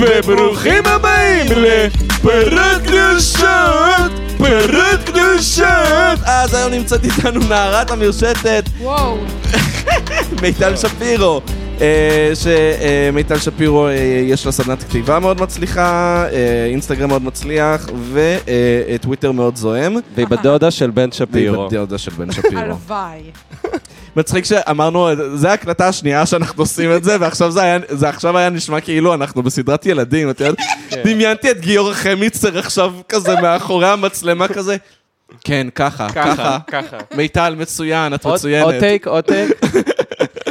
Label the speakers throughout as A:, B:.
A: וברוכים הבאים לפרות קדושות, פרות קדושות. אז היום נמצאת איתנו נערת המרשתת,
B: וואו,
A: מיטל שפירו. שמיטל שפירו, אה, יש לה סדנת כתיבה מאוד מצליחה, אה, אינסטגרם מאוד מצליח, וטוויטר מאוד זוהם.
C: והיא בדודה של בן
A: והיא
C: שפירו.
A: בדודה של בן שפירו.
B: הלוואי.
A: מצחיק שאמרנו, זה ההקלטה השנייה שאנחנו עושים את זה, ועכשיו זה היה, זה עכשיו היה נשמע כאילו אנחנו בסדרת ילדים, את יודעת? דמיינתי את גיורא חמיצר עכשיו כזה מאחורי המצלמה כזה. כן, ככה, ככה.
D: ככה, ככה.
A: מיטל, מצוין, את
C: עוד- עוד
A: מצוינת.
C: טייק, עוד טייק.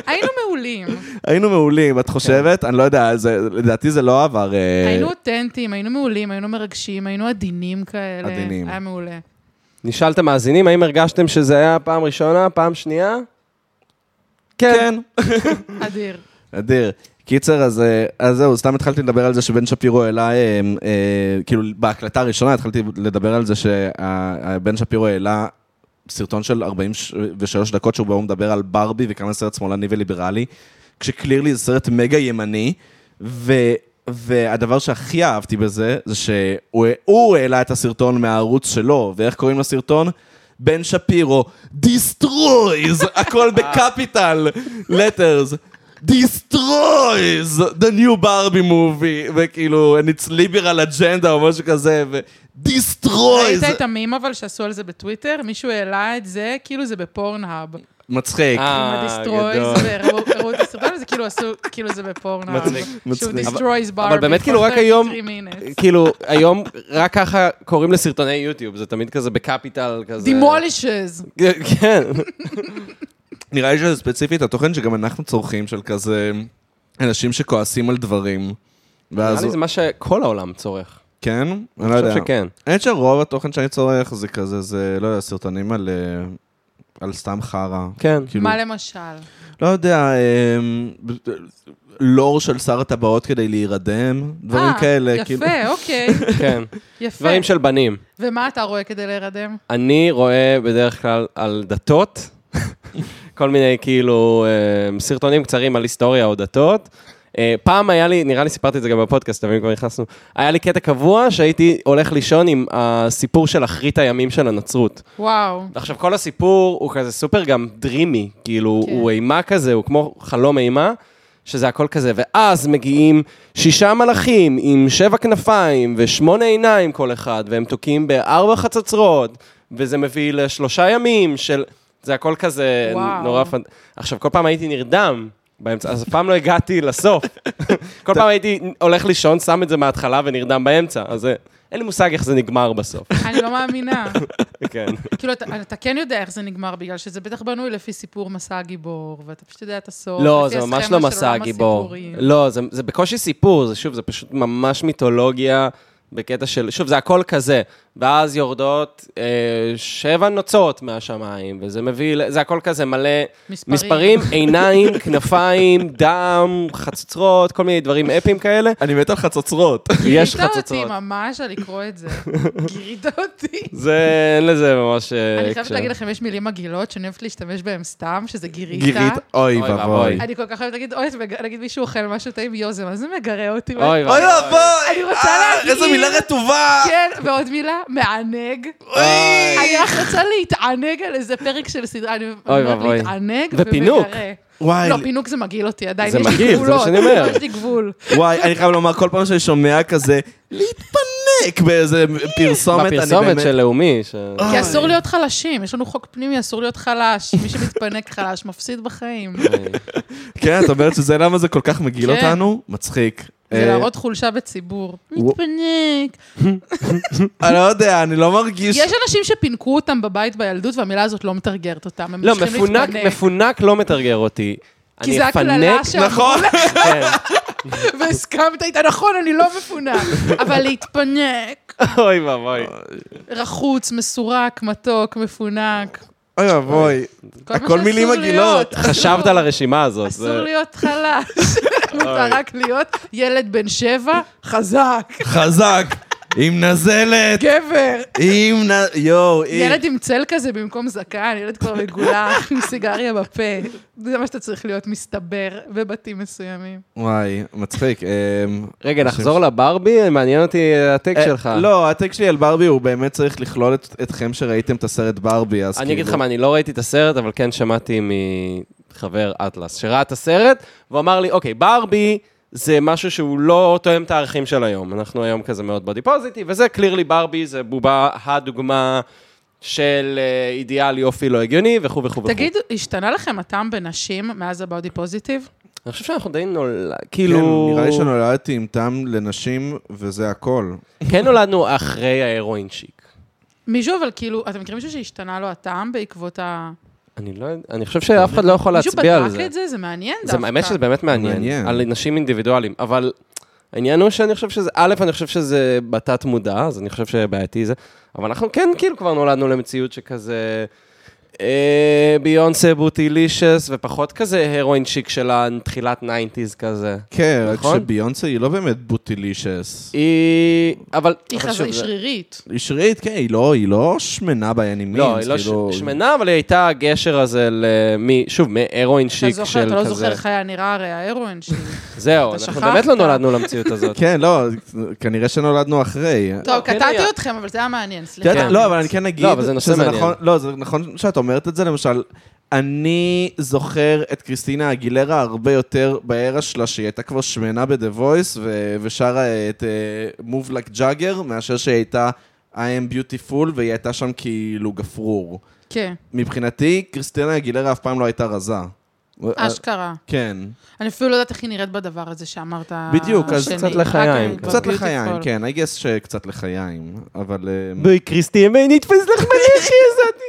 B: היינו מעולים,
A: היינו מעולים, את חושבת? אני לא יודע, זה- לדעתי זה לא עבר. אה,
B: היינו אותנטיים, היינו מעולים, היינו מרגשים, היינו עדינים כאלה.
A: עדינים.
B: היה מעולה.
C: נשאל את המאזינים, האם הרגשתם שזה היה פעם ראשונה, פעם שנייה? כן.
A: כן.
B: אדיר.
A: אדיר. קיצר, אז, אה, אז זהו, סתם התחלתי לדבר על זה שבן שפירו העלה, אה, אה, כאילו בהקלטה הראשונה התחלתי לדבר על זה שבן שפירו העלה סרטון של 43 דקות שהוא בו מדבר על ברבי וכמה סרט שמאלני וליברלי, כשקלירלי זה סרט מגה ימני, ו... והדבר שהכי אהבתי בזה, זה שהוא הוא העלה את הסרטון מהערוץ שלו, ואיך קוראים לסרטון? בן שפירו, destroys, הכל בקפיטל, letters, destroys the new Barbie movie, וכאילו, and it's liberal agenda או משהו כזה, ו-
B: ראית
A: destroys,
B: את המים אבל שעשו על זה בטוויטר? מישהו העלה את זה, כאילו זה בפורנהאב. עם
D: אה,
A: מצחיק.
C: אה,
D: כן.
B: ה-destroys, והראו הראו את הסרטון הזה, כאילו עשו, כאילו זה בפורנהאב.
C: מצחיק,
B: שהוא
A: מצחיק.
B: destroys ברבי.
C: אבל באמת,
B: for
C: כאילו, רק
B: 33
C: היום-
B: minutes.
C: כאילו, היום רק ככה קוראים לסרטוני יוטיוב, זה תמיד כזה בקפיטל כזה.
B: Demolishes.
C: כן.
A: נראה לי שזה ספציפית התוכן שגם אנחנו צורכים, של כזה אנשים שכועסים על דברים.
C: נראה
A: ואז,
C: לי זה מה שכל העולם צורך.
A: כן? אני לא
C: אני
A: יודע.
C: חושב שכן.
A: האמת שרוב התוכן שאני צורך זה כזה, זה, לא יודע, סרטונים על, אה, על סתם חרא.
C: כן.
A: כאילו,
B: מה למשל?
A: לא יודע, אה, לור של שר הטבעות כדי להירדם, דברים
B: אה,
A: כאלה. כאילו.
B: יפה, אוקיי.
C: כן.
B: יפה.
C: דברים של בנים.
B: ומה אתה רואה כדי להירדם?
C: אני רואה בדרך כלל על דתות, כל מיני כאילו אה, סרטונים קצרים על היסטוריה או דתות. אה, פעם היה לי, נראה לי סיפרתי את זה גם בפודקאסט, אבל אם כבר נכנסנו, היה לי קטע קבוע שהייתי הולך לישון עם הסיפור של אחרית הימים של הנצרות.
B: וואו.
C: עכשיו, כל הסיפור הוא כזה סופר גם דרימי, כאילו,
B: כן.
C: כן. הוא אימה כזה, הוא כמו חלום אימה, שזה הכל כזה, ואז מגיעים שישה מלאכים עם שבע כנפיים ושמונה עיניים כל אחד, והם תוקעים בארבע חצוצרות, וזה מביא לשלושה ימים של... זה הכל כזה
B: וואו.
C: נורא פנ... עכשיו, כל פעם הייתי נרדם. באמצע, אז אף פעם לא הגעתי לסוף. כל פעם הייתי הולך לישון, שם את זה מההתחלה ונרדם באמצע. אז זה- אין לי מושג איך זה נגמר בסוף.
B: אני לא מאמינה.
C: כן.
B: כאילו, אתה, אתה כן יודע איך זה נגמר, בגלל שזה בטח בנוי לפי סיפור מסע הגיבור, ואתה פשוט יודע את הסוף.
C: לא,
B: לפי
C: זה ממש
B: הסכמה
C: לא
B: של
C: מסע
B: עולם
C: הגיבור.
B: הסיפורים.
C: לא, זה, זה בקושי סיפור, זה שוב, זה פשוט ממש מיתולוגיה בקטע של, שוב, זה הכל כזה. ואז יורדות אה, שבע נוצות מהשמיים, וזה מביא, ל- זה הכל כזה מלא
B: מספרים.
C: מספרים, עיניים, כנפיים, דם, חצוצרות, כל מיני דברים אפיים כאלה.
A: אני מת על חצוצרות.
C: יש
B: גירית אותי
C: חצוצרות.
B: ממש על לקרוא את זה. גירית אותי.
C: זה, אין לזה ממש... אה,
B: אני חייבת
C: הקשר.
B: להגיד לכם, יש מילים מגעילות שאני אוהבת להשתמש בהן סתם, שזה גירית.
A: גירית, אוי
C: אוי
A: ואבוי.
C: ואבוי.
B: אני כל כך אוהבת להגיד, אוי, זה מג- נגיד מישהו אוכל משהו טעים, יו, זה מה זה מגרה אותי.
C: אוי
A: אוי
C: ואבוי.
A: ואבוי!
B: אני רוצה
A: אה,
B: להגיד-
A: איזה מילה רטובה!
B: כן, ועוד מילה, מענג.
A: אוי!
B: אני רק רוצה להתענג על איזה פרק של סדרה, אני אומרת
C: ואבוי.
B: להתענג
C: ופינוק.
B: ומגרה.
A: וואי,
B: לא, פינוק זה מגעיל אותי, עדיין יש
C: זה
B: לי גבולות.
C: מגעיל, זה מה שאני אומר.
B: יש לי גבול.
A: וואי, אני חייב לומר, כל פעם שאני שומע כזה, להתפנק באיזה פרסומת, אני
C: בפרסומת
A: באמת-
C: של לאומי, ש...
B: כי אסור להיות חלשים, יש לנו חוק פנימי, אסור להיות חלש. מי שמתפנק חלש מפסיד בחיים.
C: אה,
A: כן, את אומרת שזה למה זה כל כך מגעיל
B: כן.
A: אותנו? מצחיק.
B: זה
A: אה,
B: להראות חולשה בציבור.
A: וואו.
B: מתפנק.
A: אני לא יודע, אני לא מרגיש...
B: יש אנשים שפינקו אותם בבית בילדות, והמילה הזאת לא מתרגרת אותם, הם
C: לא,
B: צריכים
C: מפונק,
B: להתפנק.
C: מפונק לא מתרגר אותי.
B: כי
C: אני
B: זה הקללה
C: אפנק,
B: שאמרו
A: נכון?
B: לך,
C: כן.
B: והסכמת איתה, נכון, אני לא מפונק. אבל להתפנק,
C: אוי ואבוי.
B: רחוץ, מסורק, מתוק, מפונק.
A: אוי אבוי.
B: כל מה
A: הכל מילים
B: שאסור
A: מגעילות.
B: להיות. לא.
C: חשבת על הרשימה הזאת.
B: אסור
C: זה-
B: להיות חלש. מותר רק להיות ילד בן שבע, חזק.
A: חזק. עם נזלת,
B: גבר!
A: עם נ... יואו, עם...
B: כן. ילד עם צל כזה במקום זקן, ילד כבר מגולח עם סיגריה בפה. זה מה שאתה צריך להיות מסתבר בבתים מסוימים.
A: וואי, מצחיק. אמ,
C: רגע, נחזור לברבי? מעניין אותי הטק
A: אה,
C: שלך.
A: לא, הטק שלי על ברבי הוא באמת צריך לכלול את- אתכם שראיתם את הסרט ברבי, אז
C: אני אגיד לך
A: כאילו-
C: מה, אני לא ראיתי את הסרט, אבל כן שמעתי מחבר אטלס שראה את הסרט, והוא אמר לי, אוקיי, ברבי זה משהו שהוא לא תואם את הערכים של היום. אנחנו היום כזה מאוד בודי פוזיטיב, וזה קלירלי ברבי, זה בובה הדוגמה של אה, אידיאל יופי לא הגיוני, וכו' וכו' וכו'.
B: תגיד, השתנה לכם הטעם בנשים מאז הבאודי פוזיטיב?
C: אני חושב שאנחנו די נולד...
A: כן,
C: כאילו...
A: נראה לי שנולדתי עם טעם לנשים, וזה הכל.
C: כן נולדנו אחרי ההרואין שיק.
B: מישהו, אבל כאילו, אתם מכירים מישהו שהשתנה לו הטעם בעקבות ה...
C: אני לא יודע, אני חושב שאף אחד לא יכול להצביע על
B: מישהו בדק
C: זה.
B: את זה? זה מעניין
C: זה,
B: דווקא.
C: האמת שזה באמת מעניין,
A: מעניין.
C: על אנשים אינדיבידואלים, אבל העניין הוא שאני חושב שזה, א', אני חושב שזה בתת מודע, אז אני חושב שבעייתי זה, אבל אנחנו כן כאילו כבר נולדנו למציאות שכזה אה, ביונסה בוטילישס, ופחות כזה הרואין שיק של התחילת 90's כזה.
A: כן, רק
C: נכון?
A: שביונסה היא לא באמת בוטילישס.
C: היא, אבל...
B: היא
C: אבל
B: חזה-
C: שוב,
B: היא
C: זה-
B: שרירית.
A: היא שרירית, כן, היא לא, היא לא שמנה בעיני מינס,
C: לא, היא לא ש-
A: כאילו...
C: שמנה, אבל היא הייתה הגשר הזה, למי, שוב, מהרואין
B: אתה
C: שיק של
B: זוכר,
C: כזה.
B: אתה לא זוכר איך היה נראה הרי ההרואין שלי.
C: זהו,
B: אתה
C: אנחנו
B: שכחת.
C: באמת לא נולדנו למציאות הזאת.
A: כן, לא, כנראה שנולדנו אחרי.
B: טוב,
C: כן
B: קטעתי
C: היה.
B: אתכם, אבל זה היה מעניין, סליחה.
A: את יודעת, לא, אבל אני כן אגיד
C: לא, אבל זה נושא
A: שזה
C: מעניין.
A: נכון, לא, זה נכון שאת אומרת את זה, למשל, אני זוכר את קריסטינה אגילרה הרבה יותר בערה שלה, שהיא הייתה כבר שמנה ב"דה וויס", ושרה את אה, "Move Like Jagger", מאשר שהיא הייתה I am beautiful, והיא הייתה שם כאילו גפרור.
B: כן,
A: מבחינתי, קריסטינה אגילרה אף פעם לא הייתה רזה.
B: אשכרה.
A: כן.
B: אני אפילו לא יודעת איך היא נראית בדבר הזה שאמרת.
A: בדיוק, אז
B: השני.
C: קצת לחיים.
B: רק, אה,
A: קצת
B: ב-
A: לחיים,
B: beautiful.
A: כן, I guess שקצת לחיים, אבל... אמ,
C: בואי, קריסטי, מי נתפס לך בלחי הזאת?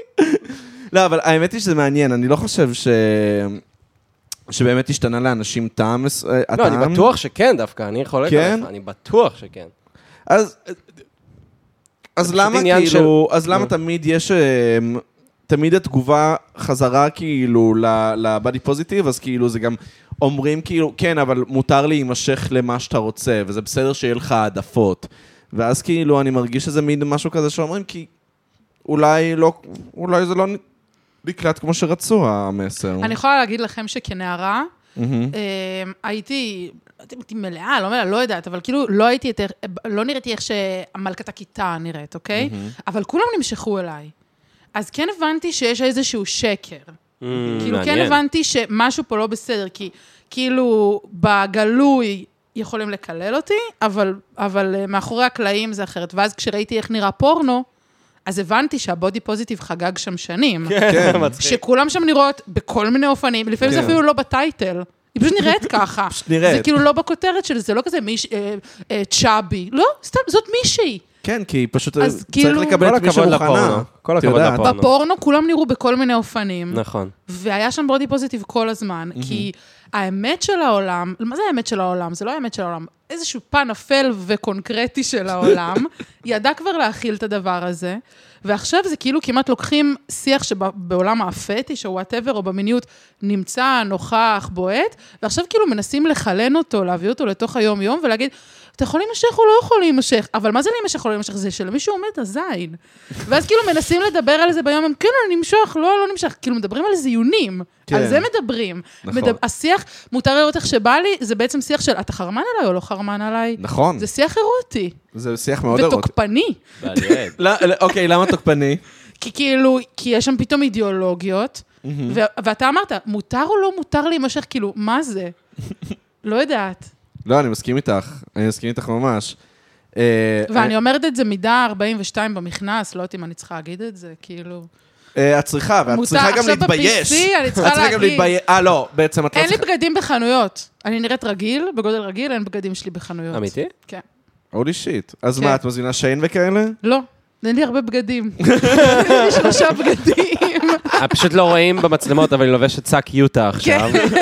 A: לא, אבל האמת היא שזה מעניין, אני לא חושב ש... שבאמת השתנה לאנשים טעם. מס- אה,
C: לא,
A: הטעם.
C: אני בטוח שכן דווקא, אני חולק
A: כן?
C: עליך, אני בטוח שכן.
A: אז, אז
C: זה
A: למה
C: פשוט עניין Mm.
A: כאילו, אז למה
C: נו.
A: תמיד יש... אה, תמיד התגובה חזרה כאילו לבאדי פוזיטיב, אז כאילו זה גם אומרים כאילו, כן, אבל מותר להימשך למה שאתה רוצה, וזה בסדר שיהיה לך העדפות. ואז כאילו אני מרגיש שזה מין משהו כזה שאומרים, כי אולי לא, אולי זה לא נקלט כמו שרצו המסר.
B: אני יכולה להגיד לכם שכנערה,
A: מהמם.
B: אמ, הייתי, לא יודעת אם הייתי מלאה, לא מלאה, לא יודעת, אבל כאילו לא הייתי יותר, לא נראיתי איך שמלכת הכיתה נראית, אוקיי? אבל כולם נמשכו אליי. אז כן הבנתי שיש איזשהו שקר. כאילו, כן הבנתי שמשהו פה לא בסדר, כי כאילו, בגלוי יכולים לקלל אותי, אבל, אבל אה, מאחורי הקלעים זה אחרת. ואז כשראיתי איך נראה פורנו, אז הבנתי שהבודי פוזיטיב חגג שם שנים.
C: כן, מצחיק.
B: שכולם שם נראות בכל מיני אופנים, לפעמים זה
A: כן.
B: אפילו לא בטייטל. היא פשוט נראית ככה.
A: פשוט נראית.
B: זה כאילו לא בכותרת של זה, לא כזה מיש... אה, אה, צ'אבי. לא, סתם, זאת מישהי.
A: כן, כי פשוט
B: אז
A: צריך
B: כאילו-
A: לקבל את
C: כל
A: מי
C: הכבוד
A: שמוכנה.
C: לפורנו. כל
A: את
C: הכבוד
A: יודעת.
C: לפורנו. פורנו.
B: בפורנו כולם נראו בכל מיני אופנים.
C: נכון.
B: והיה שם בודי פוזיטיב כל הזמן, כי האמת של העולם, מה זה האמת של העולם? זה לא האמת של העולם. איזשהו פן אפל וקונקרטי של העולם, ידע כבר להכיל את הדבר הזה, ועכשיו זה כאילו כמעט לוקחים שיח שבעולם הפטיש או וואטאבר, או במיניות, נמצא, נוכח, בועט, ועכשיו כאילו מנסים לחלן אותו, להביא אותו לתוך היום-יום ולהגיד, אתה יכול להימשך או לא יכול להימשך, אבל מה זה להימשך או לא להימשך? זה שלמישהו עומד הזין. ואז כאילו מנסים לדבר על זה ביום, הם כן, אני נמשך, לא, לא נמשך. כאילו מדברים על זיונים,
A: כן.
B: על זה מדברים.
A: נכון.
B: מדבר- השיח, מותר לראות איך שבא לי, זה בעצם שיח של, אתה חרמן עליי או לא חרמן עליי?
A: נכון,
B: זה שיח אירוטי,
A: זה שיח מאוד אירוטי.
B: ותוקפני.
C: מעניין.
A: לא, לא, אוקיי, למה תוקפני?
B: כי כאילו, כי יש שם פתאום אידיאולוגיות, ו- ואתה אמרת, מותר או לא מותר להימשך? כאילו, מה זה? לא יודעת.
A: לא, אני מסכים איתך, אני מסכים איתך ממש. אה,
B: ואני אומרת את זה מידה 42 במכנס, לא יודעת אם אני צריכה להגיד את זה, כאילו...
A: אה, את צריכה, ואת
B: מותר,
A: צריכה גם
B: עכשיו
A: להתבייש.
B: ב-PC אני צריכה
A: את צריכה גם
B: להגיד.
A: להתבייש. אה, לא, בעצם את לא
B: אין לי
A: צריכה.
B: בגדים בחנויות. אני נראית רגיל, בגודל רגיל, אין בגדים שלי בחנויות.
C: אמיתי?
B: כן.
A: הולי שיט. אז
B: כן.
A: מה, את מזמינה שיין וכאלה?
B: לא, אין לי הרבה בגדים. אין לי שלושה בגדים.
C: אה, פשוט לא רואים במצלמות, אבל היא לובשת שק יוטה עכשיו.
B: כן.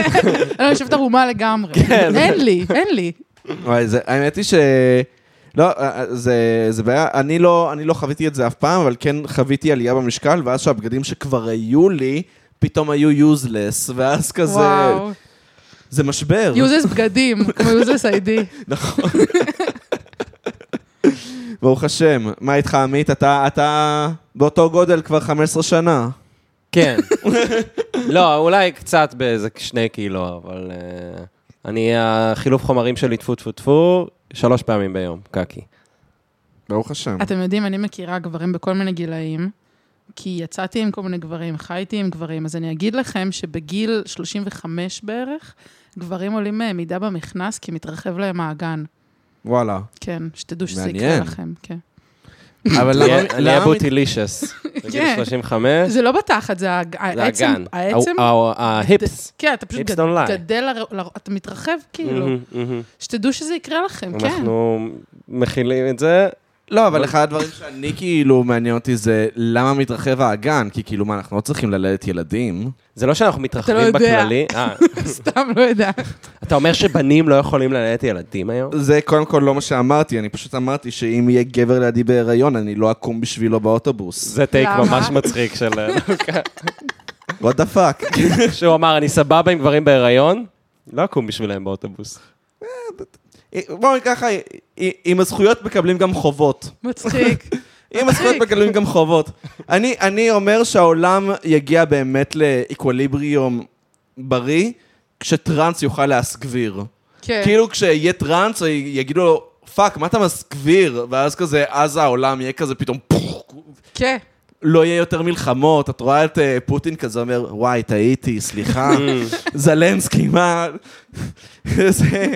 B: אני לא יושבת ערומה לגמרי.
C: כן.
B: אין לי, אין לי.
A: וואי, זה- האמת היא ש... לא, אה, אה, זה, זה בעיה, אני לא, אני לא חוויתי את זה אף פעם, אבל כן חוויתי עלייה במשקל, ואז שהבגדים שכבר היו לי, פתאום היו יוזלס, ואז כזה...
B: וואו.
A: זה משבר.
B: יוזס בגדים, כמו יוזס איי-די.
A: נכון. ברוך השם. מה איתך, עמית? אתה, אתה באותו גודל כבר 15 שנה.
C: כן. לא, אולי קצת באיזה שני קילו, אבל... אה, אני, החילוף חומרים שלי, טפו טפו טפו, שלוש פעמים ביום, קקי.
A: ברוך השם.
B: אתם יודעים, אני מכירה גברים בכל מיני גילאים, כי יצאתי עם כל מיני גברים, חייתי עם גברים, אז אני אגיד לכם שבגיל 35 בערך, גברים עולים אה, מידה במכנס כי מתרחב להם האגן.
A: וואלה.
B: כן, שתדעו שזה יקרה
A: מעניין.
B: לכם. כן.
A: אבל למה...
C: אני אהיה
A: למה...
C: בוטילישס. בגיל
B: כן.
C: 35,
B: זה לא בתחת, זה הג-
C: זה
B: העצם.
C: הגן.
B: העצם...
C: ה- ה- ההיפס.
B: כן, אתה פשוט
C: Hips
B: גד-
C: don't lie.
B: גדל, לר- לר- אתה מתרחב כאילו.
C: מהמם, מהמם.
B: שתדעו שזה יקרה לכם, כן.
C: Mm-hmm. אנחנו מכילים את זה.
A: לא, אבל אחד הדברים שאני כאילו מעניין אותי זה למה מתרחב האגן, כי כאילו מה, אנחנו לא צריכים ללדת ילדים.
C: זה לא שאנחנו
B: לא
C: מתרחבים
B: יודע.
C: בכללי. אה,
B: סתם לא יודעת.
C: אתה אומר שבנים לא יכולים ללדת ילדים היום?
A: זה קודם כל לא מה שאמרתי, אני פשוט אמרתי שאם יהיה גבר לידי בהיריון, אני לא אקום בשבילו באוטובוס.
C: זה טייק
B: למה?
C: ממש מצחיק של... אה,
A: what the fuck.
C: שהוא אמר, אני סבבה עם גברים בהיריון? לא אקום בשבילם באוטובוס.
A: בואו ככה, עם הזכויות מקבלים גם חובות.
B: מצחיק.
A: עם הזכויות מקבלים גם חובות. אני, אני אומר שהעולם יגיע באמת לאיקוליבריום בריא, כשטראנס יוכל להסגביר.
B: כן.
A: כאילו כשיהיה טראנס, יגידו לו, פאק, מה אתה מסגביר? ואז כזה, אז העולם יהיה כזה פתאום, פוח,
B: כן.
A: לא יהיה יותר מלחמות. את רואה את אה, פוטין כזה אומר, וואי, טעיתי, סליחה,
C: Mm.
A: זלנסקי, מה... זה...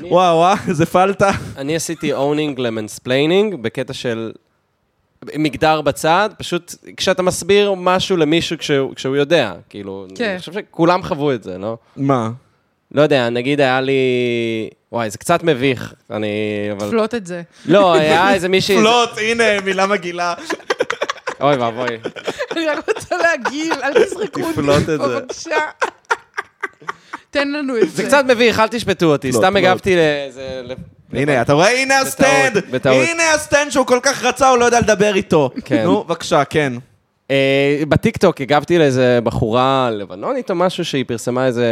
A: וואו, וואו, זה פלטה.
C: אני עשיתי אונינג למנספליינינג בקטע של מגדר בצד, פשוט כשאתה מסביר משהו למישהו כשהוא, כשהוא יודע, כאילו,
B: כן.
C: אני חושב שכולם חוו את זה, לא?
A: מה?
C: לא יודע, נגיד היה לי... וואי, זה קצת מביך, אני... אבל...
B: פלוט את זה.
C: לא, היה איזה
B: כן.
C: מישהי...
A: פלוט, הנה, מילה מגעילה.
C: אוי ואבוי.
B: אני רק רוצה להגיב, אל תזרקו אותי.
A: תפלוט את זה.
B: בבקשה. תן לנו את זה.
C: זה קצת מביך, אל תשפטו אותי,
A: פלוט,
C: סתם
A: פלוט.
C: הגבתי לאיזה... ל-
A: לא, הנה, אתה רואה? הנה
C: בטעות,
A: הסטנד!
C: בטעות.
A: הנה הסטנד שהוא כל כך רצה, הוא לא יודע לדבר איתו.
C: כן.
A: נו, בבקשה, כן.
C: אה, בטיקטוק הגבתי לאיזה בחורה לבנונית או משהו, שהיא פרסמה איזה,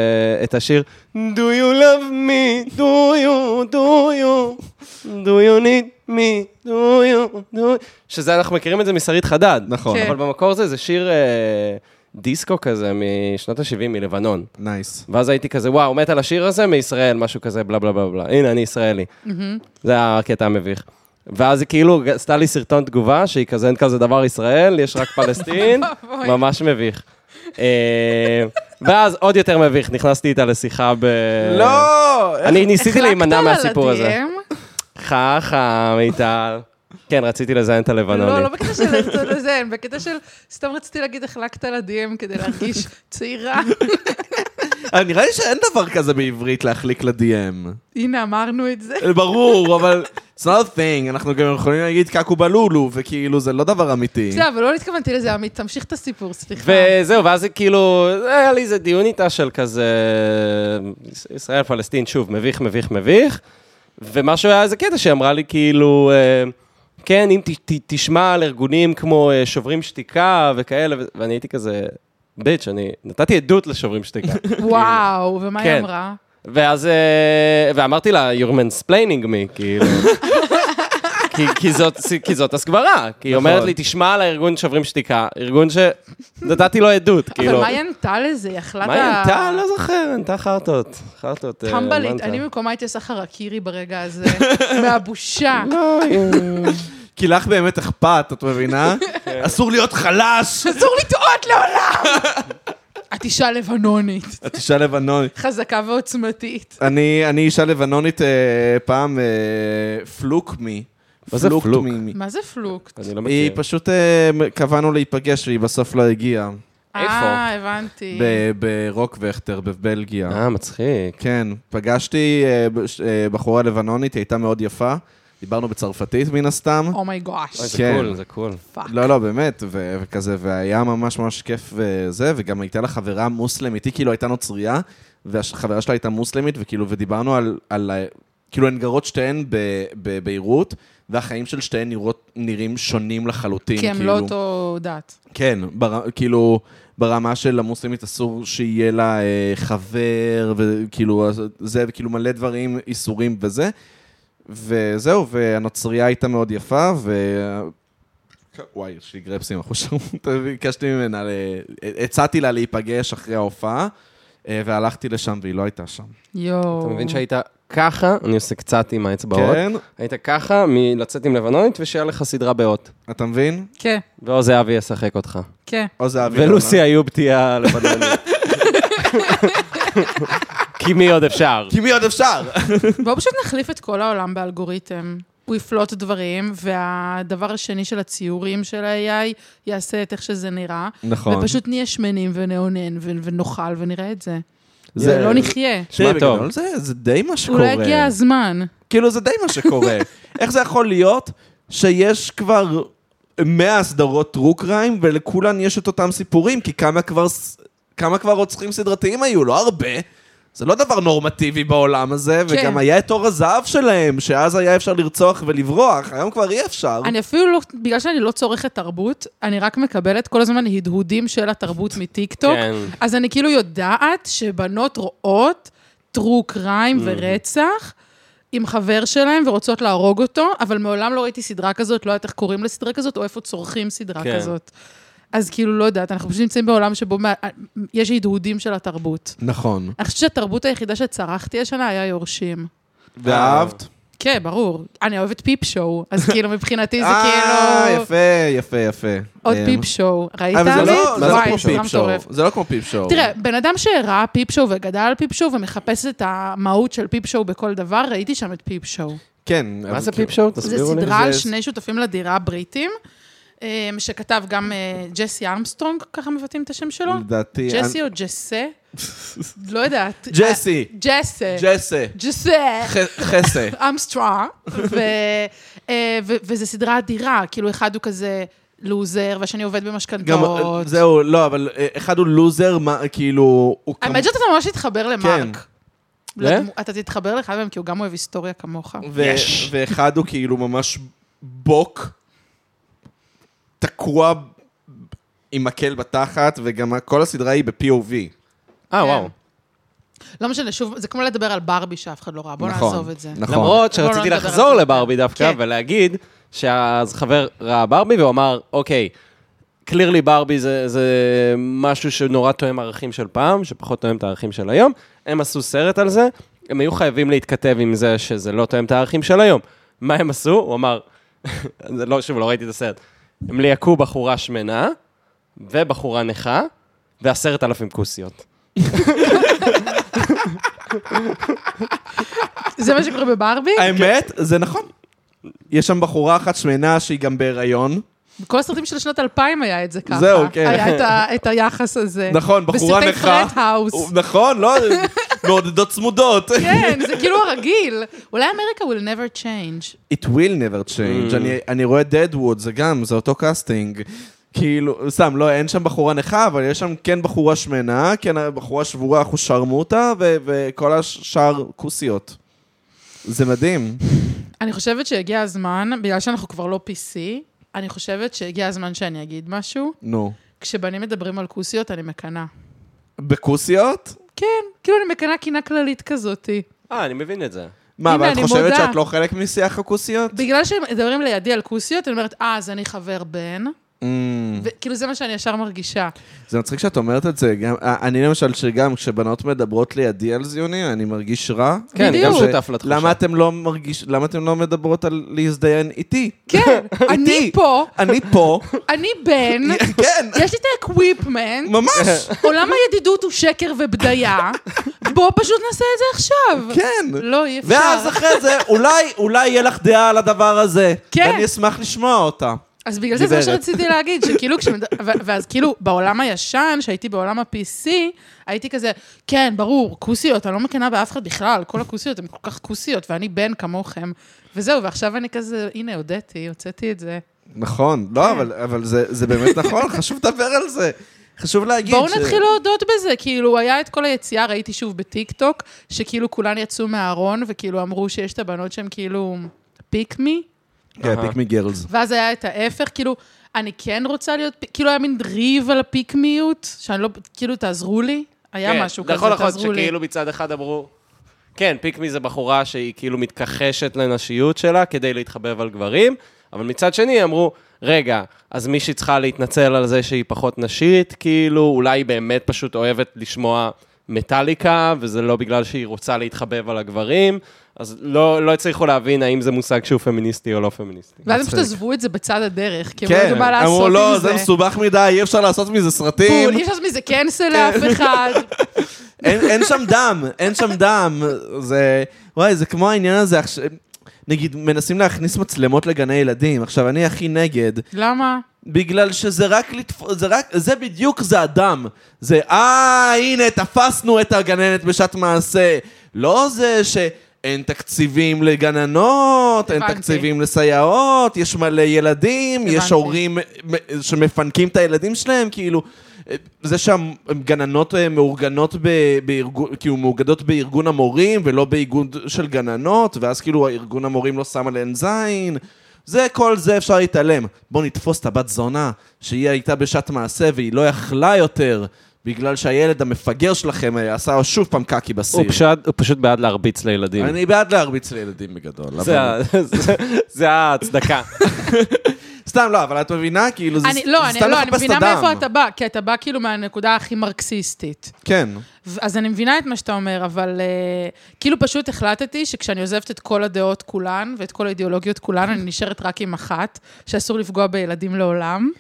C: את השיר Do you love me, do you, do you, do you need me, do you, do you, שזה, אנחנו מכירים את זה משרית חדד.
A: נכון.
B: כן.
C: אבל במקור זה, זה שיר אה, דיסקו כזה משנות ה-70 מלבנון.
A: נייס.
C: ואז הייתי כזה, וואו, מת על השיר הזה מישראל, משהו כזה, בלה בלה בלה בלה. הנה, אני ישראלי.
B: Mm-hmm.
C: זה היה הקטע המביך. ואז היא כאילו עשתה לי סרטון תגובה, שהיא כזה, אין כזה דבר ישראל, יש רק פלסטין,
B: אוי.
C: ממש מביך. אה, ואז עוד יותר מביך, נכנסתי איתה לשיחה ב...
A: לא!
C: אני ניסיתי להימנע מהסיפור
B: החלקת
C: הזה.
B: על ה-DM?
C: חכה, מיטל. כן, רציתי לזיין את
B: לא,
C: הלבנוני.
B: לא בקטע של לרצות לזיין, בקטע של סתם רציתי להגיד החלקת על ה-DM כדי להרגיש צעירה.
A: אבל אה, נראה לי שאין דבר כזה בעברית להחליק ל-DM.
B: הנה, אמרנו את זה.
A: ברור, אבל it's not a thing, אנחנו גם יכולים להגיד קקו בלולו, וכאילו זה לא דבר אמיתי.
B: בסדר, אבל לא התכוונתי לזה, עמית, תמשיך את הסיפור, סליחה.
C: וזהו, ואז זה כאילו, היה לי איזה דיון איתה של כזה, ישראל פלסטין, שוב, מביך, מביך, מביך. ומשהו היה איזה קטע שהיא אמרה לי, כאילו, אה, כן, אם ת, ת, תשמע על ארגונים כמו אה, שוברים שתיקה וכאלה, ו- ואני הייתי כזה, ביץ', אני נתתי עדות לשוברים שתיקה.
B: וואו, ומה היא
C: כאילו, כן.
B: אמרה?
C: ואז, אה, ואמרתי לה, you're mansplaining me, כאילו. כי, כי, זאת, כי זאת הסגברה, כי היא
A: נכון.
C: אומרת לי, תשמע על הארגון שוברים שתיקה, ארגון שנתתי לו עדות, כאילו.
B: אבל מה היא ענתה לזה? היא אכלה את
C: מה
B: ה...
C: היא ענתה? לא זוכר, ענתה חרטות. חרטות. אה,
B: טמבלית,
C: מנטה.
B: אני במקומה הייתי עושה חרקירי ברגע הזה, מהבושה.
C: לא, אה,
A: כי לך באמת אכפת, את מבינה?
C: כן.
A: אסור להיות חלש!
B: אסור לטעות לעולם! את אישה לבנונית,
A: את אישה לבנונית.
B: חזקה ועוצמתית.
A: אני אני אישה לבנונית אה, פעם אה, פלוק מי.
C: מה זה פלוק?
A: מי-
B: מה זה פלוק?
C: אני לא
A: היא
C: מכיר.
A: פשוט, אה, קבענו להיפגש והיא בסוף לא הגיעה.
C: איפה?
B: אה, הבנתי.
A: ב- ברוק וכטר בבלגיה.
C: אה, מצחיק.
A: כן, פגשתי אה, ב- ש- אה, בחורה לבנונית, היא הייתה מאוד יפה. דיברנו בצרפתית מן הסתם.
B: Oh, אומייגאש.
C: אוי, זה
A: כן.
C: קול, זה קול.
B: פאק.
A: לא, לא, באמת, ו- וכזה, והיה ממש ממש כיף וזה, וגם הייתה לה חברה מוסלמית, היא כאילו הייתה נוצרייה, והחברה שלה הייתה מוסלמית, וכאילו, ודיברנו על, על ה- כאילו, הן גרות שתיהן ב- בביירות, והחיים של שתיהן נראות, נראים שונים לחלוטין,
B: כי
A: כאילו.
B: הם לא אותו דת.
A: כן, בר... כאילו, ברמה של המוסלמית אסור שיהיה לה כאילו, אה, חבר, וכאילו, אז זה, וכאילו מלא דברים, איסורים וזה. וזהו, והנוצרייה הייתה מאוד יפה, ו... וואי, יש לי גרפסים אחושים. ביקשתי ממנה, ל... הצעתי לה להיפגש אחרי ההופעה, אה, והלכתי לשם והיא לא הייתה שם.
B: יואו.
C: אתה מבין שהיית ככה, אני עושה קצת עם האצבעות,
A: כן,
C: היית ככה מלצאת עם לבנונית ושיהיה לך סדרה באות.
A: אתה מבין?
B: כן,
C: ועוז זהבי ישחק אותך.
B: כן.
A: או זה אבי
C: ולוסי איוב תהיה הלבנונית. כי מי עוד אפשר?
A: כי מי עוד אפשר?
B: בואו פשוט נחליף את כל העולם באלגוריתם. הוא יפלוט דברים, והדבר השני של הציורים של ה-AI יעשה את איך שזה נראה.
A: נכון.
B: ופשוט נהיה שמנים ונאונן ו- ונאכל ונראה את זה. לא
A: זה-
B: ולא נחיה.
C: נשמע
A: תראי,
C: טוב.
A: בגדול זה זה די מה שקורה.
B: אולי לא הגיע הזמן.
A: כאילו, זה די מה שקורה. איך זה יכול להיות שיש כבר 100 סדרות טרו קריים, ולכולן יש את אותם סיפורים, כי כמה כבר, ס- כמה כבר רוצחים סדרתיים היו? לא הרבה. זה לא דבר נורמטיבי בעולם הזה,
B: כן.
A: וגם היה את אור הזהב שלהם, שאז היה אפשר לרצוח ולברוח, היום כבר אי אפשר.
B: אני אפילו לא, בגלל שאני לא צורכת תרבות, אני רק מקבלת כל הזמן הדהודים של התרבות מטיקטוק.
C: כן.
B: אז אני כאילו יודעת שבנות רואות טרו קריים ורצח עם חבר שלהם ורוצות להרוג אותו, אבל מעולם לא ראיתי סדרה כזאת, לא יודעת איך קוראים לסדרה כזאת, או איפה צורכים סדרה
C: כן.
B: כזאת. אז כאילו, לא יודעת, אנחנו פשוט נמצאים בעולם שבו מה- יש הדהודים של התרבות.
A: נכון.
B: אני חושבת שהתרבות היחידה שצרחתי השנה היה יורשים.
A: ואהבת?
B: כן, ברור. אני אוהבת פיפ שואו, אז כאילו, מבחינתי זה
A: אה,
B: כאילו...
A: יפה, יפה, יפה.
B: עוד
A: אה,
B: פיפ שואו. ראית,
A: אבל זה
B: עמית?
A: לא- זה לא
B: וואי,
A: כמו
B: סדרה
A: פיפ שואו.
B: מטורפת.
A: זה לא כמו פיפ שואו.
B: תראה, בן אדם שראה פיפ שואו וגדל על פיפ שואו ומחפש את המהות של פיפ שואו בכל דבר, ראיתי שם את פיפ שואו.
A: כן.
C: מה
A: אבל
C: זה
A: כאילו-
C: פיפ שואו?
B: זו
C: תסבירו לי.
B: סדרה על
A: זה-
B: שני שותפים לדירה הבריטים, אמ, שכתב גם אה, ג'סי ארמסטרונג, ככה מבטאים את השם שלו?
A: לדעתי...
B: ג'סי או ג'סה? לא יודעת.
A: ג'סי.
B: אה, ג'סה.
A: ג'סה.
B: ג'סה.
A: ח- חסה.
B: אמסטרה, וזו אה, סדרה אדירה, כאילו אחד הוא כזה לוזר, והשני עובד
A: גם,
B: במשכנתאות.
A: זהו, לא, אבל אה, אחד הוא לוזר, מה, כאילו, הוא
B: האמת שאתה ממש תתחבר
A: כן.
B: למרק.
C: ל?
B: לדמו- אתה תתחבר לאחד מהם, כי הוא גם אוהב היסטוריה כמוך. לא
A: ו- ואחד הוא כאילו ממש בוק, תקוע עם מקל בתחת, וגם כל הסדרה היא ב-POV.
C: אה, וואו.
B: כן. לא משנה, שוב, זה כמו לדבר על ברבי שאף אחד לא ראה, בוא נעזוב את זה.
A: נכון.
C: למרות
B: בואו לא
C: שרציתי
B: נדבר על
C: לחזור
B: זה.
C: לברבי דווקא
B: כן.
C: ולהגיד שאז חבר ראה ברבי והוא אמר, אוקיי, קלירלי ברבי זה זה משהו שנורא תואם ערכים של פעם, שפחות תואם את הערכים של היום. הם עשו סרט על זה, הם היו חייבים להתכתב עם זה שזה לא תואם את הערכים של היום. מה הם עשו? הוא אמר, זה לא, שוב, לא ראיתי את הסרט. הם ליהקו בחורה שמנה ובחורה נכה ועשרת אלפים כוסיות.
B: זה מה שקורה בברבי?
A: האמת, זה נכון. יש שם בחורה אחת שמנה שהיא גם בהיריון.
B: בכל הסרטים של שנות 2000 היה את זה ככה.
A: זהו, כן.
B: היה את ה- את היחס הזה.
A: נכון, בחורה נכה.
B: בסרטי פרד האוס.
A: נכון, לא, מעודדות צמודות.
B: כן, זה כאילו הרגיל. אולי אמריקה will never change.
A: It will never change. אני, אני רואה Deadwood, זה גם, זה אותו קאסטינג. כאילו, סתם, לא, אין שם בחורה נכה, אבל יש שם כן בחורה שמנה, כן בחורה שבורה, אחוז שרמוטה, ו- וכל השאר כוסיות. זה מדהים.
B: אני חושבת שהגיע הזמן, בגלל שאנחנו כבר לא PC, אני חושבת שהגיע הזמן שאני אגיד משהו.
A: נו.
B: כשבנים מדברים על כוסיות, אני מקנאה.
A: בכוסיות?
B: כן, כאילו אני מקנאה קינה כללית כזאתי.
C: אה, אני מבין את זה.
A: מה, אבל
B: הנה,
A: את
B: אני
A: חושבת
B: מודה.
A: שאת לא חלק משיח הכוסיות?
B: בגלל שהם מדברים לידי על כוסיות, אני אומרת, אה, אז אני חבר בן.
A: Mm.
B: וכאילו זה מה שאני ישר מרגישה.
A: זה מצחיק שאת אומרת את זה. גם, אה, אני למשל, שגם כשבנות מדברות לידי על זיוני, אני מרגיש רע.
C: כן, אני גם
B: בדיוק.
C: שותף לתחושה.
A: למה אתם לא מרגיש, למה אתם לא מדברות על להזדיין איתי?
B: כן, אני פה,
A: אני פה.
B: אני בן,
A: כן.
B: יש לי את האקוויפמנט,
A: ממש,
B: עולם הידידות הוא שקר ובדיה, בוא פשוט נעשה את זה עכשיו.
A: כן.
B: לא, אי אפשר.
A: ואז אחרי זה, אולי, אולי יהיה לך דעה על הדבר הזה.
B: כן.
A: ואני אשמח לשמוע אותה.
B: אז בגלל זה זה מה
A: גברת.
B: שרציתי להגיד, שכאילו, כשמד... ו- ואז כאילו, בעולם הישן, שהייתי בעולם ה-PC, הייתי כזה, כן, ברור, כוסיות, אני לא מקנאה באף אחד בכלל, כל הכוסיות הן כל כך כוסיות, ואני בן כמוכם. וזהו, ועכשיו אני כזה, הנה, הודיתי, הוצאתי את זה.
A: נכון,
B: כן.
A: לא, אבל, אבל זה, זה באמת נכון, חשוב לדבר על זה. חשוב להגיד
B: בואו
A: ש-
B: נתחיל להודות בזה, כאילו, היה את כל היציאה, ראיתי שוב בטיקטוק, שכאילו כולן יצאו מהארון, וכאילו אמרו שיש את הבנות שהן כאילו פיק מי,
A: כן, פיק מי גרלס.
B: ואז היה את ההפך, כאילו, אני כן רוצה להיות, פי- כאילו היה מין ריב על הפיקמיות, שאני לא, כאילו, תעזרו לי. היה משהו כזה,
C: נכון, נכון,
B: תעזרו לי.
C: שכאילו מצד אחד אמרו, כן, פיקמי זה בחורה שהיא כאילו מתכחשת לנשיות שלה כדי להתחבב על גברים, אבל מצד שני אמרו, רגע, אז מישהי צריכה להתנצל על זה שהיא פחות נשית, כאילו, אולי היא באמת פשוט אוהבת לשמוע מטאליקה, וזה לא בגלל שהיא רוצה להתחבב על הגברים, אז לא, לא הצליחו להבין האם זה מושג שהוא פמיניסטי או לא פמיניסטי.
B: ואז הם פשוט
A: מצחיק.
B: עזבו את זה בצד הדרך, כי הם לא
A: כן,
B: ידעו מה לעשות עם זה.
A: אמרו, לא, זה מסובך מדי, אי אפשר לעשות מזה סרטים.
B: בול, אי אפשר לעשות מזה קנסל
A: כן.
B: לאף אחד.
A: אין, אין שם דם, אין שם דם. זה, וואי, זה כמו העניין הזה עכשיו... נגיד, מנסים להכניס מצלמות לגני ילדים. עכשיו, אני הכי נגד,
B: למה?
A: בגלל שזה רק לתפוס, זה רק, זה בדיוק, זה הדם. זה, אה, הנה, תפסנו את הגננת בשעת מעשה. לא זה ש... אין תקציבים לגננות, אין
B: הבנתי.
A: תקציבים לסייעות, יש מלא ילדים, יש
B: הבנתי.
A: הורים אה, מ- שמפנקים את הילדים שלהם, כאילו, אה, זה שהגננות אה, מאורגנות ב- בארגון, כאילו, מאוגדות בארגון המורים ולא באיגוד של גננות, ואז כאילו הארגון המורים לא שם עליהן זין. זה, כל זה אפשר להתעלם. בוא נתפוס את הבת זונה, שהיא הייתה בשעת מעשה והיא לא יכלה יותר, בגלל שהילד המפגר שלכם אה, עשה שוב פעם קקי
C: הוא
A: בסיר.
C: פשוט, הוא פשוט בעד להרביץ לילדים.
A: אני בעד להרביץ לילדים בגדול.
C: זה,
A: אבל-
C: ה- זה, זה ההצדקה.
A: סתם, לא, אבל את מבינה? כאילו, זה
B: אני, לא,
A: זה
B: אני,
A: סתם
B: לא, אני
A: לחפש את
B: מבינה
A: הדם.
B: מאיפה אתה בא, כי אתה בא כאילו מהנקודה הכי מרקסיסטית.
A: כן.
B: ו- אז אני מבינה את מה שאתה אומר, אבל uh, כאילו פשוט החלטתי שכשאני עוזבת את כל הדעות כולן ואת כל האידיאולוגיות כולן, אני נשארת רק עם אחת, שאסור לפגוע בילדים לעולם.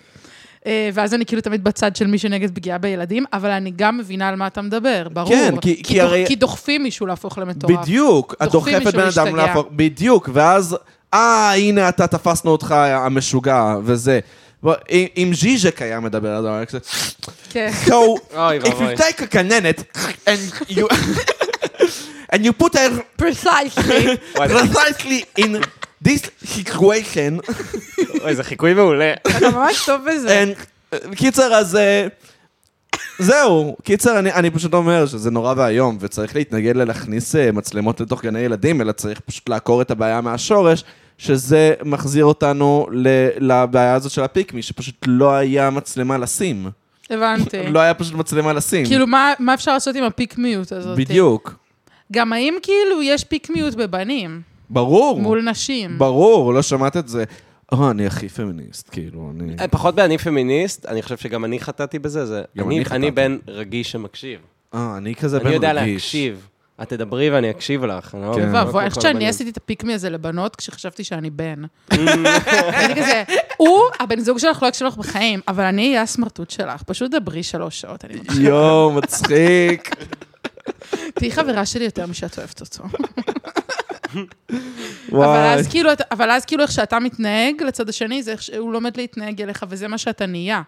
B: Uh, ואז אני כאילו תמיד בצד של מי שנגד פגיעה בילדים, אבל אני גם מבינה על מה אתה מדבר, ברור.
A: כן, כי- כי
B: דוח-
A: הרי-
B: כי דוחפים מישהו להפוך למטורף.
A: בדיוק, את
B: דוחפים
A: דוחפת
B: מישהו
A: בן אדם
B: להשתגע.
A: להפוך, בדיוק, ואז, אה, הנה אתה, תפסנו אותך המשוגע, וזה. בוא, אם- אם ז'יז'ק היה מדבר על זה,
B: כן.
A: So,
C: אוי
A: if
C: ואבוי.
A: you take a cannonet and you and you put her
B: פרסייסלי.
C: וואי, זה-
A: precisely in this situation,
C: אוי, זה חיקוי מעולה.
B: אתה ממש טוב בזה.
A: and קיצר, אז אה, זהו. קיצר, אני, אני פשוט אומר שזה נורא ואיום, וצריך להתנגד ללהכניס אה, מצלמות לתוך גני ילדים, אלא צריך פשוט לעקור את הבעיה מהשורש. שזה מחזיר אותנו ל- לבעיה הזאת של הפיקמי, שפשוט לא היה מצלמה לשים.
B: הבנתי.
A: לא היה פשוט מצלמה לשים.
B: כן. כאילו, מה מה אפשר לעשות עם הפיקמיות הזאת?
A: בדיוק.
B: גם האם כאילו יש פיקמיות בבנים
A: ברור.
B: מול נשים?
A: ברור, לא שמעת את זה. אה, אני הכי פמיניסט, כאילו, אני...
C: אה, פחות באני פמיניסט, אני חושב שגם אני חטאתי בזה, זה...
A: גם
C: אני
A: אני חטאתי.
C: אני בן רגיש שמקשיב.
A: אה, אני כזה בן
C: אני
A: רגיש.
C: יודע להקשיב. את תדברי ואני אקשיב לך. אני לא-
A: כן.
C: אני לא
B: ואבוי,
C: כמו
B: איך
C: כל
B: שאני
C: הבנים.
B: עשיתי את הפיקמי הזה לבנות כשחשבתי שאני בן. אני כזה, הוא, הבן זוג שלך לא יקשיב לך בחיים, אבל אני אהיה הסמרטוט שלך, פשוט דברי שלוש שעות, אני מקשיבה.
A: יואו, מצחיק.
B: תהיי חברה שלי יותר משאת אוהבת אותו. אבל
A: וואי.
B: אז כאילו, אתה- אבל אז כאילו איך שאתה מתנהג לצד השני, זה איך שהוא לומד להתנהג אליך, וזה מה שאתה נהיה.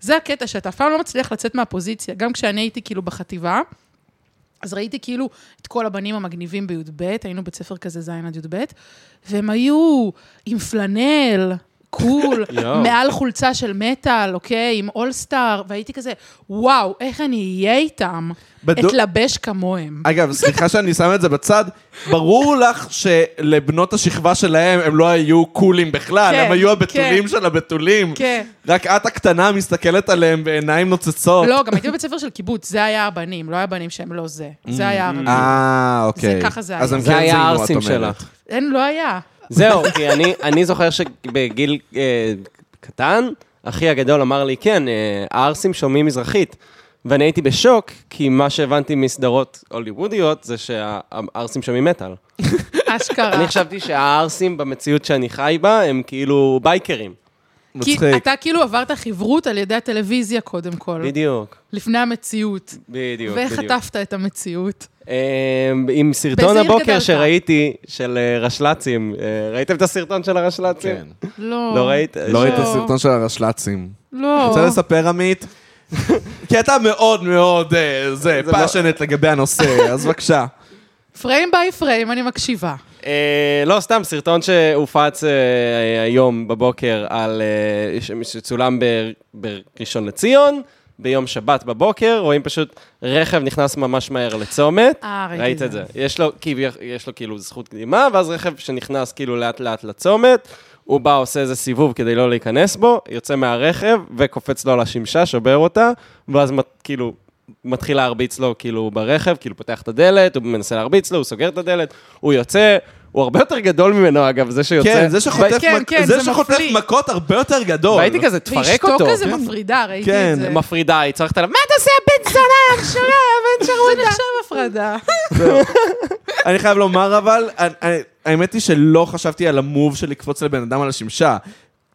B: זה הקטע, שאתה אף פעם לא מצליח לצאת מהפוזיציה. גם כשאני הייתי כאילו בחטיבה, אז ראיתי כאילו את כל הבנים המגניבים בי"ב, היינו בית ספר כזה ז' עד י"ב, והם היו עם פלנל. קול,
C: יואו.
B: מעל חולצה של מטאל, אוקיי? עם אולסטאר, והייתי כזה, וואו, איך אני אהיה איתם?
A: בדו-
B: אתלבש כמוהם.
A: אגב, סליחה שאני שם את זה בצד, ברור לך שלבנות השכבה שלהם הם לא היו קולים בכלל,
B: כן,
A: הם היו הבתולים
B: כן.
A: של הבתולים.
B: כן.
A: רק את הקטנה מסתכלת עליהם בעיניים נוצצות.
B: לא, גם הייתי בבית ספר של קיבוץ, זה היה הבנים, לא היה בנים שהם לא זה. זה היה ערבים.
A: אה, אוקיי.
B: ככה זה
A: אז
B: היה.
A: הם
C: זה
A: כן
C: היה
A: ציינו, את
C: הערסים
A: אומרת.
C: שלך.
B: אין, לא היה.
C: זהו, כי אני- אני זוכר שבגיל אה, קטן, אחי הגדול אמר לי, כן, אה, הערסים שומעים מזרחית. ואני הייתי בשוק, כי מה שהבנתי מסדרות הוליוודיות זה שהערסים שומעים מטאל.
B: אשכרה.
C: אני חשבתי שהערסים במציאות שאני חי בה הם כאילו בייקרים.
B: כי
A: מצחיק.
B: אתה כאילו עברת חברות על ידי הטלוויזיה קודם כל.
C: בדיוק,
B: לפני המציאות.
C: בדיוק, בדיוק.
B: וחטפת את המציאות.
C: אה, עם סרטון
B: באיזה עיר
C: הבוקר
B: גדלת?
C: שראיתי, של אה, רשל"צים, אה, ראיתם את הסרטון של הרשל"צים?
A: כן.
B: לא.
C: לא ראית?
A: לא ראית את
B: לא.
A: הסרטון של הרשל"צים.
B: לא.
A: רוצה לספר, עמית? כי אתה מאוד מאוד, אה, זה,
C: זה לא-
A: פאשונט לגבי הנושא, אז בבקשה.
B: פריים ביי פריים, אני מקשיבה.
C: אה, לא, סתם, סרטון שהופץ אה, היום בבוקר על... אה, ש- שצולם ב- בראשון לציון, ביום שבת בבוקר, רואים פשוט רכב נכנס ממש מהר לצומת.
B: אה, ראיתי
C: ראית
B: זה.
C: את זה. יש לו, כביכ- יש לו כאילו זכות קדימה, ואז רכב שנכנס כאילו לאט-לאט לצומת, הוא בא, עושה איזה סיבוב כדי לא להיכנס בו, יוצא מהרכב וקופץ לו על השמשה, שובר אותה, ואז מת- כאילו... מתחיל להרביץ לו כאילו ברכב, כאילו פותח את הדלת, הוא מנסה להרביץ לו, הוא סוגר את הדלת, הוא יוצא, הוא הרבה יותר גדול ממנו אגב, זה שיוצא.
A: כן, זה שחוטף
B: כן,
A: מכ-
B: כן,
A: זה
B: זה
A: שחוטף
B: מפליא.
A: מכות הרבה יותר גדול.
C: והייתי כזה, תפרק
B: ואשתו
C: אותו.
B: כזה מפרידה, ראיתי
A: כן,
B: את זה.
C: מפרידה, היא צרחת עליו, מה אתה עושה, בן זונה, אח שלה, בן
B: זה
C: שרודה.
B: נחשב הפרדה.
A: אני חייב לומר, אבל, אני- אני- האמת היא שלא חשבתי על המוב של לקפוץ לבן אדם על השמשה.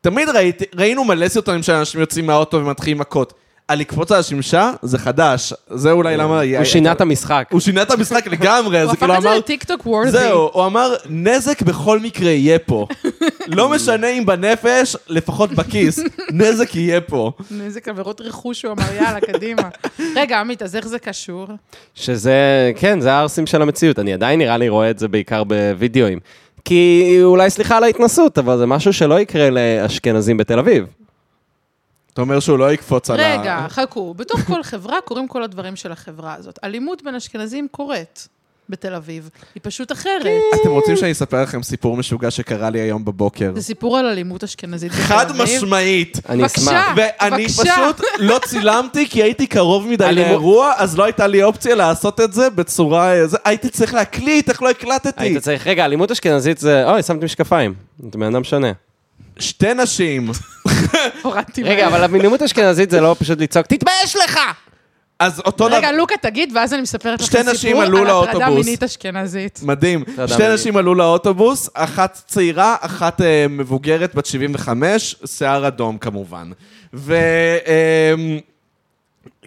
A: תמיד ראיתי, ראינו מלא סרטונים של אנשים יוצאים מהאוטו ומתחילים מכות. על לקפוץ על השמשה זה חדש, זה אולי למה...
C: הוא שינה את המשחק.
A: הוא שינה את המשחק לגמרי,
B: הוא
A: זה
B: הפך
A: כאילו
B: את זה
A: אמר...
B: לטיקטוק וורדי.
A: זהו, הוא אמר, נזק בכל מקרה יהיה פה. לא משנה אם בנפש, לפחות בכיס. נזק יהיה פה.
B: נזק עבירות רכוש, הוא אמר, יאללה, קדימה. רגע, עמית, אז איך זה קשור?
C: שזה, כן, זה הערסים של המציאות. אני עדיין נראה לי רואה את זה בעיקר בווידאוים. כי אולי סליחה על ההתנסות, אבל זה משהו שלא יקרה לאשכנזים בתל אביב.
A: אתה אומר שהוא לא יקפוץ על ה...
B: רגע, חכו. בתוך כל חברה קורים כל הדברים של החברה הזאת. אלימות בין אשכנזים קורית בתל אביב. היא פשוט אחרת.
A: אתם רוצים שאני אספר לכם סיפור משוגע שקרה לי היום בבוקר?
B: זה סיפור על אלימות אשכנזית בתל אביב.
A: חד משמעית.
C: אני
B: בבקשה.
C: אשמח.
A: ואני
B: אה, בבקשה.
A: פשוט לא צילמתי כי הייתי קרוב מדי
C: אלימות.
A: לאירוע, אז לא הייתה לי אופציה לעשות את זה בצורה... אה, זה- הייתי צריך להקליט, איך לא הקלטתי?
C: היית צריך, רגע, אלימות אשכנזית זה, אוי, שמתי משקפיים. אתה בן אדם שונה.
A: שתי נשים.
B: הורדתי
C: רגע,
B: מהר.
C: אבל אלימות אשכנזית זה לא פשוט לצעוק, תתבייש לך!
A: אז אותו דבר...
B: רגע, לא- לוקה, תגיד, ואז אני מספרת לך
A: שתי נשים
B: סיפור
A: עלו
B: על הטרדה
A: לאוטובוס.
B: מינית אשכנזית.
A: מדהים.
C: אדם
A: שתי
C: מדהים.
A: נשים עלו לאוטובוס, אחת צעירה, אחת אה, מבוגרת, בת 75, שיער אדום כמובן. ו... אה,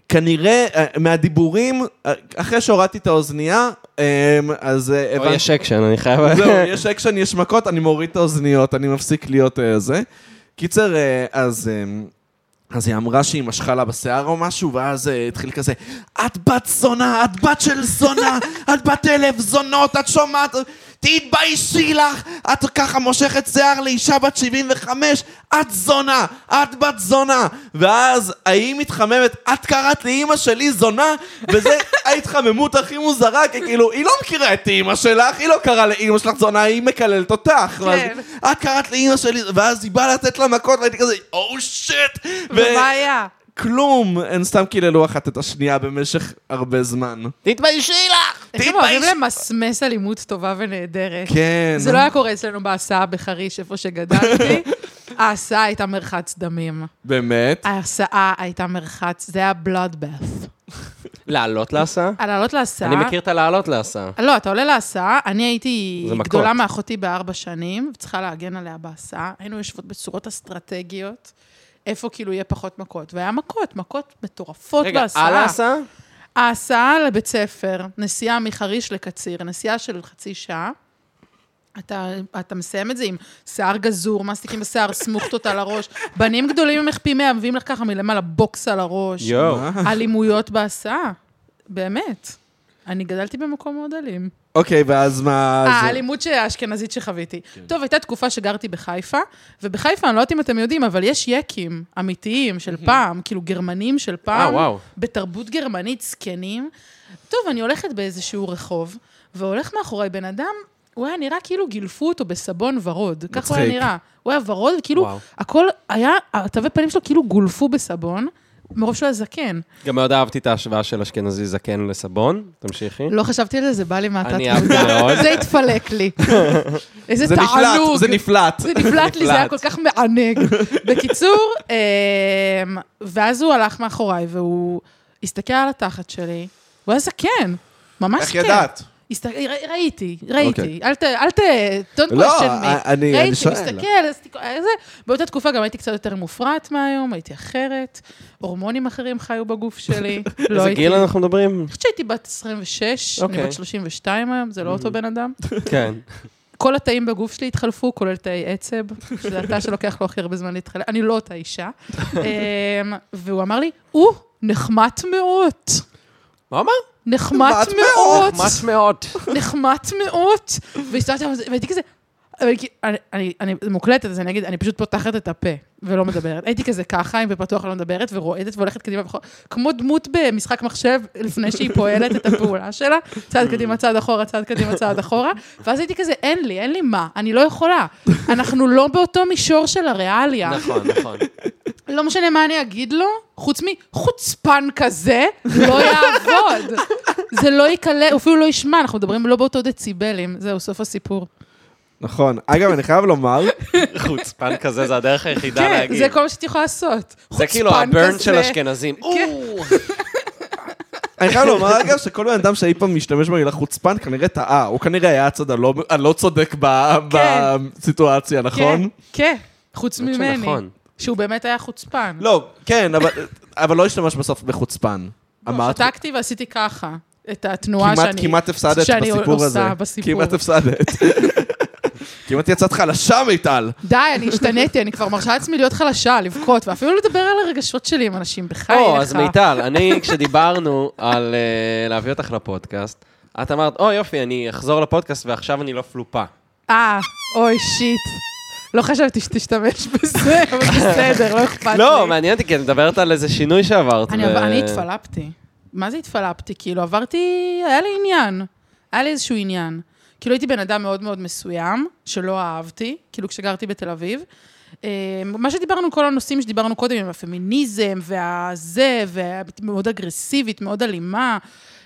A: כנראה, אה, מהדיבורים, אה, אחרי שהורדתי את האוזנייה, אה, אז אה,
C: אוי,
A: הבנתי...
C: יש אקשן, אני חייב...
A: זהו, יש אקשן, יש מכות, אני מוריד את האוזניות, אני מפסיק להיות אה, זה. קיצר, אה, אז... אה, אז היא אמרה שהיא משכה לה בשיער או משהו, ואז אה, התחיל כזה, את בת זונה, את בת של זונה, את בת אלף זונות, את שומעת, תתביישי לך, את ככה מושכת שיער לאישה בת 75, את זונה, את בת זונה. ואז ההיא מתחממת, את קראת לאימא שלי זונה, וזה ההתחממות הכי מוזרה, כי כאילו, היא לא מכירה את אימא שלך, היא לא קראה לאימא שלך זונה, היא מקללת אותך. ואז, את קראת לאימא שלי, ואז היא באה לתת לה מכות, והייתי כזה, "Oh, או שיט!
B: ומה היה?
A: וכלום, הן סתם קיללו אחת את השנייה במשך הרבה זמן.
C: תתביישי לך!
B: איך הם אוהבים
A: תתבייש-
B: למסמס אלימות טובה ונהדרת.
A: כן.
B: זה לא היה קורה אצלנו בהסעה בחריש, איפה שגדלתי. ההסעה הייתה מרחץ דמים.
A: באמת?
B: אה- ההסעה הייתה מרחץ, זה היה בלודבאס.
C: לעלות להסעה?
B: לעלות להסעה...
C: אני מכיר את הלעלות להסעה.
B: לא, אתה עולה להסעה, אני הייתי
C: זה מכות.
B: גדולה מאחותי בארבע שנים, וצריכה להגן עליה בהסעה. היינו יושבות בצורות אסטרטגיות, איפה כאילו יהיה פחות מכות. והיה מכות, מכות מטורפות
C: רגע,
B: בהסעה.
C: על ההסעה?
B: ההסעה לבית ספר, נסיעה מחריש לקציר, נסיעה של חצי שעה. אתה, אתה מסיים את זה עם שיער גזור, מסטיקים בשיער, סמוכתות על הראש. בנים גדולים ממך פי מאה, מביאים לך ככה מלמעלה בוקס על הראש.
C: יואו.
B: אלימויות בהסעה. באמת. אני גדלתי במקום מאוד אלים.
A: אוקיי, ואז מה... זה-
B: האלימות האשכנזית שחוויתי.
A: כן.
B: טוב, הייתה תקופה שגרתי בחיפה, ובחיפה, אני לא יודעת אם אתם יודעים, אבל יש יקים אמיתיים של פעם, כאילו גרמנים
A: אה,
B: של פעם,
C: וואו.
B: בתרבות גרמנית זקנים. טוב, אני הולכת באיזשהו רחוב, והולך מאחורי בן אדם, הוא היה נראה כאילו גילפו אותו בסבון ורוד. כך הוא היה
A: מצחיק.
B: נראה. הוא היה ורוד, וכאילו,
C: וואו.
B: הכל היה, התווי פנים שלו כאילו גולפו בסבון, מרוב שהוא היה זקן.
C: גם מאוד אהבתי את ההשוואה של אשכנזי זקן לסבון. תמשיכי.
B: לא חשבתי על זה, זה בא לי מהתת
C: אני אהבתי מאוד.
B: זה התפלק לי. איזה
A: זה נפלט,
B: תענוג.
A: זה נפלט.
B: זה נפלט לי, זה היה
C: נפלט.
B: כל כך מענג. בקיצור, אמ, ואז הוא הלך מאחוריי, והוא הסתכל על התחת שלי, הוא היה זקן, ממש
A: איך
B: זקן.
A: ידעת?
B: הסת- ר- ראיתי,
A: אוקיי.
B: ראיתי. אל ת... אל ת... don't
A: לא,
B: question
A: אני-
B: me.
A: אני
B: ראיתי,
A: שואל.
B: מסתכל, אז תק- אה, זה. באותה תקופה גם הייתי קצת יותר מופרעת מהיום, הייתי אחרת, הורמונים אחרים חיו בגוף שלי. לא
C: איזה
B: הייתי...
C: גיל אנחנו מדברים?
B: חושבת שהייתי בת 26, אני
C: אוקיי.
B: בת 32 היום,
A: אוקיי.
B: זה לא אותו בן אדם.
C: כן.
B: כל התאים בגוף שלי התחלפו, כולל תאי עצב, שזה התא שלוקח לו הכי הרבה זמן להתחלף, אני לא אותה אישה. אמ, והוא אמר לי, הוא נחמת מאוד.
C: מה אמר?
B: נחמת
A: נחמץ
B: מאוד.
C: נחמץ מאוד.
B: נחמת מאוד. והסתכלתי עליו והייתי כזה, אבל כי- אני- אני אני- זה מוקלטת, אז אני אגיד, אני פשוט פותחת את הפה ולא מדברת. הייתי כזה ככה, עם פה פתוח ולא מדברת, ורועדת והולכת קדימה, וחו- כמו דמות במשחק מחשב, לפני שהיא פועלת את הפעולה שלה, צעד קדימה, צעד אחורה, צעד קדימה, צעד אחורה, ואז הייתי כזה, אין לי, אין לי מה, אני לא יכולה. אנחנו לא באותו מישור של הריאליה.
C: נכון, נכון.
B: לא משנה מה אני אגיד לו, חוץ מחוצפן כזה, לא יעבוד. זה לא ייקלע, הוא אפילו לא ישמע, אנחנו מדברים לא באותו דציבלים. זהו, סוף הסיפור.
A: נכון. אגב, אני חייב לומר,
C: חוצפן כזה, זה הדרך היחידה
B: כן,
C: להגיד.
B: זה כל מה שאתה יכולה לעשות.
C: זה כאילו
B: חוצפן
C: הברן
B: כזה. כן,
C: של אשכנזים. או,
A: אני חייב לומר, אגב, שכל בן אדם שאי פעם משתמש במילה חוצפן, כנראה טעה. הוא כנראה היה הצד הלא הלא צודק ב-
B: כן.
A: בסיטואציה,
B: כן,
A: נכון?
B: כן, חוץ
C: האמת
B: ממני.
C: שנכון.
B: שהוא באמת היה חוצפן.
A: לא, כן, אבל- אבל לא השתמש בסוף בחוצפן.
B: לא,
A: אמרת,
B: שתקתי ועשיתי ככה, את התנועה
A: כמעט,
B: שאני...
A: כמעט הפסדת
B: שאני
A: בסיפור
B: עושה
A: הזה.
B: בסיפור.
A: כמעט הפסדת. כמעט יצאת חלשה, מיטל.
B: די, אני השתניתי, אני כבר מרשה לעצמי להיות חלשה, לבכות, ואפילו לדבר על הרגשות שלי עם אנשים, בחייך.
C: אז מיטל, אני, כשדיברנו על אה, להביא אותך לפודקאסט, את אמרת, או יופי, אני אחזור לפודקאסט ועכשיו אני לא פלופה.
B: אה, אוי, שיט. לא חשבתי שתשתמש בזה, אבל בסדר, לא אכפת לי.
C: לא, מעניין אותי, כי את מדברת על איזה שינוי שעברת.
B: אני
C: ו-
B: עבר- אני התפלפתי. מה זה התפלפתי? כאילו, עברתי... היה לי עניין. היה לי איזשהו עניין. כאילו, הייתי בן אדם מאוד מאוד מסוים, שלא אהבתי, כאילו, כשגרתי בתל אביב. אה, מה שדיברנו, כל הנושאים שדיברנו קודם, עם הפמיניזם, והזה, ומאוד אגרסיבית, מאוד אלימה.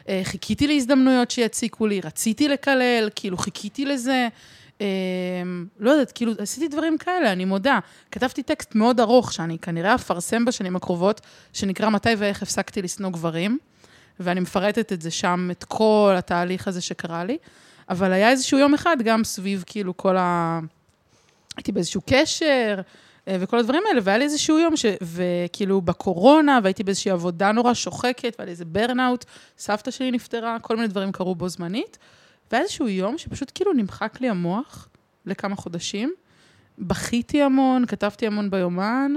B: אה, חיכיתי להזדמנויות שיציקו לי, רציתי לקלל, כאילו, חיכיתי לזה. אה, לא יודעת, כאילו, עשיתי דברים כאלה, אני מודה. כתבתי טקסט מאוד ארוך, שאני כנראה אפרסם בשנים הקרובות, שנקרא מתי ואיך הפסקתי לשנוא גברים, ואני מפרטת את זה שם, את כל התהליך הזה שקרה לי, אבל היה איזשהו יום אחד גם סביב כאילו כל ה... הייתי באיזשהו קשר אה, וכל הדברים האלה, והיה לי איזשהו יום ש... וכאילו בקורונה, והייתי באיזושהי עבודה נורא שוחקת, והיה לי איזה ברנאוט, סבתא שלי נפטרה, כל מיני דברים קרו בו זמנית, והיה איזשהו יום שפשוט כאילו נמחק לי המוח לכמה חודשים. בכיתי המון, כתבתי המון ביומן,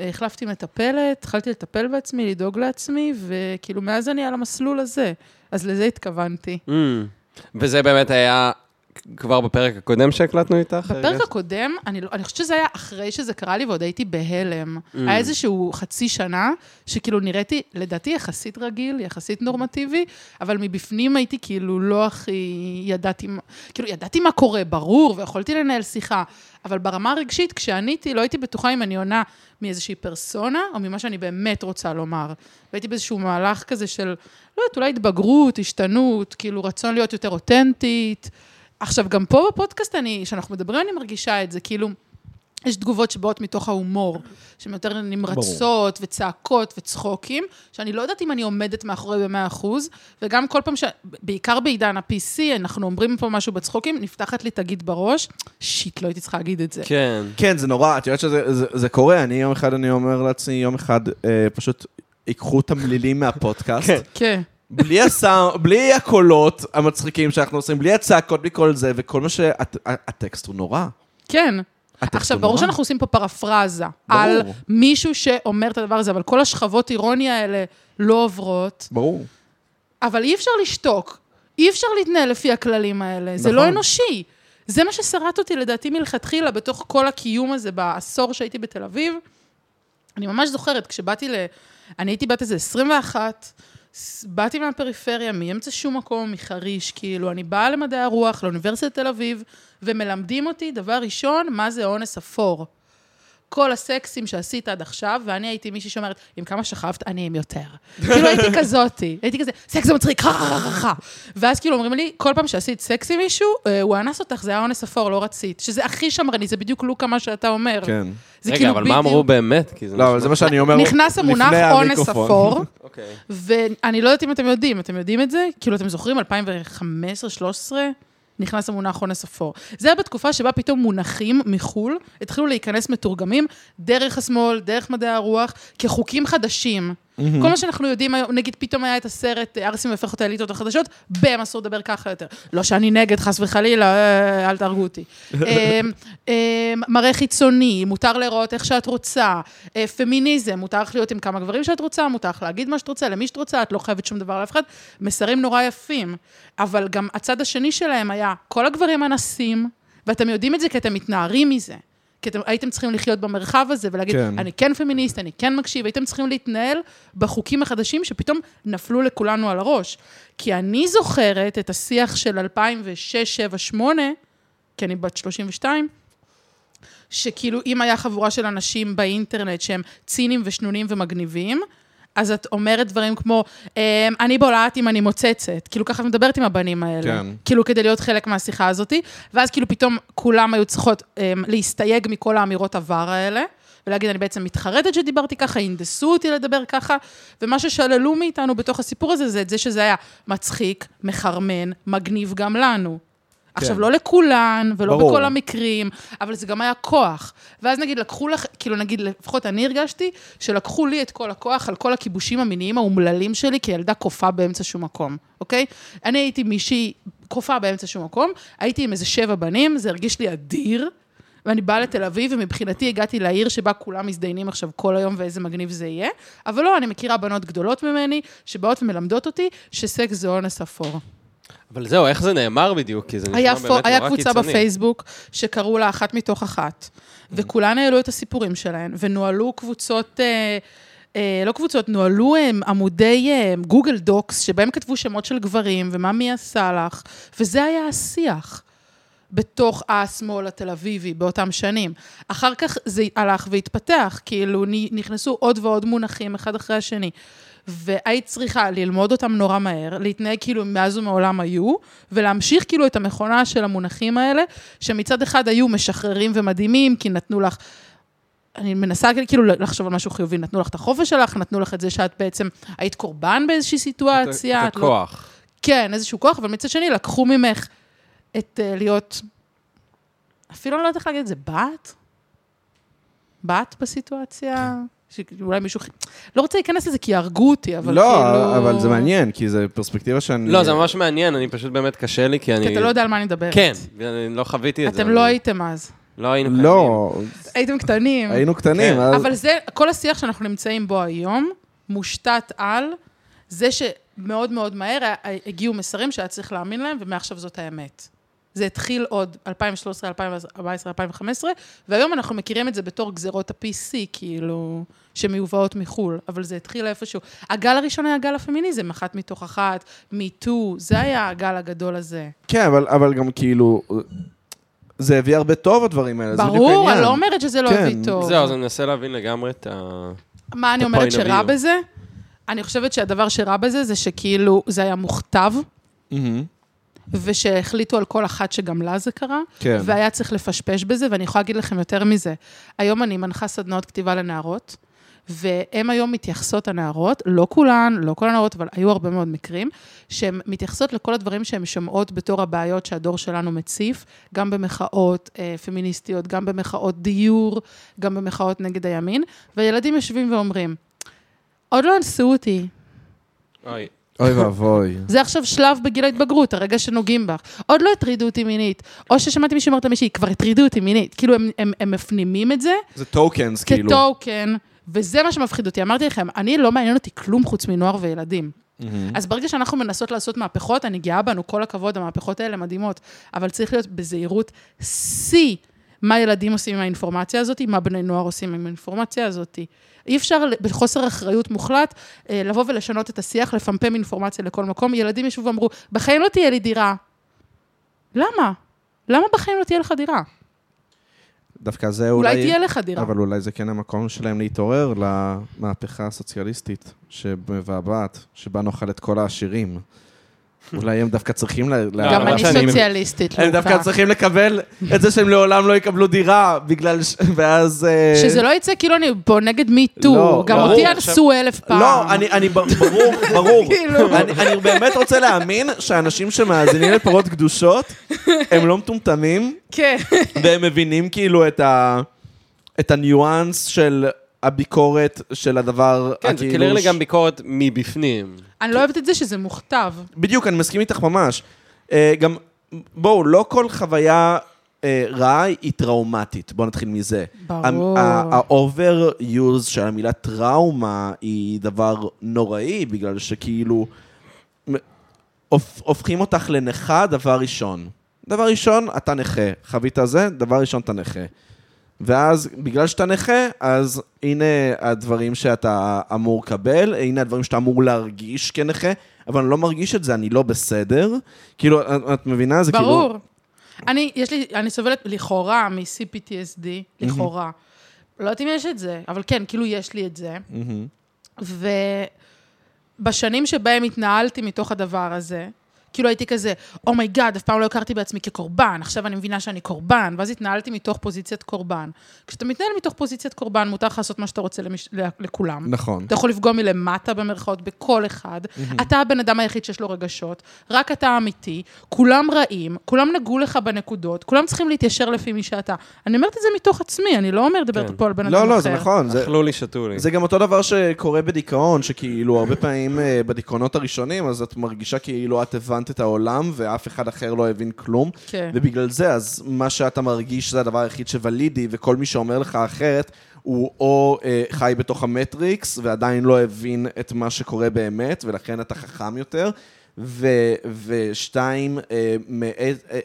B: אה, החלפתי מטפלת, התחלתי לטפל בעצמי, לדאוג לעצמי, וכאילו מאז אני על המסלול הזה. אז לזה התכוונתי.
C: Mm. וזה באמת היה כבר בפרק הקודם שהקלטנו איתך?
B: בפרק הקודם, אני, לא- אני חושבת שזה היה אחרי שזה קרה לי ועוד הייתי בהלם. היה איזשהו חצי שנה, שכאילו נראיתי, לדעתי, יחסית רגיל, יחסית נורמטיבי, אבל מבפנים הייתי כאילו לא הכי ידעתי, מה- כאילו ידעתי מה קורה, ברור, ויכולתי לנהל שיחה, אבל ברמה הרגשית, כשעניתי, לא הייתי בטוחה אם אני עונה מאיזושהי פרסונה, או ממה שאני באמת רוצה לומר. והייתי באיזשהו מהלך כזה של, לא יודעת, אולי התבגרות, השתנות, כאילו רצון להיות יותר אותנטית. עכשיו, גם פה בפודקאסט, אני, כשאנחנו מדברים, אני מרגישה את זה, כאילו, יש תגובות שבאות מתוך ההומור, שהן יותר נמרצות, וצעקות, וצחוקים, שאני לא יודעת אם אני עומדת מאחורי ב-100 אחוז, וגם כל פעם ש... בעיקר בעידן ה-PC, אנחנו אומרים פה משהו בצחוקים, נפתחת לי תגיד בראש, שיט, לא הייתי צריכה להגיד את זה.
C: כן.
A: כן, זה נורא, את יודעת שזה זה- זה קורה. אני יום אחד, אני אומר לעצמי, יום אחד אה, פשוט ייקחו תמלילים מהפודקאסט.
C: כן.
B: כן.
A: בלי הסאונד, בלי הקולות המצחיקים שאנחנו עושים, בלי הצעקות, בלי כל זה, וכל מה ש... הט- ה- הטקסט הוא נורא.
B: כן.
A: הטקסט
B: עכשיו,
A: הוא
B: ברור
A: נורא.
B: שאנחנו עושים פה פרפרזה.
A: ברור.
B: על מישהו שאומר את הדבר הזה, אבל כל השכבות אירוניה האלה לא עוברות.
A: ברור.
B: אבל אי אפשר לשתוק. אי אפשר להתנהל לפי הכללים האלה. זה לא
A: נכון.
B: אנושי. זה מה ששרט אותי לדעתי מלכתחילה בתוך כל הקיום הזה בעשור שהייתי בתל אביב. אני ממש זוכרת, כשבאתי ל... אני הייתי בת איזה 21, ס- באתי מהפריפריה, מאמצע שום מקום, מחריש, כאילו, אני באה למדעי הרוח, לאוניברסיטת תל אביב, ומלמדים אותי, דבר ראשון, מה זה אונס אפור. כל הסקסים שעשית עד עכשיו, ואני הייתי מישהי שאומרת, עם כמה שכבת, אני עם יותר. כאילו הייתי כזאתי, הייתי כזה, סקס זה מצחיק, חה חה חה חה. ואז כאילו אומרים לי, כל פעם שעשית סקס עם מישהו, אה, הוא אנס אותך, זה היה אונס אפור, לא רצית. שזה הכי שמרני, זה בדיוק לוקה מה שאתה אומר.
A: כן.
B: זה
C: רגע,
B: כאילו
C: אבל מה
B: בדיוק-
C: אמרו באמת? כי זה
A: לא, אבל
C: נשמע-
A: זה מה שאני אומר
B: נכנס המונח
A: לפני
B: אונס
A: המיקרופון.
B: אפור,
C: אוקיי.
B: ואני לא יודעת אם אתם יודעים, אתם יודעים את זה? כאילו, אתם זוכרים, 2015-2013? נכנס המונח אונס אפור. זה היה בתקופה שבה פתאום מונחים מחו"ל התחילו להיכנס מתורגמים דרך השמאל, דרך מדעי הרוח, כחוקים חדשים.
A: Mm-hmm.
B: כל מה שאנחנו יודעים היום, נגיד פתאום היה את הסרט אה, ארסים והופך אותה אליטות החדשות, בם, אסור לדבר ככה יותר. לא שאני נגד, חס וחלילה, אה, אל תהרגו אותי. אה, אה, מראה חיצוני, מותר להיראות איך שאת רוצה, אה, פמיניזם, מותר לך להיות עם כמה גברים שאת רוצה, מותר לך להגיד מה שאת רוצה, למי שאת רוצה, את לא חייבת שום דבר לאף אחד. מסרים נורא יפים. אבל גם הצד השני שלהם היה, כל הגברים אנסים. ואתם יודעים את זה כי אתם מתנערים מזה. כי אתם הייתם צריכים לחיות במרחב הזה ולהגיד,
A: כן.
B: כן. אני כן פמיניסט, אני כן מקשיב, הייתם צריכים להתנהל בחוקים החדשים שפתאום נפלו לכולנו על הראש. כי אני זוכרת את השיח של 2006, 2007, 2008, כי אני בת 32, שכאילו אם היה חבורה של אנשים באינטרנט שהם ציניים ושנונים ומגניבים, אז את אומרת דברים כמו, "אמ, אני בולעת אם אני מוצצת. כאילו ככה את מדברת עם הבנים האלה.
A: כן.
B: כאילו כדי להיות חלק מהשיחה הזאתי, ואז כאילו פתאום כולם היו צריכות אמ, להסתייג מכל האמירות עבר האלה. ולהגיד, אני בעצם מתחרטת שדיברתי ככה, הנדסו אותי לדבר ככה, ומה ששללו מאיתנו בתוך הסיפור הזה, זה את זה שזה היה מצחיק, מחרמן, מגניב גם לנו. עכשיו, לא לכולן, ולא
A: ברור.
B: בכל המקרים, אבל זה גם היה כוח. ואז נגיד לקחו לך, כאילו נגיד, לפחות אני הרגשתי, שלקחו לי את כל הכוח על כל הכיבושים המיניים האומללים שלי כילדה קופה באמצע שום מקום, אוקיי? אני הייתי מישהי קופה באמצע שום מקום, הייתי עם איזה שבע בנים, זה הרגיש לי אדיר. ואני באה לתל אביב, ומבחינתי הגעתי לעיר שבה כולם מזדיינים עכשיו כל היום ואיזה מגניב זה יהיה. אבל לא, אני מכירה בנות גדולות ממני, שבאות ומלמדות אותי שסקס זה אונס אפור.
C: אבל זהו, איך זה נאמר בדיוק? כי זה נשמע
B: היה,
C: באמת נורא
B: פו,
C: קיצוני. Mm-hmm.
B: היה קבוצה בפייסבוק שקראו לה אחת מתוך אחת, וכולן העלו את הסיפורים שלהן, ונוהלו קבוצות, אה, אה, לא קבוצות, נוהלו אה, עמודי אה, גוגל דוקס, שבהם כתבו שמות של גברים, ומה מי עשה לך, וזה היה השיח. בתוך השמאל התל אביבי באותם שנים. אחר כך זה הלך והתפתח, כאילו נ- נכנסו עוד ועוד מונחים אחד אחרי השני. והיית צריכה ללמוד אותם נורא מהר, להתנהג כאילו מאז ומעולם היו, ולהמשיך כאילו את המכונה של המונחים האלה, שמצד אחד היו משחררים ומדהימים, כי נתנו לך... אני מנסה כאילו לחשוב על משהו חיובי, נתנו לך את החופש שלך, נתנו לך את זה שאת בעצם היית קורבן באיזושהי סיטואציה.
C: את
B: את לא
C: הכוח.
B: כן, איזשהו כוח, אבל מצד שני לקחו ממך את uh, להיות, אפילו אני לא יודעת איך להגיד את זה, בת? בת בסיטואציה? שאולי מישהו, לא רוצה להיכנס לזה כי יהרגו אותי, אבל כאילו...
A: לא, אבל זה מעניין, כי זו פרספקטיבה שאני...
C: לא, זה ממש מעניין, אני פשוט באמת קשה לי, כי אני...
B: כי אתה לא יודע על מה אני מדברת.
C: כן, אני לא חוויתי את זה.
B: אתם
C: אבל
B: לא הייתם אז.
C: לא היינו קיימים.
A: לא,
B: הייתם קטנים.
A: היינו קטנים.
C: כן.
A: אז-
B: Mm. אבל זה, כל השיח שאנחנו נמצאים בו היום, מושתת על זה שמאוד מאוד מהר הגיעו מסרים שהיה צריך להאמין להם, ומעכשיו זאת האמת. זה התחיל עוד 2013, 2014, 2015, והיום אנחנו מכירים את זה בתור גזרות ה-PC, כאילו, שמיובאות מחו"ל, אבל זה התחיל איפשהו. הגל הראשון היה גל הפמיניזם, אחת מתוך אחת, מיטו, זה היה הגל הגדול הזה.
A: כן, אבל, אבל גם כאילו, זה הביא הרבה טוב הדברים האלה, זה בדיוק העניין.
B: ברור, אני לא אומרת שזה לא
A: כן.
B: הביא טוב.
C: זהו, אז אני מנסה להבין לגמרי את ה...
B: מה אני
C: The
B: אומרת
C: point of
B: שרע
C: view.
B: בזה? אני חושבת שהדבר שרע בזה זה שכאילו זה היה מוכתב,
A: מהמם.
B: ושהחליטו על כל אחת שגם לה זה קרה,
A: כן.
B: והיה צריך לפשפש בזה, ואני יכולה להגיד לכם יותר מזה. היום אני מנחה סדנאות כתיבה לנערות, והן היום מתייחסות, הנערות, לא כולן, לא כל הנערות, אבל היו הרבה מאוד מקרים, שהן מתייחסות לכל הדברים שהן שומעות בתור הבעיות שהדור שלנו מציף, גם במחאות אה, פמיניסטיות, גם במחאות דיור, גם במחאות נגד הימין, והילדים יושבים ואומרים, עוד לא אנסו אותי,
C: אוי.
A: אוי ואבוי.
B: זה עכשיו שלב בגיל ההתבגרות, הרגע שנוגעים בך. עוד לא הטרידו אותי מינית, או ששמעתי מישהו אומרת למישהי, כבר הטרידו אותי מינית. כאילו, הם, הם, הם מפנימים את זה
A: זה טוקנס, כאילו.
B: כטוקן, וזה מה שמפחיד אותי. אמרתי לכם, אני לא מעניין אותי כלום חוץ מנוער וילדים.
A: מהמם.
B: אז ברגע שאנחנו מנסות לעשות מהפכות, אני גאה בנו, כל הכבוד, המהפכות האלה מדהימות, אבל צריך להיות בזהירות שיא מה ילדים עושים עם האינפורמציה הזאת, מה בני נוער עושים עם האינפורמציה הזאת. אי אפשר ל- בחוסר אחריות מוחלט אה, לבוא ולשנות את השיח, לפמפם אינפורמציה לכל מקום. ילדים ישבו ואמרו, בחיים לא תהיה לי דירה. למה? למה בחיים לא תהיה לך דירה?
A: דווקא זה
B: אולי,
A: אולי...
B: אולי תהיה לך דירה.
A: אבל אולי זה כן המקום שלהם להתעורר למהפכה הסוציאליסטית שמבעבעת, שבה נאכל את כל העשירים. אולי הם דווקא צריכים ל...
C: אבל
B: גם
A: להראות
B: אני
A: שהם-
B: סוציאליסטית,
A: הם
B: לוקה.
A: דווקא צריכים לקבל את זה שהם לעולם לא יקבלו דירה, בגלל ש... ואז... אה,
B: שזה לא יצא כאילו אני פה נגד מי טו,
A: לא,
B: גם
A: ברור,
B: אותי
C: עכשיו-
B: אנסו אלף פעם.
A: לא, אני, אני בר- ברור, ברור.
B: כאילו.
A: אני, אני באמת רוצה להאמין שאנשים שמאזינים לפרות קדושות, הם לא מטומטמים,
B: כן.
A: והם מבינים כאילו את, ה, את הניואנס של הביקורת של הדבר.
C: כן, זה
A: הכאילו
C: כאילו לי
A: ש-
C: גם ביקורת מבפנים.
B: אני לא אוהבת את זה שזה מוכתב.
A: בדיוק, אני מסכים איתך ממש. אה, גם, בואו, לא כל חוויה אה, רעה היא טראומטית. בואו נתחיל מזה.
B: ברור.
A: האובר יוז של המילה טראומה היא דבר נוראי, בגלל שכאילו... מ- הופ- הופכים אותך לנכה דבר ראשון. דבר ראשון, אתה נכה. חווית זה, דבר ראשון, אתה נכה. ואז, בגלל שאתה נכה, אז הנה הדברים שאתה אמור לקבל, הנה הדברים שאתה אמור להרגיש כנכה, אבל אני לא מרגיש את זה, אני לא בסדר. כאילו, את, את מבינה? זה כאילו...
B: ברור. אני, יש לי, אני סובלת לכאורה מ-CPTSD, לכאורה. לא יודעת אם יש את זה, אבל כן, כאילו יש לי את זה.
A: מהמם.
B: ובשנים שבהם התנהלתי מתוך הדבר הזה, כאילו הייתי כזה, אומייגאד, אף פעם לא הכרתי בעצמי כקורבן, עכשיו אני מבינה שאני קורבן, ואז התנהלתי מתוך פוזיציית קורבן. כשאתה מתנהל מתוך פוזיציית קורבן, מותר לך לעשות מה שאתה רוצה למש... לכולם.
A: נכון.
B: אתה יכול לפגוע מלמטה במרכאות בכל אחד. אתה הבן אדם היחיד שיש לו רגשות, רק אתה אמיתי, כולם רעים, כולם נגעו לך בנקודות, כולם צריכים להתיישר לפי מי שאתה. אני אומרת את זה מתוך עצמי, אני לא מדברת
C: כן.
B: פה על בן אדם
A: לא,
B: אחר.
A: לא, זה נכון. זה,
C: אכלו לי, שתו לי.
A: זה גם אותו דבר שקורה בדיכאון, שכאילו הרבה פעמים אה, בדיכאונות הראשונים, אז את מרגישה כאילו את הבנת את העולם ואף אחד אחר לא הבין כלום.
B: כן.
A: ובגלל זה, אז מה שאתה מרגיש זה הדבר היחיד שוולידי, וכל מי שאומר לך אחרת, הוא או אה, חי בתוך המטריקס ועדיין לא הבין את מה שקורה באמת, ולכן אתה חכם יותר. ו, ושתיים, אה, מאת- אה,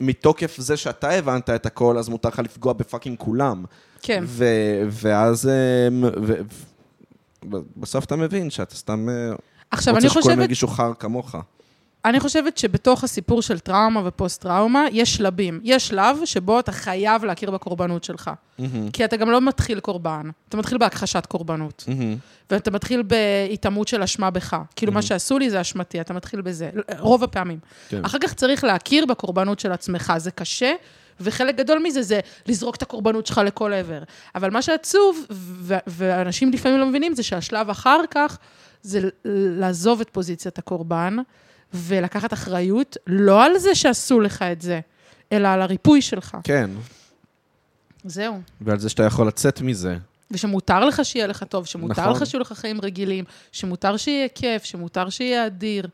A: מתוקף זה שאתה הבנת את הכל, אז מותר לך לפגוע בפאקינג כולם.
B: כן.
A: ו, ואז... אמ, ו, ו, בסוף אתה מבין שאתה סתם אה,
B: עכשיו,
A: רוצה
B: אני
A: שכולם
B: חושבת
A: ירגישו חר כמוך.
B: אני חושבת שבתוך הסיפור של טראומה ופוסט-טראומה, יש שלבים. יש שלב שבו אתה חייב להכיר בקורבנות שלך. כי אתה גם לא מתחיל קורבן, אתה מתחיל בהכחשת קורבנות. ואתה מתחיל בהיטמעות של אשמה בך. כאילו,
A: Mm-hmm.
B: מה שעשו לי זה אשמתי, אתה מתחיל בזה, רוב הפעמים.
A: כן.
B: אחר כך צריך להכיר בקורבנות של עצמך, זה קשה, וחלק גדול מזה זה לזרוק את הקורבנות שלך לכל עבר. אבל מה שעצוב, ו- ואנשים לפעמים לא מבינים, זה שהשלב אחר כך, זה ל- לעזוב את פוזיציית הקורבן, ולקחת אחריות, לא על זה שעשו לך את זה, אלא על הריפוי שלך.
A: כן,
B: זהו.
A: ועל זה שאתה יכול לצאת מזה.
B: ושמותר לך שיהיה לך טוב, שמותר
A: נכון.
B: נכון. לך שיהיו לך חיים רגילים, שמותר שיהיה כיף, שמותר שיהיה אדיר.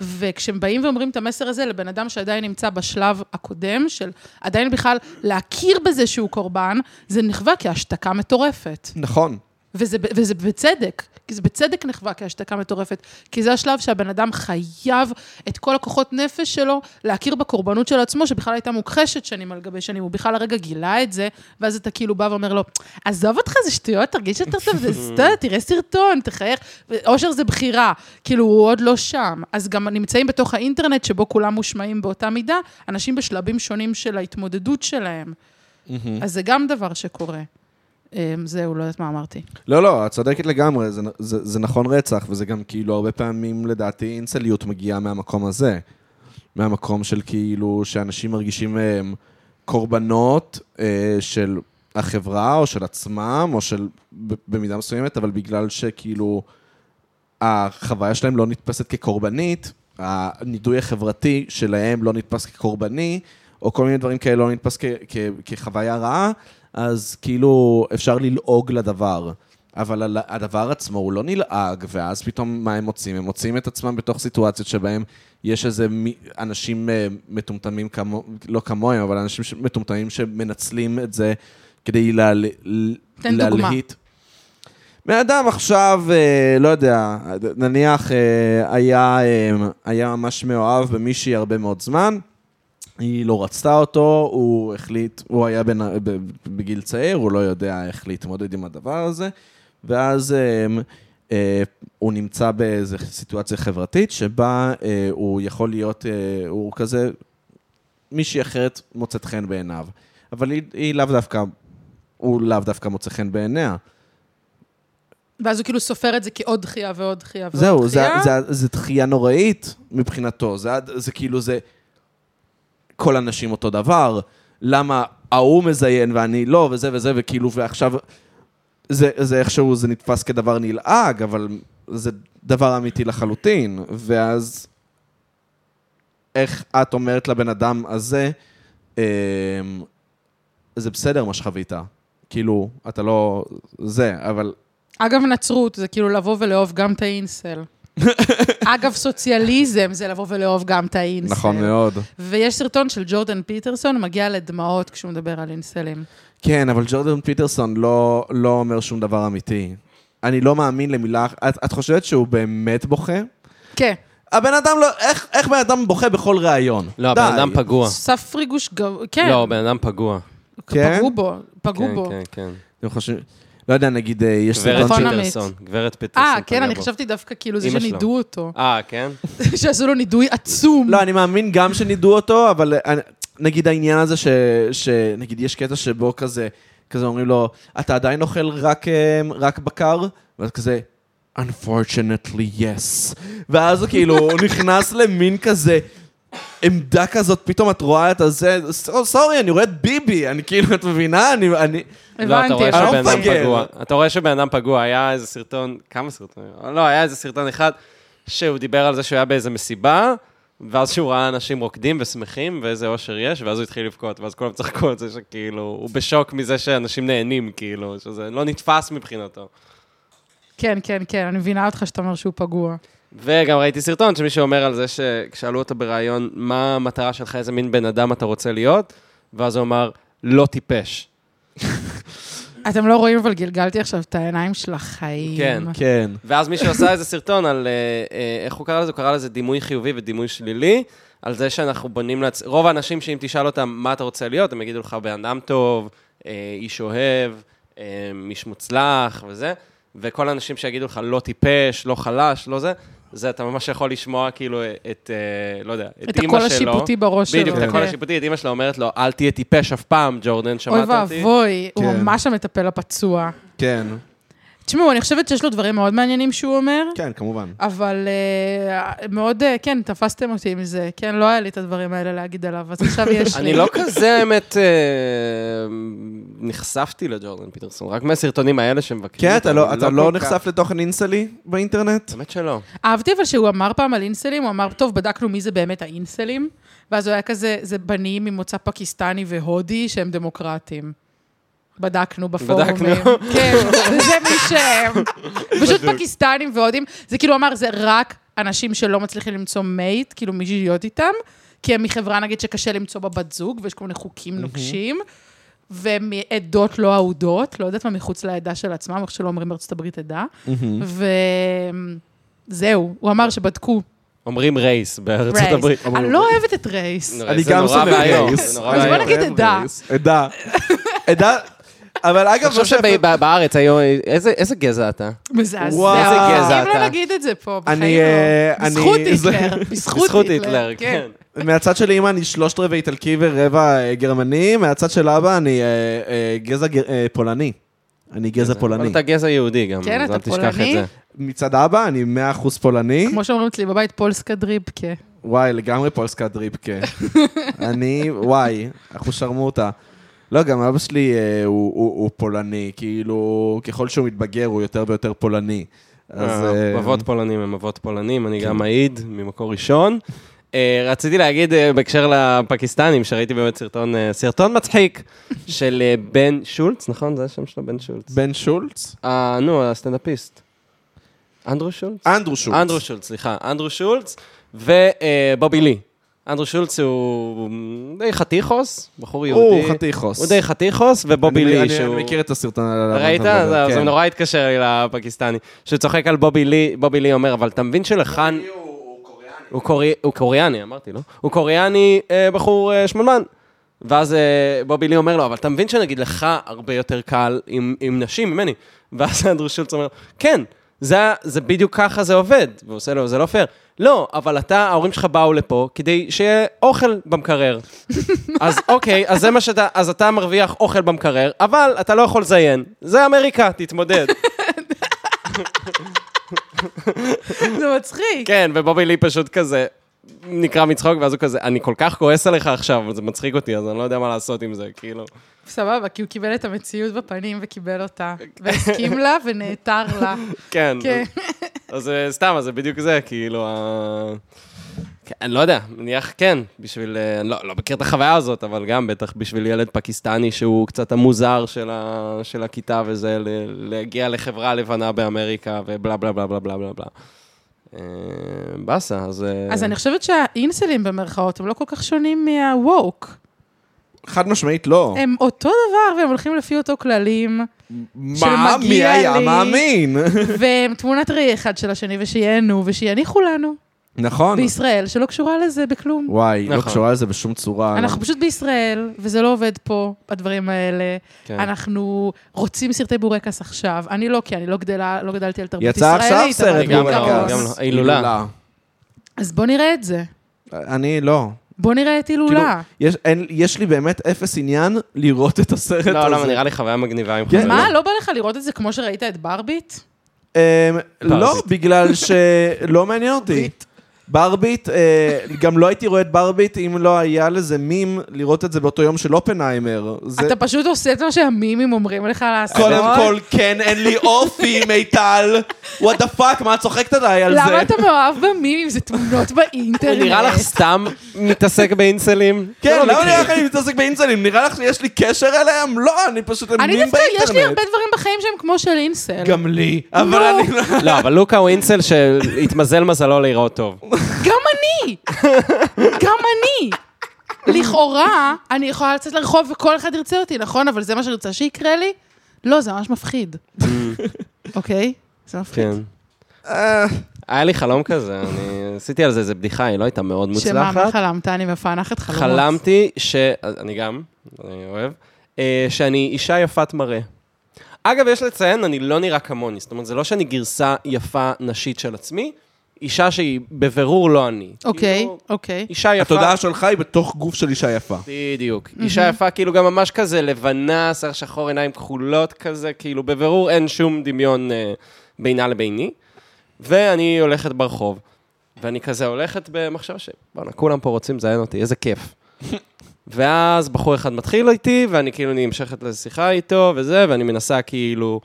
B: וכשהם באים ואומרים את המסר הזה לבן אדם שעדיין נמצא בשלב הקודם, של עדיין בכלל להכיר בזה שהוא קורבן, זה נחווה כהשתקה מטורפת.
A: נכון.
B: וזה, ב- וזה בצדק, כי זה בצדק נחווה כהשתקה מטורפת, כי זה השלב שהבן אדם חייב את כל הכוחות נפש שלו להכיר בקורבנות של עצמו, שבכלל הייתה מוכחשת שנים על גבי שנים, הוא בכלל הרגע גילה את זה, ואז אתה כאילו בא ואומר לו, עזוב אותך, זה שטויות, תרגיש יותר טוב, זה סטויות, תראה סרטון, תחייך, אושר זה בחירה, כאילו, הוא עוד לא שם. אז גם נמצאים בתוך האינטרנט, שבו כולם מושמעים באותה מידה, אנשים בשלבים שונים של ההתמודדות שלהם. אז זה גם דבר שקורה. אה, זהו, לא יודעת מה אמרתי.
A: לא, לא, את צודקת לגמרי, זה, זה, זה נכון רצח, וזה גם כאילו הרבה פעמים לדעתי אינסליות מגיעה מהמקום הזה. מהמקום של כאילו, שאנשים מרגישים אה, הם קורבנות אה, של החברה, או של עצמם, או של, ב- במידה מסוימת, אבל בגלל שכאילו החוויה שלהם לא נתפסת כקורבנית, הנידוי החברתי שלהם לא נתפס כקורבני, או כל מיני דברים כאלה לא נתפס כ- כ- כחוויה רעה, אז כאילו אפשר ללעוג לדבר. אבל על- הדבר עצמו הוא לא נלעג, ואז פתאום מה הם מוצאים? הם מוצאים את עצמם בתוך סיטואציות שבהם יש איזה מי- אנשים אה, מטומטמים, כמו, לא כמוהם, אבל אנשים ש- מטומטמים שמנצלים את זה כדי לה,
B: תן דוגמה.
A: בן אדם עכשיו, אה, לא יודע, נניח אה, היה, אה, היה ממש מאוהב במישהי הרבה מאוד זמן, היא לא רצתה אותו, הוא החליט, הוא היה בן, ב- בגיל צעיר, הוא לא יודע איך להתמודד עם הדבר הזה, ואז אה, אה, הוא נמצא באיזו סיטואציה חברתית שבה אה, הוא יכול להיות, אה, הוא כזה, מישהי אחרת מוצאת חן בעיניו, אבל היא, היא לאו דווקא, הוא לאו דווקא מוצא חן בעיניה.
B: ואז הוא כאילו סופר את זה כעוד דחייה ועוד דחייה ועוד
A: זהו, זה,
B: דחייה.
A: זה, זה דחייה נוראית מבחינתו. זה, זה כאילו, זה... כל הנשים אותו דבר. למה ההוא מזיין ואני לא, וזה וזה, וכאילו, ועכשיו... זה, זה איכשהו, זה נתפס כדבר נלעג, אבל זה דבר אמיתי לחלוטין. ואז... איך את אומרת לבן אדם הזה, אמ, זה בסדר מה שחווית. כאילו, אתה לא... זה, אבל
B: אגב, נצרות זה כאילו לבוא ולאהוב גם את האינסל. אגב, סוציאליזם זה לבוא ולאהוב גם את האינסל.
A: נכון מאוד.
B: ויש סרטון של ג'ורדן פיטרסון, מגיע לדמעות כשהוא מדבר על אינסלים.
A: כן, אבל ג'ורדן פיטרסון לא, לא אומר שום דבר אמיתי. אני לא מאמין למילה... אח- את, את חושבת שהוא באמת בוכה?
B: כן,
A: הבן אדם לא, איך, איך בן אדם בוכה בכל ראיון?
C: לא,
A: די.
C: הבן אדם פגוע.
B: סף ריגוש גבוה, כן,
C: לא, הבן אדם פגוע.
A: כן?
B: פגעו בו, פגעו
C: כן,
B: בו.
C: כן, כן.
A: אתם חושבים... לא יודע, נגיד, אה, יש
C: גברת
A: סרטון
B: נכון,
A: של...
B: עמית.
C: פיטרסון. גברת פיטרסון.
B: אה, כן,
C: פגעה
B: אני
C: בו.
B: חשבתי דווקא כאילו זה
C: אמא שלו.
B: שנידו אותו.
C: אה, כן?
B: שעשו לו נידוי עצום.
A: לא, אני מאמין גם שנידו אותו, אבל אה, אני- נגיד העניין הזה ש... ש- נגיד, יש קטע שבו כזה, כזה אומרים לו, אתה עדיין אוכל רק, אה, רק בקר? ואז כזה... Unfortunately, yes. ואז הוא כאילו הוא נכנס למין כזה עמדה כזאת, פתאום את רואה את הזה, "So- סורי, אני רואה את ביבי, אני כאילו, את מבינה? אני... אני...
C: לא, אתה
B: הבנתי,
C: רואה
B: אבל-
A: לא
C: שבן אדם
A: מפגר.
C: פגוע. אתה רואה שבן אדם פגוע, היה איזה סרטון, כמה סרטונים? לא, היה איזה סרטון אחד שהוא דיבר על זה שהוא היה באיזה מסיבה, ואז שהוא ראה אנשים רוקדים ושמחים, ואיזה אושר יש, ואז הוא התחיל לבכות, ואז כולם צחקו על זה שכאילו, הוא בשוק מזה שאנשים נהנים, כאילו, שזה לא נתפס מבחינתו.
B: כן, כן, כן, אני מבינה אותך שאתה אומר שהוא פגוע.
C: וגם ראיתי סרטון שמישהו אומר על זה שכשאלו אותו בריאיון, מה המטרה שלך, איזה מין בן אדם אתה רוצה להיות, ואז הוא אמר, לא טיפש.
B: אתם לא רואים, אבל גלגלתי עכשיו את העיניים של החיים.
C: כן.
A: כן.
C: ואז מישהו עשה איזה סרטון על, אה, אה, איך הוא קרא לזה? הוא קרא לזה דימוי חיובי ודימוי שלילי, על זה שאנחנו בונים לעצ... רוב האנשים שאם תשאל אותם מה אתה רוצה להיות, הם יגידו לך בן אדם טוב, אה, איש אוהב, אה, איש מוצלח וזה, וכל האנשים שיגידו לך לא טיפש, לא חלש, לא זה, זה אתה ממש יכול לשמוע כאילו את, אה, לא יודע, את,
B: את
C: אימא
B: הקול
C: שלו.
B: השיפוטי בראש שלו.
C: בדיוק, את הקול
B: כן.
C: השיפוטי, את אימא שלו אומרת לו, אל תהיה טיפש אף פעם, ג'ורדן,
B: אוי
C: שמעת אותי?
B: ואבוי, הוא
A: כן.
B: ממש המטפל הפצוע.
A: כן.
B: תשמעו, אני חושבת שיש לו דברים מאוד מעניינים שהוא אומר,
A: כן, כמובן.
B: אבל אה, מאוד, אה, כן, תפסתם אותי עם זה. כן, לא היה לי את הדברים האלה להגיד עליו, אז עכשיו יש לי.
C: אני לא כזה, האמת, אה, נחשפתי לג'ורדן פיטרסון, רק מהסרטונים האלה שמבקרים.
A: כן,
C: אותו,
A: אתה לא,
C: אני
A: אתה לא
C: כאילו, כל כך-
A: נחשף לתוכן אינסלי באינטרנט?
C: האמת שלא.
B: אהבתי אבל שהוא אמר פעם על אינסלים, הוא אמר, טוב, בדקנו מי זה באמת האינסלים, ואז הוא היה כזה, זה בנים ממוצא פקיסטני והודי שהם דמוקרטים. בדקנו בפורומים.
C: בדקנו.
B: כן, זה מי שהם. פשוט פקיסטנים והודים. זה כאילו הוא אמר, זה רק אנשים שלא מצליחים למצוא מייט, כאילו מישהו להיות איתם, כי הם מחברה, נגיד, שקשה למצוא בה בת זוג, ויש כל מיני חוקים נוקשים. ומעדות לא אהודות, לא יודעת מה מחוץ לעדה של עצמם, איך שלא אומרים בארצות הברית עדה. וזהו, הוא אמר שבדקו
C: אומרים רייס בארצות כן. הברית. "אוקיי."
B: רייס. אני לא אוהבת את רייס.
C: נו,
A: אני
C: זה
A: גם
C: נורא
A: שונא
C: ואיום,
A: רייס.
C: זה נורא
B: אז בוא
C: ואיום.
B: נגיד עדה.
A: עדה. עדה. אבל אגב, לא
C: תחשוב
A: משה,
C: שבארץ היו, איזה איזה גזע אתה?
B: מזעזע.
A: וואו. איזה
C: גזע
B: אם
C: אתה.
B: לא נגיד את זה פה,
A: אני,
B: בחיים
A: אה,
B: לא. בזכות
A: אני- זה-
B: היטלר.
C: בזכות היטלר, כן.
A: מהצד של אימא אני שלושת רבעי איטלקי ורבע אה, גרמני, מהצד של אבא אני אה, אה, גזע גר- אה, פולני. אני גזע
C: אבל
A: פולני.
C: אתה גזע יהודי גם,
B: כן,
C: אז
B: אתה
C: אל תשכח את
B: פולני.
C: זה.
A: מצד אבא אני 100%
C: כן.
A: פולני.
B: כמו שאומרים אצלי בבית, פולסקה כן. דריבקה.
A: וואי, לגמרי פולסקה דריפקה. כן. אני, וואי, אחושרמוטה. לא, גם אבא שלי אה, הוא- הוא הוא פולני, כאילו, ככל שהוא מתבגר הוא יותר ויותר פולני. אז... אה, כן.
C: אבות פולנים הם אבות פולנים, אני גם מעיד ממקור ראשון. אה, רציתי להגיד אה, בהקשר לפקיסטנים, שראיתי באמת סרטון, אה, סרטון מצחיק של אה, בן שולץ, נכון? זה השם שלו, בן שולץ.
A: בן שולץ?
C: אה, נו, הסטנדאפיסט. אנדרו שולץ?
A: אנדרו אה, שולץ.
C: אנדרו שולץ, סליחה. אנדרו שולץ ובובי לי. אנדרו שולץ הוא די חתיכוס, בחור יהודי.
A: הוא חתיכוס.
C: הוא די חתיכוס, ובובי
A: אני-
C: לי
A: אני-
C: שהוא...
A: אני מכיר את הסרטון עליו. אתה
C: ראית?
A: מדבר,
C: זה זה
A: כן.
C: נורא התקשר לי לפקיסטני. שצוחק על בובי לי, בובי לי אומר, אבל אתה מבין שלחאן... הוא קורי- הוא קוריאני, אמרתי, לא? הוא קוריאני, אה, בחור אה, שמנמן. ואז אה, בובי לי אומר לו, אבל אתה מבין שנגיד לך הרבה יותר קל עם, עם נשים ממני? ואז אנדרו שולץ אומר, לו, כן, זה, ה- זה בדיוק ככה זה עובד. והוא עושה לו, זה לא פייר. לא, אבל אתה, ההורים שלך באו לפה כדי שיהיה אוכל במקרר. אז אוקיי, אז זה מה שאתה, אז אתה מרוויח אוכל במקרר, אבל אתה לא יכול לזיין. זה אמריקה, תתמודד.
B: זה מצחיק.
C: כן, ובובי לי פשוט כזה נקרע מצחוק, ואז הוא כזה, אני כל כך כועס עליך עכשיו, זה מצחיק אותי, אז אני לא יודע מה לעשות עם זה, כאילו.
B: סבבה, כי הוא קיבל את המציאות בפנים וקיבל אותה. והסכים לה ונעתר לה.
C: כן.
B: כן.
C: אז זה סתם, אז זה בדיוק זה, כאילו, ה- כן, אני לא יודע, מניח כן, בשביל, אה, אני לא, לא מכיר את החוויה הזאת, אבל גם בטח בשביל ילד פקיסטני שהוא קצת המוזר של, ה, של הכיתה וזה, ל, להגיע לחברה לבנה באמריקה ובלה בלה בלה בלה בלה בלה בלה. אה, באסה, אז... אה,
B: אז אני חושבת שהאינסלים במרכאות הם לא כל כך שונים מהווק.
C: אוקיי.
A: חד משמעית לא.
C: אה,
B: הם אותו דבר והם הולכים לפי אותו כללים.
A: מה? מי
B: שמגיע
A: היה
B: לי.
A: מאמין?
B: והם תמונת ראי אחד של השני, ושיהנו, ושיניחו לנו.
A: נכון.
B: בישראל, שלא קשורה לזה בכלום.
A: וואי, לא
C: נכון.
A: קשורה לזה בשום צורה.
B: אנחנו פשוט בישראל, וזה לא עובד פה, הדברים האלה.
C: כן.
B: אנחנו רוצים סרטי בורקס עכשיו. אני לא, כי אני לא גדלה, לא גדלתי על תרבות
A: יצא
B: ישראלית.
A: עכשיו
B: אבל
A: סרט אה,
B: גם
C: בורקס.
B: קרוב.
C: גם לא. הילולה.
B: אז בוא נראה את זה.
A: אני לא.
B: בוא נראה את הילולה.
A: כאילו, יש- אין- יש לי באמת אפס עניין לראות את הסרט הזה.
C: לא, למה, נראה לי חוויה מגניבה עם
A: כן.
C: חברים.
B: מה, לא בא לך לראות את זה כמו שראית את ברביט?
A: אמ, לא,
C: פרזיט.
A: בגלל שלא מעניין אותי.
B: ברביט.
A: ברביט, אה, גם לא הייתי רואה את ברביט אם לא היה לזה מים לראות את זה באותו יום של אופנהיימר. זה-
B: אתה פשוט עושה את מה שהמימים אומרים לך לעשות.
A: קודם כל, כן, אין לי אופי, מיטל. וואט דה פאק, מה את צוחקת עליי על זה?
B: למה אתה מאוהב במימים? זה תמונות באינטרנט.
C: נראה לך סתם מתעסק באינסלים?
A: כן,
C: זה לא
A: למה
C: מקרי.
A: נראה לך אני מתעסק באינסלים? נראה לך שיש לי קשר אליהם? לא, אני פשוט אני
B: אני
A: מים
B: דווקא, יש לי
A: באינטרנט.
B: הרבה דברים בחיים שהם כמו של אינסל.
A: גם לי, אבל אני לא...
C: לא, אבל לוקה הוא אינסל שהתמזל מזלו להיראות טוב.
B: גם אני! גם אני! לכאורה, אני יכולה לצאת לרחוב וכל אחד ירצה אותי, נכון? אבל זה מה שאני רוצה שיקרה לי? לא, זה ממש מפחיד. אוקיי? זה מפחיד.
C: כן. היה לי חלום כזה, אני עשיתי על זה איזה בדיחה, היא לא הייתה מאוד
B: שמה, מה
C: מוצלחת.
B: חלמת? אני מפענחת חלומות.
C: חלמתי ש... אני גם, אני אוהב, אה, שאני אישה יפת מראה. אגב, יש לציין, אני לא נראה כמוני, זאת אומרת, זה לא שאני גרסה יפה נשית של עצמי, אישה שהיא בבירור לא אני.
B: אוקיי,
C: כאילו,
B: אוקיי.
C: אישה יפה...
A: התודעה שלך היא בתוך גוף של אישה יפה.
C: בדיוק. אישה יפה, כאילו גם ממש כזה לבנה, שיער שחור, עיניים כחולות כזה, כאילו בבירור אין שום דמיון אה, בינה לביני. ואני הולכת ברחוב, ואני כזה הולכת במחשבה ש... בואנה, כולם פה רוצים לזיין אותי, איזה כיף. ואז בחור אחד מתחיל איתי, ואני כאילו נמשכת לשיחה איתו וזה, ואני מנסה כאילו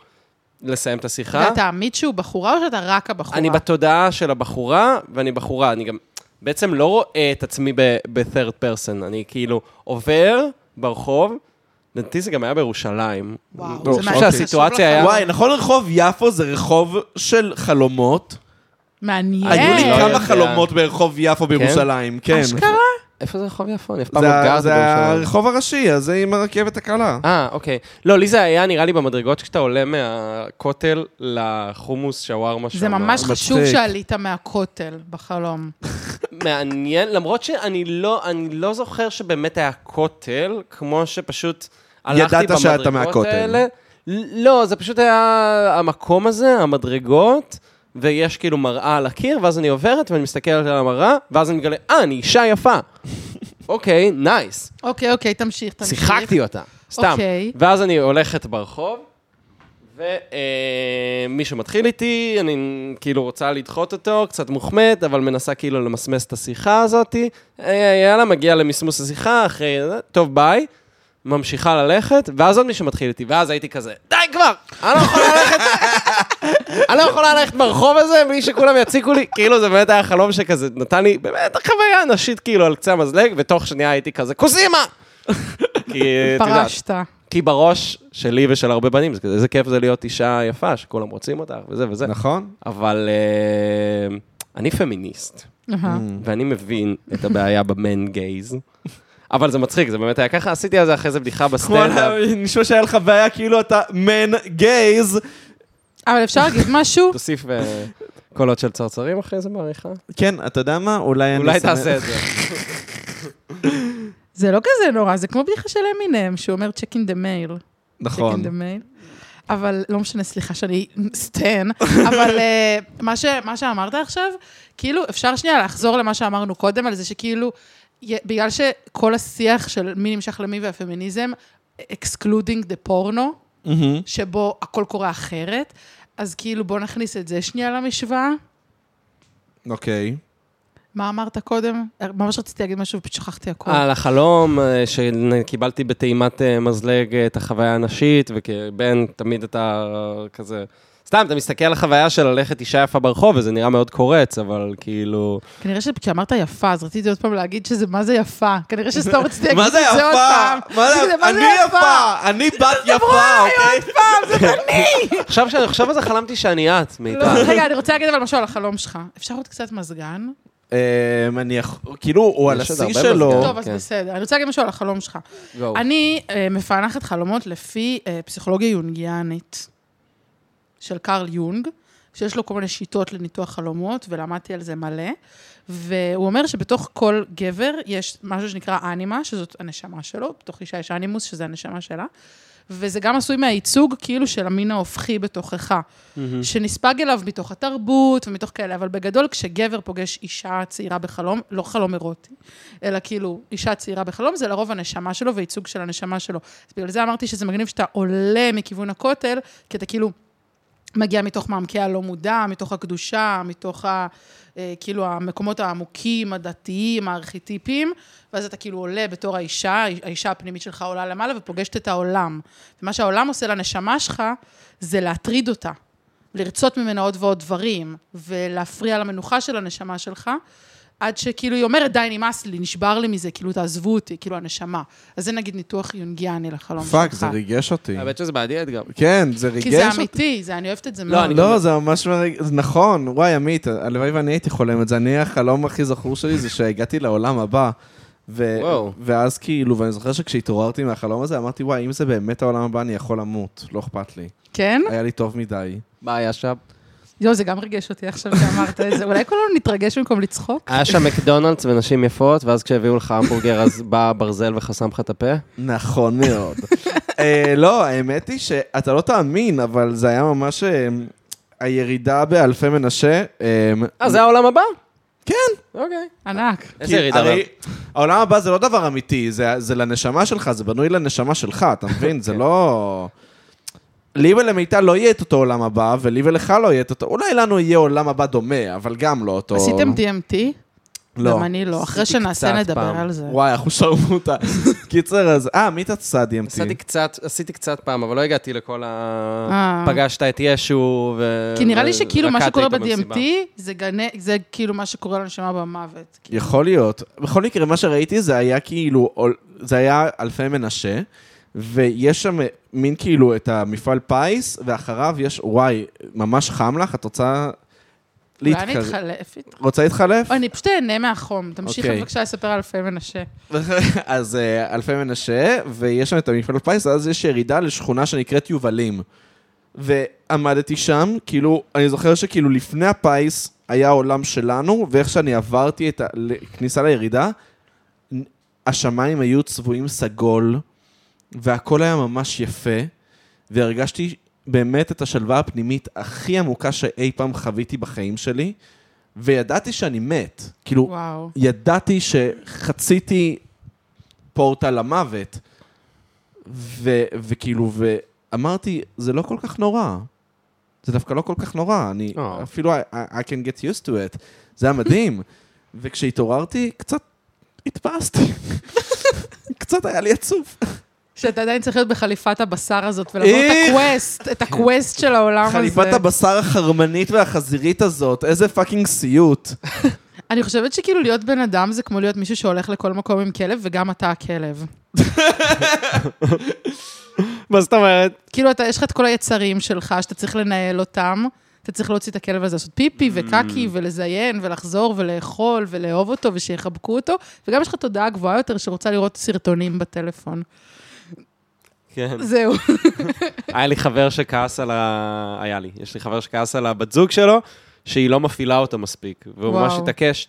C: לסיים את השיחה.
B: ואתה עמית שהוא בחורה או שאתה רק הבחורה?
C: אני בתודעה של הבחורה, ואני בחורה. אני גם בעצם לא רואה את עצמי ב-third person. אני כאילו עובר ברחוב, לדעתי זה גם היה בירושלים.
B: וואו,
A: לא,
B: זה מעניין.
A: אוקיי.
C: שהסיטואציה היה-
A: וואי, נכון רחוב יפו זה רחוב של חלומות?
B: מעניין.
A: היו לי
C: לא יודע.
A: כמה חלומות ברחוב יפו בירושלים, כן.
B: אשכרה?
C: איפה זה רחוב יפו? אני אף פעם לא
A: זה ה-
C: גרתי
A: זה
C: בירושלים.
A: הרחוב הראשי, אז זה עם הרכבת הקלה.
C: אה, אוקיי. לא, לי זה היה נראה לי במדרגות כשאתה עולה מהכותל לחומוס שווארמה שם.
B: זה ממש חשוב
A: מצחיק.
B: שעלית מהכותל בחלום.
C: מעניין, למרות שאני לא, אני לא זוכר שבאמת היה כותל, כמו שפשוט הלכתי
A: ידעת שאתה
C: במדרגות
A: מהכותל.
C: האלה. לא, זה פשוט היה המקום הזה, המדרגות, ויש כאילו מראה על הקיר, ואז אני עוברת ואני מסתכלת על המראה, ואז אני מגלה, אה, אני אישה יפה. אוקיי, נייס.
B: אוקיי, אוקיי, תמשיך, תמשיך.
C: שיחקתי אותה, סתם.
B: אוקיי.
C: ואז אני הולכת ברחוב, ומישהו מתחיל איתי, אני כאילו רוצה לדחות אותו, קצת מוחמד, אבל מנסה כאילו למסמס את השיחה הזאת. אה, יאללה, מגיע למסמוס השיחה, אחרי... זה, טוב, ביי. ממשיכה ללכת, ואז עוד מישהו מתחיל איתי, ואז הייתי כזה, די כבר! אני לא יכול ללכת, אני לא יכול ללכת ברחוב הזה בלי שכולם יציקו לי. כאילו, זה באמת היה חלום שכזה נתן לי באמת חוויה נשית כאילו על קצה המזלג, ותוך שנייה הייתי כזה, כוסימה! כי, אה, את יודעת,
B: פרשת.
C: כי בראש שלי ושל הרבה בנים, זה כזה, איזה כיף זה להיות אישה יפה, שכולם רוצים אותך וזה וזה.
A: נכון.
C: אבל אה, אני פמיניסט,
B: אהה.
C: ואני מבין את הבעיה במן גייז, אבל זה מצחיק, זה באמת היה ככה, עשיתי על זה אחרי זה בדיחה בסטנדאפ.
A: נשמע שהיה לך בעיה כאילו אתה מן גייז.
B: אבל אפשר להגיד משהו?
C: תוסיף אה, קולות של צרצרים אחרי זה בעריכה.
A: כן, אתה יודע מה? אולי אני...
C: אולי
A: שמח-
C: תעשה את זה.
B: זה לא כזה נורא, זה כמו בדיחה של אמינם, שהוא אומר check in the mail. check
A: נכון.
B: in the mail. אבל לא משנה, סליחה שאני סטן, אבל אה, מה, ש, מה שאמרת עכשיו, כאילו, אפשר שנייה לחזור למה שאמרנו קודם, על זה שכאילו, י- בגלל שכל השיח של מי נמשך למי והפמיניזם, excluding the porno,
A: מהמם.
B: שבו הכל קורה אחרת, אז כאילו, בוא נכניס את זה שנייה למשוואה.
A: אוקיי.
B: מה אמרת קודם? אה, ממש רציתי להגיד משהו, ופשוט שכחתי הכול.
C: על החלום אה, שקיבלתי בטעימת אה, מזלג אה, את החוויה הנשית, וכבן תמיד אתה אה, כזה... סתם, אתה מסתכל על החוויה של ללכת אישה יפה ברחוב, וזה נראה מאוד קורץ, אבל כאילו...
B: כנראה שכשאמרת יפה, אז רציתי עוד פעם להגיד שזה מה זה יפה. כנראה שסתם רציתי להגיד
A: מה
B: את
A: זה
B: זה עוד פעם.
A: יפה? מה זה יפה? אני יפה! אני בת יפה, אוקיי?
C: עכשיו שאני חושב על זה, חלמתי שאני את, מיטל.
B: לא, רגע, אני רוצה להגיד אבל משהו על החלום שלך. אפשר עוד קצת מזגן?
A: אמ, אני יכול... כאילו, הוא על
C: יש עוד
A: השיא
C: הרבה
A: שלו.
C: מזגן.
B: טוב, אז
C: כן.
B: בסדר. אני רוצה להגיד משהו על החלום שלך.
C: גו.
B: אני אה, מפענחת חלומות לפי אה, פסיכולוגיה יונגיאנית של קרל יונג, שיש לו כל מיני שיטות לניתוח חלומות, ולמדתי על זה מלא. והוא אומר שבתוך כל גבר יש משהו שנקרא אנימה, שזאת הנשמה שלו, בתוך אישה יש אנימוס, שזה הנשמה שלה. וזה גם עשוי מהייצוג כאילו של המין ההופכי בתוכך, שנספג אליו מתוך התרבות ומתוך כאלה, אבל בגדול כשגבר פוגש אישה צעירה בחלום, לא חלום אירוטי, אלא כאילו אישה צעירה בחלום, זה לרוב הנשמה שלו וייצוג של הנשמה שלו. אז בגלל זה אמרתי שזה מגניב שאתה עולה מכיוון הכותל, כי אתה כאילו מגיע מתוך מעמקי הלא מודע, מתוך הקדושה, מתוך ה... אה, כאילו המקומות העמוקים, הדתיים, הארכיטיפיים, ואז אתה כאילו עולה בתור האישה, האישה הפנימית שלך עולה למעלה ופוגשת את העולם. ומה שהעולם עושה לנשמה שלך, זה להטריד אותה, לרצות ממנה עוד ועוד דברים, ולהפריע למנוחה של הנשמה שלך, עד שכאילו היא אומרת, די, נמאס לי, נשבר לי מזה, כאילו, תעזבו אותי, כאילו, הנשמה. אז זה נגיד ניתוח יונגיאני לחלום שלך.
A: פאק, זה ריגש אותי.
C: האמת שזה בעדי אתגר.
A: כן, זה
B: אה. כי זה
A: ריגש אותי.
B: אמיתי, זה, אני אוהבת את זה
C: לא,
B: מאוד.
C: אני-
A: לא, זה ממש מרגש, זה נכון, וואי, עמית, הלוואי ואני הייתי חולם את זה. אני, החלום הכי זכור שלי זה שהגעתי לעולם הבא. ו-
C: וואו.
A: ואז כאילו, ואני זוכר שכשהתעוררתי מהחלום הזה, אמרתי, וואי, אם זה באמת העולם הבא, אני יכול למות, לא אכפת לי.
B: כן?
A: היה לי טוב מדי.
C: מה היה שם?
B: יואו, לא, זה גם ריגש אותי עכשיו שאמרת את זה. אולי כולנו נתרגש במקום לצחוק?
C: היה שם מקדונלדס ונשים יפות, ואז כשהביאו לך המבורגר, אז בא הברזל וחסם לך את הפה?
A: נכון מאוד. אה, לא, האמת היא שאתה לא תאמין, אבל זה היה ממש אה, הירידה באלפי מנשה. אה,
C: אה, זה העולם הבא?
A: כן.
C: אוקיי.
B: ענק.
C: איזה
A: כי
C: ירידה.
A: הרי
C: אבל.
A: העולם הבא זה לא דבר אמיתי, זה, זה לנשמה שלך, זה בנוי לנשמה שלך, אתה מבין?
C: כן.
A: זה לא... לי ולמיטל לא יהיה את אותו עולם הבא, ולי ולך לא יהיה את אותו... אולי לנו יהיה עולם הבא דומה, אבל גם לא אותו...
B: עשיתם DMT?
A: לא.
B: גם אני לא. אחרי
C: עשיתי
B: שנעשה
C: קצת
B: נדבר
C: פעם.
B: על זה.
A: וואי, אנחנו שרמוטה. קיצר, אז... אה, מי תצא DMT?
C: עשיתי קצת, עשיתי קצת פעם, אבל לא הגעתי לכל ה...
B: אה.
C: פגשת את ישו ו...
B: כי
A: אה,
B: נראה לי שכאילו מה
C: ורקדת
B: שקורה
C: איתו
B: ב-DMT,
C: במסיבה.
B: זה גני- זה כאילו מה שקורה לנשמה במוות.
A: יכול להיות. בכל מקרה, מה שראיתי זה היה כאילו, עול- זה היה אלפי מנשה, ויש שם מין כאילו את המפעל פיס, ואחריו יש, וואי, ממש חם לך, את רוצה
B: אולי אני
A: להתחלף?
B: אתחלף איתו.
A: רוצה להתחלף?
B: אוי, אני פשוט אהנה מהחום. תמשיך
A: אוקיי.
B: בבקשה לספר על אלפי מנשה.
A: אז אה, אלפי מנשה, ויש שם את המפעל פיס, אז יש ירידה לשכונה שנקראת יובלים. ועמדתי שם, כאילו, אני זוכר שכאילו לפני הפיס היה העולם שלנו, ואיך שאני עברתי את הכניסה לירידה, נ- השמיים היו צבועים סגול, והכל היה ממש יפה, והרגשתי באמת את השלווה הפנימית הכי עמוקה שאי פעם חוויתי בחיים שלי, וידעתי שאני מת. כאילו,
B: וואו.
A: ידעתי שחציתי פורטה למוות, ו, וכאילו, ואמרתי, זה לא כל כך נורא. זה דווקא לא כל כך נורא, אני
C: אה.
A: אפילו, I, I can get used to it. זה היה מדהים. וכשהתעוררתי, קצת התפעסתי. קצת היה לי עצוב.
B: שאתה עדיין צריך להיות בחליפת הבשר הזאת, ולעבור את
A: איך?
B: הקווסט, את הקווסט של העולם הזה.
A: חליפת הבשר החרמנית והחזירית הזאת, איזה פאקינג סיוט.
B: אני חושבת שכאילו להיות בן אדם זה כמו להיות מישהו שהולך לכל מקום עם כלב, וגם אתה הכלב.
C: מה זאת אומרת?
B: כאילו, אתה, יש לך את כל היצרים שלך, שאתה צריך לנהל אותם, אתה צריך להוציא את הכלב הזה, לעשות פיפי וקקי, ולזיין, ולחזור, ולאכול, ולאהוב אותו, ושיחבקו אותו, וגם יש לך תודעה גבוהה יותר שרוצה לראות סרטונים בטלפון.
C: כן.
B: זהו.
C: היה לי חבר שכעס על ה... היה לי, יש לי חבר שכעס על הבת זוג שלו, שהיא לא מפעילה אותו מספיק. והוא
B: וואו.
C: ממש התעקש.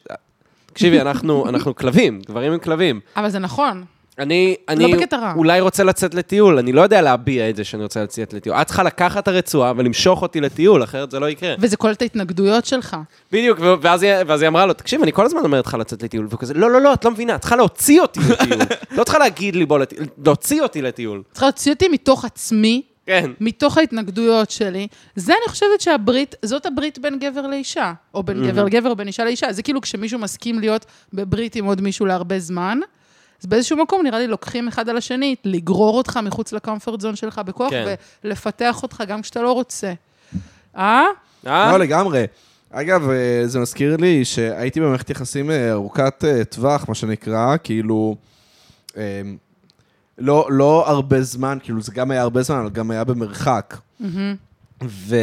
C: תקשיבי, אנחנו, אנחנו כלבים, גברים הם כלבים.
B: אבל זה נכון.
C: אני,
B: לא
C: אני
B: בקטע רע.
C: אולי רוצה לצאת לטיול, אני לא יודע להביע את זה שאני רוצה לצאת לטיול. את צריכה לקחת את הרצועה ולמשוך אותי לטיול, אחרת זה לא יקרה.
B: וזה כולל את ההתנגדויות שלך.
C: בדיוק, ו- ואז היא, ואז היא אמרה לו, תקשיב, אני כל הזמן אומרת לך לצאת לטיול, והוא כזה, לא, לא, לא, את לא מבינה, את צריכה להוציא אותי לטיול. לא צריכה להגיד לי בוא לטיול, להוציא אותי לטיול.
B: צריך להוציא אותי מתוך עצמי,
C: כן.
B: מתוך ההתנגדויות שלי, זה אני חושבת שהברית, זאת הברית בין גבר לאישה, או בין גבר לגבר, או בין אישה לאישה. זה כאילו כשמישהו מסכים להיות בברית עם עוד מישהו להרבה זמן, אז באיזשהו מקום נראה לי לוקחים אחד על השני, לגרור אותך מחוץ לקומפורט זון שלך בכוח,
C: כן.
B: ולפתח אותך גם כשאתה לא רוצה. אה?
C: אה?
A: לא, לגמרי. אגב, אה, זה מזכיר לי שהייתי במערכת יחסים אה, ארוכת אה, טווח, מה שנקרא, כאילו... אה, לא, לא הרבה זמן, כאילו זה גם היה הרבה זמן, אבל גם היה במרחק. ו...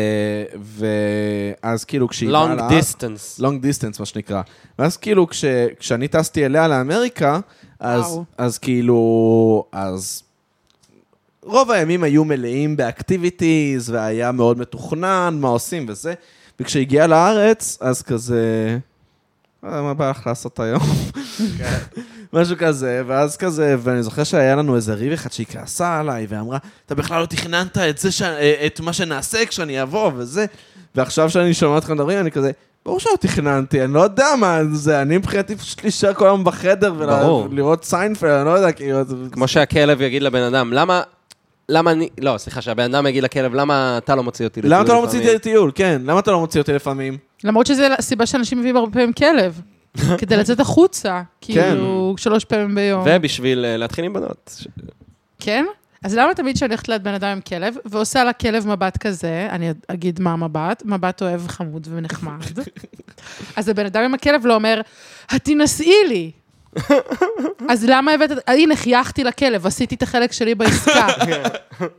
A: ואז כאילו כשהיא באה
C: long
A: לארץ- לא
C: distance.
A: long distance, מה שנקרא. ואז כאילו, כש, כשאני טסתי אליה לאמריקה, אז,
B: וואו.
A: אז כאילו, אז... רוב הימים היו מלאים באקטיביטיז, והיה מאוד מתוכנן, מה עושים וזה. וכשהגיעה לארץ, אז כזה... "אה, מה בא לך לעשות היום? משהו כזה, ואז כזה, ואני זוכר שהיה לנו איזה ריב אחד שהיא כעסה עליי, ואמרה, אתה בכלל לא תכננת את זה, ש... אה, את מה שנעשה כשאני אבוא וזה. ועכשיו שאני שומע אתכם מדברים, אני כזה, ברור שלא תכננתי, אני לא יודע מה זה, אני מבחינתי פשוט להישאר כל היום בחדר
C: ברור.
A: ולראות סיינפלד, אני לא יודע, כאילו... זה-
C: כמו שהכלב יגיד לבן אדם, למה... למה אני... לא, סליחה, שהבן אדם יגיד לכלב, למה אתה לא מוציא אותי
A: למה אתה לא
C: לטיול
A: מוציא
C: לפעמים?"
A: אותי לטיול? כן, למה אתה לא מוציא אותי לפעמים?
B: למרות שזו הסיבה שאנשים מביאים הרבה פעמים כלב. כדי לצאת החוצה, כאילו, שלוש פעמים ביום.
C: ובשביל אה, להתחיל עם בנות. ש-
B: כן? אז למה תמיד כשאני הולכת ליד בן אדם עם כלב, ועושה לה כלב מבט כזה, אני אגיד מה המבט, מבט אוהב חמוד ונחמד, אז הבן אדם עם הכלב לא אומר, "את תינשאי לי. אז למה הבאת, הנה, חייכתי לכלב, עשיתי את החלק שלי בעסקה.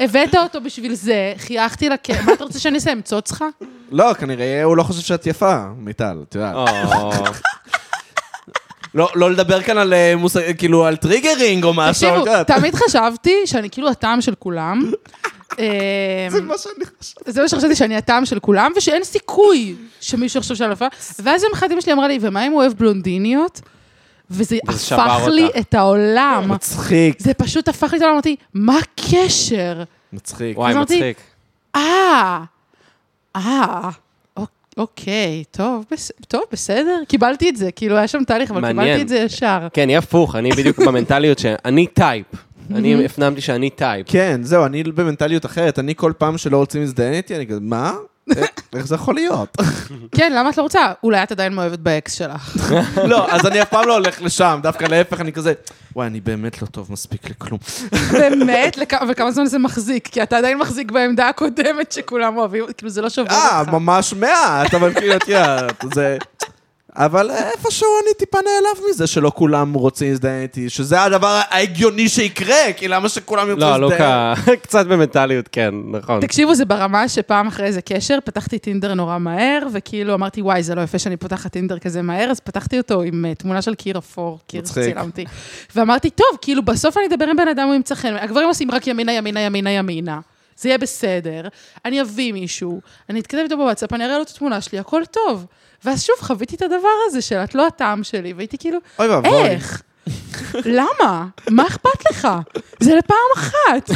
B: הבאת אותו בשביל זה, חייכתי לכלב, מה אתה רוצה שאני אעשה, אמצוץ לך?
A: לא, כנראה הוא לא חושב שאת יפה, מיטל, את יודעת.
C: או,
A: לא, לא לדבר כאן על אה, מושג, כאילו, על טריגרינג או משהו.
B: תקשיבו,
A: את יודעת.
B: תמיד חשבתי שאני כאילו הטעם של כולם. אמ,
A: זה מה שאני חושב.
B: זה מה שחשבתי שאני הטעם של כולם, ושאין סיכוי שמישהו יחשוב שאני אלופה. ואז יום אחד אמא שלי אמרה לי, ומה אם הוא אוהב בלונדיניות? וזה
C: וזה שבר
B: הפך לי
C: אותה.
B: את העולם.
A: מצחיק,
B: זה פשוט הפך לי את העולם, אמרתי, מה הקשר?
A: מצחיק.
C: וואי,
B: אמרתי,
C: מצחיק.
B: אה, אה, אוק- אוקיי, טוב, בס- טוב, בסדר. קיבלתי את זה, כאילו היה שם תהליך, אבל
C: מעניין.
B: קיבלתי את זה ישר.
C: כן, יהיה הפוך, אני בדיוק במנטליות שאני טייפ. אני הפנמתי שאני טייפ.
A: כן, זהו, אני במנטליות אחרת. אני כל פעם שלא רוצים להזדיין איתי, אני כזה, מה? איך- איך זה יכול להיות?
B: כן, למה את לא רוצה? אולי את עדיין מאוהבת באקס שלך.
A: לא, אז אני אף פעם לא הולך לשם, דווקא להפך, אני כזה, וואי, אני באמת לא טוב מספיק לכלום.
B: באמת? לכ- וכמה זמן זה מחזיק? כי אתה עדיין מחזיק בעמדה הקודמת שכולם אוהבים, כאילו זה לא שובר
A: אה,
B: אותך.
A: ממש מעט, אבל כאילו, את יודעת, זה... אבל איפשהו אני טיפה נעלב מזה שלא כולם רוצים להזדיין איתי, שזה הדבר ההגיוני שיקרה, כי למה שכולם ירצו
C: לא,
A: להזדיין?
C: לוקה, קצת במנטליות, כן, נכון.
B: תקשיבו, זה ברמה שפעם אחרי איזה קשר, פתחתי טינדר נורא מהר, וכאילו אמרתי, וואי, זה לא יפה שאני פותחת טינדר כזה מהר, אז פתחתי אותו עם אה, תמונה של קיר אפור, קיר
A: מצחיק.
B: שצילמתי. ואמרתי, טוב, כאילו, בסוף אני אדבר עם בן אדם, הוא ימצא חן. הגברים עושים רק ימינה, ימינה, ימינה, ימינה. זה יהיה בסדר, אני אביא מישהו, אני אתכתב איתו בוואטסאפ, אני אראה לו את התמונה שלי, הכל טוב. ואז שוב חוויתי את הדבר הזה של את לא הטעם שלי, והייתי כאילו,
A: אוי ואבוי.
B: איך? למה? מה אכפת לך? זה לפעם אחת.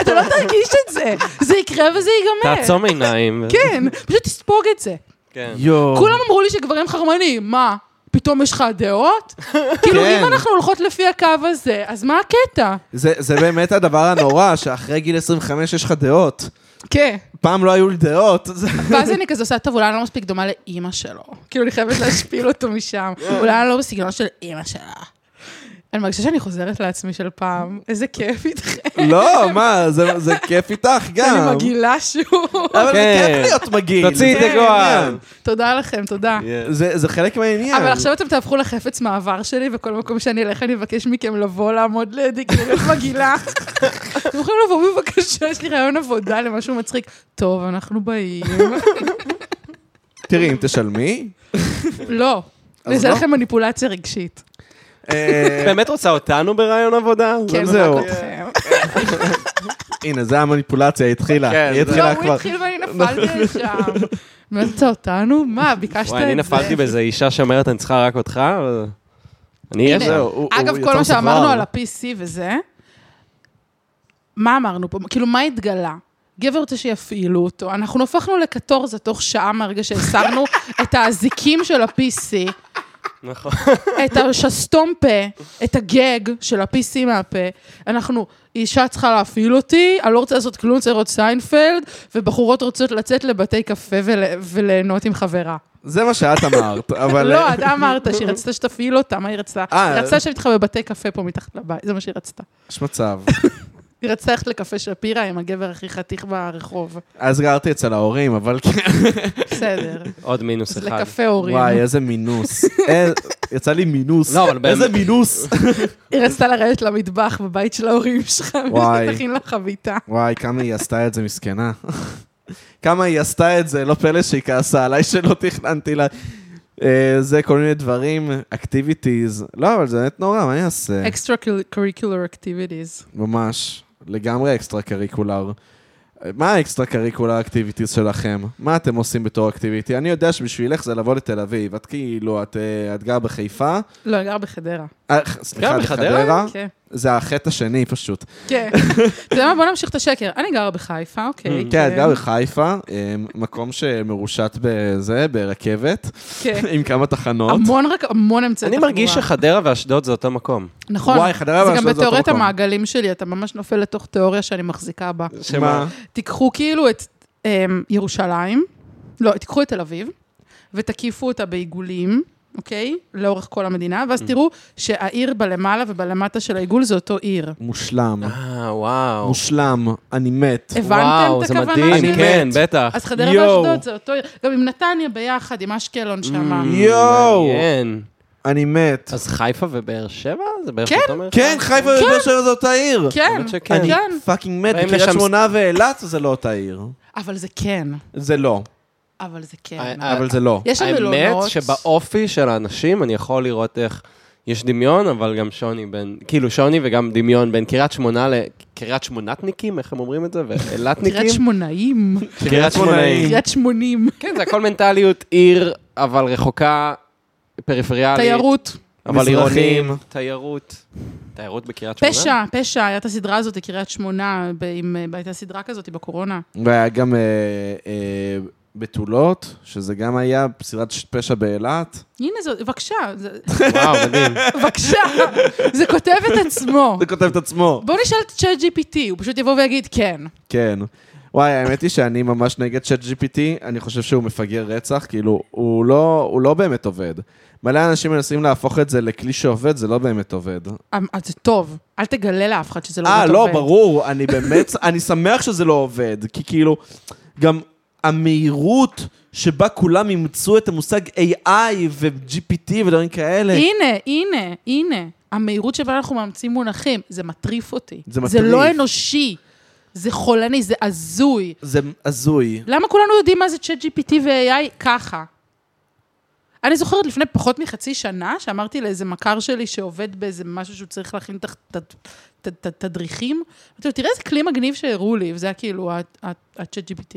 B: אתה לא תרגיש את זה. זה יקרה וזה ייגמר.
C: תעצום עיניים.
B: כן, פשוט תספוג את זה.
C: כן.
A: יואו.
B: כולם אמרו לי שגברים חרמנים, מה? פתאום יש לך דעות? כאילו,
A: כן.
B: אם אנחנו הולכות לפי הקו הזה, אז מה הקטע?
A: זה, זה באמת הדבר הנורא, שאחרי גיל 25 יש לך דעות.
B: כן.
A: פעם לא היו לי דעות. זה...
B: ואז אני כזה עושה, טוב, אולי אני לא מספיק דומה לאימא שלו. כאילו, אני חייבת להשפיל אותו משם. אולי אני לא בסגנון של אימא שלה. אני מרגישה שאני חוזרת לעצמי של פעם. איזה כיף איתכם.
A: לא, מה, זה, זה כיף איתך גם.
B: אני מגעילה שוב. כן,
A: אבל זה
C: כן.
A: כיף להיות מגעיל.
C: תוציאי את
A: זה
C: הגועל.
A: העניין.
B: תודה לכם, תודה.
A: כן. זה, זה חלק מהעניין.
B: אבל עכשיו אתם תהפכו לחפץ מעבר שלי, וכל מקום שאני אלך אני אבקש מכם לבוא לעמוד לידי, כי אני באמת מגעילה. אתם יכולים לבוא בבקשה, יש לי רעיון עבודה למשהו מצחיק. טוב, אנחנו באים.
A: תראי, אם תשלמי...
B: לא. אני אעשה
A: לא?
B: לכם מניפולציה רגשית.
A: אה,
C: באמת רוצה אותנו ברעיון עבודה? לא-
B: כן,
A: זהו.
B: רק אתכם.
A: הנה, זה המניפולציה, היא התחילה.
C: כן,
A: היא
C: זה-
B: לא,
A: התחילה
B: הוא
A: כבר. נכון.
B: התחיל ואני נפלתי לשם. באמצע אותנו? מה, ביקשת את זה?
C: וואי, אני נפלתי באיזה אישה שאומרת, אני צריכה רק אותך, אבל... אני אהיה
B: הנה,
C: שם.
A: זהו, הוא- הוא
B: אגב, כל
A: יצא
B: מה שאמרנו
A: סברר.
B: על ה-PC וזה, מה אמרנו פה? כאילו, מה התגלה? גבר רוצה שיפעילו אותו. אנחנו הפכנו לקטורזה תוך שעה מהרגע שהסרנו את האזיקים של ה-PC,
C: נכון.
B: את השסתום פה, את הגג של ה-PC מהפה. אנחנו, אישה צריכה להפעיל אותי, אני לא רוצה לעשות כלום, צריך לראות סיינפלד, ובחורות רוצות לצאת לבתי קפה ול, וליהנות עם חברה.
A: זה מה שאת אמרת, אבל...
B: לא, אתה אמרת שהיא רצתה שתפעיל אותה, מה היא רצתה?
A: אה.
B: היא רצתה לשבת איתך בבתי קפה פה מתחת לבית, זה מה שהיא רצתה.
A: יש מצב.
B: היא רצתה ללכת לקפה שפירא עם הגבר הכי חתיך ברחוב.
A: אז גרתי אצל ההורים, אבל כן.
B: בסדר.
C: עוד מינוס
B: אז
C: אחד.
B: לקפה הורים.
A: וואי, איזה מינוס. אה, יצא לי מינוס.
C: לא, אבל באמת.
A: איזה מינוס.
B: היא רצתה לרדת למטבח בבית של ההורים שלך,
A: וואי.
B: ותכין לה חביתה.
A: וואי, כמה היא עשתה את זה, מסכנה. כמה היא עשתה את זה, לא פלא שהיא כעסה עליי שלא תכננתי לה. אה, זה כל מיני דברים, אקטיביטיז. לא, אבל זה באמת נורא, מה אני אעשה?
B: Extra curricular activities.
A: ממש. לגמרי אקסטרה קריקולר. מה האקסטרה קריקולה אקטיביטיז שלכם? מה אתם עושים בתור אקטיביטי? אני יודע שבשבילך זה לבוא לתל אביב. את כאילו, את, אה, את גר בחיפה.
B: לא, אני גר בחדרה.
A: אה, סליחה,
C: בחדרה?
A: בחדרה.
B: כן.
A: זה החטא השני פשוט.
B: כן. אתה יודע מה? בוא נמשיך את השקר. אני גרה בחיפה, אוקיי.
A: כן, את גרה בחיפה, אה, מקום שמרושת בזה, ברכבת,
B: כן.
A: עם כמה תחנות.
B: המון רק, המון אמצעי
C: אני
B: תחבורה.
C: מרגיש שחדרה ואשדוד זה אותו מקום.
B: נכון.
A: וואי, חדרה לא
B: זה
A: ואשדוד
B: גם
A: זה אותו
B: בתיאוריית
A: מקום.
B: המעגלים שלי, אתה ממש נופל לתוך תיאוריה שאני מחזיקה בה.
A: מה?
B: תיקחו כאילו את אמ, ירושלים, לא, תיקחו את תל אביב, ותקיפו אותה בעיגולים, אוקיי? לאורך כל המדינה,
C: Mm.
B: ואז תראו שהעיר בלמעלה ובלמטה של העיגול זה אותו עיר.
A: מושלם.
C: אה, וואו.
A: מושלם. אני מת.
B: הבנתם את הכוונה
C: וואו, זה מדהים,
B: שלי?
C: כן, בטח.
B: אז חדרה
A: יואו.
B: ואשדוד זה אותו עיר, גם עם נתניה ביחד, עם אשקלון שמה.
C: Mm,
A: יואו!
C: מעניין.
A: אני מת.
C: אז חיפה ובאר שבע? זה בערך
B: כן,
C: אותו מרחב?
A: כן, חיפה ובאר שבע זה אותה עיר.
B: כן,
C: האמת שכן.
A: אני
B: כן,
A: פאקינג מת,
C: באים
A: בקריית
C: לשם-
A: שמונה ואילת זה לא אותה עיר.
B: אבל זה כן,
A: זה לא,
B: אבל זה
C: אה,
B: כן.
C: אה,
A: אבל זה לא.
B: יש שם
C: האמת
B: מלונות.
C: שבאופי של האנשים אני יכול לראות איך יש דמיון, אבל גם שוני בין, כאילו שוני וגם דמיון בין קריית שמונה לקריית שמונתניקים, איך הם אומרים את זה?
B: קריית
C: ואילתניקים?
B: שמונאים,
A: קריית שמונאים.
B: קריית שמונים,
C: כן, זה הכל מנטליות עיר, אבל רחוקה, פריפריאלית.
B: תיירות,
C: אבל
A: מזרחים.
C: עירונים. תיירות. תיירות בקריית שמונה?
B: פשע, פשע, היה את הסדרה הזאת, קריית שמונה, ב- עם- ב- הייתה סדרה כזאת בקורונה.
A: והיה גם אה, אה, בתולות, שזה גם היה סדרת ש- פשע באילת.
B: הנה, זו- בבקשה, זה-
C: וואו, מדהים.
B: בבקשה, זה כותב את עצמו.
A: זה כותב את עצמו.
B: בוא נשאל את צ'אט GPT, הוא פשוט יבוא ויגיד כן.
A: כן. וואי, האמת היא שאני ממש נגד צ'אט GPT, אני חושב שהוא מפגר רצח, כאילו, הוא לא, הוא לא באמת עובד. מלא אנשים מנסים להפוך את זה לכלי שעובד, זה לא באמת עובד.
B: אה, אז זה טוב, אל תגלה לאף אחד שזה לא
A: אה,
B: באמת
A: לא,
B: עובד.
A: ברור, אני באמת, אני שמח שזה לא עובד, כי כאילו, גם המהירות שבה כולם אימצו את המושג AI ו-GPT ודברים כאלה,
B: הנה, הנה, הנה, המהירות שבה אנחנו מאמצים מונחים, זה מטריף אותי.
A: זה
B: זה
A: מטריף.
B: לא אנושי, זה חולני, זה הזוי.
A: זה הזוי.
B: למה כולנו יודעים מה זה צ'אט GPT ו-AI ככה? אני זוכרת לפני פחות מחצי שנה, שאמרתי לאיזה מכר שלי שעובד באיזה משהו שהוא צריך להכין תח- ת- ת- ת- תדריכים, אמרתי לו, תראה איזה כלי מגניב שהראו לי, וזה היה כאילו ה-chat GPT.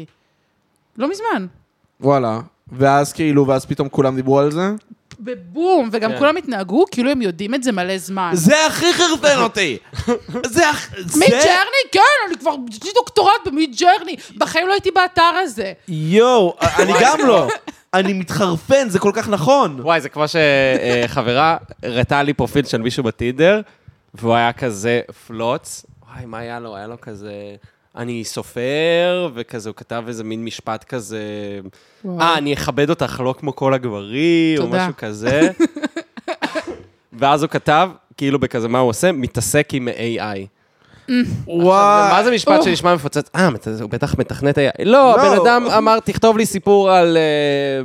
B: לא מזמן.
A: וואלה. ואז כאילו, ואז פתאום כולם דיברו על זה?
B: אה. בבום, וגם
C: כן.
B: כולם התנהגו כאילו הם יודעים את זה מלא זמן.
A: זה הכי חרפן אותי! זה הכי...
B: מיד ג'רני? כן, אני כבר, יש לי דוקטורט במיד ג'רני. בחיים לא הייתי באתר הזה.
A: יואו, אני גם לא. אני מתחרפן, זה כל כך נכון.
C: וואי, זה כמו שחברה הראתה לי פרופיל של מישהו בטינדר, והוא היה כזה פלוץ. וואי, מה היה לו? היה לו כזה... אני סופר, וכזה, הוא כתב איזה מין משפט כזה, אה, אני אכבד אותך לא כמו כל הגברים, או
B: תודה.
C: משהו כזה. ואז הוא כתב, כאילו בכזה, מה הוא עושה? מתעסק עם AI.
A: אה,
C: עכשיו, מה זה משפט
B: אוף.
C: שנשמע מפוצץ? אה, מת- הוא בטח מתכנת AI. לא,
A: לא.
C: הבן אדם אמר, תכתוב לי סיפור על... אה,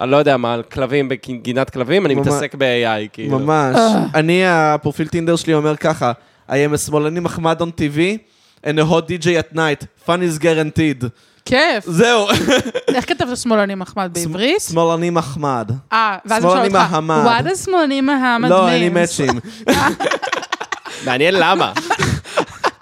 C: אני לא יודע מה, על כלבים, בגינת כלבים, אני
A: ממש-
C: מתעסק ב-AI, כאילו.
A: ממש. אני, הפרופיל טינדר שלי אומר ככה, I am a שמאלני מחמד on TV and a hot DJ at night, fun is guaranteed.
B: כיף.
A: זהו,
B: איך כתבת שמאלני מחמד בעברית?
A: שמאלני מחמד.
B: אה, ואז הוא
A: שמאלני
B: שאל אותך,
A: מהמד.
B: what does שמאלני מהמד
A: לא,
B: means?"
A: אני מאצ'ים.
C: מעניין למה.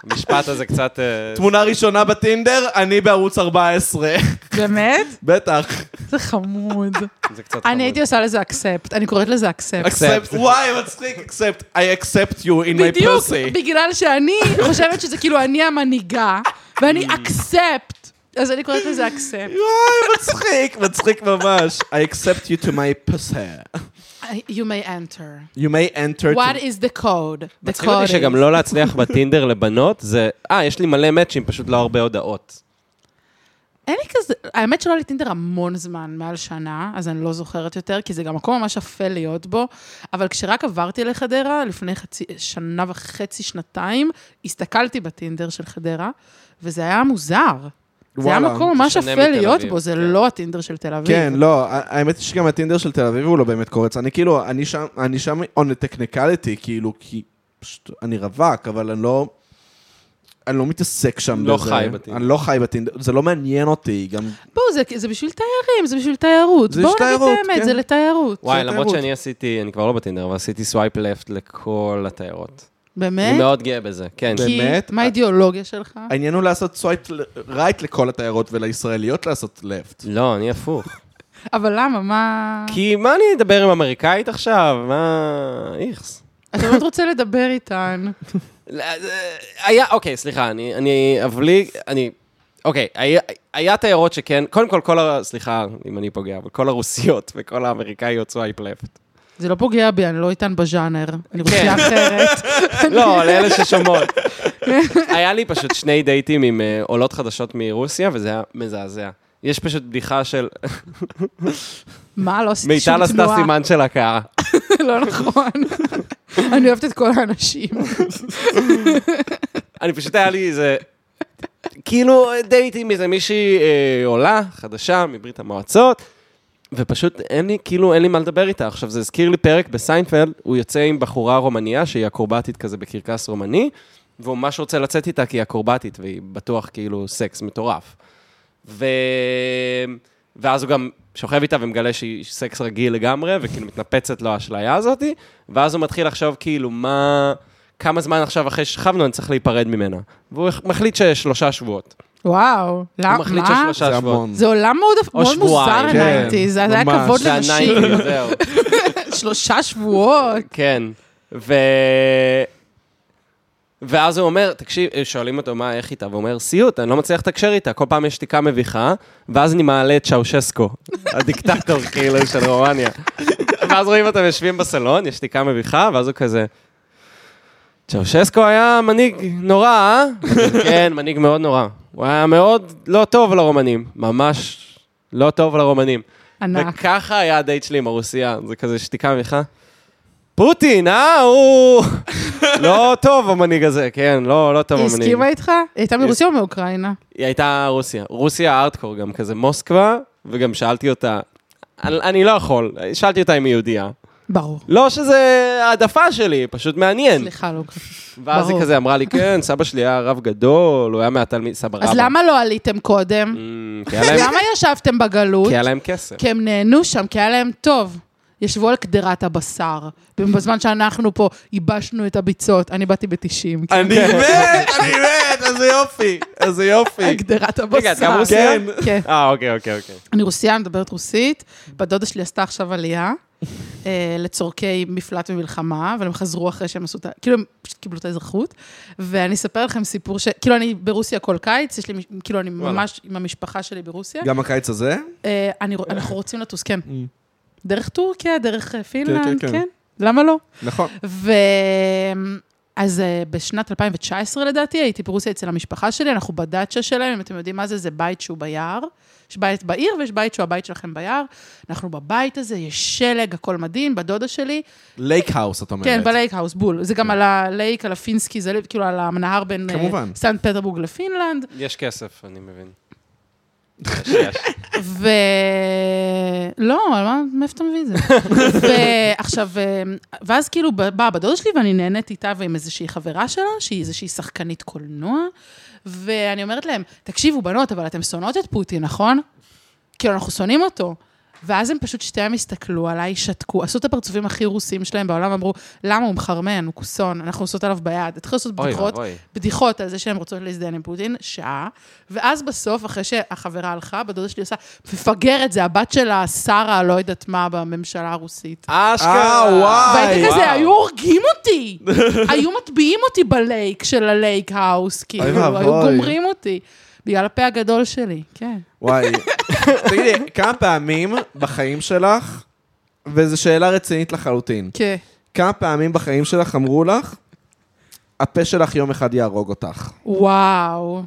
C: המשפט הזה קצת... אה,
A: תמונה ראשונה בטינדר, אני בערוץ 14.
B: באמת?
A: בטח.
B: זה חמוד.
C: זה קצת חמוד.
B: אני הייתי עושה לזה אקספט, אני קוראת לזה אקספט.
A: אקספט.
C: Accept.
A: וואי, מצחיק, אקספט. I accept you in my
B: בדיוק,
A: pussy.
B: בגלל שאני חושבת שזה כאילו אני המנהיגה, ואני
A: Mm.
B: אקספט, אז אני קוראת לזה אקספט.
A: וואי, מצחיק, מצחיק ממש. I accept you to my pussy.
B: You may enter.
A: You may enter
B: What
A: to...
B: is the code? The
C: מצחיק אותי
B: code
C: שגם
B: is...
C: לא להצליח בטינדר לבנות, זה... אה, יש לי מלא מאצ'ים, פשוט לא הרבה הודעות.
B: אין לי כזה, האמת שלא היה לי טינדר המון זמן, מעל שנה, אז אני לא זוכרת יותר, כי זה גם מקום ממש אפל להיות בו, אבל כשרק עברתי לחדרה, לפני חצי, שנה וחצי, שנתיים, הסתכלתי בטינדר של חדרה, וזה היה מוזר. זה היה
A: וואלה,
B: מקום ממש
C: שונה
B: אפל
C: מתל
B: להיות
C: אביב,
B: בו, זה
C: כן.
B: לא הטינדר של תל אביב.
A: כן, לא, ה- האמת היא שגם הטינדר של תל אביב הוא לא באמת קורץ. אני כאילו, אני שם, אני שם on a technicality, כאילו, כי פשוט, אני רווק, אבל אני לא... אני לא מתעסק שם
C: לא
A: בזה.
C: חי בטינדר.
A: אני לא חי בטינדר, זה לא מעניין אותי, גם...
B: בואו, זה, זה בשביל תיירים, זה בשביל תיירות.
A: זה
B: בואו
A: בשביל
B: נגיד את
A: תיירות,
B: האמת,
A: כן.
B: זה לתיירות.
C: וואי, למרות
A: תיירות.
C: שאני עשיתי, אני כבר לא בטינדר, אבל עשיתי סווייפ לפט לכל התיירות.
B: באמת?
C: אני מאוד גאה בזה, כן.
A: באמת?
B: כי מה האידיאולוגיה שלך?
A: העניין הוא לעשות סווייפ רייט לכל התיירות ולישראליות לעשות לפט.
C: לא, אני הפוך.
B: אבל למה? מה...
C: כי מה אני אדבר עם אמריקאית עכשיו? מה... איכס.
B: אתה באמת רוצה לדבר איתן.
C: לא, זה- היה, אוקיי, סליחה, אני, אני, אבלי, אני, אוקיי, היה, היה תיירות שכן, קודם כל, כל ה... סליחה אם אני פוגע, אבל כל הרוסיות וכל האמריקאיות סווייפ לפט.
B: זה לא פוגע בי, אני לא איתן בז'אנר. אני
C: כן.
B: רוצה אחרת.
C: לא, לאלה ששומעות. היה לי פשוט שני דייטים עם אה, עולות חדשות מרוסיה, וזה היה מזעזע. יש פשוט בדיחה של
B: מה, לא עשיתי שום
C: מיטל עשתה
B: תנועה.
C: סימן של הכאה.
B: לא נכון. אני אוהבת את כל האנשים.
C: אני פשוט היה לי איזה... כאילו דייט עם איזה מישהי אה, עולה, חדשה, מברית המועצות, ופשוט אין לי, כאילו אין לי מה לדבר איתה. עכשיו, זה הזכיר לי פרק בסיינפלד, הוא יוצא עם בחורה רומניה, שהיא אקרובטית כזה בקרקס רומני, והוא ממש רוצה לצאת איתה כי היא אקרובטית, והיא בטוח כאילו סקס מטורף. ו... ואז הוא גם שוכב איתה ומגלה שהיא סקס רגיל לגמרי, וכאילו מתנפצת לו האשליה הזאת, ואז הוא מתחיל לחשוב כאילו מה... כמה זמן עכשיו אחרי ששכבנו אני צריך להיפרד ממנה. והוא הח- מחליט ששלושה שבועות.
B: וואו. למה?
C: הוא מחליט ששלושה
A: זה
C: שבועות.
A: המון.
B: זה עולם מאוד-
C: או
B: מאוד מוזר
C: שבועיים.
A: כן,
B: לניינטיז, זה היה
A: ממש.
B: כבוד
C: זה
B: לנשים.
C: ה-90, זהו.
B: שלושה שבועות.
C: כן. ו... ואז הוא אומר, תקשיב, שואלים אותו מה, איך איתה, והוא אומר, סיוט, אני לא מצליח לתקשר איתה, כל פעם יש שתיקה מביכה, ואז אני מעלה את צ'אושסקו, הדיקטטור כאילו של רומניה. ואז רואים אותם יושבים בסלון, יש שתיקה מביכה, ואז הוא כזה, צ'אושסקו היה מנהיג נורא, אה? כן, מנהיג מאוד נורא. הוא היה מאוד לא טוב לרומנים, ממש לא טוב לרומנים.
B: ענק.
C: וככה היה הדייט שלי עם הרוסיה, זה כזה שתיקה ממך. פוטין, אה, הוא... לא טוב המנהיג הזה, כן, לא, לא טוב
B: היא
C: המנהיג.
B: הסכימה איתך? היא הייתה מרוסיה או מאוקראינה?
C: היא הייתה רוסיה, רוסיה ארטקור גם, כזה מוסקבה, וגם שאלתי אותה, אני, אני לא יכול, שאלתי אותה אם היא יהודייה.
B: ברור.
C: לא שזה העדפה שלי, פשוט מעניין.
B: סליחה, לא.
C: ואז היא
B: ברור.
C: כזה אמרה לי, כן, סבא שלי היה רב גדול, הוא היה מהתלמיד, סבא רבא.
B: אז למה לא עליתם קודם?
C: אמ, כי היה להם-
B: למה ישבתם בגלות?
C: כי היה להם כסף.
B: כי הם נהנו שם, כי היה להם טוב. ישבו על קדרת הבשר, בזמן שאנחנו פה ייבשנו את הביצות. אני באתי ב-90.
C: אני מת, אני מת, איזה יופי, איזה יופי.
B: על קדרת הבשר.
C: רגע, את גם רוסיה?
A: כן.
B: כן.
C: אה, אוקיי, אוקיי, אוקיי.
B: אני רוסיה, אני מדברת רוסית. בת דודה שלי עשתה עכשיו עלייה אה, לצורכי מפלט ומלחמה, אבל הם חזרו אחרי שהם עשו את ה... כאילו, הם פשוט קיבלו את האזרחות. ואני אספר לכם סיפור ש... כאילו, אני ברוסיה כל קיץ, יש לי... מש- כאילו, אני
C: וואלה.
B: ממש עם המשפחה שלי ברוסיה.
A: גם הקיץ הזה?
B: אה, אני- אנחנו רוצים לטוס, כן. דרך טורקיה, דרך אה, פינלנד,
A: Mm. כן, כן.
B: כן. למה לא?
A: נכון.
B: ו... אז אה, בשנת 2019 לדעתי, הייתי ברוסיה אצל המשפחה שלי, אנחנו בדאצ'ה שלהם, אם אתם יודעים מה זה, זה בית שהוא ביער. יש בית בעיר ויש בית שהוא הבית שלכם ביער. אנחנו בבית הזה, יש שלג, הכל מדהים, בדודה שלי.
A: לייק האוס, את אומרת.
B: כן, בלייק האוס, בול. זה גם על הלייק, על הפינסקי, זה כאילו על הנהר בין אה,
A: כן. כמובן.
B: סנט פטרבורג לפינלנד.
C: יש כסף, אני מבין. יש, יש.
B: ו... לא, אבל מה, מאיפה אתה מביא את זה? ועכשיו, אה, ואז כאילו באה הבת דודה שלי, ואני נהנית איתה ועם איזושהי חברה שלה, שהיא איזושהי שחקנית קולנוע, ואני אומרת להם, תקשיבו, בנות, אבל אתן שונאות את פוטין, נכון? כאילו, אנחנו שונאים אותו. ואז הם פשוט שתיהם הסתכלו עליי, שתקו, עשו את הפרצופים הכי רוסים שלהם בעולם, אמרו, למה הוא מחרמן, הוא כוסון, אנחנו עושות עליו ביד. התחילו לעשות
C: אוי
B: בדיחות,
C: ואבוי.
B: בדיחות על זה שהן רוצות להזדהן עם פוטין, שעה, ואז בסוף, אחרי שהחברה הלכה, בת דודה שלי עושה, מפגר את זה, הבת שלה, שרה, הלא יודעת מה, בממשלה הרוסית.
C: אשכרה.
A: אה, וואו.
B: והייתי
A: וואו.
B: כזה, היו הורגים אותי! היו מטביעים אותי בלייק של הלייק האוס, כאילו, היו
A: ואבוי.
B: גומרים אותי. בגלל הפה הגדול שלי, כן.
A: וואי. תגידי, כמה פעמים בחיים שלך, וזו שאלה רצינית לחלוטין,
B: כן.
A: כמה פעמים בחיים שלך אמרו לך, הפה שלך יום אחד יהרוג אותך?
B: וואו.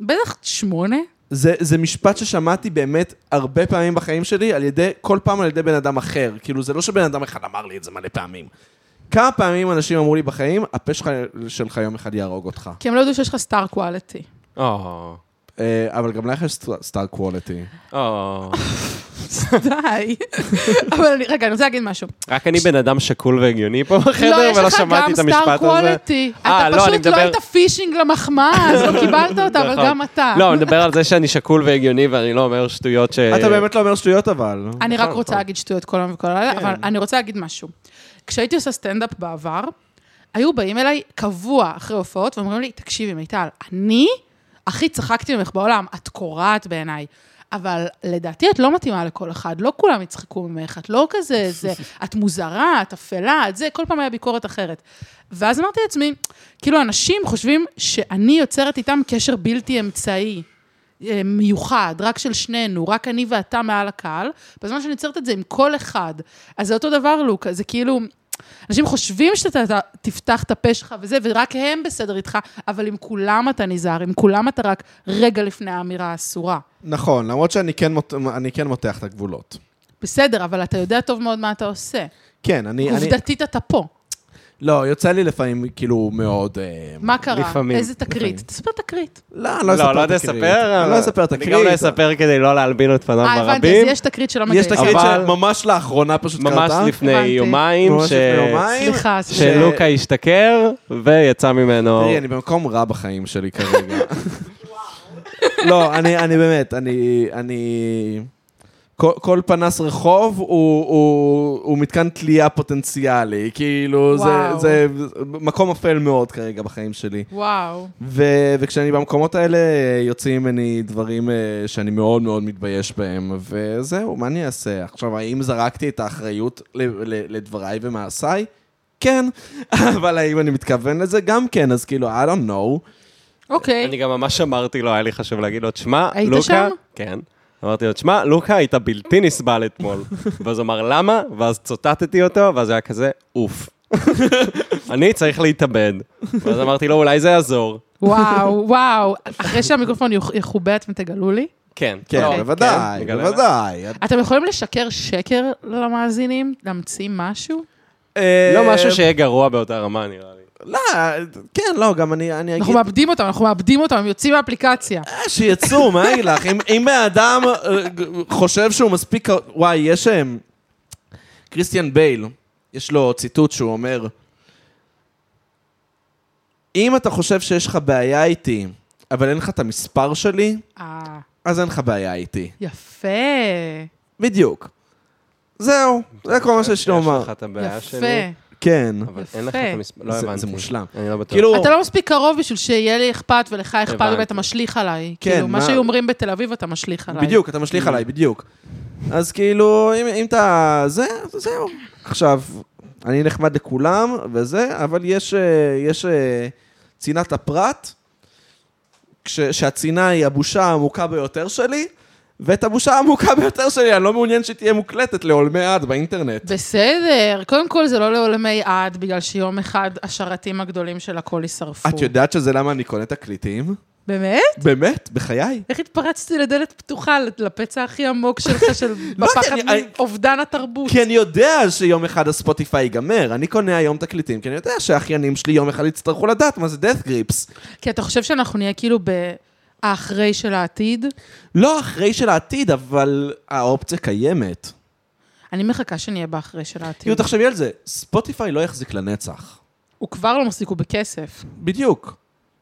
B: בטח שמונה?
A: זה, זה משפט ששמעתי באמת הרבה פעמים בחיים שלי, על ידי, כל פעם על ידי בן אדם אחר. כאילו, זה לא שבן אדם אחד אמר לי את זה מלא פעמים. כמה פעמים אנשים אמרו לי בחיים, הפה שלך, שלך יום אחד יהרוג אותך.
B: כי הם לא ידעו שיש לך סטאר קואליטי.
C: או,
A: אה, אבל גם לך יש סט- סטאר קוולטי.
C: או.
B: די. אבל אני, רגע, אני רוצה להגיד משהו.
C: רק אני בן אדם שקול והגיוני פה בחדר, ולא שמעתי את המשפט הזה.
B: לא, יש לך גם סטאר קואליטי. אתה
C: אה, לא, אני
B: פשוט לא
C: מדבר-
B: היית פישינג למחמאה, אז לא קיבלת אותה, אבל
C: נכון.
B: גם אתה.
C: לא, אני מדבר על זה שאני שקול והגיוני ואני לא אומר שטויות ש...
A: אתה באמת לא אומר שטויות אבל.
B: אני רק
C: נכון,
B: רוצה
C: נכון.
B: להגיד שטויות כל היום וכל הלילה, אבל אני רוצה להגיד משהו. כשהייתי עושה סטנדאפ בעבר, היו באים אליי קבוע אחרי הופעות ואומרים לי, תקשיבי, מיטל, אני הכי צחקתי ממך בעולם, את קורעת בעיניי. אבל לדעתי את לא מתאימה לכל אחד, לא כולם יצחקו ממך, את לא כזה, זה, את מוזרה, את אפלה, את זה, כל פעם היה ביקורת אחרת. ואז אמרתי לעצמי, כאילו, אנשים חושבים שאני יוצרת איתם קשר בלתי אמצעי. אה, מיוחד, רק של שנינו, רק אני ואתה מעל הקהל, בזמן שאני יוצרת את זה עם כל אחד. אז זה אותו דבר, לוק, זה כאילו, אנשים חושבים שאתה אתה תפתח את הפה שלך וזה, ורק הם בסדר איתך, אבל עם כולם אתה נזהר, עם כולם אתה רק רגע לפני האמירה האסורה.
A: נכון, למרות שאני כן, מות... אני כן מותח את הגבולות.
B: בסדר, אבל אתה יודע טוב מאוד מה אתה עושה.
A: כן, אני... אני...
B: עובדתית אתה פה.
A: לא, יוצא לי לפעמים כאילו מאוד... אה,
B: מה קרה?
C: לפעמים,
B: איזה תקרית?
A: לפעמים.
B: תספר תקרית.
A: לא, אני לא אספר
C: לא, לא
A: את התקרית.
C: תספר.
A: אני לא אספר את
C: אני גם לא
A: התקרית.
C: אספר כדי לא להלבין את פניו
B: אה, הבנתי,
C: ברבים.
B: אז יש תקרית שלא
A: יש
B: מגייסת.
A: תקרית
C: אבל-
A: שממש לאחרונה פשוט קרתה.
C: ממש לפני
B: הבנתי.
C: יומיים,
A: ממש
C: ש-
A: לפני יומיים.
B: סליחה,
A: ש-
B: סליחה.
C: שלוקה השתכר ויצא ממנו.
A: תראי, אני במקום רע בחיים שלי כרגע. לא, אני, אני באמת, אני... אני... כל, כל פנס רחוב הוא, הוא, הוא מתקן תלייה פוטנציאלי, כאילו זה,
B: וואו.
A: זה מקום אפל מאוד כרגע בחיים שלי.
B: וואו.
A: ו, וכשאני במקומות האלה יוצאים ממני דברים אה, שאני מאוד מאוד מתבייש בהם, וזהו, מה אני אעשה? עכשיו, האם זרקתי את האחריות ל, ל, לדבריי ומעשיי? כן, אבל האם אני מתכוון לזה? גם כן, אז כאילו, I don't know.
B: אוקיי.
C: אני גם ממש אמרתי לו, היה לי חשוב להגיד לו, תשמע,
B: היית
C: לוקה...
B: שם?
C: כן. אמרתי לו, תשמע, לוקה, היית בלתי נסבל אתמול. ואז הוא אמר, למה? ואז צוטטתי אותו, ואז הוא היה כזה, אוף. אני צריך להתאבד. ואז אמרתי לו, אולי זה יעזור.
B: וואו, וואו. אחרי שהמיקרופון יח- יחובה, אתם תגלו לי?
C: כן.
A: כן,
C: לא,
A: בוודאי,
C: נגלה.
A: בוודאי.
B: אתם יכולים לשקר שקר למאזינים? להמציא משהו?
A: אה,
C: לא משהו שיהיה גרוע באותה רמה, נראה לי.
A: לא, כן, לא, גם אני אני
B: אנחנו
A: אגיד...
B: מאבדים אותם, אנחנו מאבדים אותם, הם יוצאים מהאפליקציה.
A: אה, שיצאו, מה אני לך? אם- אם בן אדם אה, ג- חושב שהוא מספיק... קר- וואי, יש... הם, קריסטיאן בייל, יש לו ציטוט שהוא אומר, אם אתה חושב שיש לך בעיה איתי, אבל אין לך את המספר שלי,
B: אה,
A: אז אין לך בעיה איתי.
B: יפה.
A: בדיוק. זהו, זה כל מה שיש לי
C: יש
A: לומר.
C: לך את הבעיה שלי,
B: יפה.
A: כן.
C: אבל
B: יפה.
C: אין לך את המספר, לא
A: זה-
C: הבנתי.
A: זה מושלם.
C: אני לא בטוח.
A: כאילו,
B: אתה לא מספיק קרוב בשביל שיהיה לי אכפת ולך אכפת
C: הבנתי.
B: ואתה משליך עליי.
A: כן,
B: כאילו, מה
A: מה-
B: שהיו אומרים בתל אביב אתה משליך עליי.
A: בדיוק, אתה משליך עליי, בדיוק. אז כאילו, אם, אם אתה... זה, זהו. עכשיו, אני נחמד לכולם וזה, אבל יש, אה, יש אה, צנעת הפרט, כש, שהצנעה היא הבושה העמוקה ביותר שלי, ואת הבושה העמוקה ביותר שלי, אני לא מעוניין שהיא תהיה מוקלטת לעולמי עד באינטרנט.
B: בסדר, קודם כל זה לא לעולמי עד, בגלל שיום אחד השרתים הגדולים של הכל יישרפו.
A: את יודעת שזה למה אני קונה תקליטים?
B: באמת?
A: באמת, בחיי.
B: איך התפרצתי לדלת פתוחה, לפצע הכי עמוק שלך, של בפחד
A: אני- אני- כן,
B: מאובדן התרבות?
A: כי אני יודע שיום אחד הספוטיפיי ייגמר. אני קונה היום תקליטים, כי אני יודע שהאחיינים שלי יום אחד יצטרכו לדעת מה זה death grips.
B: כי אתה חושב שאנחנו נהיה כאילו באחרי של העתיד?
A: לא אחרי של העתיד, אבל האופציה קיימת.
B: אני מחכה שנהיה באחרי של
A: כאילו,
B: העתיד.
A: תחשבי על זה, ספוטיפיי לא יחזיק לנצח.
B: הוא כבר לא מחזיק, הוא בכסף.
A: בדיוק.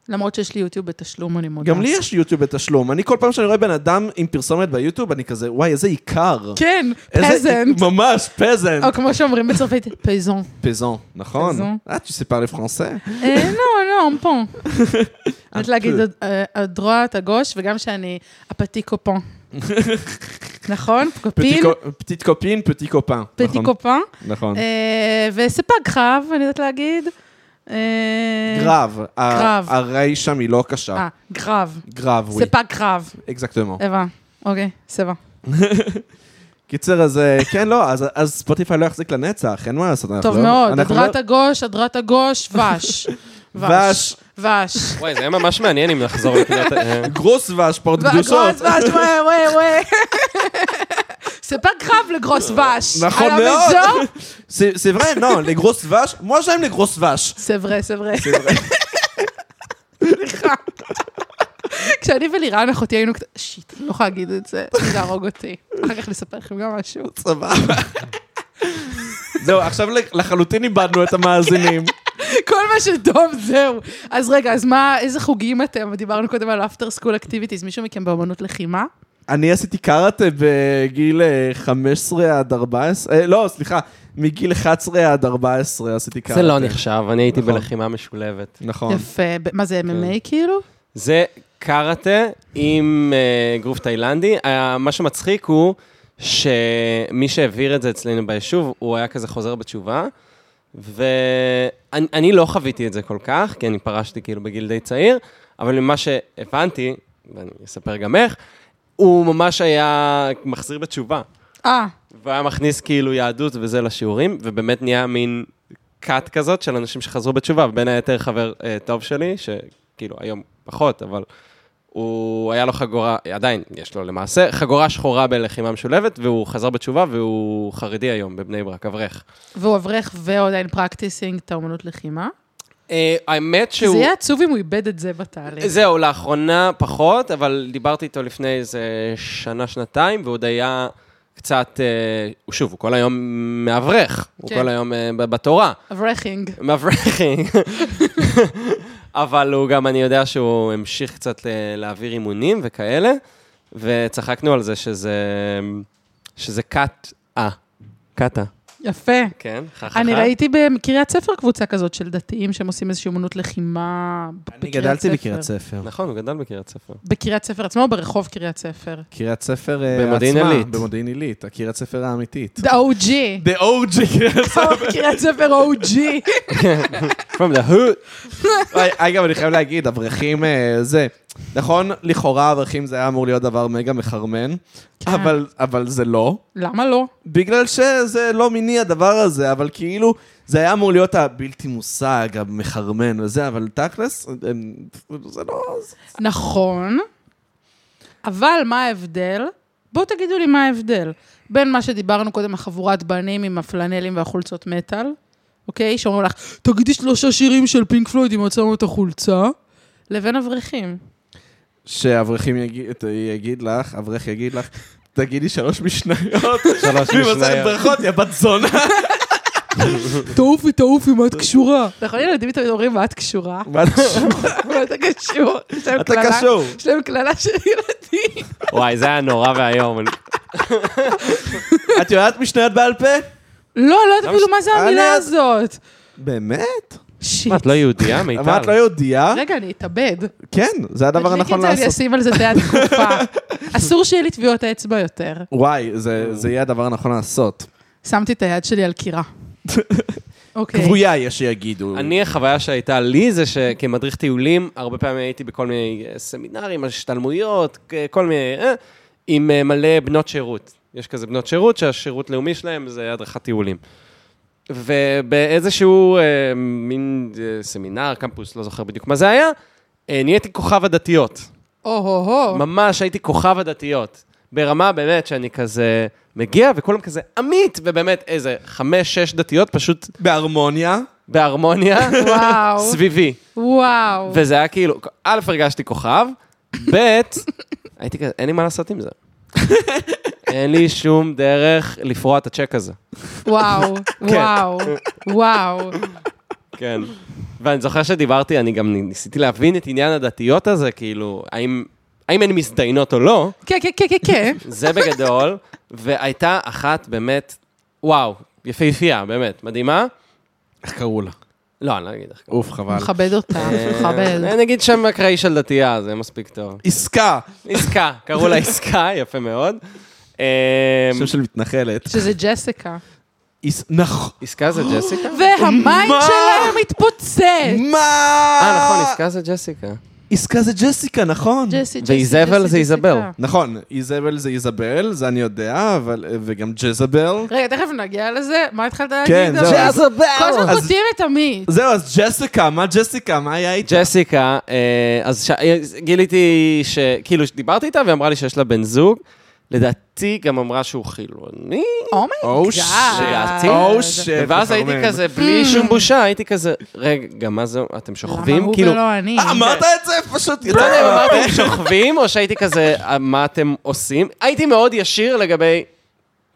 B: למרות שיש לי יוטיוב בתשלום, אני מודה.
A: גם לי יש יוטיוב בתשלום. אני כל פעם שאני רואה בן אדם עם פרסומת ביוטיוב, אני כזה, וואי, איזה עיקר.
B: כן,
A: איזה-
B: פזנט.
A: ממש, פזנט.
B: או כמו שאומרים בצרפתית, פייזון.
A: פזון, נכון?
B: פזון.
A: אה, tu sais parler français?
B: אה, לא, לא, אמפו. יודעת להגיד
A: peu.
B: אה, הדרוע, הגוש, וגם שאני הפתי קופון. נכון? קופין,
A: פטיט קופין, פטיט קופן.
B: פתי קופון.
A: נכון.
B: אה, וספג חב, אני יודעת להגיד. אה,
A: גרב. ה-
B: גרב.
A: הרי שם היא לא קשה.
B: אה, גרב.
A: גרב, ווי.
B: ספג חב.
A: אקזקטומו.
B: הבא. אוקיי, סבבה.
A: קיצר, אז אה, כן, לא, אז- אז ספוטיפיי לא יחזיק לנצח, אין מה לעשות. אנחנו
B: טוב
A: לא-
B: מאוד,
A: אנחנו לא-
B: הדרת הגוש, הדרת הגוש, וש.
A: וש.
B: וש.
C: וואי, זה היה ממש מעניין אם נחזור לקנות... אה,
A: גרוס והשפעות קדושות.
B: גרוס וש, וואי, וואי, וואי. ספג חב לגרוס וש.
A: נכון
B: על
A: מאוד.
B: המזור,
A: C'est c'est vrai, non, les grosses vaches, moi j'aime les grosses vaches.
B: C'est vrai, c'est vrai.
A: C'est vrai.
B: סליחה. כשאני ולירן אחותי היינו קצת... שיט, אני לא יכולה להגיד את זה, זה יהרוג אותי. אחר כך נספר לכם גם משהו.
A: סבבה. זהו, עכשיו לחלוטין איבדנו את המאזינים.
B: כל מה שטוב, זהו. אז רגע, אז מה, איזה חוגים אתם? דיברנו קודם על אפטר סקול אקטיביטיז. מישהו מכם באמנות לחימה?
A: אני עשיתי קראטה בגיל אה, 15 עד 14, אה, לא, סליחה, מגיל 11 עד 14 עשיתי קראטה.
C: זה לא נחשב, אני הייתי
A: נכון.
C: בלחימה משולבת.
A: נכון. כן.
B: יפה. ב- מה זה, MMA כאילו?
C: זה קארטה עם אה, גרוף תאילנדי. אה, מה שמצחיק הוא שמי שהעביר את זה אצלנו ביישוב, הוא היה כזה חוזר בתשובה, ואני אני לא חוויתי את זה כל כך, כי אני פרשתי כאילו בגיל די צעיר, אבל ממה שהבנתי, ואני אספר גם איך, הוא ממש היה מחזיר בתשובה.
B: אה,
C: והיה מכניס כאילו יהדות וזה לשיעורים, ובאמת נהיה מין כת כזאת של אנשים שחזרו בתשובה, ובין היתר חבר אה, טוב שלי, שכאילו היום פחות, אבל הוא, היה לו חגורה, עדיין יש לו למעשה, חגורה שחורה בלחימה משולבת, והוא חזר בתשובה והוא חרדי היום בבני ברק, אברך.
B: והוא אברך והוא עדיין פרקטיסינג את האומנות לחימה.
C: אה, האמת שהוא...
B: זה יהיה עצוב אם הוא איבד את זה בתהליך.
C: זהו, לאחרונה פחות, אבל דיברתי איתו לפני איזה שנה-שנתיים, והוא עוד היה קצת, אה, הוא- שוב, הוא כל היום מאברך, הוא
B: כן.
C: כל היום אה, ב- בתורה.
B: אברכים.
C: מברכי. אבל הוא גם, אני יודע שהוא המשיך קצת ל- להעביר אימונים וכאלה, וצחקנו על זה שזה, שזה קאט, אה, קאטה.
B: יפה.
C: כן, חככה.
B: אני ראיתי בקריית ספר קבוצה כזאת של דתיים שהם עושים איזושהי אומנות לחימה בקריית ספר.
A: אני גדלתי בקריית ספר.
C: נכון, הוא גדל בקריית ספר.
B: בקריית ספר עצמו או ברחוב קריית ספר?
A: קריית ספר אה,
C: במודיעין
A: עצמה,
C: עילית.
A: במודיעין עילית, הקריית ספר האמיתית.
B: The OG.
A: The OG קריית
B: קריית ספר OG.
C: From the hood.
A: וואי, אגב, אני חייב להגיד, אברכים אה, זה... נכון, לכאורה אברכים זה היה אמור להיות דבר מגה מחרמן,
B: כן.
A: אבל, אבל זה לא.
B: למה לא?
A: בגלל שזה לא מיני הדבר הזה, אבל כאילו, זה היה אמור להיות הבלתי מושג, המחרמן וזה, אבל תכלס, הם- זה לא... זה-
B: נכון, אבל מה ההבדל? בואו תגידו לי מה ההבדל בין מה שדיברנו קודם, החבורת בנים עם הפלנלים והחולצות מטאל, אוקיי? שאומרים לך, תגידי שלושה שירים של פינק פלויד אם עצרנו את החולצה, לבין אברכים.
A: שאברכים יגיד, יגיד לך, אברך יגיד לך, תגידי שלוש משניות,
C: שלוש
A: ממסכת ברכות, יא בת זונה.
B: תעופי, תעופי, מה את קשורה? נכון, ילדים תמיד אומרים, מה את קשורה?
A: מה אתה קשור?
B: מה אתה קשור? יש להם
A: אתה
B: קללה-
A: קשור.
B: יש להם קללה של ילדים.
C: וואי, זה היה נורא ואיום.
A: את יודעת משניות בעל פה?
B: לא, לא יודעת אפילו מה זה המילה
A: אני-
B: הזאת.
A: באמת?
B: שיט.
C: מה, את לא יהודייה, מיטל?
A: אבל את לא יהודייה?
B: רגע, אני אתאבד.
A: כן, זה הדבר
B: תדליק
A: הנכון
B: את זה, אני
A: לעשות.
B: אשים על זה דעה תקופה. אסור שיהיה לי טביעות האצבע יותר.
A: וואי, זה, זה יהיה הדבר הנכון לעשות.
B: שמתי את היד שלי על קירה. אוקיי.
A: כבויה יש שיגידו.
C: אני, החוויה שהייתה לי זה שכמדריך טיולים, הרבה פעמים הייתי בכל מיני אה, סמינרים, השתלמויות, כ- כל מיני... אה, עם אה, מלא בנות שירות. יש כזה בנות שירות שהשירות לאומי שלהם זה הדרכת טיולים. ובאיזשהו אה, מין אה, סמינר, קמפוס, לא זוכר בדיוק מה זה היה, אה, נהייתי כוכב הדתיות.
B: או-הו-הו.
C: ממש הייתי כוכב הדתיות. ברמה באמת שאני כזה מגיע, וכולם כזה עמית, ובאמת איזה חמש, שש דתיות פשוט
A: בהרמוניה,
C: בהרמוניה
B: וואו.
C: סביבי.
B: וואו.
C: וזה היה כאילו, א', הרגשתי כוכב, ב', הייתי כזה, אין לי מה לעשות עם זה. אין לי שום דרך לפרוע את הצ'ק הזה.
B: וואו.
A: כן.
B: וואו. וואו.
C: כן. ואני זוכר שדיברתי, אני גם ניסיתי להבין את עניין הדתיות הזה, כאילו, האם, האם הן מזדיינות או לא,
B: כן, כן, כן, כן, כן.
C: זה בגדול, והייתה אחת באמת, וואו, יפהפייה, באמת, מדהימה.
A: איך קראו לה?
C: לא, אני לא אגיד איך.
A: אוף, חבל.
B: מכבד אותה,
C: אה,
B: מכבד.
C: אני אגיד שם אקראי של דתייה, זה מספיק טוב.
A: עסקה,
C: עסקה, קראו לה עסקה, יפה מאוד. אמ,
A: שם של מתנחלת.
B: שזה ג'סיקה.
A: עס- נכון.
C: עסקה זה ג'סיקה?
B: והמיינד
A: מה?
B: שלהם מתפוצץ.
A: מה?
C: אה, נכון, עסקה זה ג'סיקה.
A: עסקה זה ג'סיקה, נכון.
B: ג'סי, ג'סי,
C: ואיזבל
B: ג'סי, ג'סיקה.
C: זה איזבל.
A: נכון, איזבל זה איזבל, זה אני יודע, אבל... וגם ג'זבל.
B: רגע, תכף נגיע לזה. מה התחלת להגיד?
A: כן, זהו.
B: אבל- כל הזמן
A: אז-
B: קוטעים את עמית.
A: זהו, אז ג'סיקה, מה ג'סיקה? מה היה איתה?
C: ג'סיקה, אה, אז ש- אה, גיליתי ש... כאילו, דיברתי איתה והיא אמרה לי שיש לה בן זוג. לדעתי גם אמרה שהוא חילוני.
A: או
B: אומייגאד.
A: שיט.
C: שיט.
A: או שיט.
C: אה, ואז הייתי
A: מחרמן.
C: כזה, בלי שום בושה, הייתי כזה, רגע, מה זה, אתם
B: למה
C: שוכבים?
B: הוא
C: כאילו,
B: ולא אני?
A: אה, אמרת את זה? פשוט
C: לא
A: יצא
C: יודע אם
A: לי
C: אמרתי, "אתם שוכבים, או שהייתי כזה, "אה, מה אתם עושים? הייתי מאוד ישיר לגבי,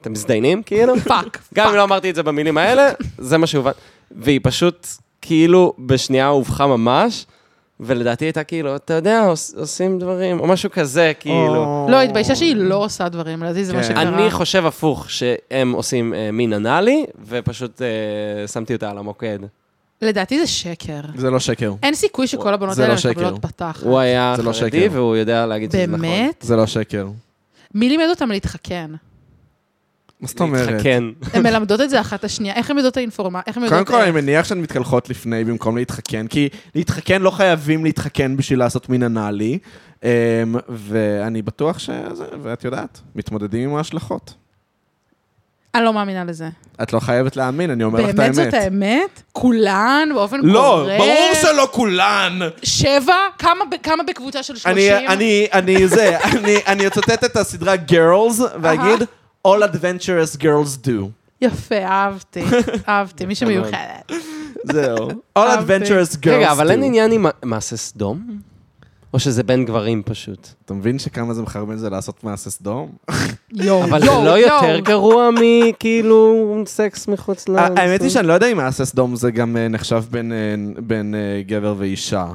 C: אתם מזדיינים, כאילו?
B: פאק.
C: גם אם לא אמרתי את זה במילים האלה, זה מה שהובן. והיא פשוט, כאילו, בשנייה הובכה ממש, ולדעתי הייתה כאילו, אתה יודע, עוש- עושים דברים, או משהו כזה, כאילו.
B: לא, התביישה שהיא לא עושה דברים, לדעתי זה מה
A: כן.
B: שקרה.
C: אני חושב הפוך, שהם עושים אה, מין אנאלי, ופשוט אה, שמתי אותה על המוקד.
B: לדעתי זה שקר.
A: זה לא שקר.
B: אין סיכוי שכל הבנות
A: זה
B: האלה
A: לא שקר.
B: מקבלות פתחת.
C: הוא היה
A: זה לא
C: חרדי,
A: שקר.
C: והוא יודע להגיד שזה נכון.
B: באמת?
A: זה לא שקר.
B: מי לימד אותם להתחכן?
A: מה זאת אומרת?
C: להתחכן.
B: הן מלמדות את זה אחת את השנייה, איך הן יודעות את האינפורמציה? איך הן
A: קודם
B: יודעות...
A: כל, אני מניח שהן מתקלחות לפני במקום להתחכן, כי להתחכן, לא חייבים להתחכן בשביל לעשות מין אנאלי. אמ, ואני בטוח שזה, ואת יודעת, מתמודדים עם ההשלכות.
B: אני לא מאמינה לזה.
A: את לא חייבת להאמין, אני אומר לך את
B: באמת זאת
A: האמת.
B: האמת? כולן באופן גורף?
A: לא, ברור שלא כולן.
B: שבע? כמה ב- כמה בקבוצה של שלושים?
A: אני, אני, אני זה, אני, אני אצטט את הסדרה Girls, ואגיד, All adventurous girls do.
B: יפה, אהבתי, אהבתי, מי
C: לא-
B: שמיוחדת.
A: זהו. All
B: אהבתי.
A: adventurous girls do.
C: רגע, אבל אין עניין עם מע- מעשה סדום? או שזה בין גברים פשוט?
A: אתה מבין שכמה זה מחרמן זה לעשות מעשה סדום?
B: יואו,
C: אבל זה לא יותר גרוע מכאילו סקס מחוץ ל...
A: האמת היא שאני לא יודע אם מעשה סדום זה גם אה, נחשב בין, אה, בין אה, גבר ואישה.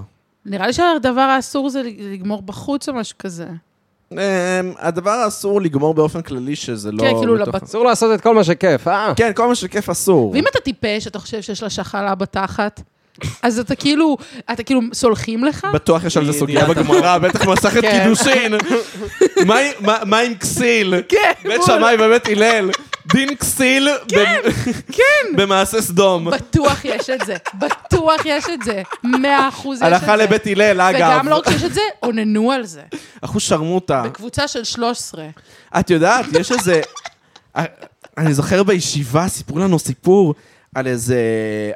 B: נראה לי שהדבר האסור זה לגמור בחוץ או משהו כזה.
A: אה, הדבר האסור לגמור באופן כללי שזה לא...
B: כן, כאילו
A: בתוך-
B: לבת-
C: אסור לעשות את כל מה שכיף, אה?
A: כן, כל מה שכיף אסור.
B: ואם אתה טיפש, אתה חושב שיש לה שחלה בתחת, אז אתה כאילו, אתה כאילו, סולחים לך?
A: בטוח יש על זה סוגיה
C: ידיעת
A: בגמרא, בטח מסכת
B: כן.
A: קידושין. מה עם- מה- מה עם כסיל?
B: כן,
A: בית
B: בול.
A: שמאי ובית הלל. דין כסיל
B: כן,
A: במ- במעשה סדום.
B: בטוח יש את זה, בטוח יש את זה, מאה אחוז יש את זה.
A: הלכה לבית אה. הלל, אגב.
B: וגם לא רק שיש את זה, אוננו על זה.
A: אחוז שרמוטה.
B: בקבוצה של 13.
A: את יודעת, יש איזה... אני זוכר בישיבה, סיפרו לנו סיפור על איזה,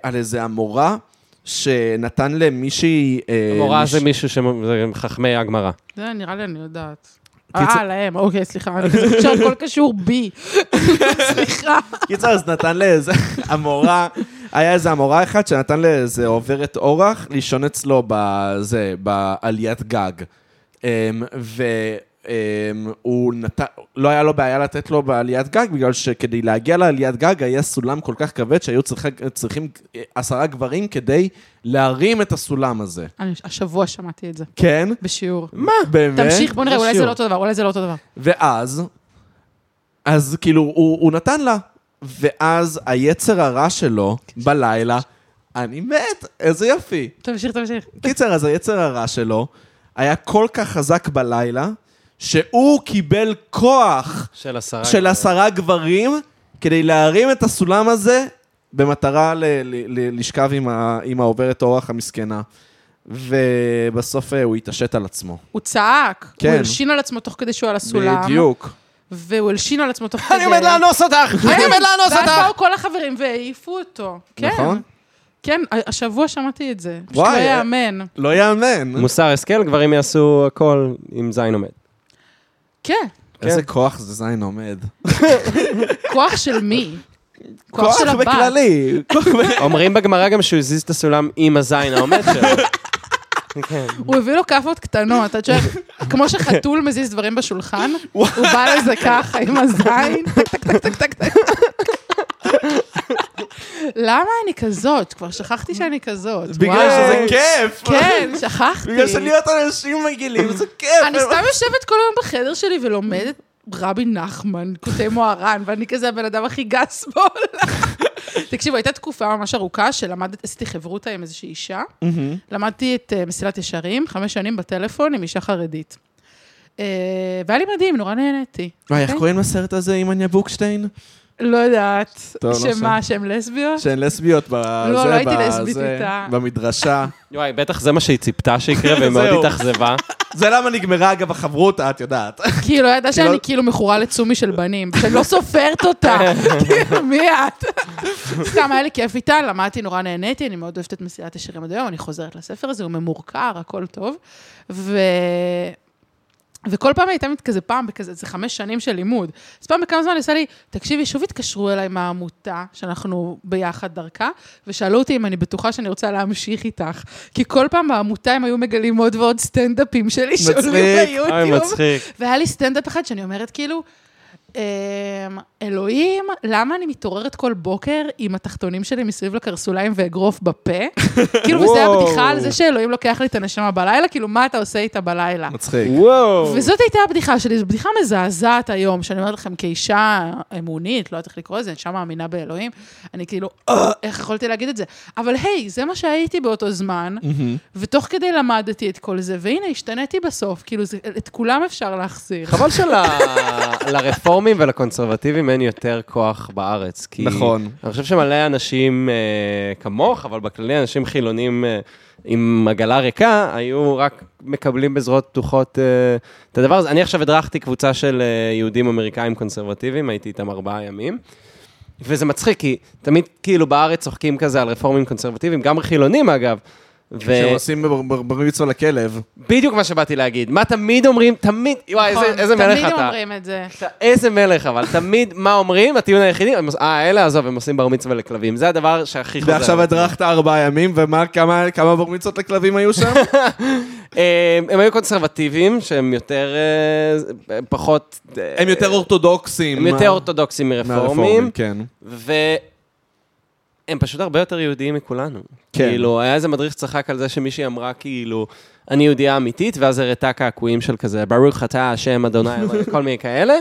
A: על איזה המורה שנתן למישהי... אה,
C: מורה
A: לש-
C: זה מישהו שחכמי הגמרא.
B: זה נראה לי, אני יודעת.
A: קיצר-
B: אה, להם, אוקיי, סליחה, אני חושבת שהכל קשור בי. סליחה.
A: קיצר, אז נתן לאיזה המורה, היה איזה המורה אחת שנתן לאיזה עוברת אורח לישון אצלו בזה, בעליית גג. אמ, ו... אמ, הוא נת... לא היה לו בעיה לתת לו בעליית גג, בגלל שכדי להגיע לעליית גג היה סולם כל כך כבד שהיו צריכה- צריכים אה, עשרה גברים כדי להרים את הסולם הזה.
B: אני- השבוע שמעתי את זה,
A: כן?
B: בשיעור.
A: מה? באמת?
B: תמשיך, בוא נראה, אולי זה
A: שיעור.
B: לא אותו דבר, אולי זה לא אותו דבר.
A: ואז, אז כאילו, הוא, הוא נתן לה. ואז היצר הרע שלו, בלילה, אני מת, איזה יופי.
B: תמשיך, תמשיך.
A: קיצר, אז היצר הרע שלו היה כל כך חזק בלילה, שהוא קיבל כוח
C: של עשרה.
A: של עשרה גברים כדי להרים את הסולם הזה במטרה ל- ל- ל- לשכב עם, ה- עם העוברת אורח המסכנה. ובסוף אה, הוא התעשת על עצמו.
B: הוא צעק,
A: כן.
B: הוא הלשין על עצמו תוך כדי שהוא על הסולם.
A: בדיוק.
B: והוא הלשין על עצמו תוך כדי. כן.
C: אני עומד לאנוס אותך! אני עומד לאנוס
B: ואז
C: אותך!
B: באו כל החברים והעיפו אותו. כן.
A: נכון?
B: כן, ה- השבוע שמעתי את זה. וואי.
A: וואי,
B: שלא
A: אה.
B: ייאמן.
A: לא יאמן.
C: מוסר השכל, גברים יעשו הכל עם זין עומד.
B: כן.
A: איזה כוח זה זין עומד.
B: כוח של מי?
A: כוח
B: כוח של הבת.
A: בכללי. כוח ב-
C: אומרים בגמרא גם שהוא הזיז את הסולם עם הזין העומד שלו.
B: הוא הביא לו כאפות קטנות, את שואלת, כמו שחתול מזיז דברים בשולחן, הוא בא לזה ככה עם הזין, טק טק טק טק טק טק. למה אני כזאת? כבר שכחתי שאני כזאת.
A: בגלל
B: וואו.
A: שזה כיף.
B: כן, שכחתי.
A: בגלל שלהיות אנשים מגעילים זה כיף.
B: אני סתם יושבת כל היום בחדר שלי ולומדת רבי נחמן, קוטעי מוהר"ן, ואני כזה הבן אדם הכי גס בעולם. תקשיבו, הייתה תקופה ממש ארוכה שלמדת, עשיתי חברותה עם איזושהי אישה. למדתי את אה, מסילת ישרים, חמש שנים בטלפון עם אישה חרדית. אה, והיה לי מדהים, נורא נהניתי.
A: וואי, איך
B: אוקיי?
A: קוראים לסרט הזה עם עניה בוקשטיין?
B: לא יודעת.
A: טוב, לא
B: שמה, שם לסביות?
A: שהן לסביות בזה,
B: לא, לא הייתי
A: בזה,
B: לסבית איתה.
A: במדרשה.
C: וואי, בטח זה מה שהיא ציפתה שיקרה, והיא מאוד
A: זהו.
C: התאכזבה.
A: זה למה נגמרה, אגב, החברותה, את יודעת.
B: כי לא ידעה
A: לא-
B: שאני כאילו מכורה לצומי של בנים, שאני לא סופרת אותה. כאילו, מי את? סתם, היה לי כיף איתה, למדתי, נורא נהניתי, אני מאוד אוהבת את מסילת ישרים עד היום, אני חוזרת לספר הזה, הוא ממורקר, הכל טוב. ו... וכל פעם הייתה מת- כזה פעם, בכזה, זה חמש שנים של לימוד. אז פעם בכמה זמן היא עושה לי, תקשיבי, שוב התקשרו אליי מהעמותה, שאנחנו ביחד דרכה, ושאלו אותי אם אני בטוחה שאני רוצה להמשיך איתך. כי כל פעם בעמותה הם היו מגלים עוד ועוד סטנדאפים שלי שעולים
A: מצחיק.
B: ביוטיוב.
C: אוי, אה, מצחיק.
B: והיה לי סטנדאפ אחד שאני אומרת כאילו, אמ, אלוהים, למה אני מתעוררת כל בוקר עם התחתונים שלי מסביב לקרסוליים ואגרוף בפה? כאילו, וזה
C: וואו.
B: הבדיחה על זה שאלוהים לוקח לי את הנשמה בלילה, כאילו, מה אתה עושה איתה בלילה?
A: מצחיק.
C: וואו.
B: וזאת הייתה הבדיחה שלי, זו בדיחה מזעזעת היום, שאני אומרת לכם, כאישה אמונית, לא יודעת איך לקרוא לזה, אישה מאמינה באלוהים, אני כאילו, "אה, איך יכולתי להגיד את זה? אבל היי, זה מה שהייתי באותו זמן, ותוך כדי למדתי את כל זה, והנה, השתניתי בסוף, כאילו, זה- את כולם אפשר להחזיר.
C: חבל שלרפורמים ולקונסרבטיבים אין יותר כוח בארץ. כי
A: נכון.
C: אני חושב שמלא אנשים אה, כמוך, אבל בכללי אנשים חילונים אה, עם עגלה ריקה, היו רק מקבלים בזרועות פתוחות אה, את הדבר הזה. אני עכשיו הדרכתי קבוצה של אה, יהודים אמריקאים קונסרבטיביים, הייתי איתם ארבעה ימים. וזה מצחיק, כי תמיד כאילו בארץ צוחקים כזה על רפורמים קונסרבטיביים, גם חילונים אגב. ו-
A: שעושים בר- בר- בר מצווה לכלב.
C: בדיוק מה שבאתי להגיד. מה תמיד אומרים, תמיד, וואי, איזה,
B: נכון,
C: איזה מלך אתה. אה,
B: תמיד הם אומרים את זה.
C: אתה איזה מלך, אבל תמיד, מה אומרים? הטיעון היחידי, הם עוש- אה, אלה, עזוב, הם עושים בר מצווה לכלבים. זה הדבר שהכי חוזר.
A: ועכשיו הדרכת ארבעה ימים, ומה, כמה כמה בר מצוות לכלבים היו שם?
C: אה, הם היו קונסרבטיבים, שהם יותר, אה, פחות... אה,
A: הם יותר אורתודוקסים.
C: הם יותר אורתודוקסים מרפורמים,
A: כן.
C: והם פשוט הרבה יותר יהודיים מכולנו.
A: כן.
C: כאילו, היה איזה מדריך שצחק על זה שמישהי אמרה, כאילו, אני יהודייה אמיתית, ואז הראתה קעקועים של כזה, ברוך אתה השם אדוני, כל מיני כאלה.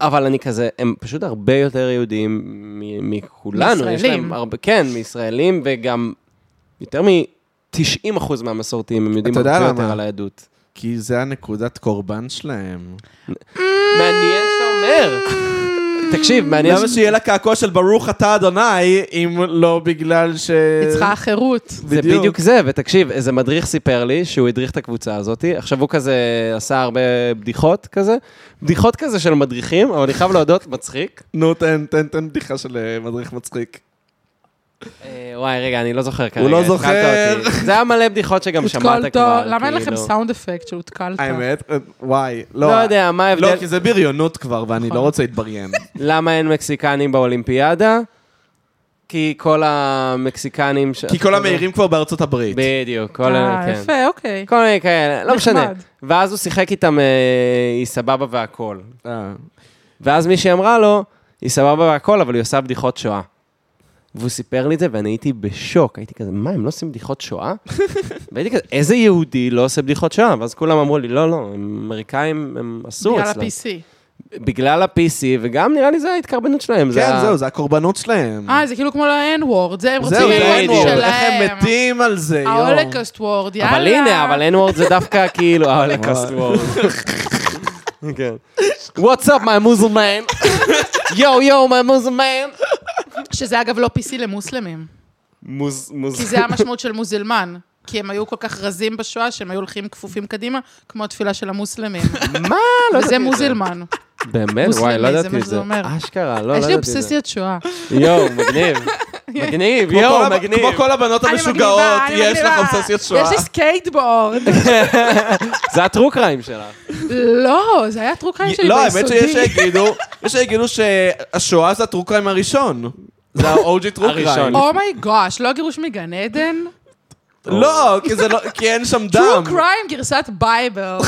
C: אבל אני כזה, הם פשוט הרבה יותר יהודים מ- מכולנו. יש להם
B: מישראלים.
C: הרבה, כן, מישראלים, וגם יותר מ-90% מהמסורתיים, הם יודעים
A: אתה יודע
C: הרבה יותר
A: למה?
C: על היהדות.
A: כי זה הנקודת קורבן שלהם.
C: מעניין שאתה אומר. תקשיב, מעניין
A: למה שיהיה לה קעקוע של ברוך אתה אדוני, אם לא בגלל ש...
B: היא צריכה חירות.
C: זה
A: בדיוק.
C: בדיוק זה, ותקשיב, איזה מדריך סיפר לי שהוא הדריך את הקבוצה הזאת, עכשיו הוא כזה עשה הרבה בדיחות כזה, בדיחות כזה של מדריכים, אבל אני חייב להודות, מצחיק.
A: נו, תן, תן, תן בדיחה של אה, מדריך מצחיק.
C: אה, וואי, רגע, אני לא זוכר כרגע.
A: לא
C: התקלת
A: זוכר.
C: אותי. זה היה מלא בדיחות שגם שמעת
B: הותקלת,
C: כבר.
B: למה אין לכם
C: כאילו.
B: סאונד אפקט שהותקלת?
A: האמת, אה, וואי, לא.
C: לא יודע, מה
A: לא,
C: ההבדל?
A: כי זה בריונות כבר, ואני
B: נכון.
A: לא רוצה להתבריין.
C: למה אין מקסיקנים באולימפיאדה? כי כל המקסיקנים... ש-
A: כי כל המהירים כבר בארצות הברית.
C: בדיוק, כל ה...
B: אה,
C: כן.
B: יפה, אוקיי.
C: כל מיני כאלה, לא משנה.
B: נחמד.
C: ואז הוא שיחק איתם, אה, היא סבבה והכל.
A: אה.
C: ואז מישהי אמרה לו, היא סבבה והכל, אבל היא עושה בדיחות שואה. והוא סיפר לי את זה, ואני הייתי בשוק. הייתי כזה, מה, הם לא עושים בדיחות שואה? והייתי כזה, איזה יהודי לא עושה בדיחות שואה? ואז כולם אמרו לי, לא, לא, הם אמריקאים, הם אסור
B: בגלל
C: אצלם.
B: ה-PC.
C: בגלל ה-PC, וגם נראה לי זה ההתקרבנות שלהם. זה
A: כן,
C: ה-
A: זהו, זה הקורבנות שלהם.
B: אה, זה כאילו כמו ל-N-Word, זה הם רוצים
A: זהו,
C: Mm. זה
B: ל-N-Word
C: בדיוק.
B: שלהם.
A: איך הם מתים על זה, יואו.
B: ההולקוסט וורד, יאללה.
C: אבל הנה, אבל N-word זה דווקא כאילו, ההולקוסט וורד. כן. What's up, my Muslim man? יו, יו, my Muslim man?
B: שזה אגב לא PC למוסלמים,
C: מוז... מוז...
B: כי זה המשמעות של מוזלמן. כי הם היו כל כך רזים בשואה, שהם היו הולכים כפופים קדימה, כמו התפילה של המוסלמים.
C: מה?
B: וזה
C: לא ידעתי את זה.
B: מוזלמן.
C: באמת? וואי,
B: מוסלמי,
C: לא
B: זה
C: ידעתי
B: מה
C: את
B: שזה
C: זה.
B: אומר.
C: אשכרה, לא לא
B: יש
C: ידעתי
B: לי
C: את זה.
B: אובססיות שואה.
C: יואו, מגניב. מגניב,
A: כמו
C: יואו,
A: כל הב-
C: מגניב.
A: כמו כל הבנות
B: אני
A: המשוגעות,
B: מגניבה, אני
A: לא יש לך
B: מגניבה.
A: אובססיות שואה.
B: יש לי סקייטבורד.
C: זה הטרו קריים שלך.
B: לא, זה היה טרוקיים שלי
A: לא,
B: ביסודי.
A: האמת שיש שיגידו, יש שיגידו שהשואה זה הטרוקריים הראשון. זה ה-OG
C: הראשון.
A: טרוקריים.
B: אומייגוש, לא גירוש מגן עדן?
A: לא, כי זה לא, כי אין שם דם.
B: טרו קריים גרסת בייבל.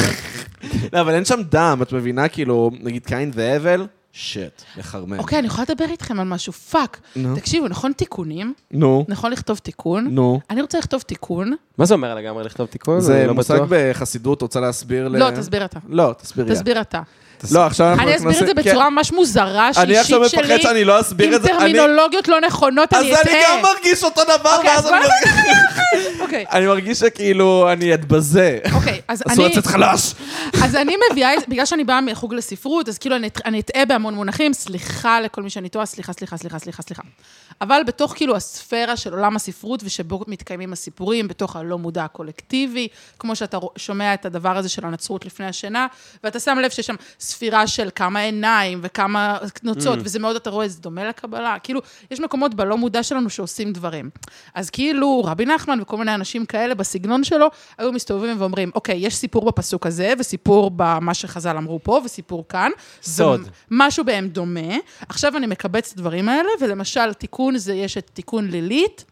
A: לא, אבל אין שם דם, את מבינה? כאילו, נגיד קין והבל, שיט, מחרמן.
B: אוקיי, אני יכולה לדבר איתכם על משהו, פאק.
A: נו.
B: תקשיבו, נכון תיקונים?
A: נו,
B: נכון לכתוב תיקון?
A: נו.
B: אני רוצה לכתוב תיקון.
C: מה זה אומר לגמרי לכתוב תיקון? אני
A: זה
C: לא
A: מושג
C: בטוח.
A: בחסידות, רוצה להסביר ל...
B: לא, תסביר אתה.
A: לא, תסבירי.
B: תסביר אתה.
A: לא, עכשיו אנחנו...
B: אני אסביר את זה
A: נכנסים-
B: בצורה ממש מוזרה,
A: כן, אני
B: שאישית
A: עכשיו מפחד
B: שלי,
A: שאני לא אסביר
B: עם
A: את זה. אני-
B: טרמינולוגיות לא נכונות,
A: אז
B: אני
A: אני גם
B: אטעה.
A: מרגיש אותו דבר,
B: אוקיי,
A: ואז
B: אז
A: אני
B: בוא
A: מרגיש-
B: אוקיי,
A: אני מרגיש שכאילו אני אתבזה.
B: אוקיי, אז
A: אסור
B: אני...
A: לצאת חלש.
B: אז אני מביאה, את- בגלל שאני באה מחוג לספרות, אז כאילו אני את- אני אטעה בהמון מונחים, סליחה לכל מי שאני טועה, סליחה, סליחה, סליחה, סליחה, סליחה. אבל בתוך כאילו הספירה של עולם הספרות ושבו מתקיימים הסיפורים, בתוך הלא מודע הקולקטיבי, כמו שאתה רוא- שומע את הדבר הזה של הנצרות לפני השינה, ואתה שם לב שיש שם ספירה של כמה עיניים וכמה נוצות, וזה מאוד, אתה רואה, זה דומה לקבלה. כאילו, יש מקומות בלא מודע שלנו שעושים דברים. אז כאילו, רבי נחמן וכל מיני אנשים כאלה בסגנון שלו, היו מסתובבים ואומרים, אוקיי, יש סיפור בפסוק הזה, וסיפור במה שחז"ל אמרו פה, וסיפור כאן.
C: סוד.
B: זה משהו בהם דומה. עכשיו אני מקבץ את הדברים האלה, ולמשל, תיקון זה, יש את תיקון לילית.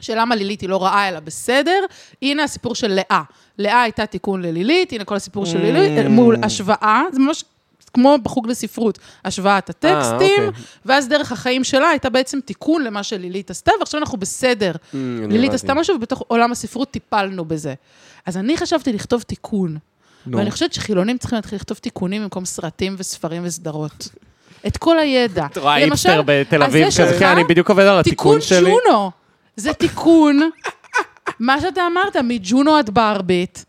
B: שלמה לילית היא לא רעה אלא בסדר, הנה הסיפור
D: Mm.
B: של לאה. לאה הייתה תיקון ללילית, הנה כל הסיפור של לילית, מול השוואה, זה ממש כמו בחוג לספרות,
D: אה,
B: השוואת הטקסטים,
C: אוקיי.
B: ואז דרך החיים שלה הייתה בעצם תיקון למה שלילית עשתה, ועכשיו אנחנו
D: Mm,
B: בסדר.
C: אני
B: לילית
C: הבנתי.
B: עשתה משהו, ובתוך עולם הספרות טיפלנו בזה. אז אני חשבתי לכתוב תיקון,
D: נו.
B: ואני חושבת שחילונים צריכים להתחיל לכתוב תיקונים במקום סרטים וספרים וסדרות. את כל הידע.
D: את רואה
B: למשל,
D: היפסטר בתל
B: אז
D: אביב
B: יש
D: כזה,
B: לך
D: כן, אני בדיוק עובד על
B: תיקון
D: התיקון שלי.
B: ג'ונו. זה תיקון. מה שאתה אמרת, מג'ונו עד ברבית.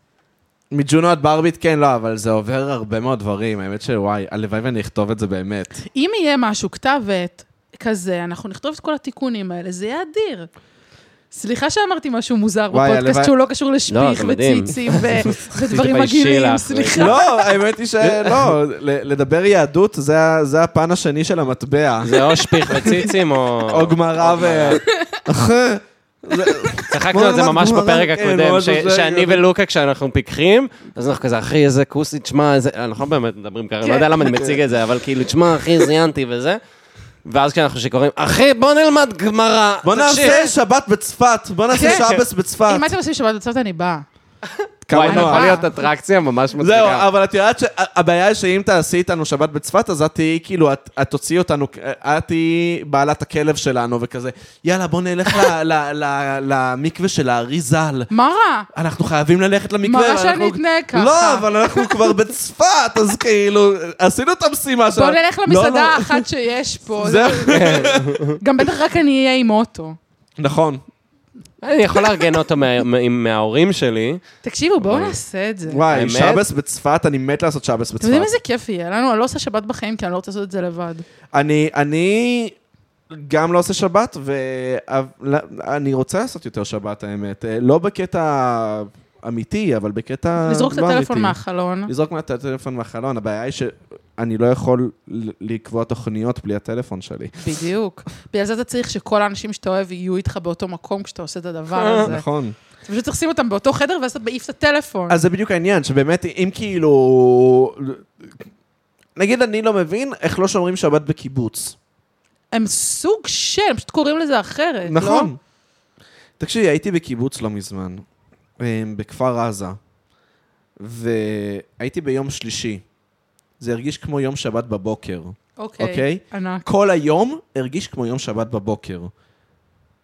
A: מג'ונו עד ברבית כן, לא, אבל זה עובר הרבה מאוד דברים. האמת שוואי, הלוואי ואני אכתוב את זה באמת.
B: אם יהיה משהו, כתב עת כזה, אנחנו נכתוב את כל התיקונים האלה, זה יהיה אדיר. סליחה שאמרתי משהו מוזר
A: וואי,
B: בפודקאסט
A: הלוואי-
B: שהוא לא קשור
C: לא,
B: לשפיך
C: זה מדהים.
B: וציצים ו- ודברים
C: תתביישי
B: מגעילים,
C: לך.
B: סליחה.
A: לא, האמת היא שלא, ל- לדבר יהדות זה ה- זה הפן השני של המטבע.
C: זה או שפיך וציצים או...
A: או גמרא ו...
C: צחקנו על זה ממש
A: גמרא,
C: בפרק
A: כן,
C: הקודם,
A: ממש
C: ש-
A: עוזר,
C: שאני
A: כן.
C: ולוקה כשאנחנו פיקחים, אז אנחנו כזה, אחי, איזה כוסית, שמע, איזה... אנחנו לא באמת מדברים ככה, אני לא יודע למה אני מציג את זה, אבל כאילו, תשמע, אחי, זיינתי וזה. ואז כשאנחנו שיכורים, אחי, בוא נלמד גמרא.
A: בוא
C: תקשיב."
A: נעשה שבת בצפת, בוא נעשה
B: כן.
A: שבס בצפת.
B: אם אתם עושים שבת בצד, אני באה.
C: וואי,
A: כמה
B: אני
A: נוח.
C: נוכל
B: באה.
C: להיות אטרקציה ממש מצחיקה.
A: זהו, אבל את יודעת שהבעיה היא שאם תעשי איתנו שבת בצפת, אז את תהיי כאילו, את את תוציאי אותנו, את תהיי בעלת הכלב שלנו וכזה, יאללה, בוא נלך ל- ל- ל- למקווה של הארי ז"ל.
B: מה רע?
A: אנחנו חייבים ללכת למקווה.
B: מראה
A: ואנחנו-
B: שאני אתנהג ככה.
A: לא, אבל אנחנו כבר בצפת, אז כאילו, עשינו את המשימה שלנו.
B: בואו נלך
A: לא,
B: למסעדה
A: לא.
B: האחת שיש פה.
A: זהו,
B: גם בטח רק אני אהיה עם אוטו.
A: נכון.
C: אני יכול לארגן אותו מה- מה- עם- מההורים שלי.
B: תקשיבו, בואו נעשה את זה.
A: וואי,
C: האמת?
A: שבס בצפת, אני מת לעשות שבס
B: אתם יודעים
A: בצפת.
B: איזה כיף יהיה לנו? אני לא עושה שבת בחיים, כי אני לא רוצה לעשות את זה לבד.
A: אני, אני גם לא עושה שבת, ואני רוצה לעשות יותר שבת, האמת. אה, לא בקטע אמיתי, אבל בקטע...
B: לזרוק את
A: לא
B: הטלפון
A: אמיתי.
B: מהחלון.
A: לזרוק מה- את הטלפון מהחלון, הבעיה היא שאני לא יכול ל- לקבוע תוכניות בלי הטלפון שלי.
B: בדיוק. בגלל זה אתה צריך שכל האנשים שאתה אוהב יהיו איתך באותו מקום כשאתה עושה את הדבר הזה.
A: נכון.
B: אתה פשוט צריך לשים אותם באותו חדר ואז אתה מעיף את הטלפון.
A: אז זה בדיוק העניין, שבאמת, אם כאילו... נגיד אני לא מבין איך לא שומרים שבת בקיבוץ.
B: הם סוג של, הם פשוט קוראים לזה אחרת, לא?
A: נכון. תקשיבי, הייתי בקיבוץ לא מזמן, אה, בכפר עזה, והייתי ביום שלישי. זה הרגיש כמו יום שבת בבוקר,
B: אוקיי.
A: אוקיי?
B: ענק.
A: כל היום הרגיש כמו יום שבת בבוקר.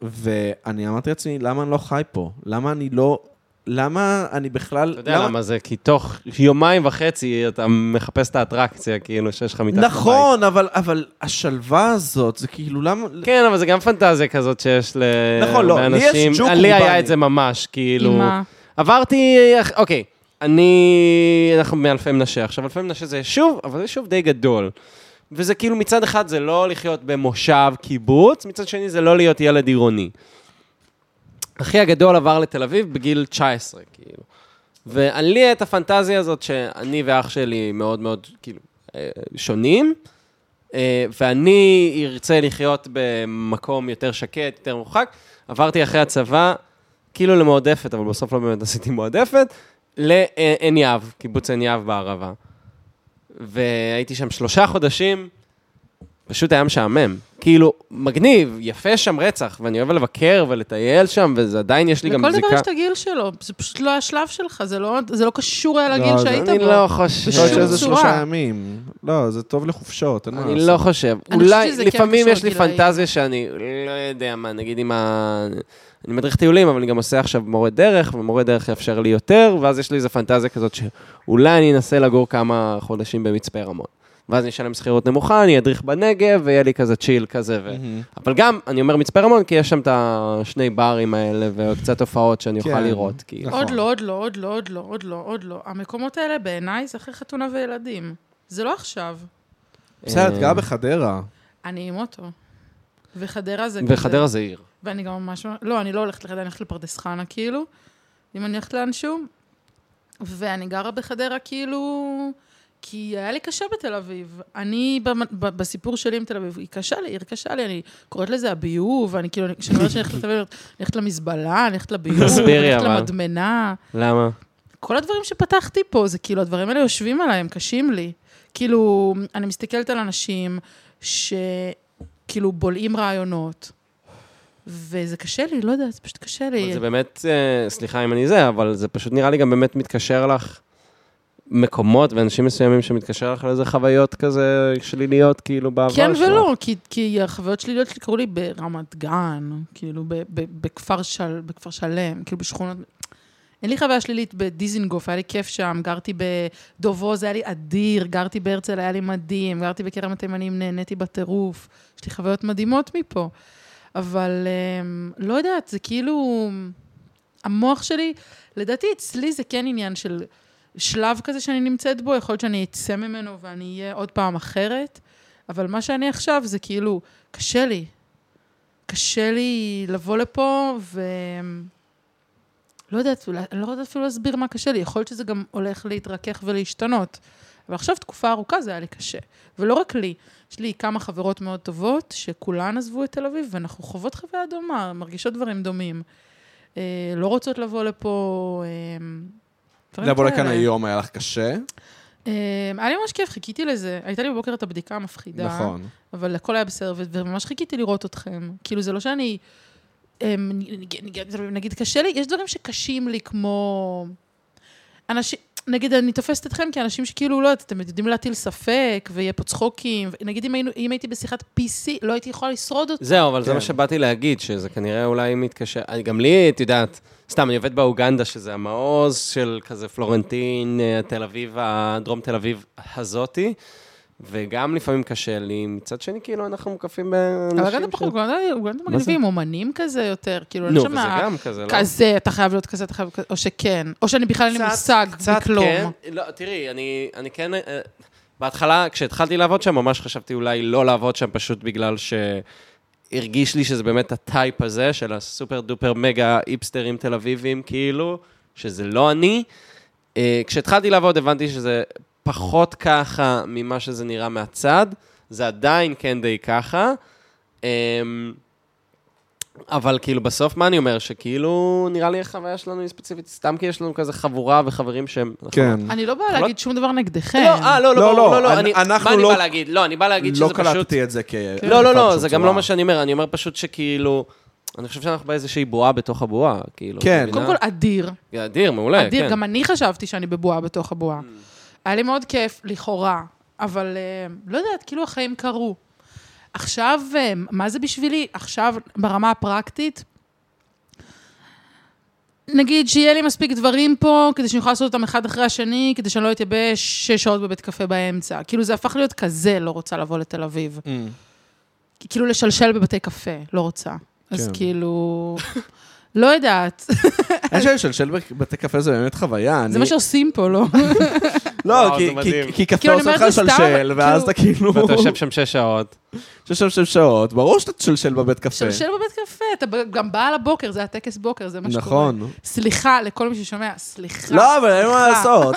A: ואני אמרתי לעצמי, למה אני לא חי פה? למה אני לא... למה אני בכלל...
C: אתה יודע למה זה? כי תוך יומיים וחצי אתה מחפש את האטרקציה, כאילו, שיש לך מתחת לבית.
A: נכון, אבל, אבל השלווה הזאת, זה כאילו, למה...
C: כן, אבל זה גם פנטזיה כזאת שיש ל...
A: נכון, לא, לי יש
C: לאנשים.
A: ג'וק
C: לי היה
A: אורבני.
C: את זה ממש, כאילו...
B: עם מה?
C: עברתי, אוקיי, אני, אנחנו מאלפי מנשה עכשיו, אלפי מנשה זה יישוב, אבל זה יישוב די גדול. וזה כאילו מצד אחד זה לא לחיות במושב קיבוץ, מצד שני זה לא להיות ילד עירוני. אחי הגדול עבר לתל אביב בגיל 19, כאילו. ולי היה את הפנטזיה הזאת שאני ואח שלי מאוד מאוד, כאילו, אה, שונים, אה, ואני ארצה לחיות במקום יותר שקט, יותר מורחק. עברתי אחרי הצבא, כאילו למועדפת, אבל בסוף לא באמת עשיתי מועדפת, לעין יהב, קיבוץ עין יהב בערבה. והייתי שם שלושה חודשים, פשוט היה משעמם. כאילו, מגניב, יפה שם רצח, ואני אוהב לבקר ולטייל שם, וזה עדיין יש לי גם
B: לכל
C: זיקה.
B: דבר יש את הגיל שלו, זה פשוט לא השלב שלך, זה לא- זה לא קשור היה לגיל
A: לא, זה-
B: שהיית
C: אני
B: בו.
C: לא חושב.
A: יש עוד
B: בשום
A: שזה
B: צורה.
A: שלושה ימים. לא, זה טוב לחופשות, אין מה
C: אני
A: לעשות.
C: לא חושב.
B: אני חושבת
C: אולי,
B: שזה כן
C: לפעמים
B: קשור
C: יש לי
B: לגילאים.
C: פנטזיה שאני לא יודע מה, נגיד עם ה... אני מדריך טיולים, אבל אני גם עושה עכשיו מורה דרך, ומורה דרך יאפשר לי יותר, ואז יש לי איזו פנטזיה כזאת שאולי אני אנסה לגור כמה חודשים במצפה רמון. ואז אני אשלם שכירות נמוכה, אני אדריך בנגב, ויהיה לי כזה צ'יל כזה. ו...
A: מהמם.
C: אבל גם, אני אומר מצפה רמון, כי יש שם את השני ברים האלה, וקצת הופעות שאני אוכל
A: כן.
C: לראות. כאילו.
A: נכון.
B: עוד לא, עוד לא, עוד לא, עוד לא, עוד לא, עוד לא. המקומות האלה בעיניי זה אחרי חתונה וילדים. זה לא עכשיו.
A: בסדר, את
C: אה,
A: גרה בחדרה.
B: אני עם אוטו. וחדרה זה כזה.
C: וחדרה זה עיר.
B: ואני גם ממש... לא, אני לא הולכת לחדרה, אני הולכת לפרדס חנה, כאילו, אם אני הולכת לאנשהו. ואני גרה בחדרה, כאילו... כי היה לי קשה בתל אביב. אני, במ- ב- בסיפור שלי עם תל אביב, היא קשה לי, עיר קשה לי, אני קוראת לזה הביוב, אני כאילו, אני- כשאני אומרת שאני הולכת לתל אביב, אני הולכת למזבלה, אני הולכת לביוב, אני
C: תסבירי,
B: הולכת
C: אבל.
B: למדמנה.
C: למה?
B: כל הדברים שפתחתי פה, זה כאילו, הדברים האלה יושבים עליי, הם קשים לי. כאילו, אני מסתכלת על אנשים שכאילו בולעים רעיונות, וזה קשה לי, לא יודעת, זה פשוט קשה לי.
C: אבל זה באמת, אה, סליחה אם אני זה, אבל זה פשוט נראה לי גם באמת מתקשר לך מקומות ואנשים מסוימים שמתקשר לך לאיזה חוויות כזה שליליות, כאילו, בעבר
B: כן
C: שלך?
B: ולא, כי, כי החוויות שליליות שלי קרו לי ברמת גן, כאילו ב, ב, בכפר, של, בכפר שלם, כאילו בשכונות. אין לי חוויה שלילית בדיזינגוף, היה לי כיף שם, גרתי בדובוז, היה לי אדיר, גרתי בהרצל, היה לי מדהים, גרתי בכרם התימנים, נהניתי בטירוף. יש לי חוויות מדהימות מפה. אבל אמ, לא יודעת, זה כאילו... המוח שלי, לדעתי אצלי זה כן עניין של שלב כזה שאני נמצאת בו, יכול להיות שאני אצא ממנו ואני אהיה עוד פעם אחרת, אבל מה שאני עכשיו זה כאילו, קשה לי. קשה לי לבוא לפה ו... לא יודעת, אולי- אני לא יודעת אפילו להסביר מה קשה לי, יכול להיות שזה גם הולך להתרכך ולהשתנות. אבל עכשיו תקופה ארוכה זה היה לי קשה. ולא רק לי, יש לי כמה חברות מאוד טובות, שכולן עזבו את תל אביב, ואנחנו חוות חוויה דומה, מרגישות דברים דומים. אה, לא רוצות לבוא לפה... אה, דברים
D: לבוא לכאן
B: כאלה.
D: היום היה לך קשה,
B: אה, היה לי ממש כיף, חיכיתי לזה. הייתה לי בבוקר את הבדיקה המפחידה.
D: נכון.
B: אבל הכל היה בסדר, ו- וממש חיכיתי לראות אתכם. כאילו, זה לא שאני... אמ, נג- נג- נגיד, קשה לי, יש דברים שקשים לי, כמו... אנשים... נגיד, אני תופסת אתכם כאנשים שכאילו, לא יודעת, אתם יודעים להטיל ספק, ויהיה פה צחוקים. ו- נגיד, אם, היינו, אם הייתי בשיחת PC, לא הייתי יכולה לשרוד אותה.
C: זהו, אבל זה
D: כן.
C: מה שבאתי להגיד, שזה כנראה אולי מתקשר... אני- גם לי, את יודעת, סתם, אני עובד באוגנדה, שזה המעוז של כזה פלורנטין, אה, תל אביב, הדרום תל אביב הזאתי, וגם לפעמים קשה לי. מצד שני, כאילו, אנחנו מוקפים באנשים...
B: אבל גם
C: ש-
B: בחור, גם מגניבים, אומנים כזה יותר, כאילו, אני
C: נו, וזה
B: שומעת.
C: גם כזה, לא?
B: כזה, אתה חייב להיות כזה, אתה חייב... להיות כזה, או שכן. או שאני בכלל אין לי
C: קצת-
B: מושג
C: קצת
B: בכלום.
C: כן. לא, תראי, אני, אני כן... אה, בהתחלה, כשהתחלתי לעבוד שם, ממש חשבתי אולי לא לעבוד שם, פשוט בגלל שהרגיש לי שזה באמת הטייפ הזה של הסופר דופר מגה היפסטרים תל אביבים, כאילו, שזה לא אני. אה, כשהתחלתי לעבוד הבנתי שזה פחות ככה ממה שזה נראה מהצד, זה עדיין כן די ככה. אמ, אבל כאילו בסוף מה אני אומר? שכאילו נראה לי החוויה שלנו היא ספציפית, סתם כי יש לנו כזה חבורה וחברים שהם...
D: כן.
B: אני לא באה
C: לא-
B: להגיד שום דבר נגדכם.
C: לא, אה, לא, לא,
D: לא,
C: ברור,
D: לא,
C: לא, לא,
D: אנ-
C: אני-
D: אנחנו
C: מה אני
D: לא-
C: בא להגיד? לא, אני בא להגיד שזה
D: לא
C: פשוט...
D: קלטתי את זה כ...
C: לא, לא, לא,
D: בשום
C: זה גם
D: צורה.
C: לא מה שאני אומר, אני אומר פשוט שכאילו... אני חושב שאנחנו באיזושהי בועה בתוך הבועה, כאילו.
D: כן.
C: את מבינה?
B: קודם כל, אדיר.
C: אדיר, מעולה,
B: אדיר,
C: כן.
B: גם אני חשבתי שאני בבועה בתוך
D: Mm.
B: הבועה. היה לי מאוד כיף, לכאורה, אבל אה, לא יודעת, כאילו החיים קרו. עכשיו, אה, מה זה בשבילי? עכשיו, ברמה הפרקטית, נגיד שיהיה לי מספיק דברים פה, כדי שאני אוכל לעשות אותם אחד אחרי השני, כדי שאני לא אתייבש שש שעות בבית קפה באמצע. כאילו, זה הפך להיות כזה, לא רוצה לבוא לתל אביב.
D: Mm.
B: כאילו, לשלשל בבתי קפה, לא רוצה. אז
D: כן.
B: כאילו, לא יודעת.
D: אני חושב שלשל בבתי קפה זה באמת חוויה.
B: זה
D: אני-
B: מה שעושים פה, לא?
D: לא,
C: וואו,
D: כי-
C: זה מדהים.
D: כי- כי קפה
B: כאילו, אני
D: עושה לך
B: אומרת זה סתם,
D: שלשל, ואז אתה כאילו...
C: ואתה יושב שם שש שעות.
D: יושב שם שעות, ברור שאתה תשלשל בבית קפה.
B: שלשל בבית קפה, אתה ב- גם בא על הבוקר, זה הטקס בוקר, זה מה שקורה.
D: נכון.
B: סליחה לכל מי ששומע, סליחה.
D: לא, אבל אין מה
B: סליחה.
D: לעשות.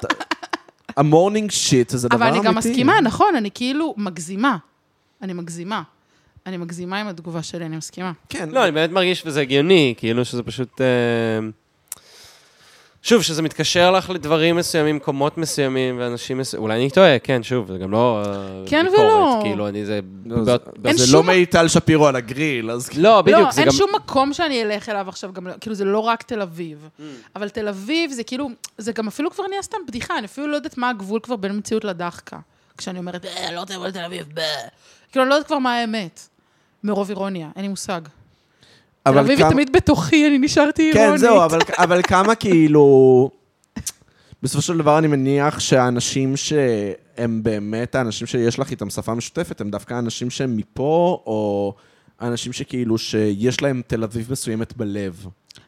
D: המורנינג שיט זה דבר
B: אבל
D: אמיתי.
B: אני גם מסכימה, נכון, אני כאילו מגזימה. אני מגזימה. אני מגזימה עם התגובה שלי, אני מסכימה.
D: כן.
C: לא, אני באמת מרגיש שזה הגיוני, כאילו שזה פשוט... אה, שוב, שזה מתקשר לך לדברים מסוימים, מקומות מסוימים, ואנשים מסוימים, אולי אני טועה, כן, שוב, זה גם לא אה,
B: כן
C: ביקורת,
B: ולא.
C: כאילו, אני זה...
D: לא,
C: בא-
D: זה-
C: בא-
B: אין
D: זה לא
B: שום-
D: מיטל שפירו על הגריל, אז כאילו...
C: לא, בדיוק,
B: לא,
C: זה
B: אין
C: גם...
B: שום מקום שאני אלך אליו עכשיו, גם, לא- כאילו, זה לא רק תל אביב.
D: Mm.
B: אבל תל אביב זה כאילו, זה גם אפילו כבר נהיה סתם בדיחה, אני אפילו לא יודעת מה הגבול כבר בין מציאות לדחקה. כשאני אומרת, "אה, לא רוצה לבוא לתל אביב, ב... כאילו, אני לא יודעת כבר מה האמת. מרוב אירוניה, אין לי מושג. תל
D: אבל
B: אביב
D: כמה-
B: היא תמיד בתוכי, אני נשארתי אירונית.
D: כן, זהו, אבל- אבל כמה כאילו... בסופו של דבר אני מניח שהאנשים שהם באמת האנשים שיש לך איתם שפה משותפת, הם דווקא האנשים שהם מפה, או אנשים שכאילו שיש להם תל אביב מסוימת בלב.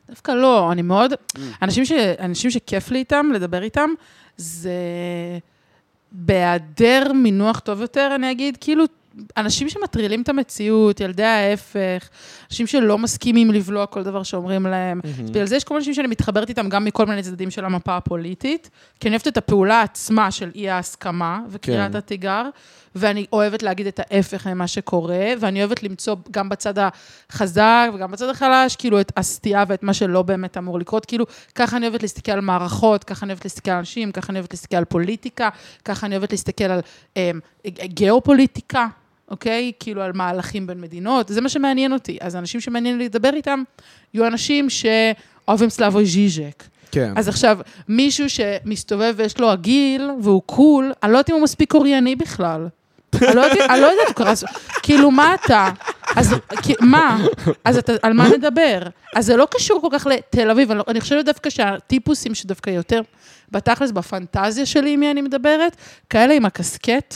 B: דווקא לא, אני מאוד...
D: Mm.
B: אנשים, ש... אנשים שכיף לי איתם, לדבר איתם, זה בהיעדר מינוח טוב יותר, אני אגיד, כאילו, אנשים שמטרילים את המציאות, ילדי ההפך, אנשים שלא מסכימים לבלוע כל דבר שאומרים להם.
D: Mm-hmm.
B: אז בגלל זה יש כל מיני אנשים שאני מתחברת איתם גם מכל מיני צדדים של המפה הפוליטית, כי אני אוהבת את הפעולה עצמה של אי-ההסכמה וקריאת
D: כן.
B: התיגר, ואני אוהבת להגיד את ההפך ממה שקורה, ואני אוהבת למצוא גם בצד החזק וגם בצד החלש, כאילו, את הסטייה ואת מה שלא באמת אמור לקרות. כאילו, ככה אני אוהבת להסתכל על מערכות, ככה אני אוהבת להסתכל על אנשים, ככה אני אוהבת להסתכל על פוליטיקה, ככה אני אוהבת להסתכל על אה, גיאופוליטיקה, אוקיי? כאילו, על מהלכים בין מדינות, זה מה שמעניין אותי. אז אנשים שמעניין לי לדבר איתם, יהיו אנשים שאוהבים סלאבוי ז'יז'ק.
C: אוקיי.
A: כן.
B: אז עכשיו, מישהו שמסתובב ויש לו עגיל, והוא קול, אני לא יודעת אם הוא מספיק אורייני בכלל. אני לא יודעת, אני לא יודעת, הוא קרא... ס- כאילו, מה אתה? אז כי- מה? אז אתה, על מה נדבר? אז זה לא קשור כל כך לתל אביב, אני, לא- אני חושבת דווקא שהטיפוסים שדווקא יותר, בתכלס, בפנטזיה שלי, עם מי אני מדברת, כאלה עם הקסקט.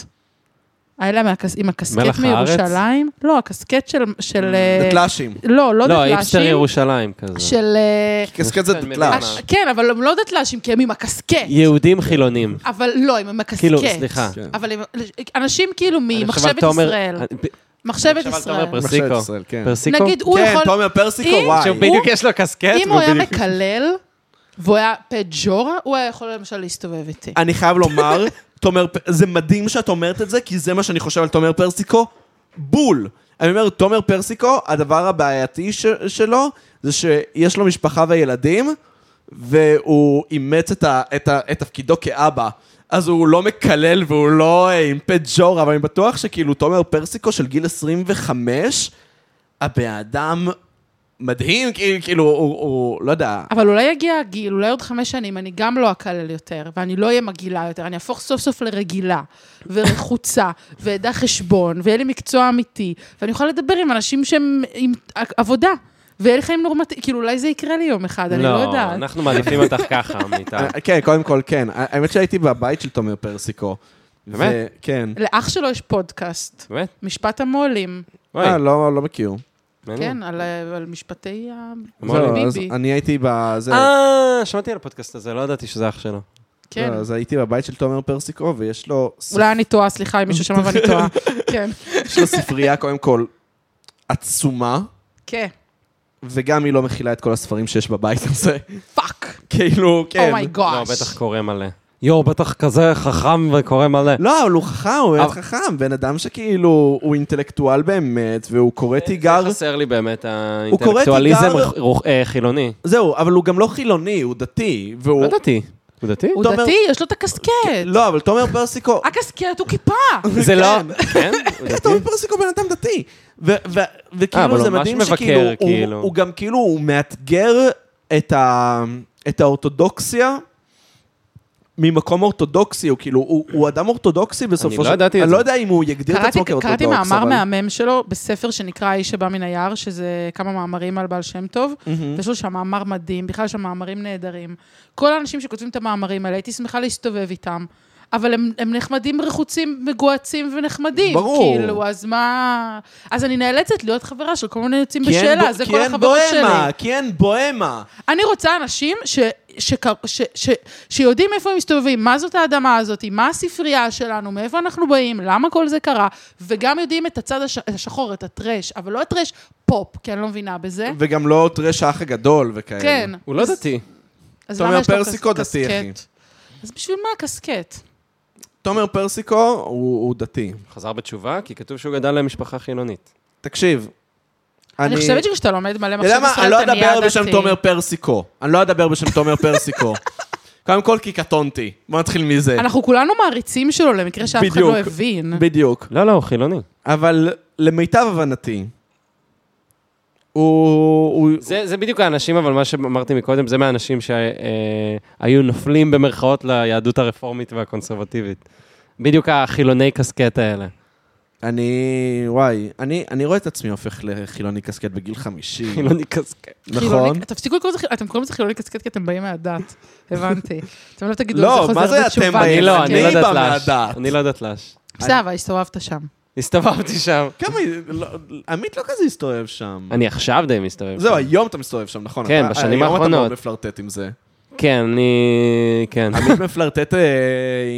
B: האלה מהקס, עם הקסקט
C: מלח הארץ?
B: מירושלים. לא, הקסקט של... של אה,
A: דתל"שים.
B: לא, לא
C: לא,
B: דתל"שים.
C: היפסטר ירושלים כזה.
B: של... אה,
A: קסקט זה
C: כן,
A: דתל"ש.
C: מבינה.
B: כן, אבל הם לא דתל"שים, כי הם עם הקסקט.
C: יהודים חילונים.
B: אבל לא, הם עם הקסקט.
C: כאילו, סליחה.
A: כן.
B: אבל הם, אנשים כאילו
C: אני חושב על
B: ממחשבת
C: תומר-
B: ישראל.
C: אני-
B: מחשבת
C: אני חושב על
B: ישראל.
C: תומר
A: מחשבת
C: פרסיקו.
A: ישראל, כן.
C: פרסיקו?
B: נגיד, הוא
A: כן,
B: יכול...
A: תומר פרסיקו,
B: אם-
A: וואי.
C: שהוא בדיוק יש לו קסקט.
B: אם הוא היה
C: והוא בדיוק-
B: מקלל, והוא היה פג'ורה, הוא היה יכול למשל להסתובב איתי.
A: אני חייב לומר, תומר, פ- זה מדהים שאת אומרת את זה, כי זה מה שאני חושב על תומר פרסיקו, בול. אני אומר, תומר פרסיקו, הדבר הבעייתי ש- שלו, זה שיש לו משפחה וילדים, והוא אימץ את, ה- את, ה- את תפקידו כאבא. אז הוא לא מקלל והוא לא אה, עם פג'ורה, אבל אני בטוח שכאילו תומר פרסיקו של גיל 25, הבן אדם מדהים, כאילו, כאילו, הוא, הוא, לא יודע,
B: אבל אולי יגיע הגיל, אולי עוד חמש שנים, אני גם לא אקלל יותר, ואני לא אהיה מגעילה יותר, אני אהפוך סוף סוף לרגילה, ורחוצה, ואדע חשבון, ויהיה לי מקצוע אמיתי, ואני אוכל לדבר עם אנשים שהם עם עבודה, ויהיה לי חיים נורמטיביים, כאילו אולי זה יקרה לי יום אחד, אני לא
C: לא,
B: יודעת.
C: אנחנו מעדיפים אותך ככה, מיטל.
A: אה, כן, קודם כל, כן. האמת שהייתי בבית של תומר פרסיקו.
C: באמת?
A: ו- כן.
B: לאח שלו יש פודקאסט,
C: באמת?
B: משפט המו"לים,
C: וואי,
A: אה, לא לא מכיר.
C: מעניין.
B: כן, על ה- על משפטי ה...
C: המו"לים.
A: זהו, לא, אז
B: ביבי.
A: אני הייתי לא, בזה,
C: אה, שמעתי על הפודקאסט הזה, לא ידעתי שזה אח שלו.
B: כן.
A: אה, אז הייתי בבית של תומר פרסיקו, ויש לו ספ-
B: אולי אני טועה, סליחה אם מישהו שמע ואני טועה. כן,
A: יש לו ספרייה, קודם כל, עצומה,
B: כן,
A: וגם היא לא מכילה את כל הספרים שיש בבית הזה.
B: פאק.
A: כאילו, כן.
B: Oh
C: לא,
B: אומייגאש.
C: בטח קורא מלא. יואו, בטח כזה חכם וקורא מלא.
A: לא, אבל הוא חכם, הוא באמת
C: אבל-
A: חכם. בן אדם שכאילו, הוא אינטלקטואל באמת, והוא קורא
C: אה,
A: תיגר.
C: זה לא חסר לי באמת
A: הוא קורא
C: האינטלקטואליזם
A: תיגר-
C: רוח- רוח- אה, חילוני.
A: זהו, אבל הוא גם לא חילוני, הוא דתי. והוא...
C: לא דתי. הוא דתי?
B: הוא
A: תומר-
B: דתי, יש לו את הקסקט.
A: לא, אבל תומר פרסיקו,
B: הקסקט הוא כיפה.
C: זה לא... כן? הוא
A: כן,
C: דתי?
A: תומר פרסיקו בן אדם דתי. ו- ו-
C: אה, אבל
A: וכאילו
C: הוא
A: זה
C: ממש
A: מדהים
C: מבקר,
A: שכאילו, הוא-
C: כאילו.
A: הוא גם כאילו, הוא מאתגר את ה- את האורתודוקסיה. ממקום אורתודוקסי, הוא כאילו, הוא, הוא אדם אורתודוקסי בסופו של...
C: לא ידעתי את
A: אני
C: זה.
A: לא יודע אם הוא יגדיר את
B: קראתי-
A: עצמו כאורתודוקס,
B: קראתי מאמר
A: אבל...
B: מהמם שלו בספר שנקרא האיש שבא מן היער, שזה כמה מאמרים על בעל שם טוב, ויש לו שם מאמר מדהים, בכלל יש שם מאמרים נהדרים. כל האנשים שכותבים את המאמרים האלה, הייתי שמחה להסתובב איתם, אבל הם, הם נחמדים, רחוצים, מגועצים ונחמדים.
A: ברור.
B: כאילו, אז מה... אז אני נאלצת להיות חברה של כל מיני יוצאים
A: כי אין
B: בשאלה,
A: בו-
B: זה
A: כי
B: כל
A: אין
B: החברות שלי.
A: בוהמה, כי אין בוהמה.
B: אני רוצה אנשים ש, שק- ש, ש, שיודעים איפה הם מסתובבים, מה זאת האדמה הזאת, מה הספרייה שלנו, מאיפה אנחנו באים, למה כל זה קרה, וגם יודעים את הצד הש, השחור, את הטרש, אבל לא הטרש פופ, כי אני לא מבינה בזה.
A: וגם לא טרש האח הגדול וכאלה.
B: כן.
C: הוא לא
B: אז-
C: דתי.
B: אז
A: תומר
B: למה יש לו
A: פרסיקו
B: קס-
A: דתי, אחי.
B: קסקט? אז בשביל מה הקסקט?
A: תומר פרסיקו הוא, הוא דתי.
C: חזר בתשובה, כי כתוב שהוא גדל למשפחה חילונית.
A: תקשיב, אני...
B: אני חושבת שכשאתה לומד מלא
A: אתה יודע מה? אני
B: מחשב ישראל,
A: לא
B: אתה נהיה
A: אדבר
B: דתי.
A: בשם תומר פרסיקו. אני לא אדבר בשם תומר פרסיקו. קודם כל, כי קטונתי. בוא נתחיל מזה.
B: אנחנו כולנו מעריצים שלו, למקרה שאף אחד
A: בדיוק.
B: לא הבין.
A: בדיוק.
C: לא, לא, הוא חילוני.
A: אבל למיטב הבנתי, הוא... הוא-
C: זה זה בדיוק האנשים, אבל מה שאמרתי מקודם, זה מהאנשים שהיו נופלים במרכאות ליהדות הרפורמית והקונסרבטיבית. בדיוק החילוני קסקט האלה.
A: אני... וואי, אני אני רואה את עצמי הופך לחילוני קסקט בגיל 50.
C: חילוני קסקט.
A: נכון?
B: חילוני- תפסיקו לקרוא לזה, חיל- אתם קוראים לזה חילוני קסקט כי אתם באים מהדת, הבנתי. אתם לא תגידו, זה
A: לא,
B: חוזר
A: מה זה
B: בתשובה. כן,
A: אתם באים?
C: אני לא, אני לא
A: אני בא
C: דתל"ש.
A: מהדת.
C: אני לא דתל"ש.
B: בסדר, אבל הסתובבת שם.
C: הסתובבתי שם.
A: כמה... לא, עמית לא כזה הסתובב שם.
C: אני עכשיו די מסתובב.
A: זהו, היום אתה מסתובב שם, נכון?
C: כן,
A: אתה- היום
C: בשנים
A: אתה מאוד
C: האחרונות.
A: מפלרטט עם זה.
C: כן, אני... כן.
A: עמית מפלרטט אה,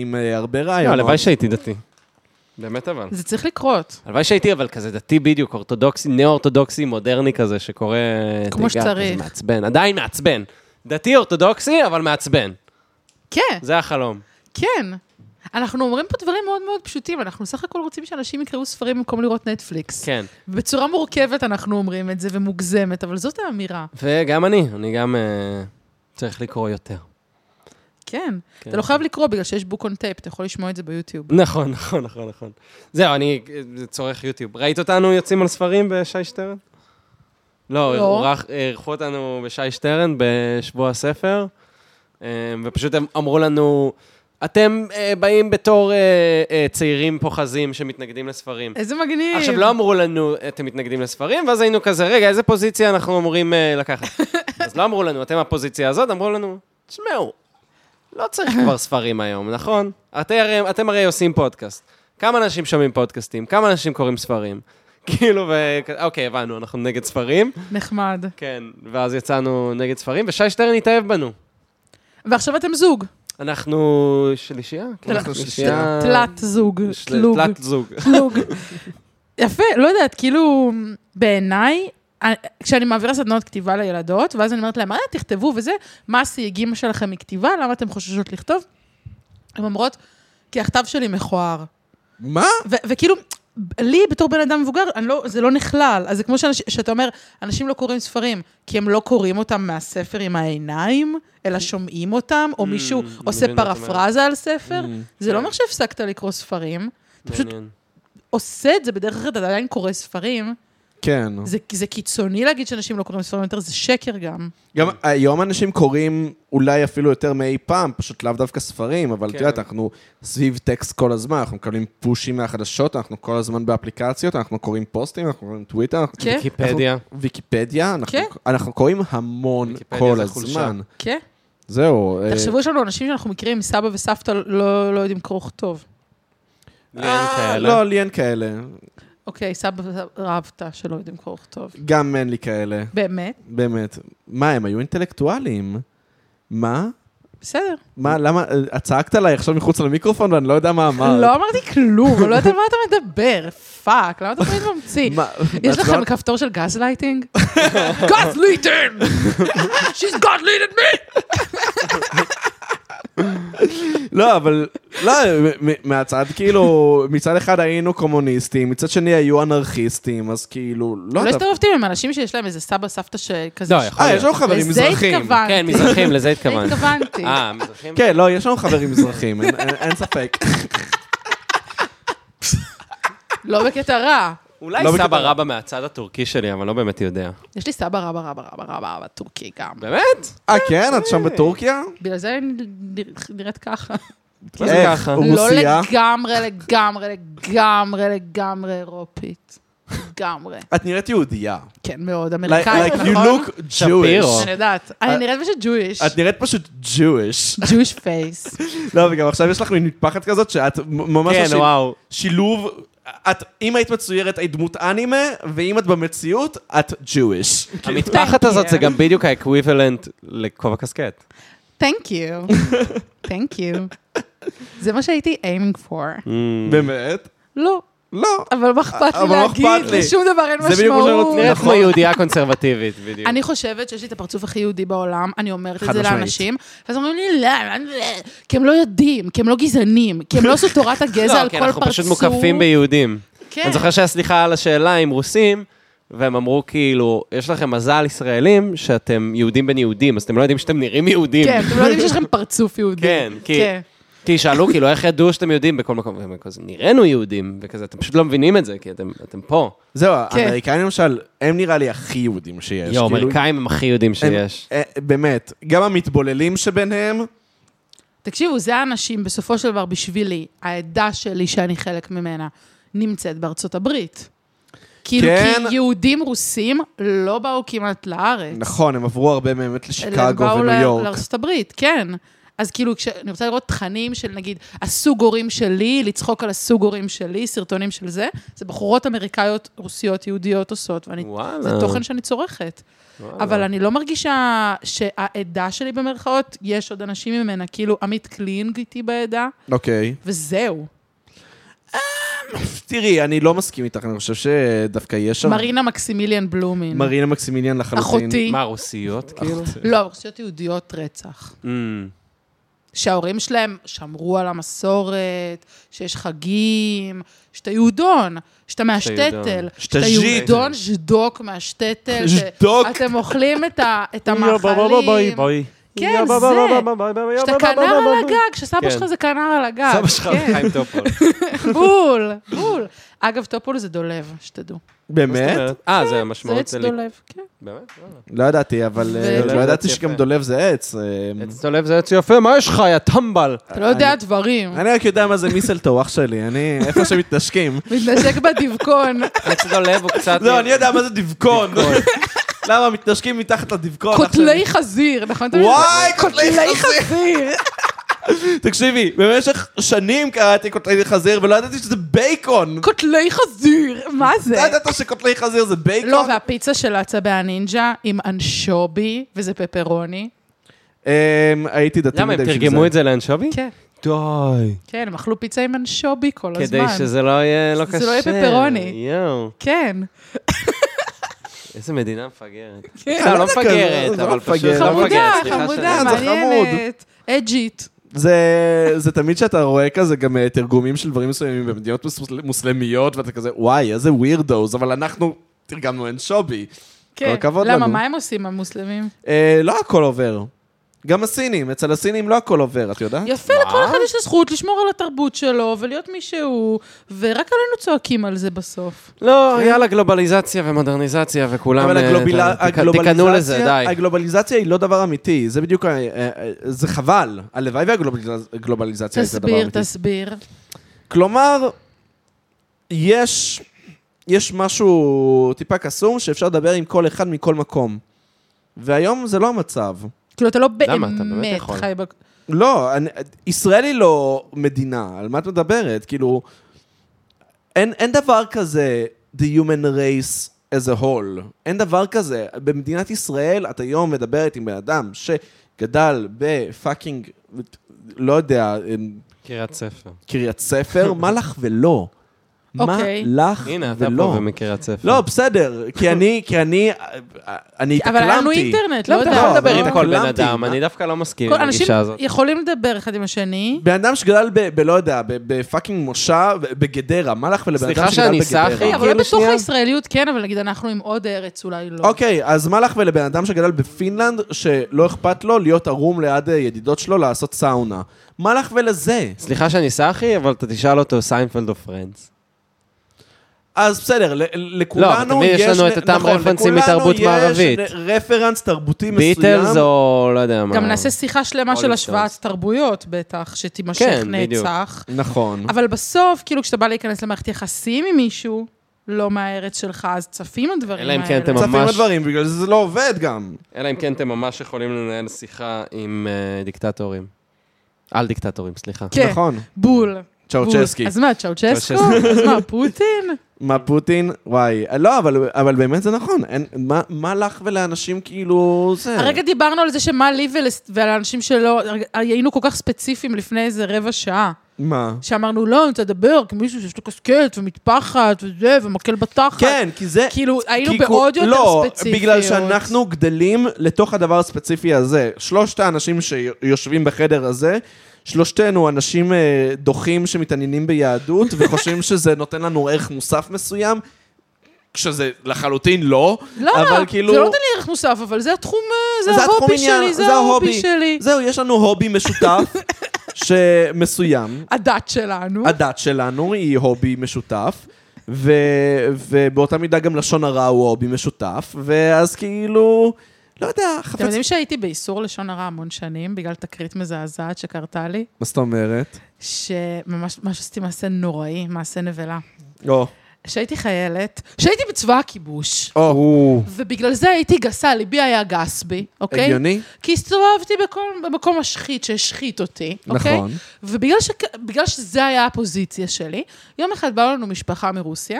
A: עם אה, הרבה
C: לא,
A: רעיונות.
C: הלוואי שהייתי דתי. באמת אבל.
B: זה צריך לקרות,
C: הלוואי שהייתי אבל כזה דתי בדיוק, אורתודוקסי, נאו-אורתודוקסי מודרני כזה, שקורא...
B: כמו
C: תיגר,
B: שצריך.
C: כזה מעצבן, עדיין מעצבן. דתי אורתודוקסי, אבל מעצבן.
B: כן,
C: זה החלום.
B: כן. אנחנו אומרים פה דברים מאוד מאוד פשוטים, אנחנו סך הכל רוצים שאנשים יקראו ספרים במקום לראות נטפליקס.
C: כן.
B: בצורה מורכבת אנחנו אומרים את זה, ומוגזמת, אבל זאת האמירה.
C: וגם אני, אני גם אה, צריך לקרוא יותר.
B: כן.
C: כן.
B: אתה לא חייב לקרוא בגלל שיש בוק און טייפ, אתה יכול לשמוע את זה ביוטיוב.
C: נכון, נכון, נכון, נכון. זהו, אני אה, צורך יוטיוב. ראית אותנו יוצאים על ספרים בשי שטרן? לא,
B: לא.
C: אירח- אירחו אותנו בשי שטרן בשבוע הספר, אה, ופשוט הם אמרו לנו, אתם אה, באים בתור אה, אה, צעירים פוחזים שמתנגדים לספרים.
B: איזה מגניב.
C: עכשיו, לא אמרו לנו, אתם מתנגדים לספרים, ואז היינו כזה, רגע, איזה פוזיציה אנחנו אמורים אה, לקחת? אז לא אמרו לנו, אתם הפוזיציה הזאת, אמרו לנו, תשמעו, לא צריך כבר ספרים היום, נכון? אתם, הרי- אתם הרי עושים פודקאסט. כמה אנשים שומעים פודקאסטים? כמה אנשים קוראים ספרים? כאילו, ו... אוקיי, הבנו, אנחנו נגד ספרים.
B: נחמד.
C: כן, ואז יצאנו נגד ספרים, ושי שטרן התאהב בנו.
B: ועכשיו אתם זוג.
C: אה, אנחנו שלישייה? כן,
B: אנחנו
C: שלישייה.
B: תלת זוג.
C: של-
B: תלוג.
C: תלת זוג.
B: תלוג. יפה, לא יודעת, כאילו, בעיניי, אה, כשאני מעבירה סדנאות כתיבה לילדות, ואז אני אומרת להם, אה, תכתבו וזה, מה הסייגים שלכם מכתיבה, למה אתן חוששות לכתוב? הן אומרות, כי הכתב שלי מכוער.
A: מה?
B: ו- וכאילו, לי בתור בן אדם מבוגר, אני לא, זה לא נכלל. אז זה כמו שאנש, שאתה אומר, אנשים לא קוראים ספרים, כי הם לא קוראים אותם מהספר עם העיניים, אלא שומעים אותם, או מישהו
C: Mm, מבין מה Mm.
B: עושה
C: את אומרת.
B: פרפרזה על ספר. זה לא אומר שהפסקת לקרוא ספרים, אתה פשוט
C: מעניין.
B: עושה את זה בדרך אחרת, אתה עדיין קורא ספרים.
A: כן.
B: זה, זה קיצוני להגיד שאנשים לא קוראים ספרים יותר, זה שקר גם.
A: גם היום אנשים קוראים אולי אפילו יותר מאי פעם, פשוט לאו דווקא ספרים, אבל את
C: כן.
A: יודעת, אנחנו סביב טקסט כל הזמן, אנחנו מקבלים פושים מהחדשות, אנחנו כל הזמן באפליקציות, אנחנו קוראים פוסטים, אנחנו קוראים טוויטר, אנחנו-
B: כן,
C: ויקיפדיה.
A: ויקיפדיה, אנחנו-
B: כן.
A: אנחנו קוראים המון
C: ויקיפדיה
A: כל
C: זה
A: הזמן.
C: חולשה.
B: כן.
A: זהו. אה,
B: תחשבו, יש לנו אנשים שאנחנו מכירים, סבא וסבתא לא, לא יודעים קרוא וכתוב.
C: לי אין
A: אה,
C: כאלה.
A: לא, לי אין כאלה.
B: אוקיי, סבא ורבתא שלא יודעים קרוא וכתוב.
A: גם אין לי כאלה,
B: באמת?
A: באמת. מה, הם היו אינטלקטואלים. מה?
B: בסדר.
A: מה, למה? את צעקת עליי עכשיו מחוץ למיקרופון ואני לא יודע מה אמרת.
B: לא אמרתי כלום, אני לא יודעת על מה אתה מדבר, פאק, למה אתה תמיד ממציא?
A: מה,
B: יש
A: את
B: לכם
A: לא-
B: כפתור של גז לייטינג? גז לייטינג! She's גז לייטינג me!
A: לא, אבל, לא, מ- מ- מהצד, כאילו, מצד אחד היינו קומוניסטים, מצד שני היו אנרכיסטים, אז כאילו, לא
B: לא
A: יודע.
B: הסתובבתם עם אנשים שיש להם איזה סבא סבתא שכזה...
C: לא,
B: ש-
C: יכול
A: אה,
C: להיות.
A: יש לנו חברים
B: לזה
A: מזרחים.
B: התכוונתי.
C: כן, מזרחים, לזה
B: לזה
C: התכוונת.
B: אה, אוקיי. התכוונתי.
C: אה, מזרחים?
A: כן, לא, יש לנו חברים מזרחים, אין- אין אין ספק.
B: לא בקטע רע.
C: אולי
A: לא
C: סבא
A: בקטע-
C: רבא מהצד הטורקי שלי, אבל לא באמת יודע.
B: יש לי סבא רבא רבא רבא רבא רבא טורקי גם.
C: באמת?
A: אה, כן? את שם בטורקיה?
B: בגלל זה אני נר- נראית ככה.
C: מה זה
A: איך?
C: ככה?
B: לא
A: רוסיה?
B: לגמרי, לגמרי, לגמרי, לגמרי אירופית. לגמרי.
A: את נראית יהודייה.
B: כן, מאוד.
A: Like,
B: אמריקאית,
A: like you
B: נכון?
A: look Jewish.
B: אני יודעת. אני נראית פשוט ג'ויש.
A: את נראית פשוט Jewish.
B: ג'ויש פייס.
A: לא, וגם עכשיו יש לך מין מטפחת כזאת שאת מ- ממש...
C: כן,
A: השיל-
C: וואו.
A: שילוב, את, אם היית מצוירת, היית דמות אנימה, ואם את במציאות, את Jewish.
C: כאילו, המטפחת
B: Thank
C: הזאת
B: you.
C: זה גם בדיוק האקוויבלנט לכובע קסקט.
B: Thank you. Thank you. זה מה שהייתי aiming for.
A: באמת?
B: לא,
A: לא.
B: אבל מה אכפת לי
A: Mm. אבל מה אכפת
B: להגיד?
A: לי?
B: לשום דבר אין
A: זה בדיוק מה שאני רוצה-
B: משמעות.
A: נראה
C: נראית
A: נכון.
C: כמו יהודייה קונסרבטיבית, בדיוק.
B: אני חושבת שיש לי את הפרצוף הכי יהודי בעולם, אני אומרת את
A: חד
B: זה
A: משמעית.
B: לאנשים, ואז אומרים לי, לא, לא, כי הם לא יודעים, כי הם לא גזענים, כי הם לא עשו תורת הגזע על
C: לא,
B: כל
C: כי
B: פרצוף.
C: אנחנו פשוט מוקפים ביהודים.
B: כן.
C: אני זוכר שהיה סליחה על השאלה עם רוסים, והם אמרו כאילו, יש לכם מזל ישראלים שאתם יהודים בין יהודים, אז אתם לא יודעים שאתם נראים יהודים.
B: כן, אתם לא יודעים שיש לכם פרצוף יהודי.
C: כן, כי-
B: כן.
C: כי שאלו כאילו, איך ידעו שאתם יהודים בכל מקום? והם כזה, נראינו יהודים, וכזה, אתם פשוט לא מבינים את זה, כי אתם- אתם פה.
A: זהו,
B: כן.
A: האמריקאים למשל, הם נראה לי הכי יהודים שיש.
C: יואו,
A: כאילו,
C: אמריקאים הם הכי יהודים
A: הם-
C: שיש.
A: אה, באמת, גם המתבוללים שביניהם,
B: תקשיבו, זה האנשים, בסופו של דבר, בשבילי, העדה שלי, שאני חלק ממנה, נמצאת בארצות הברית. כאילו,
A: כן.
B: כי יהודים רוסים לא באו כמעט לארץ.
A: נכון, הם עברו הרבה באמת לשיקגו וניו
B: אלא באו ל-
A: יורק.
B: לארצות הברית, כן. אז כאילו, כש- אני רוצה לראות תכנים של נגיד, הסוג הורים שלי, לצחוק על הסוג הורים שלי, סרטונים של זה, זה בחורות אמריקאיות, רוסיות, יהודיות עושות, ואני...
C: וואלה.
B: זה תוכן שאני צורכת.
C: וואלה.
B: אבל אני לא מרגישה שהעדה שלי במרכאות, יש עוד אנשים ממנה, כאילו עמית קלינג איתי בעדה,
A: אוקיי.
B: וזהו.
A: תראי, אני לא מסכים איתך, אני חושב שדווקא יש שם...
B: מרינה מקסימיליאן בלומין.
A: מרינה מקסימיליאן לחלוטין.
B: אחותי.
C: מה, רוסיות
A: אה,
C: כאילו?
B: לא, רוסיות יהודיות רצח.
C: אמ,
B: שההורים שלהם שמרו על המסורת, שיש חגים, שאתה יהודון, שאתה מהשטטל,
C: יהודון.
B: שאתה יהודון, ז'דוק מהשטטל,
A: ז'דוק.
B: שאתם אוכלים את ה- את
C: יאללה, ביי, ביי, ביי,
B: המאכלים,
C: ביי.
B: כן,
C: יא,
B: זה.
C: יא, יא, יא, יא, יא,
B: שאתה
C: יא, יא,
B: כנר
C: יא, יא,
B: על
C: יא.
B: הגג, שסבא
C: כן.
B: שלך זה כנר על הגג.
C: סבא שלך
B: כן,
C: חיים טופול.
B: בול, בול. אגב, טופול זה דולב, שתדעו.
A: באמת?
C: אה, זה
B: כן. זה
C: המשמעות
B: עץ
C: שלי.
B: דולב, כן.
C: באמת?
A: לא
C: וואלה.
A: ידעתי, אבל אה,
B: ו-
A: לא ידעתי
C: יפה.
A: שגם דולב זה עץ. אה,
C: עץ דולב זה עץ יפה, מה יש לך, יא טמבל?
B: אתה לא יודע דברים.
A: אני רק יודע מה זה מיסלטו, אח שלי, אני איפה שמתנשקים.
B: מתנשק בדבקון,
C: עץ דולב הוא קצת...
A: לא, אני יודע מה זה דבקון. למה מתנשקים מתחת לדבקון? אח שלי.
B: קוטלי חזיר, נכון? אתה יודע?
A: וואי,
B: קוטלי חזיר.
A: תקשיבי, במשך שנים קראתי קוטלי חזיר ולא ידעתי שזה בייקון.
B: קוטלי חזיר, מה זה?
A: אתה ידעת שקוטלי חזיר זה בייקון?
B: לא, והפיצה של העצבי הנינג'ה עם אנשובי, וזה פפרוני.
A: אמ, הייתי דתי
C: למה, הם
A: מדי בשביל
C: תרגמו את זה לאנשובי?
B: כן,
C: די.
B: כן, הם אכלו פיצה עם אנשובי כל הזמן.
C: כדי שזה לא יהיה לא
B: שזה
C: קשה.
B: לא יהיה פפרוני.
C: יואו,
B: כן.
C: איזה מדינה מפגרת.
B: כן.
C: סתם, לא
A: זה
C: מפגרת,
A: כזה?
C: אבל
A: זה
C: פשוט
A: מפגרת.
C: לא מפגרת.
B: חמודה,
C: סליחה
B: חמודה,
C: אה,
A: זה
B: מעניינת. אג'ית.
A: זה, זה תמיד שאתה רואה כזה גם אה, תרגומים של דברים מסוימים במדינות מוס- מוסלמיות, ואתה כזה, וואי, איזה ווירדוס, אבל אנחנו תרגמנו אנשובי.
B: כן.
A: הכבוד
B: למה,
A: לנו.
B: מה הם עושים, המוסלמים?
A: אה, לא הכל עובר. גם הסינים, אצל הסינים לא הכל עובר, את יודעת?
B: יפה, לכל אחד יש הזכות לשמור על התרבות שלו ולהיות מי שהוא, ורק עלינו צועקים על זה בסוף.
C: לא, יאללה, גלובליזציה ומודרניזציה, וכולם...
A: אבל
C: אה,
A: הגלובילה-
C: ת- ת- תיכנעו לזה,
A: הגלובליזציה,
C: די.
A: הגלובליזציה היא לא דבר אמיתי, זה בדיוק, ה- אה, אה, זה חבל. הלוואי והגלובליזציה הייתה דבר
B: תסביר,
A: אמיתי.
B: תסביר.
A: כלומר, יש, יש משהו טיפה קסום שאפשר לדבר עם כל אחד מכל מקום. והיום זה לא המצב.
B: כאילו, אתה לא
C: למה? אתה באמת
B: באמת
C: יכול.
B: חי ב...
A: לא, אני, ישראל היא לא מדינה, על מה את מדברת? כאילו, אין, אין דבר כזה the human race as a whole. אין דבר כזה. במדינת ישראל את היום מדברת עם בן אדם שגדל בפאקינג, לא יודע,
C: קריית ספר.
A: קריית ספר, מה לך ולא? מה
B: אוקיי.
A: לך
C: הנה, אתה פה
A: ולא?
C: ומקריית ספר.
A: לא, בסדר, כי אני, כי אני, אה, אני התאקלמתי.
B: אבל היה לנו אינטרנט, לא
A: אתה
B: יודע.
A: יכול
C: לא,
B: אבל
C: לדבר עם
B: לא-
C: כל בן
A: התאקלמתי.
C: אדם, אני דווקא לא מסכים
B: כל
C: עם
B: אנשים
C: הגישה הזאת.
B: יכולים לדבר אחד עם השני.
A: בן אדם שגדל ב... ב לא יודע, ב- בפאקינג מושב, ב- בגדרה, מה לך ולבן
C: סליחה
A: אדם שגדל
C: שאני
A: בגדרה?
B: אבל
C: סאחי,
B: לא
C: כאילו,
B: בתוך
C: שנייה.
B: הישראליות, כן, אבל נגיד אנחנו עם עוד ארץ, אולי לא.
A: אוקיי, אז מה לך ולבן אדם שגדל בפינלנד, שלא אכפת לו להיות ערום ליד אה, ידידות שלו לעשות סאונה? מה לך ולזה?
C: סליחה שאני סאחי, אבל אתה תשאל אותו סיינפלד או פרנדס.
A: אז בסדר, ל- לכולנו
C: לא,
A: יש...
C: אבל תמיד יש לנו את אותם
A: נכון,
C: רפרנסים
A: לכולנו
C: מתרבות
A: יש
C: מערבית.
A: רפרנס תרבותי מסוים.
C: ביטלס או לא יודע מה.
B: גם נעשה שיחה שלמה של
C: אולי
B: השוואת
C: סטונס.
B: תרבויות, בטח, שתימשך
C: כן, בדיוק.
B: נצח.
A: נכון.
B: אבל בסוף, כאילו, כשאתה בא להיכנס למערכת יחסים עם מישהו, לא מהארץ שלך, אז צפים הדברים
C: אלא
B: האלה.
C: אם כן אתם
A: צפים
C: ממש-
A: הדברים, בגלל זה זה לא עובד גם.
C: אלא אם כן אתם ממש יכולים לנהל שיחה עם אה, דיקטטורים. על דיקטטורים, סליחה.
B: כן,
A: נכון.
B: בול.
A: צ'אוצ'סקי.
B: בול. אז מה, צ'אוצ'סקו?
C: צ'אוצ'סקו.
B: אז מה, פוטין?
A: מה פוטין? וואי. לא, אבל, אבל באמת זה נכון. אין, מה, מה לך ולאנשים כאילו זה?
C: כן.
B: הרגע דיברנו על זה שמה לי ולס- ולאנשים שלא, הרגע- היינו כל כך ספציפיים לפני איזה רבע שעה.
A: מה?
B: שאמרנו, לא, אני רוצה לדבר כמישהו שיש לו קסקט ומטפחת וזה, ומקל בתחת.
A: כן, כי זה...
B: כאילו, היינו
A: כי
B: בעוד
A: כו-
B: יותר
A: לא,
B: ספציפיות.
A: לא, בגלל שאנחנו גדלים לתוך הדבר הספציפי הזה. שלושת האנשים שיושבים בחדר הזה, שלושתנו אנשים אה, דוחים שמתעניינים ביהדות וחושבים שזה נותן לנו ערך מוסף מסוים, כשזה לחלוטין לא.
B: לא,
A: אבל כאילו...
B: זה לא נותן לי ערך מוסף, אבל זה התחום, אה, זה,
A: התחום
B: ההובי
A: עניין,
B: שלי, זה,
A: זה
B: ההובי
A: ההובי.
B: שלי.
A: זהו, יש לנו הובי משותף שמסוים.
B: הדת שלנו.
A: Mm-hmm. הדת שלנו היא הובי משותף, ו, ובאותה מידה גם לשון הרע הוא הובי משותף, ואז כאילו, לא יודע,
B: אתם
A: חפץ...
B: יודעים שהייתי באיסור לשון הרע המון שנים, בגלל תקרית מזעזעת שקרתה לי,
A: מה זאת אומרת?
B: שממש ממש עשיתי מעשה נוראי, מעשה נבלה.
A: או,
B: שהייתי חיילת, שהייתי בצבא הכיבוש,
A: או,
B: ובגלל זה הייתי גסה, ליבי היה גס בי, אוקיי?
A: הגיוני?
B: כי הסתובבתי בכל, במקום משחית שהשחית אותי, אוקיי?
A: נכון.
B: ובגלל ש, בגלל שזה היה הפוזיציה שלי, יום אחד באו לנו משפחה מרוסיה.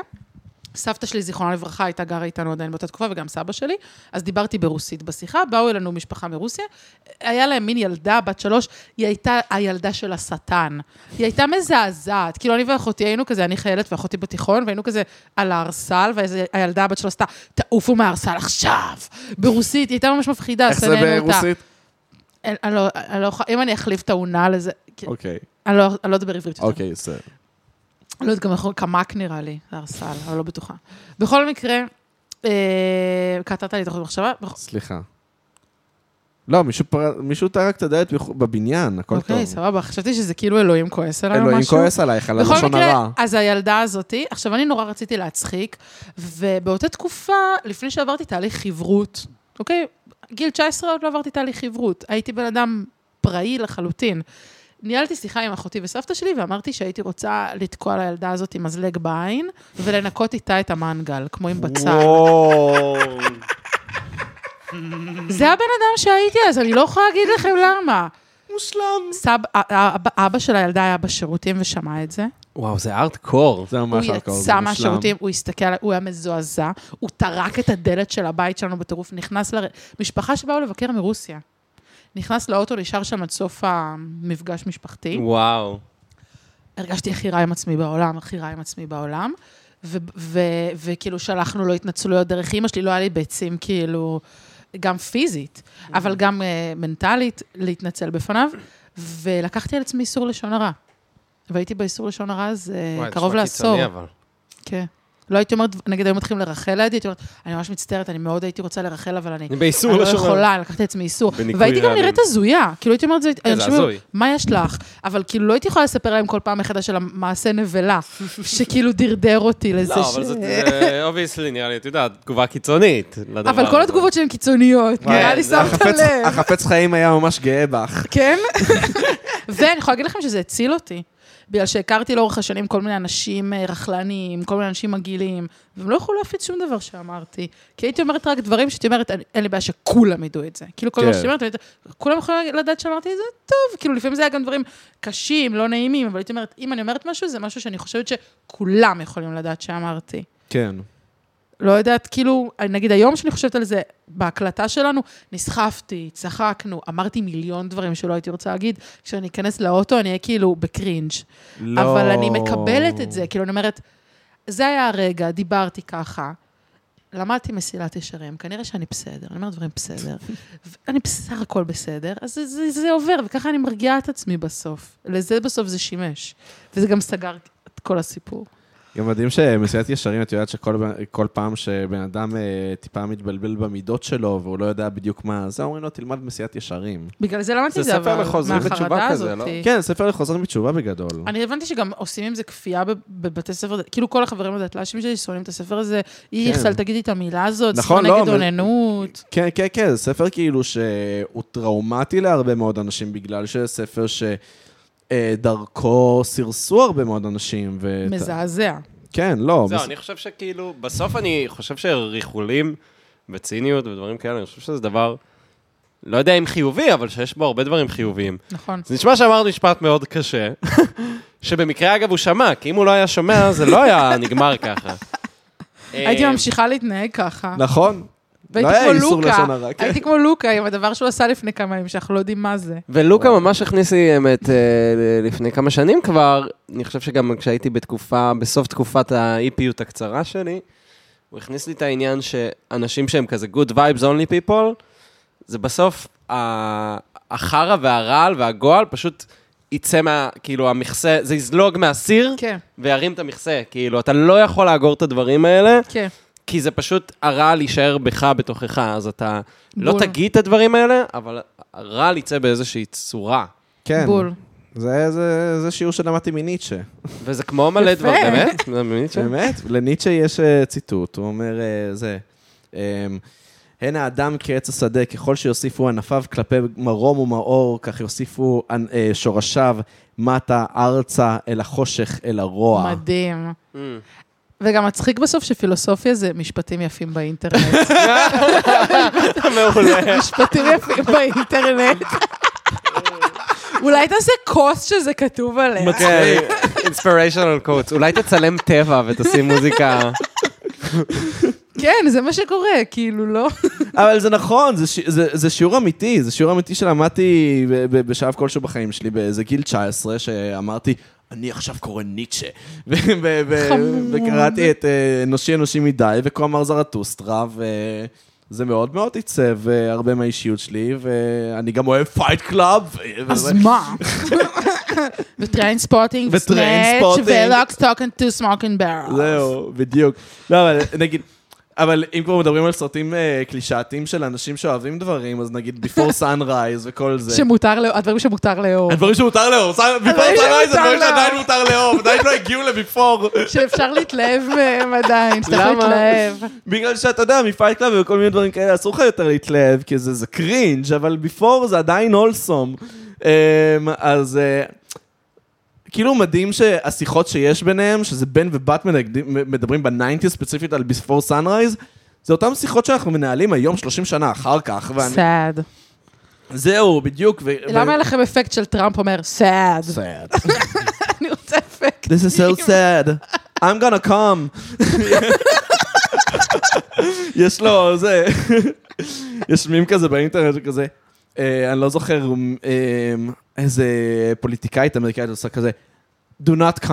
B: סבתא שלי, זיכרונה לברכה, הייתה גרה איתנו עדיין באותה תקופה, וגם סבא שלי, אז דיברתי ברוסית בשיחה, באו אלינו משפחה מרוסיה, היה להם מין ילדה, בת שלוש, היא הייתה הילדה של השטן. היא הייתה מזעזעת, כאילו אני ואחותי היינו כזה, אני חיילת ואחותי בתיכון, והיינו כזה על הארסל, והילדה הבת שלו עשתה, תעופו מהארסל עכשיו! ברוסית, היא הייתה ממש מפחידה,
A: איך זה
B: שנאנו אותה.
A: ברוסית?
B: אין- אני לא, אני לא, יכולה- אם אני אחליף את העונה לזה, כי-
A: אוקיי,
B: אני לא- אני לא אדבר עברית יותר.
A: אוקיי, בסדר.
B: לא יודעת, גם יכול קמק נראה לי, זה הרסל, אבל לא בטוחה. בכל מקרה, אה, קטעת לי את החוט במחשבה. בכ-
A: סליחה. לא, מישהו פר- מישהו טרק את הדלת מחו- בבניין, הכל טוב.
B: אוקיי, סבבה, חשבתי שזה כאילו אלוהים כועס עליי או משהו.
A: אלוהים כועס עלייך, על
B: בכל
A: הלשון
B: מקרה, אה,
A: הרע.
B: אז הילדה הזאתי, עכשיו אני נורא רציתי להצחיק, ובאותה תקופה, לפני שעברתי תהליך חברות, אוקיי? גיל 19 עוד לא עברתי תהליך חברות, הייתי בן אדם פראי לחלוטין. ניהלתי שיחה עם אחותי וסבתא שלי, ואמרתי שהייתי רוצה לתקוע לילדה הזאת עם מזלג בעין, ולנקות איתה את המנגל, כמו עם בצל. זה הבן אדם שהייתי אז, אני לא יכולה להגיד לכם למה.
A: מושלם.
B: סב, ה- ה- אבא של הילדה היה בשירותים ושמע את זה.
C: וואו, זה ארטקור.
A: זה
B: הוא
A: ממש אלכוהול, זה
B: יצא
A: מושלם.
B: מהשירותים, הוא הסתכל, עליי, הוא היה מזועזע, הוא טרק את הדלת של הבית שלנו בטירוף, נכנס ל... משפחה שבאו לבקר מרוסיה. נכנס לאוטו, נשאר שם עד סוף המפגש משפחתי.
C: וואו.
B: הרגשתי הכי רע עם עצמי בעולם, הכי רע עם עצמי בעולם. ו- ו- וכאילו שלחנו לו התנצלויות דרך אימא שלי, לא היה לי ביצים כאילו, גם פיזית, אבל גם אה, מנטלית, להתנצל בפניו. ולקחתי על עצמי איסור לשון הרע. והייתי באיסור לשון הרע הזה
C: וואי, זה
B: אה, קרוב
C: נשמע
B: לעשור.
C: קיצוני, אבל.
B: כן. לא הייתי אומרת, נגיד היו מתחילים לרחל לידי, הייתי אומרת, אני ממש מצטערת, אני מאוד הייתי רוצה לרחל, אבל אני...
C: אני באיסור
B: אני לא
C: לשון הרע.
B: יכולה, אני לקחתי לעצמי איסור.
C: בניכוי
B: והייתי גם
C: רעלים.
B: נראית הזויה. כאילו הייתי אומרת, זה
C: זה
B: אנשים אומרים,
C: הזוי.
B: מה יש לך? אבל כאילו לא הייתי יכולה לספר להם כל פעם מחדש על המעשה נבלה, שכאילו דרדר אותי לזה
C: לא,
B: ש-
C: אבל זה אובייסלי, נראה לי, את יודעת, תגובה קיצונית. לדבר
B: אבל כל
C: הזה.
B: התגובות שלהם קיצוניות,
A: כן.
B: נראה לי
C: כן, זה
B: שמת
A: החפץ-
B: לב.
A: החפץ חיים היה ממש גאה בך.
B: כן? ואני יכולה להגיד לכם שזה הציל אותי. בגלל שהכרתי לאורך השנים כל מיני אנשים אה, רכלניים, כל מיני אנשים מגעילים, והם לא יכלו להפיץ שום דבר שאמרתי. כי הייתי אומרת רק דברים שהייתי אומרת, "אין- אין לי בעיה שכולם ידעו את זה. כאילו, כל דבר
A: כן.
B: שהייתי אומרת, הייתי- כולם יכולים לדעת שאמרתי את זה טוב. כאילו, לפעמים זה היה גם דברים קשים, לא נעימים, אבל הייתי אומרת, אם אני אומרת משהו, זה משהו שאני חושבת שכולם יכולים לדעת שאמרתי.
A: כן.
B: לא יודעת, כאילו, נגיד היום שאני חושבת על זה, בהקלטה שלנו, נסחפתי, צחקנו, אמרתי מיליון דברים שלא הייתי רוצה להגיד, כשאני אכנס לאוטו אני אהיה כאילו בקרינג'.
A: לא.
B: אבל אני מקבלת את זה, כאילו, אני אומרת, זה היה הרגע, דיברתי ככה. למדתי מסילת ישרים, כנראה שאני בסדר, אני אומרת דברים בסדר. אני בסך הכל בסדר, אז זה, זה, זה עובר, וככה אני מרגיעה את עצמי בסוף. לזה בסוף זה שימש. וזה גם סגר את כל הסיפור.
A: גם מדהים שמסילת ישרים, את יודעת שכל בן- כל פעם שבן אדם אה, טיפה מתבלבל במידות שלו, והוא לא יודע בדיוק מה זה, אומרים לו, תלמד מסילת ישרים.
B: בגלל זה למדתי
C: זה
B: את זה,
C: ספר
B: אבל
C: לחוזרים בתשובה
B: מהחרדה
C: כזה, לא?
B: הזאת.
A: כן, ספר לחוזרים בתשובה בגדול.
B: אה. אני הבנתי שגם עושים עם זה כפייה בב- בבתי ספר, כאילו כל החברים הדתל"שים שלי שונאים את הספר הזה, איכסל, תגידי את המילה הזאת,
A: כן. נכון,
B: שיחה
A: לא,
B: נגד
A: אבל-
B: אוננות.
A: כן, כן, כן, זה ספר כאילו שהוא טראומטי להרבה מאוד אנשים, בגלל שזה ספר שדרכו סירסו הרבה מאוד אנשים. ואת-
B: מזעזע.
A: כן, לא.
C: זהו,
A: מס-
C: אני חושב שכאילו, בסוף אני חושב שריחולים וציניות ודברים כאלה, אני חושב שזה דבר, לא יודע אם חיובי, אבל שיש בו הרבה דברים חיוביים.
B: נכון.
C: זה נשמע שאמרת משפט מאוד קשה, שבמקרה אגב הוא שמע, כי אם הוא לא היה שומע, זה לא היה נגמר ככה.
B: הייתי
C: אה,
B: ממשיכה להתנהג ככה.
A: נכון.
B: והייתי
A: לא היה
B: כמו
A: איסור
B: לוקה,
A: לשון הרע, כן.
B: הייתי כמו לוקה עם הדבר שהוא עשה לפני כמה ימים, שאנחנו לא יודעים מה זה.
C: ולוקה ממש הכניס לי אמת אה, לפני כמה שנים כבר, אני חושב שגם כשהייתי בתקופה, בסוף תקופת האיפיות הקצרה שלי, הוא הכניס לי את העניין שאנשים שהם כזה good vibes only people, זה בסוף ה- החרא והרעל והגועל פשוט יצא מה, כאילו המכסה, זה יזלוג מהסיר
B: כן,
C: וירים את המכסה, כאילו אתה לא יכול לאגור את הדברים האלה.
B: כן.
C: כי זה פשוט הרעל יישאר בך בתוכך, אז אתה לא
B: בול.
C: תגיד את הדברים האלה, אבל הרעל יצא באיזושהי צורה.
A: כן.
B: בול.
A: זה- זה זה שיעור שלמדתי מניטשה.
C: וזה כמו מלא
B: יפה.
C: דברים, באמת? זה באמת ש-
A: באמת? לניטשה יש אה, ציטוט, הוא אומר, אה, זה, אמ, הן האדם כעץ השדה, ככל שיוסיפו ענפיו כלפי מרום ומאור, כך יוסיפו ענ- אה, שורשיו מטה, ארצה, אל החושך, אל הרוע.
B: מדהים.
C: Mm.
B: וגם מצחיק בסוף שפילוסופיה זה משפטים יפים באינטרנט.
C: מעולה.
B: משפטים יפים באינטרנט. אולי תעשה כוס שזה כתוב עליה.
C: מצחיק. אינספיריישנל קוץ. אולי תצלם טבע ותשים מוזיקה.
B: כן, זה מה שקורה, כאילו, לא?
A: אבל זה נכון, זה, ש... זה, זה שיעור אמיתי, זה שיעור אמיתי שלמדתי ב- ב- בשלב כלשהו בחיים שלי, באיזה גיל 19, שאמרתי, אני עכשיו קורא ניטשה. ו- ו- ו-
B: חמוד.
A: וקראתי את אה, אנושי אנושי מדי, וכה אמר זרטוסטרה, וזה מאוד מאוד עיצב אה, הרבה מהאישיות שלי, ואני גם אוהב פייט קלאב.
B: אז מה? וטריין ספוטינג,
A: וטריין
B: וסנאץ',
A: ספוטינג.
B: ולוקס טוקן טו סמוקינג ברל.
A: זהו, בדיוק. לא, אבל נגיד, אבל אם כבר מדברים על סרטים אה, קלישאתיים של אנשים שאוהבים דברים, אז נגיד Before Sunrise וכל זה.
B: שמותר, לאו- הדברים שמותר לאהוב.
A: הדברים שמותר לאהוב, Sun-
B: הדברים
A: Before Sunrise זה
B: שמותר
A: דברים שעדיין
B: לאהוב.
A: מותר לאהוב, עדיין לא הגיעו לביפור.
B: שאפשר להתלהב מהם עדיין, שאתה יכול
C: למה?
B: להתלהב.
A: בגלל שאתה יודע, מפייט קלאב וכל מיני דברים כאלה, אסור לך יותר להתלהב, כי זה, זה קרינג', אבל ביפור זה עדיין הולסום. אז אה, כאילו מדהים שהשיחות שיש ביניהם, שזה בן ובת מנגדים- מדברים בניינטיז ספציפית על ביפור סאנרייז, זה אותן שיחות שאנחנו מנהלים היום 30 שנה אחר כך. ואני-
B: סעד.
A: זהו, בדיוק. ו-
B: למה לא?
A: ו-
B: אין לכם אפקט של טראמפ אומר, סעד?
A: sad.
B: אני רוצה אפקט.
A: This is so sad. I'm gonna come. יש לו זה, יש מים כזה באינטרנט שכזה, אה, אני לא זוכר אה, איזה פוליטיקאית אמריקאית עושה כזה, do not come,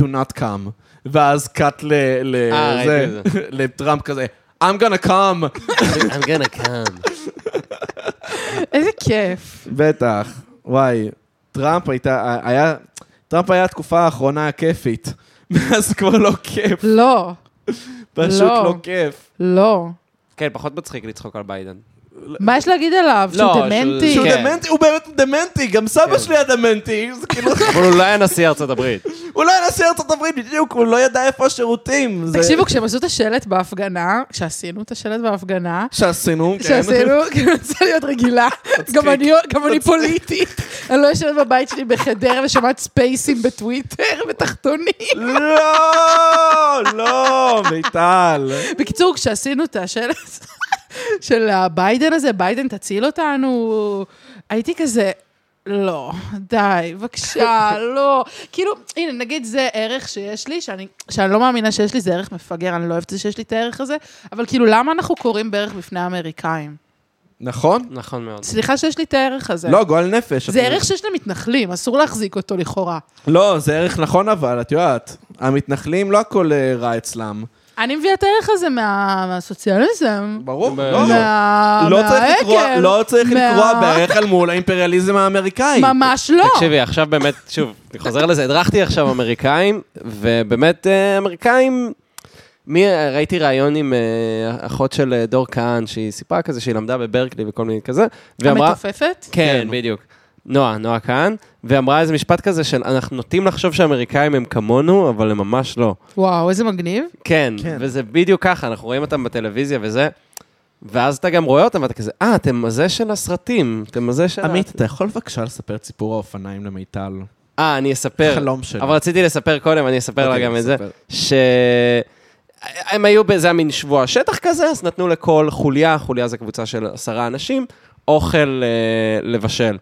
A: do not come, ואז קאט ל- ל-
C: אה, ראיתי
A: זה,
C: את
A: לטראמפ כזה, I'm gonna come,
C: I'm gonna come.
B: איזה כיף.
A: בטח, וואי, טראמפ הייתה, היה, טראמפ היה התקופה האחרונה הכיפית, מאז כבר לא כיף.
B: לא,
A: פשוט
B: לא.
A: לא כיף.
B: לא.
C: כן, פחות מצחיק לצחוק על ביידן.
B: מה יש להגיד עליו?
C: לא,
B: שהוא
C: שהוא-
B: דמנטי?
A: שהוא
C: כן.
A: דמנטי, הוא באמת דמנטי, גם סבא
C: כן.
A: שלי היה דמנטי, זה כאילו,
C: אבל הוא לא היה נשיא ארצות הברית.
A: הוא לא היה נשיא ארצות הברית בדיוק, הוא לא ידע איפה השירותים. זה-
B: תקשיבו, כשהם עשו את השלט בהפגנה, כשעשינו את השלט בהפגנה,
A: שעשינו, כן.
B: שעשינו, כאילו, אני רוצה להיות רגילה. גם אני- גם אני פוליטית. אני לא יושבת בבית שלי בחדרה ושומעת ספייסים בטוויטר ותחתונים.
A: לא, לא, מיטל.
B: בקיצור, כשעשינו את השלט של הביידן הזה, ביידן תציל אותנו, הייתי כזה... לא, די, בבקשה, לא. כאילו, הנה, נגיד זה ערך שיש לי, שאני, שאני לא מאמינה שיש לי, זה ערך מפגר, אני לא אוהבת את זה שיש לי את הערך הזה, אבל כאילו, למה אנחנו קוראים בערך בפני האמריקאים?
A: נכון?
C: נכון מאוד.
B: סליחה שיש לי את הערך הזה.
A: לא, גועל נפש.
B: זה
A: את-
B: ערך שיש למתנחלים, אסור להחזיק אותו לכאורה.
A: לא, זה ערך נכון אבל, את יודעת. המתנחלים, לא הכל אה, רע אצלם.
B: אני מביאה את הערך הזה מה- מהסוציאליזם.
A: ברור,
C: מה-
A: לא.
B: מה-
A: לא צריך
B: מהעגל,
A: לקרוע- לא צריך
B: מה-
A: לקרוע בערך על מול האימפריאליזם האמריקאי.
B: ממש לא.
C: תקשיבי, עכשיו באמת, שוב, אני חוזר לזה, הדרכתי עכשיו אמריקאים, ובאמת אה, אמריקאים... מי, ראיתי ראיון עם אה, אחות של אה, דור כהן, שהיא סיפרה כזה שהיא למדה בברקלי וכל מיני כזה, והיא אמרה...
B: המתופפת?
C: כן, בדיוק. נועה, נועה כהן, ואמרה איזה משפט כזה של אנחנו נוטים לחשוב שהאמריקאים הם כמונו, אבל הם ממש לא.
B: וואו, איזה מגניב.
C: כן,
A: כן.
C: וזה בדיוק ככה, אנחנו רואים אותם בטלוויזיה וזה, ואז אתה גם רואה אותם ואתה כזה, אה, אתם הזה של הסרטים, אתם הזה של... ה-"
A: עמית, אתה יכול בבקשה לספר את סיפור האופניים למיטל?
C: אה, אני אספר.
A: חלום שלי.
C: אבל רציתי לספר קודם, אני אספר לה
A: אוקיי,
C: גם את זה.
A: ספר.
D: אה,
C: ש... הם היו באיזה מין שבוע שטח כזה, אז נתנו לכל חוליה, חוליה זה קבוצה של עשרה אנשים, אוכל אה, לבשל.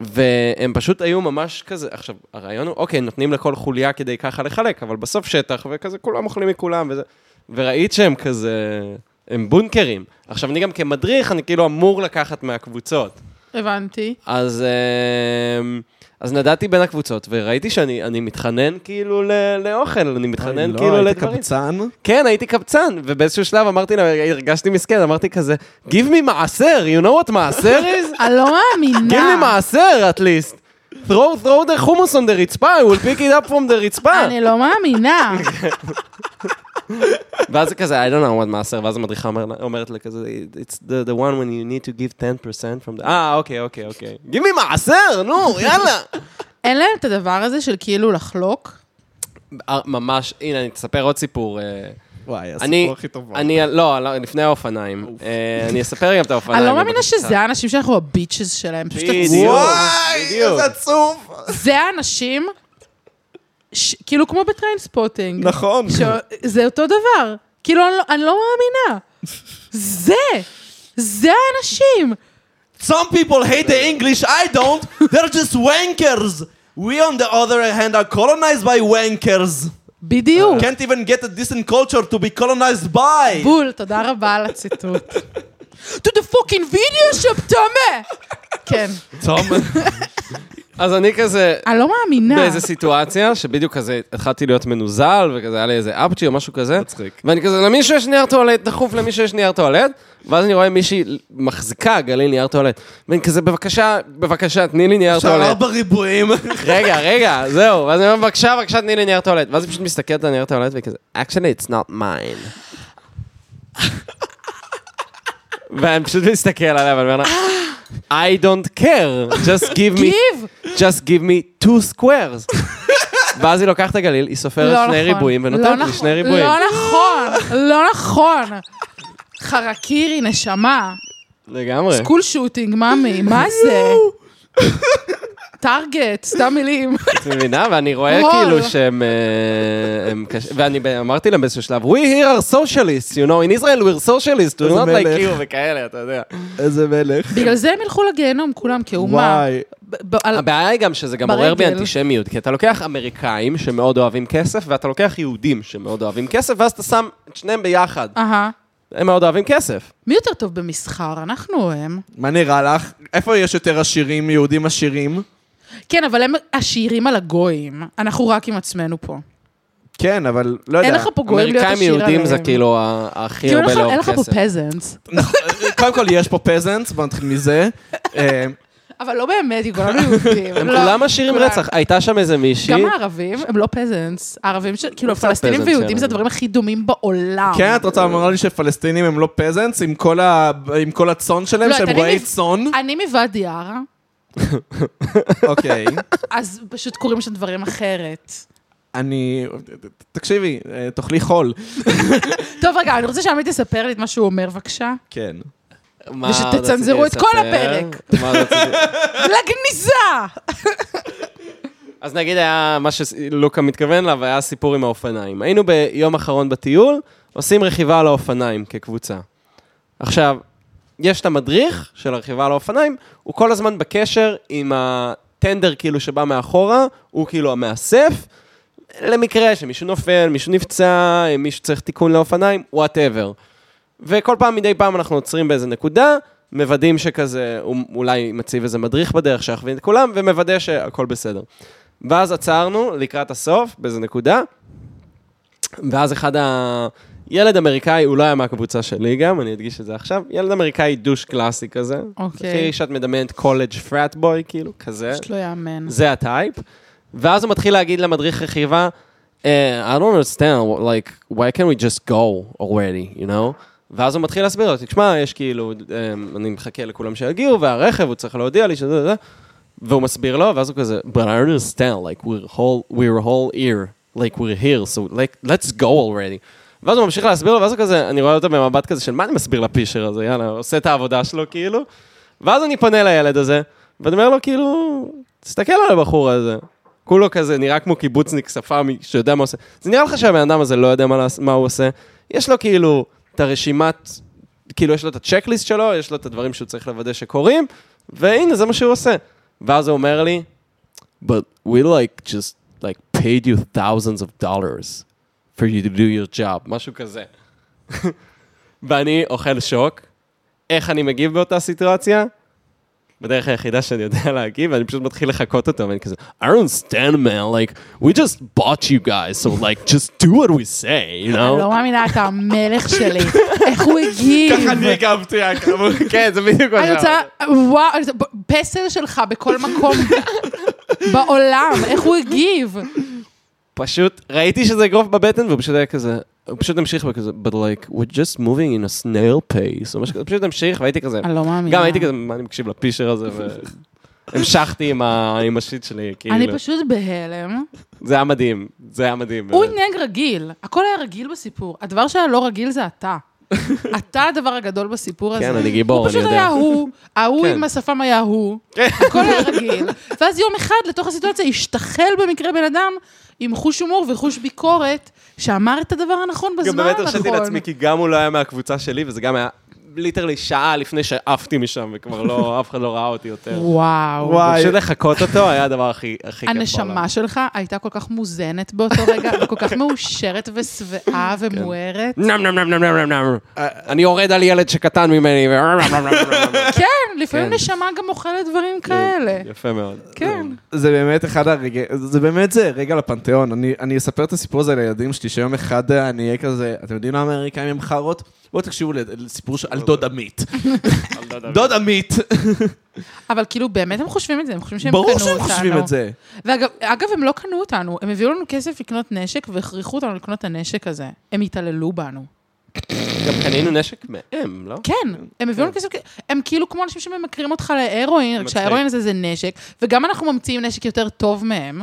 C: והם פשוט היו ממש כזה, עכשיו, הרעיון הוא, אוקיי, נותנים לכל חוליה כדי ככה לחלק, אבל בסוף שטח, וכזה כולם אוכלים מכולם וזה. וראית שהם כזה, הם בונקרים. עכשיו, אני גם כמדריך, אני כאילו אמור לקחת מהקבוצות.
B: הבנתי.
C: אז, אמ, אז נדדתי בין הקבוצות, וראיתי שאני אני מתחנן כאילו ל- לאוכל, אני מתחנן
A: אוי,
C: כאילו
A: לא, היית
C: לדברים.
A: קבצן?
C: כן, הייתי קבצן, ובאיזשהו שלב אמרתי לה, הרגשתי מסכן, אמרתי כזה, Give me מעשר, you know what מעשר is?
B: אני לא מאמינה.
C: Give me מעשר, at least. Throw, throw the hummus on the רצפה, I will pick it up from the רצפה.
B: אני לא מאמינה.
C: ואז זה כזה, I don't know what מעשר, ואז המדריכה אומר לה- אומרת לה כזה, it's the, the one when you need to give 10% from the... אה, אוקיי, אוקיי, אוקיי. Give me מעשר, נו, יאללה.
B: אין להם את הדבר הזה של כאילו לחלוק.
C: אה, ממש, הנה, אני אספר עוד סיפור. אה,
A: וואי,
C: אני,
A: הסיפור הכי טוב.
C: אני, לא, לא, לפני האופניים. אה, אני אספר גם את האופניים.
B: אני לא מאמינה
C: בבקשה.
B: שזה האנשים שאנחנו הביצ'ס שלהם. פשוט
C: בדיוק.
A: וואי,
C: בדיוק.
A: איזה עצוב.
B: זה האנשים, ש- כאילו כמו בטריינספוטינג.
A: נכון.
B: ש- זה אותו דבר. כאילו, אני לא, אני לא מאמינה. זה, זה האנשים.
A: Some people hate the English, I don't. They're just wankers. We on the other hand are colonized by wankers.
C: אה,
B: בדיוק.
C: כן.
A: Can't even get a decent culture to be colonized by.
B: בול, תודה רבה על הציטוט. To the fucking video shop, תמה! כן.
C: אז אני כזה,
B: אני לא מאמינה.
C: באיזה סיטואציה, שבדיוק כזה התחלתי להיות מנוזל, וכזה היה לי איזה אפצ'י או משהו כזה.
A: מצחיק.
C: ואני כזה, למישהו יש נייר טואלט, דחוף למישהו יש נייר טואלט, ואז אני רואה מישהי מחזיקה גליל נייר טואלט. ואני כזה, בבקשה, בבקשה, תני לי נייר
A: עכשיו
C: טואלט.
A: ארבע ריבועים.
C: רגע, רגע, זהו. ואז אני אומר, בבקשה, בבקשה, תני לי נייר טואלט. ואז היא פשוט מסתכלת על נייר טואלט, והיא כזה, actually, it's not mine. ואני פשוט מסתכל עליה ואני אומר לה, I don't care, just give me,
B: גיב!
C: just give me two squares. ואז היא לוקחת את הגליל, היא
B: לא
C: סופרת אה, שני
B: נכון.
C: ריבועים
B: לא
C: ונותנת לי
B: נכון.
C: שני ריבועים.
B: לא נכון, לא נכון. חרקירי, נשמה.
C: לגמרי.
B: סקול שוטינג, מאמי, מה זה? טארגט, סתם מילים.
C: את מבינה? ואני רואה
B: הול.
C: כאילו שהם... אה, הם קש- ואני ב- אמרתי להם באיזשהו שלב, We here are socialists, you know, in Israel we're socialists, we're
D: איזה
C: not like
D: מלך.
C: you, וכאלה, אתה יודע.
D: איזה מלך.
B: בגלל זה הם ילכו לגיהנום, כולם, כאומה.
D: וואי.
B: ב- ב- על-
C: הבעיה היא גם שזה גם עורר בי
B: ברגל.
C: אנטישמיות, כי אתה לוקח אמריקאים שמאוד אוהבים כסף, ואתה לוקח יהודים שמאוד אוהבים כסף, ואז אתה שם את שניהם ביחד.
B: אהה.
C: הם מאוד אוהבים כסף.
B: מי יותר טוב במסחר? אנחנו או הם.
D: מה נראה לך? איפה יש יותר עשירים, יהודים עשירים?
B: כן, אבל הם עשירים על הגויים. אנחנו רק עם עצמנו פה.
D: כן, אבל לא יודע.
B: אין לך פה גויים להיות
C: לא אמריקאים
B: עשיר עליהם.
C: יהודים זה כאילו ה- הכי
B: כאילו אין
C: הרבה
B: לך- אין
C: לאור
B: לך פה
C: כסף.
B: פזנס.
D: נכון, קודם כל, יש פה פזנטס, בוא נתחיל מזה. אה,
B: אבל לא באמת, כי כולנו יהודים.
C: הם
B: לא,
C: כולם עשירים
B: כולם.
C: רצח. הייתה שם איזה מישהי,
B: גם הערבים הם לא פזנס. הערבים, ש- כאילו,
C: קצת
B: הפלסטינים
C: peasants כן.
B: ויהודים
C: שלנו.
B: זה הדברים הכי דומים בעולם.
D: כן, את רוצה לומר לי שפלסטינים הם לא פזנטס עם כל ה- עם כל הצאן שלהם,
B: לא,
D: שהם
B: אני
D: רועי
B: מב-
D: צאן?
B: אני מוואדי עארה,
D: אוקיי.
B: אז פשוט קוראים שם דברים אחרת.
D: אני... תקשיבי, אה, תאכלי חול.
B: טוב, רגע, אני רוצה שעמית תספר לי את מה שהוא אומר, בבקשה.
D: כן.
C: מה
B: ושתצנזרו
C: רציתי
B: את כל
C: לספר?
B: הפרק.
C: מה רציתי- אה?
B: לגניזה!
C: אז נגיד היה מה שלוקה מתכוון אליו, היה סיפור עם האופניים. היינו ביום אחרון בטיול, עושים רכיבה על האופניים כקבוצה. עכשיו, יש את המדריך של הרכיבה על האופניים, הוא כל הזמן בקשר עם הטנדר כאילו שבא מאחורה, הוא כאילו המאסף, למקרה שמישהו נופל, מישהו נפצע, מישהו צריך תיקון לאופניים, וואטאבר. וכל פעם, מדי פעם אנחנו עוצרים באיזה נקודה, מוודאים שכזה, הוא אולי מציב איזה מדריך בדרך שיכווין את כולם, ומוודא שהכל בסדר. ואז עצרנו לקראת הסוף, באיזה נקודה, ואז אחד ה... ילד אמריקאי, הוא לא היה מהקבוצה שלי גם, אני אדגיש את זה עכשיו, ילד אמריקאי דוש קלאסי כזה.
B: אוקיי.
C: הכי שאת מדמיינת קולג' פראט בוי, כאילו, כזה.
B: פשוט לא יאמן.
C: זה הטייפ. ואז הוא מתחיל להגיד למדריך רכיבה, "Eh, I don't understand, what- like, why can't we just go already, you know? ואז הוא מתחיל להסביר לו, תשמע, יש כאילו, אמ, אני מחכה לכולם שיגיעו, והרכב, הוא צריך להודיע לי שזה, זה, והוא מסביר לו, ואז הוא כזה, but I don't understand, like, we're whole, we're whole ear, like, we're here, so, like, let's go already. ואז הוא ממשיך להסביר לו, ואז הוא כזה, אני רואה אותו במבט כזה של, מה אני מסביר לפישר הזה, יאללה, עושה את העבודה שלו, כאילו. ואז אני פונה לילד הזה, ואני אומר לו, כאילו, תסתכל על הבחור הזה. כולו כזה, נראה כמו קיבוצניק שפם שיודע מה עושה. זה נראה לך שהבן אדם הזה לא יודע מה, לעש- מה הוא עושה. יש לו כאילו את הרשימת, כאילו יש לו את הצ'קליסט שלו, יש לו את הדברים שהוא צריך לוודא שקורים, והנה, זה מה שהוא עושה. ואז הוא אומר לי, but we like just like paid you thousands of dollars for you to do your job, משהו כזה. ואני אוכל שוק. איך אני מגיב באותה סיטואציה? בדרך היחידה שאני יודע להגיב, ואני פשוט מתחיל לחקות אותו, ואני כזה, I don't understand man, like, we just bought you guys, so like, just do what we say, you
B: אני לא
C: know?
B: מאמינה, אתה המלך שלי. איך הוא הגיב?
D: ככה אני הגבתי, אגב.
C: כן, זה בדיוק מה
B: אני רוצה, וואו, אני רוצה- ב- פסל שלך בכל מקום בעולם, איך הוא הגיב?
C: פשוט ראיתי שזה אגרוף בבטן, והוא פשוט היה כזה, הוא פשוט המשיך בכזה, but like, we're just moving in a snail pace, או משהו כזה, פשוט המשיך, והייתי כזה,
B: אני לא מאמינה.
C: גם הייתי כזה, מה אני מקשיב לפישר הזה, והמשכתי עם ה- עם השיט שלי,
B: אני
C: כאילו,
B: פשוט בהלם.
C: זה היה מדהים, זה היה מדהים.
B: הוא
C: באמת.
B: התנהג רגיל, הכל היה רגיל בסיפור. הדבר שהיה לא רגיל זה אתה. אתה הדבר הגדול בסיפור הזה.
C: כן, אני גיבור,
B: הוא
C: אני
B: פשוט
C: יודע.
B: היה הוא, ההוא
C: כן.
B: עם השפם היה הוא, הכל היה רגיל. ואז יום אחד לתוך הסיטואציה השתחל במקרה בן אדם עם חוש הומור וחוש ביקורת, שאמר את הדבר הנכון
C: גם
B: בזמן
C: באמת הרשיתי
B: הנכון.
C: לעצמי, כי גם הוא לא היה מהקבוצה שלי, וזה גם היה ליטרלי שעה לפני שעפתי משם, וכבר לא, אף אחד לא ראה אותי יותר.
B: וואו.
D: וואי.
C: פשוט לחקות אותו היה הדבר הכי הכי כיף בעולם. כן.
B: הנשמה שלך הייתה כל כך מוזנת באותו רגע, וכל כך מאושרת ושבעה ומוארת.
C: נם נם נם נם נם נם נם. אני יורד על ילד שקטן ממני, ו... נם, נם, נם, נם, נם.
B: כן, לפעמים
C: כן.
B: נשמה גם אוכלת דברים כאלה.
C: יפה מאוד.
B: כן.
D: זה באמת אחד הרגע, זה באמת זה רגע לפנתיאון. אני, אני אספר את הסיפור הזה לילדים שלי, שיום אחד אה, אני אהיה כזה, אתם יודעים למה האמריקאים הם חארות? בואו תקשיבו לד- לסיפור ש- על דוד עמית. דוד עמית,
B: אבל כאילו, באמת הם חושבים את זה, הם חושבים שהם קנו אותנו.
D: ברור שהם חושבים את זה.
B: ואגב, אגב, הם לא קנו אותנו, הם הביאו לנו כסף לקנות נשק והכריחו אותנו לקנות את הנשק הזה. הם התעללו בנו.
C: גם קנינו נשק מהם, לא?
B: כן, הם הביאו לנו כסף, הם כאילו כמו אנשים שממכרים אותך להרואין, רק
C: מצחיק.
B: שההרואין הזה זה נשק, וגם אנחנו ממציאים נשק יותר טוב מהם.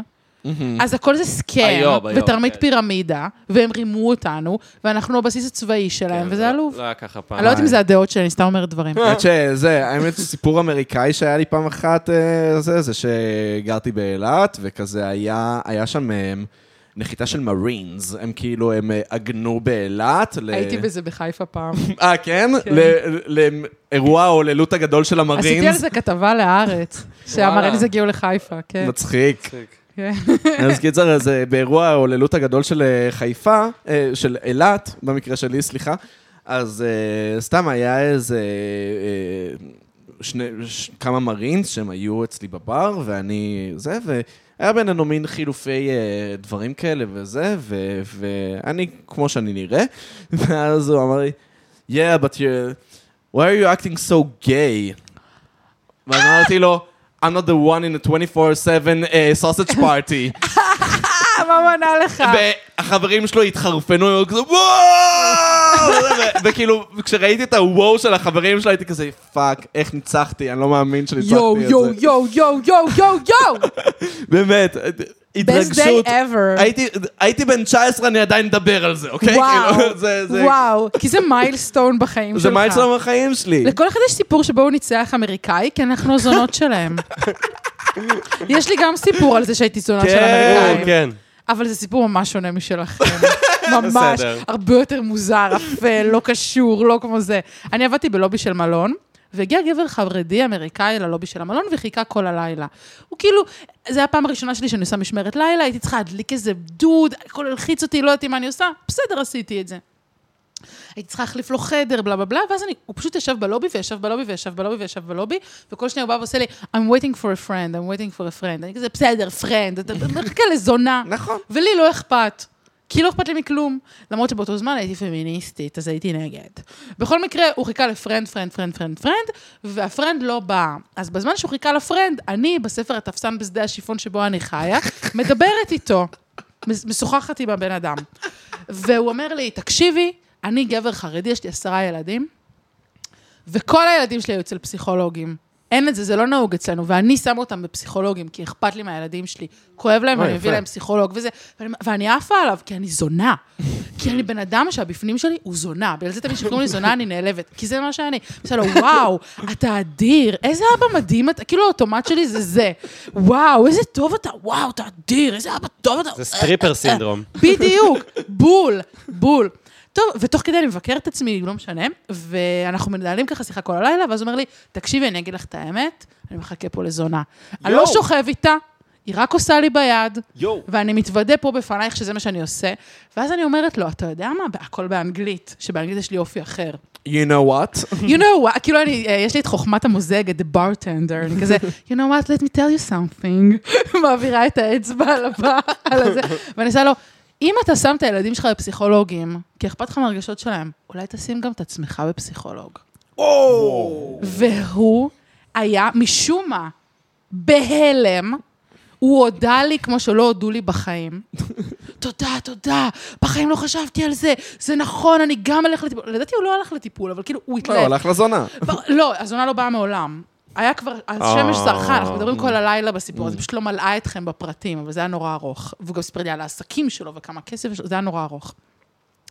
B: אז הכל זה סקאם,
C: איוב, איוב,
B: ותרמית
C: כן.
B: פירמידה, והם רימו אותנו, ואנחנו הבסיס הצבאי שלהם,
C: כן,
B: וזה
C: לא-
B: עלוב.
C: לא היה ככה פעם.
B: אני לא יודעת אם זה הדעות שלי, אני סתם אומרת דברים.
A: האמת שזה, האמת שסיפור אמריקאי שהיה לי פעם אחת, אה, זה, זה שגרתי באילת, וכזה היה, היה שם אה, נחיתה של מרינס, הם כאילו, הם אה, עגנו באילת. ל-
B: הייתי בזה בחיפה פעם.
A: אה, כן?
B: כן.
A: ל- ל- לאירוע ההוללות הגדול של
B: עשיתי על
A: המרינס.
B: זה כתבה להארץ, שהמרינז הגיעו לחיפה, כן.
A: מצחיק.
C: מצחיק.
B: כן.
A: אז קיצר, אז אה, באירוע ההוללות הגדול של אה, חיפה, אה, של אילת, במקרה שלי, סליחה, אז אה, סתם היה איזה... אה, שני, ש, כמה מרינס שהם היו אצלי בבר, ואני זה, והיה בינינו מין חילופי אה, דברים כאלה וזה, ו, ואני, כמו שאני נראה, ואז הוא אמר לי, yeah, but you, why are you acting so gay? ואז אמרתי לו, I'm not the one in the 24/7 אה, sausage party.
B: אה, מה מנה לך?
A: והחברים שלו התחרפנו, היו כזה וואו! וכאילו, כשראיתי את הוואו של החברים שלו, הייתי כזה, פאק, איך ניצחתי, אני לא מאמין שניצחתי
B: יואו,
A: את
B: יואו,
A: זה.
B: יואו, יואו, יואו, יואו, יואו!
A: באמת,
B: best day
A: התרגשות.
B: ever.
A: הייתי- הייתי בן 19, אני עדיין מדבר על זה, אוקיי?
B: וואו,
A: כאילו, זה- זה-
B: וואו, כי זה מיילסטון בחיים שלך.
A: זה מה אצלם בחיים שלי.
B: לכל אחד יש סיפור שבו הוא ניצח אמריקאי, כי אנחנו הזונות שלהם. יש לי גם סיפור על זה שהייתי זונה של אמריקאים,
C: כן.
B: אבל זה סיפור ממש שונה משלכם. ממש,
C: בסדר.
B: הרבה יותר מוזר, אפל, לא קשור, לא כמו זה. אני עבדתי בלובי של מלון. והגיע גבר חרדי אמריקאי ללובי של המלון וחיכה כל הלילה. הוא כאילו, זו הפעם הראשונה שלי שאני עושה משמרת לילה, הייתי צריכה להדליק איזה דוד, הכל הלחיץ אותי, לא ידעתי מה אני עושה, בסדר, עשיתי את זה. הייתי צריכה להחליף לו חדר, בלה בלה בלה, ואז אני, הוא פשוט ישב בלובי וישב בלובי וישב בלובי וישב בלובי, וכל שניה הוא בא ועושה לי, I'm waiting for a friend, I'm waiting for a friend. אני כזה, בסדר, friend, אתה מחכה לזונה.
A: נכון.
B: ולי לא אכפת. כי לא אכפת לי מכלום. למרות שבאותו זמן הייתי פמיניסטית, אז הייתי נגד. בכל מקרה, הוא חיכה לפרנד, פרנד, פרנד, פרנד, פרנד, והפרנד לא בא. אז בזמן שהוא חיכה לפרנד, אני, בספר התפסן בשדה השיפון שבו אני חיה, מדברת איתו. מש- משוחחת עם הבן אדם. והוא אומר לי, תקשיבי, אני גבר חרדי, יש לי עשרה ילדים, וכל הילדים שלי היו אצל פסיכולוגים. אין את זה, זה לא נהוג אצלנו, ואני שמה אותם בפסיכולוגים, כי אכפת לי מהילדים שלי. כואב להם,
A: אוי,
B: אני
A: יפה.
B: מביא להם פסיכולוג וזה, ואני, ואני עפה עליו, כי אני זונה. כי אני בן אדם שהבפנים שלי הוא זונה. בגלל זה תמיד כשקוראים לי זונה, אני נעלבת, כי זה מה שאני. בסדר, וואו, אתה אדיר, איזה אבא מדהים אתה, כאילו האוטומט שלי זה זה. וואו, איזה טוב אתה, וואו, אתה אדיר, איזה אבא טוב אתה. אה,
C: זה סטריפר סינדרום.
B: בדיוק, בול, בול. טוב, ותוך כדי אני מבקרת את עצמי, לא משנה, ואנחנו מנהלים ככה שיחה כל הלילה, ואז הוא אומר לי, תקשיבי, אני אגיד לך את האמת, אני מחכה פה לזונה. אני לא
C: יואו.
B: שוכב איתה, היא רק עושה לי ביד,
C: יואו.
B: ואני מתוודה פה בפנייך שזה מה שאני עושה, ואז אני אומרת לו, אתה יודע מה? הכל באנגלית, שבאנגלית יש לי אופי אחר.
A: You know what?
B: you know what, כאילו אני, אה, יש לי את חוכמת המוזג, את the bartender, אני כזה, you know what, let me tell you something, מעבירה את האצבע על הבא, על הזה, ואני עושה לו, אם אתה שם את הילדים שלך בפסיכולוגים, כי אכפת לך מהרגשות שלהם, אולי תשים גם את עצמך בפסיכולוג.
A: Oh,
B: והוא היה, משום מה, בהלם, הוא הודה לי כמו שלא הודו לי בחיים. תודה, תודה, בחיים לא חשבתי על זה, זה נכון, אני גם אלך לטיפול. לדעתי הוא לא הלך לטיפול, אבל כאילו, הוא
A: לא,
B: התלהב.
A: הלך לזונה.
B: ב- לא, הזונה לא באה מעולם. היה כבר,
A: אה.
B: השמש זרחה, אנחנו מדברים כל הלילה בסיפור הזה, פשוט לא מלאה אתכם בפרטים, אבל זה היה נורא ארוך. והוא גם סיפר לי על העסקים שלו וכמה כסף, יש לו, זה היה נורא ארוך.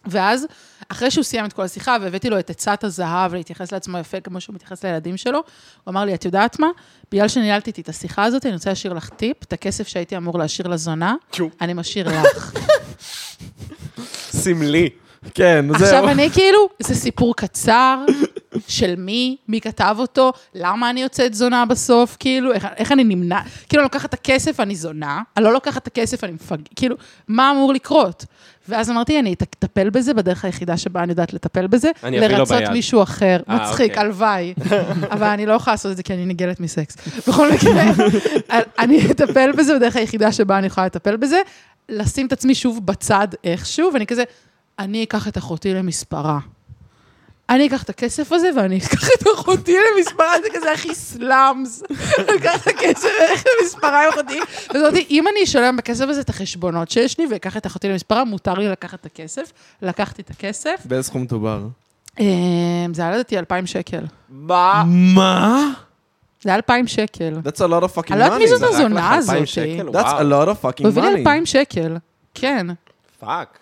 B: ואז, אחרי שהוא סיים את כל השיחה, והבאתי לו את עצת הזהב להתייחס לעצמו יפה, כמו שהוא מתייחס לילדים שלו, הוא אמר לי, את יודעת מה? בגלל שניהלתי איתי את השיחה הזאת, אני רוצה להשאיר לך טיפ, את הכסף שהייתי אמור להשאיר לזונה, אני משאיר לך.
C: סמלי.
A: כן, זהו.
B: עכשיו אני כאילו, זה סיפור קצר, של מי, מי כתב אותו, למה אני יוצאת זונה בסוף, כאילו, איך, איך אני נמנע, כאילו, אני לוקחת את הכסף, אני זונה, אני לא לוקחת את הכסף, אני מפג... כאילו, מה אמור לקרות? ואז אמרתי, אני אטפל בזה בדרך היחידה שבה אני יודעת לטפל בזה,
C: אני אביא לו
B: לרצות
C: ביד.
B: מישהו אחר.
C: אה,
B: מצחיק,
C: אוקיי.
B: הלוואי. אבל אני לא יכולה לעשות את זה כי אני נגלת מסקס. בכל מקרה, אה, אני אטפל בזה בדרך היחידה שבה אני יכולה לטפל בזה, לשים את עצמי שוב בצד איכשהו, ואני כזה, אני אקח את אחותי למספרה. אני אקח את הכסף הזה ואני אקח את אחותי למספריים, זה כזה הכי סלאמס. אני אקח את הכסף ואלך למספריים אחותי. וזאתי, אם אני אשלם בכסף הזה את החשבונות שיש לי ואקח את אחותי למספריים, מותר לי לקחת את הכסף. לקחתי את הכסף.
D: באיזה סכום מדובר?
B: אה, זה היה לדעתי 2,000 שקל.
C: מה?
D: מה?
B: זה היה 2,000 שקל.
D: That's a lot of fucking money.
B: אני לא יודעת מי זאת
D: That's
B: הזונה
C: לך 2,000
B: הזאת.
C: שקל?
D: a lot of fucking money.
B: הוא הביא לי 2,000 שקל. כן.
C: פאק.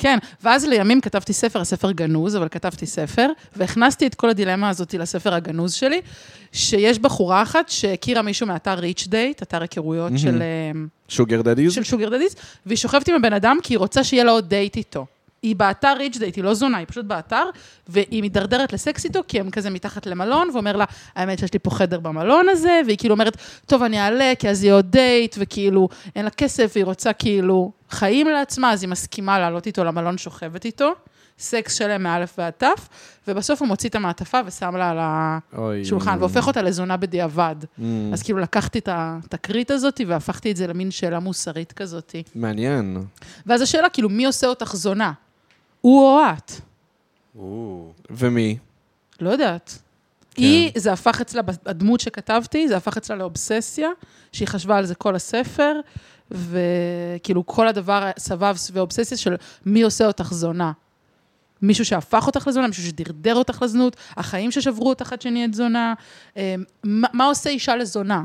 B: כן, ואז לימים כתבתי ספר, הספר גנוז, אבל כתבתי ספר, והכנסתי את כל הדילמה הזאת לספר הגנוז שלי, שיש בחורה אחת שהכירה מישהו מאתר ריץ' דייט, אתר היכרויות של, אה,
D: שוגר דדיז?
B: של שוגר דדיס, והיא שוכבת עם הבן אדם כי היא רוצה שיהיה לה עוד דייט איתו. היא באתר ריץ' דייט, היא לא זונה, היא פשוט באתר, והיא מידרדרת לסקס איתו, כי הם כזה מתחת למלון, ואומר לה, האמת שיש לי פה חדר במלון הזה, והיא כאילו אומרת, טוב, אני אעלה, כי אז יהיה עוד דייט, וכאילו, אין לה כסף, והיא רוצה כאילו חיים לעצמה, אז היא מסכימה לעלות איתו למלון, שוכבת איתו, סקס שלם מאלף ועד תף, ובסוף הוא מוציא את המעטפה ושם לה על
D: אוי.
B: השולחן, והופך אותה לזונה בדיעבד. אז כאילו לקחתי את התקרית הזאת והפכתי את זה למין שאלה מוסרית כזאת.
D: מעניין.
B: ואז השאלה, כאילו, מי עושה אותך זונה? הוא או את?
D: ומי?
B: לא יודעת. היא, זה הפך אצלה, הדמות שכתבתי, זה הפך אצלה לאובססיה, שהיא חשבה על זה כל הספר, וכאילו כל הדבר סבב סביב האובססיה של מי עושה אותך זונה. מישהו שהפך אותך לזונה, מישהו שדרדר אותך לזנות, החיים ששברו אותך עד שנהיית זונה. אה, מה, מה עושה אישה לזונה?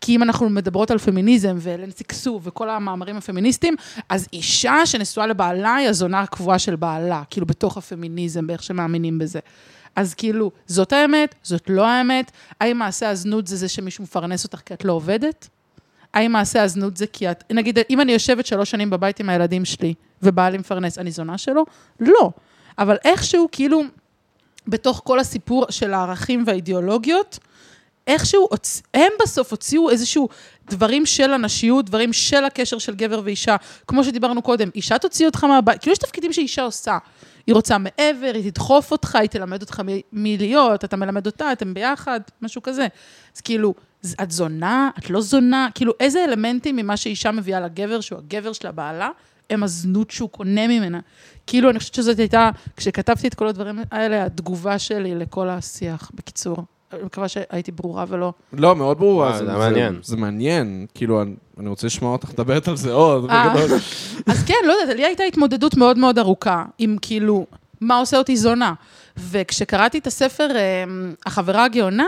B: כי אם אנחנו מדברות על פמיניזם ואלן סגסוג וכל המאמרים הפמיניסטיים, אז אישה שנשואה לבעלה היא הזונה הקבועה של בעלה, כאילו בתוך הפמיניזם, באיך שמאמינים בזה. אז כאילו, זאת האמת, זאת לא האמת. האם מעשה הזנות זה זה שמישהו מפרנס אותך כי את לא עובדת? האם מעשה הזנות זה כי את... נגיד, אם אני יושבת שלוש שנים בבית עם הילדים שלי, ובעלי מפרנס, אני זונה שלו? לא. אבל איכשהו, כאילו, בתוך כל הסיפור של הערכים והאידיאולוגיות, איכשהו, הוצ... הם בסוף הוציאו איזשהו דברים של הנשיות, דברים של הקשר של גבר ואישה. כמו שדיברנו קודם, אישה תוציא אותך מהבית, כאילו יש תפקידים שאישה עושה. היא רוצה מעבר, היא תדחוף אותך, היא תלמד אותך מ- מי להיות, אתה מלמד אותה, אתם ביחד, משהו כזה. אז כאילו, ז- את זונה, את לא זונה, כאילו איזה אלמנטים ממה שאישה מביאה לגבר, שהוא הגבר שלה בעלה, הם הזנות שהוא קונה ממנה. כאילו, אני חושבת שזאת הייתה, כשכתבתי את כל הדברים האלה, התגובה שלי לכל השיח, בקיצור. אני מקווה שהייתי ברורה ולא...
D: לא, מאוד ברורה.
C: וואו, זה מעניין.
D: זה מעניין. כאילו, אני- אני רוצה לשמוע אותך מדברת על זה עוד.
B: אה.
D: בגדול.
B: אז כן, לא יודעת, לי הייתה התמודדות מאוד מאוד ארוכה, עם כאילו, מה עושה אותי זונה. וכשקראתי את הספר אה, החברה הגאונה,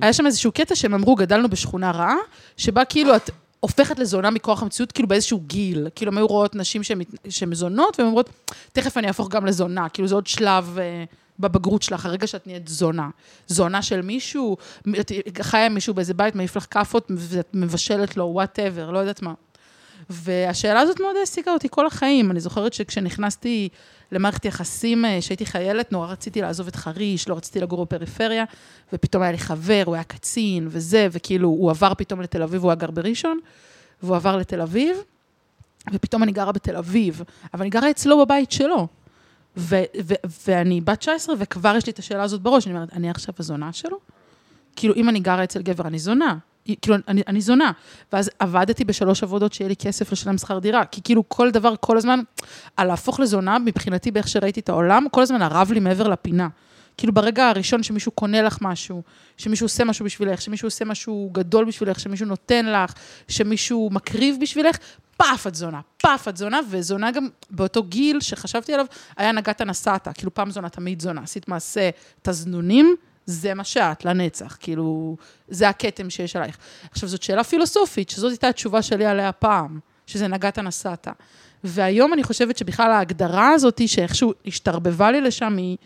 B: היה שם איזשהו קטע שהם אמרו, גדלנו בשכונה רעה, שבה כאילו את הופכת לזונה מכוח המציאות, כאילו באיזשהו גיל. כאילו, הם היו רואות נשים שהן מת- שהן זונות, והן אומרות, תכף אני אהפוך גם לזונה. כאילו, זה עוד שלב... אה, בבגרות שלך, הרגע שאת נהיית זונה. זונה של מישהו, מ- את חיה עם מישהו באיזה בית, מעיף לך כאפות, ואת מבשלת לו, וואטאבר, לא יודעת מה. והשאלה הזאת מאוד העסיקה אותי כל החיים. אני זוכרת שכשנכנסתי למערכת יחסים, אה, שהייתי חיילת, נורא רציתי לעזוב את חריש, לא רציתי לגור בפריפריה, ופתאום היה לי חבר, הוא היה קצין וזה, וכאילו, הוא עבר פתאום לתל אביב, הוא היה גר בראשון, והוא עבר לתל אביב, ופתאום אני גרה בתל אביב, אבל אני גרה אצלו בבית שלו. ו- ו- ואני בת 19, וכבר יש לי את השאלה הזאת בראש, אני אומרת, אני עכשיו הזונה שלו? כאילו, אם אני גרה אצל גבר, אני זונה. כאילו, אני, אני זונה. ואז עבדתי בשלוש עבודות שיהיה לי כסף לשלם שכר דירה. כי כאילו, כל דבר, כל הזמן, על להפוך לזונה, מבחינתי, באיך שראיתי את העולם, כל הזמן הרב לי מעבר לפינה. כאילו, ברגע הראשון שמישהו קונה לך משהו, שמישהו עושה משהו בשבילך, שמישהו עושה משהו גדול בשבילך, שמישהו נותן לך, שמישהו מקריב בשבילך, פאף, את זונה. פאף, את זונה, וזונה גם באותו גיל שחשבתי עליו, היה נגעת נסעת. כאילו, פעם זונה, תמיד זונה. עשית מעשה תזנונים, זה מה שאת, לנצח, כאילו, זה הכתם שיש עלייך. עכשיו, זאת שאלה פילוסופית, שזאת הייתה התשובה שלי עליה פעם, שזה נגעת נסעת. והיום אני חושבת שבכלל ההגדרה הזאת, שאיכשהו השתרבבה לי לשם, היא,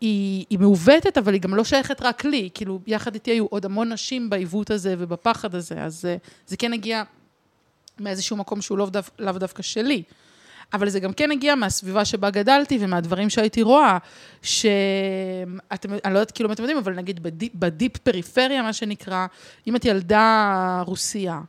B: היא, היא מעוותת, אבל היא גם לא שייכת רק לי, כאילו, יחד איתי היו עוד המון נשים בעיוות הזה ובפחד הזה, אז אה, זה כן הגיע מאיזשהו מקום שהוא לאו, דו, לאו דווקא שלי. אבל זה גם כן הגיע מהסביבה שבה גדלתי ומהדברים שהייתי רואה, שאתם, אני לא יודעת כאילו אם אתם יודעים, אבל נגיד בדיפ, בדיפ פריפריה, מה שנקרא, אם את ילדה רוסייה,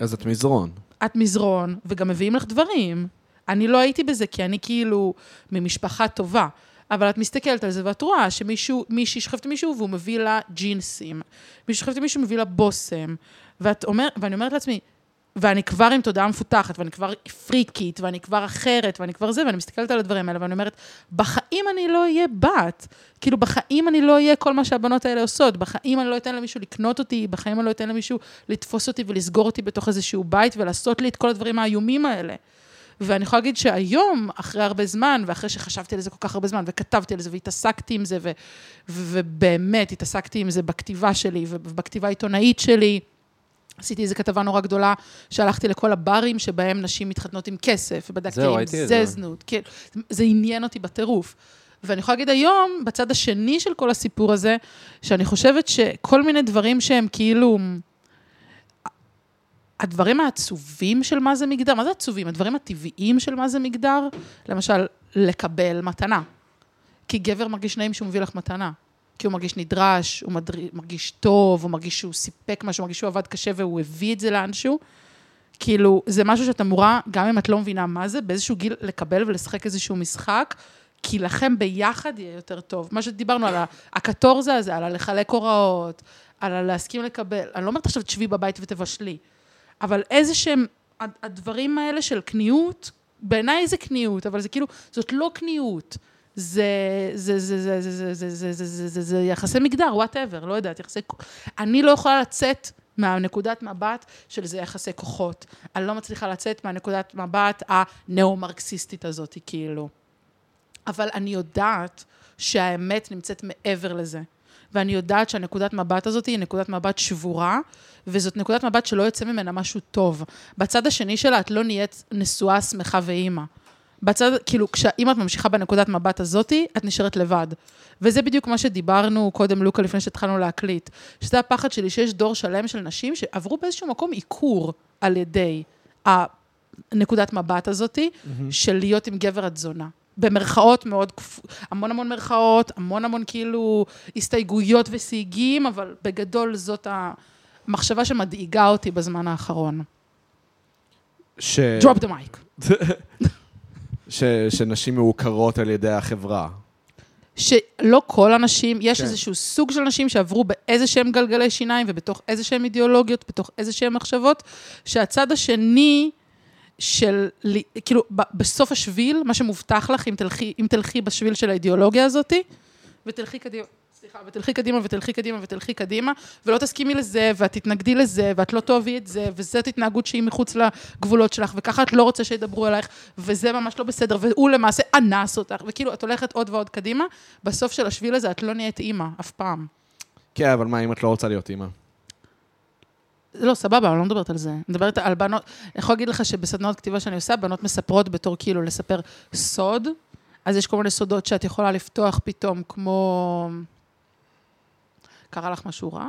D: אז את מזרון.
B: את מזרון, וגם מביאים לך דברים. אני לא הייתי בזה, כי אני כאילו ממשפחה טובה. אבל את מסתכלת על זה ואת רואה שמישהו, מישהי שוכבת עם מישהו והוא מביא לה ג'ינסים. מישהי שוכבת עם מישהו מביא לה בושם. ואת אומר, ואני אומרת לעצמי, ואני כבר עם תודעה מפותחת, ואני כבר פריקית, ואני כבר אחרת, ואני כבר זה, ואני מסתכלת על הדברים האלה, ואני אומרת, בחיים אני לא אהיה בת. כאילו, בחיים אני לא אהיה כל מה שהבנות האלה עושות. בחיים אני לא אתן למישהו לקנות אותי, בחיים אני לא אתן למישהו לתפוס אותי ולסגור אותי בתוך איזשהו בית, ולעשות לי את כל הדברים האיומים האלה. ואני יכולה להגיד שהיום, אחרי הרבה זמן, ואחרי שחשבתי על זה כל כך הרבה זמן, וכתבתי על זה, והתעסקתי עם זה, ו- ו- ובאמת התעסקתי עם זה בכתיבה שלי, ובכתיבה העיתונאית שלי, עשיתי איזו כתבה נורא גדולה, שהלכתי לכל הברים שבהם נשים מתחתנות עם כסף, ובדקתי
C: זהו,
B: אם
C: ראיתי את
B: זה
C: זה.
B: זנות. כן, זה עניין אותי בטירוף. ואני יכולה להגיד היום, בצד השני של כל הסיפור הזה, שאני חושבת שכל מיני דברים שהם כאילו... הדברים העצובים של מה זה מגדר, מה זה עצובים? הדברים הטבעיים של מה זה מגדר, למשל, לקבל מתנה. כי גבר מרגיש נעים שהוא מביא לך מתנה. כי הוא מרגיש נדרש, הוא מדר... מרגיש טוב, הוא מרגיש שהוא סיפק משהו, הוא מרגיש שהוא עבד קשה והוא הביא את זה לאנשהו. כאילו, זה משהו שאת אמורה, גם אם את לא מבינה מה זה, באיזשהו גיל לקבל ולשחק איזשהו משחק, כי לכם ביחד יהיה יותר טוב. מה שדיברנו על ה- הקטורזה הזה, על הלחלק הוראות, על הלהסכים לקבל. אני לא אומרת עכשיו תשבי בבית ותבשלי, אבל איזה שהם, הד- הדברים האלה של קניעות, בעיניי זה קניעות, אבל זה כאילו, זאת לא קניעות. זה, זה, זה, זה, זה, זה, זה, זה, זה, זה, זה, זה יחסי מגדר, וואטאבר, לא יודעת, יחסי... כ- אני לא יכולה לצאת מהנקודת מבט של זה יחסי כוחות. אני לא מצליחה לצאת מהנקודת מבט הנאו-מרקסיסטית הזאת, כאילו. אבל אני יודעת שהאמת נמצאת מעבר לזה. ואני יודעת שהנקודת מבט הזאת היא נקודת מבט שבורה, וזאת נקודת מבט שלא יוצא ממנה משהו טוב. בצד השני שלה את לא נהיית נשואה, שמחה ואימא. בצד, כאילו, כש- אם את ממשיכה בנקודת מבט הזאתי, את נשארת לבד. וזה בדיוק מה שדיברנו קודם, לוקה, לפני שהתחלנו להקליט. שזה הפחד שלי, שיש דור שלם של נשים שעברו באיזשהו מקום עיקור על ידי הנקודת מבט הזאתי, של להיות עם גבר עד זונה. במרכאות מאוד, כפ- המון המון מרכאות, המון המון כאילו הסתייגויות וסייגים, אבל בגדול זאת המחשבה שמדאיגה אותי בזמן האחרון.
D: ש...
A: אה.
B: Drop the mic.
D: ש... שנשים מעוקרות על ידי החברה.
B: שלא כל הנשים, יש
D: כן.
B: כן. איזשהו סוג של נשים שעברו באיזה שהם גלגלי שיניים ובתוך איזה שהם אידיאולוגיות, בתוך איזה שהם מחשבות, שהצד השני של, לי- כאילו, ב- בסוף השביל, מה שמובטח לך, אם תלכי, אם תלכי בשביל של האידיאולוגיה הזאתי, ותלכי קדימה. סליחה, ותלכי קדימה, ותלכי קדימה, ותלכי קדימה, ולא תסכימי לזה, ואת תתנגדי לזה, ואת לא תאהבי את זה, וזאת התנהגות שהיא מחוץ לגבולות שלך, וככה את לא רוצה שידברו עלייך, וזה ממש לא בסדר, והוא למעשה אנס אותך, וכאילו, את הולכת עוד ועוד קדימה, בסוף של השביל הזה את לא נהיית אימא, אף פעם.
D: כן, אבל מה אם את לא רוצה להיות אימא?
B: לא, סבבה, אני לא מדברת על זה. אני מדברת על בנות, אני יכולה להגיד לך שבסדנאות כתיבה שאני עושה, בנות מספרות בתור כאילו לספר סוד, אז יש כל מיני סודות שאת יכולה לפתוח פתאום, כמו... קרה לך משהו רע?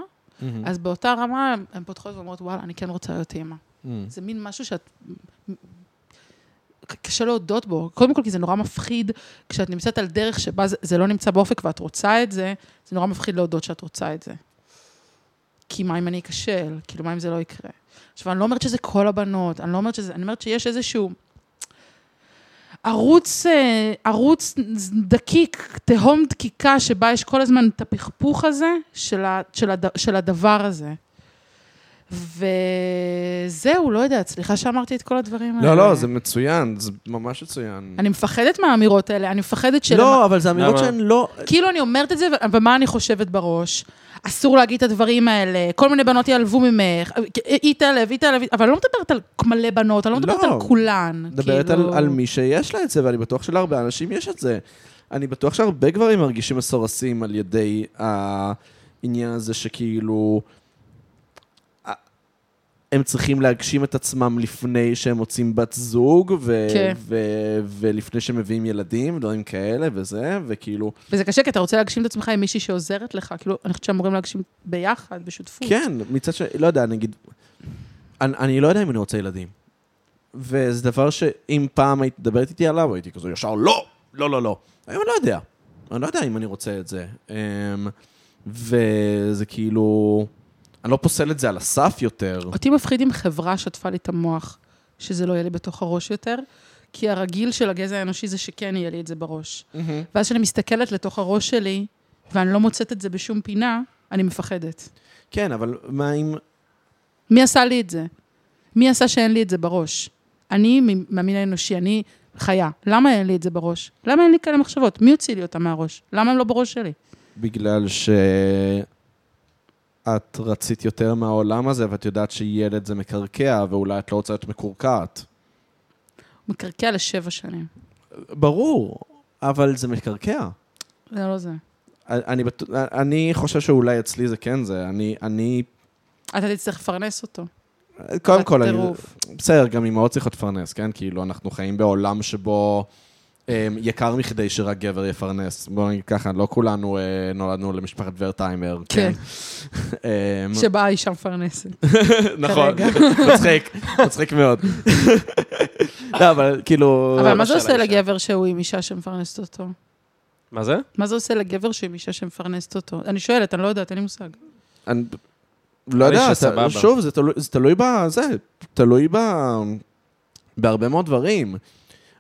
B: אז באותה רמה הן פותחות ואומרות, וואלה, אני כן רוצה להיות אימא.
C: Mm.
B: זה מין משהו שאת... ק- קשה להודות בו. קודם כל, כי זה נורא מפחיד, כשאת נמצאת על דרך שבה זה, זה לא נמצא באופק ואת רוצה את זה, זה נורא מפחיד להודות שאת רוצה את זה. כי מה אם אני אכשל? כאילו, מה אם זה לא יקרה? עכשיו, אני לא אומרת שזה כל הבנות, אני לא אומרת שזה... אני אומרת שיש איזשהו... ערוץ, אה, ערוץ דקיק, תהום דקיקה, שבה יש כל הזמן את הפכפוך הזה של, ה, של, הד, של הדבר הזה. וזהו, לא יודעת, סליחה שאמרתי את כל הדברים האלה.
D: לא, לא, זה מצוין, זה ממש מצוין.
B: אה. אני מפחדת מהאמירות האלה, אני מפחדת של...
D: לא, אבל זה אמירות
C: למה?
D: שהן לא...
B: כאילו אני אומרת את זה, ו- ומה אני חושבת בראש? אסור להגיד את הדברים האלה, כל מיני בנות ייעלבו ממך, היא תיעלב, היא תיעלב, אבל אני לא מדברת על מלא בנות, אני לא מדברת
D: לא.
B: על כולן.
D: מדברת
B: כאילו...
D: על, על מי שיש לה את זה, ואני בטוח שלהרבה אנשים יש את זה. אני בטוח שהרבה גברים מרגישים מסורסים על ידי העניין הזה שכאילו... אה, הם צריכים להגשים את עצמם לפני שהם מוצאים בת זוג, ו-
B: כן.
D: ו- ולפני שהם מביאים ילדים, דברים כאלה וזה, וכאילו...
B: וזה קשה, כי אתה רוצה להגשים את עצמך עם מישהי שעוזרת לך, כאילו, אני חושבת שאמורים להגשים ביחד, בשותפות.
D: כן, מצד ש... לא יודע, נגיד... אני, אני לא יודע אם אני רוצה ילדים. וזה דבר שאם פעם היית מדברת איתי עליו, הייתי כזה ישר, לא, לא, לא, לא. היום אני לא יודע. אני לא יודע אם אני רוצה את זה. אמ, וזה כאילו... אני לא פוסל את זה על הסף יותר.
B: אותי מפחיד אם חברה שטפה לי את המוח, שזה לא יהיה לי בתוך הראש יותר, כי הרגיל של הגזע האנושי זה שכן יהיה לי את זה בראש. ואז כשאני מסתכלת לתוך הראש שלי, ואני לא מוצאת את זה בשום פינה, אני מפחדת.
D: כן, אבל מה אם...
B: מי עשה לי את זה? מי עשה שאין לי את זה בראש? אני מ- מהמין האנושי, אני חיה. למה אין לי את זה בראש? למה אין לי כאלה מחשבות? מי הוציא לי אותם מהראש? למה הם לא בראש שלי?
A: בגלל ש... את רצית יותר מהעולם הזה, ואת יודעת שילד זה מקרקע, ואולי את לא רוצה להיות מקורקעת.
B: הוא מקרקע לשבע שנים.
A: ברור, אבל זה מקרקע.
B: זה לא זה.
A: אני, בטוח- אני חושב שאולי אצלי זה כן זה. אני, אני
B: אתה תצטרך לפרנס אותו.
A: קודם כל, אני,
B: בטירוף.
A: בסדר, גם אמהות צריכות לפרנס, כן? כאילו, אנחנו חיים בעולם שבו אמ, יקר מכדי שרק גבר יפרנס. בואו נגיד ככה, לא כולנו אה, נולדנו למשפחת ורטהיימר.
B: כן.
A: אמ,
B: שבאה אישה מפרנסת.
A: נכון,
B: כרגע.
A: מצחיק, מצחיק מאוד. לא, אבל כאילו...
B: אבל מה זה עושה
C: שאלה אישה.
B: לגבר שהוא עם אישה שמפרנסת אותו?
C: מה זה?
B: מה זה עושה לגבר שהוא עם אישה שמפרנסת אותו? אני שואלת, אני לא יודעת, אין לי מושג.
A: אני לא
C: נראה לי
A: יודע, אתה-
C: שסבבה.
A: שוב, זה תלוי- זה תלוי בזה, תלוי ב... בהרבה מאוד דברים.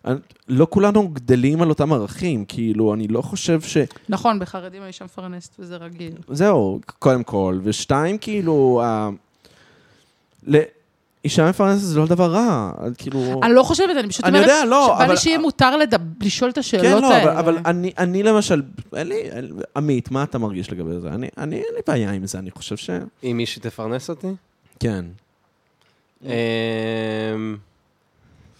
A: אני- לא כולנו גדלים על אותם ערכים, כאילו, אני לא חושב ש...
B: נכון, בחרדים האישה מפרנסת וזה רגיל.
A: זהו, קודם כל. ושתיים, כאילו, ה... ל... אישה מפרנסת זה לא דבר רע, אז כאילו...
B: אני לא חושבת, אני פשוט
A: אני
B: אומרת,
A: יודע, לא,
B: שבא
A: אבל-
B: לי שיהיה מותר לדב- לשאול את
A: כן,
B: השאלות האלה.
A: לא, אבל, אבל אני, אני למשל, אין לי, אין- עמית, מה אתה מרגיש לגבי זה? אני, אני, אין לי בעיה עם זה, אני חושב ש...
C: אם מישהי תפרנס אותי?
A: כן.
C: אמ,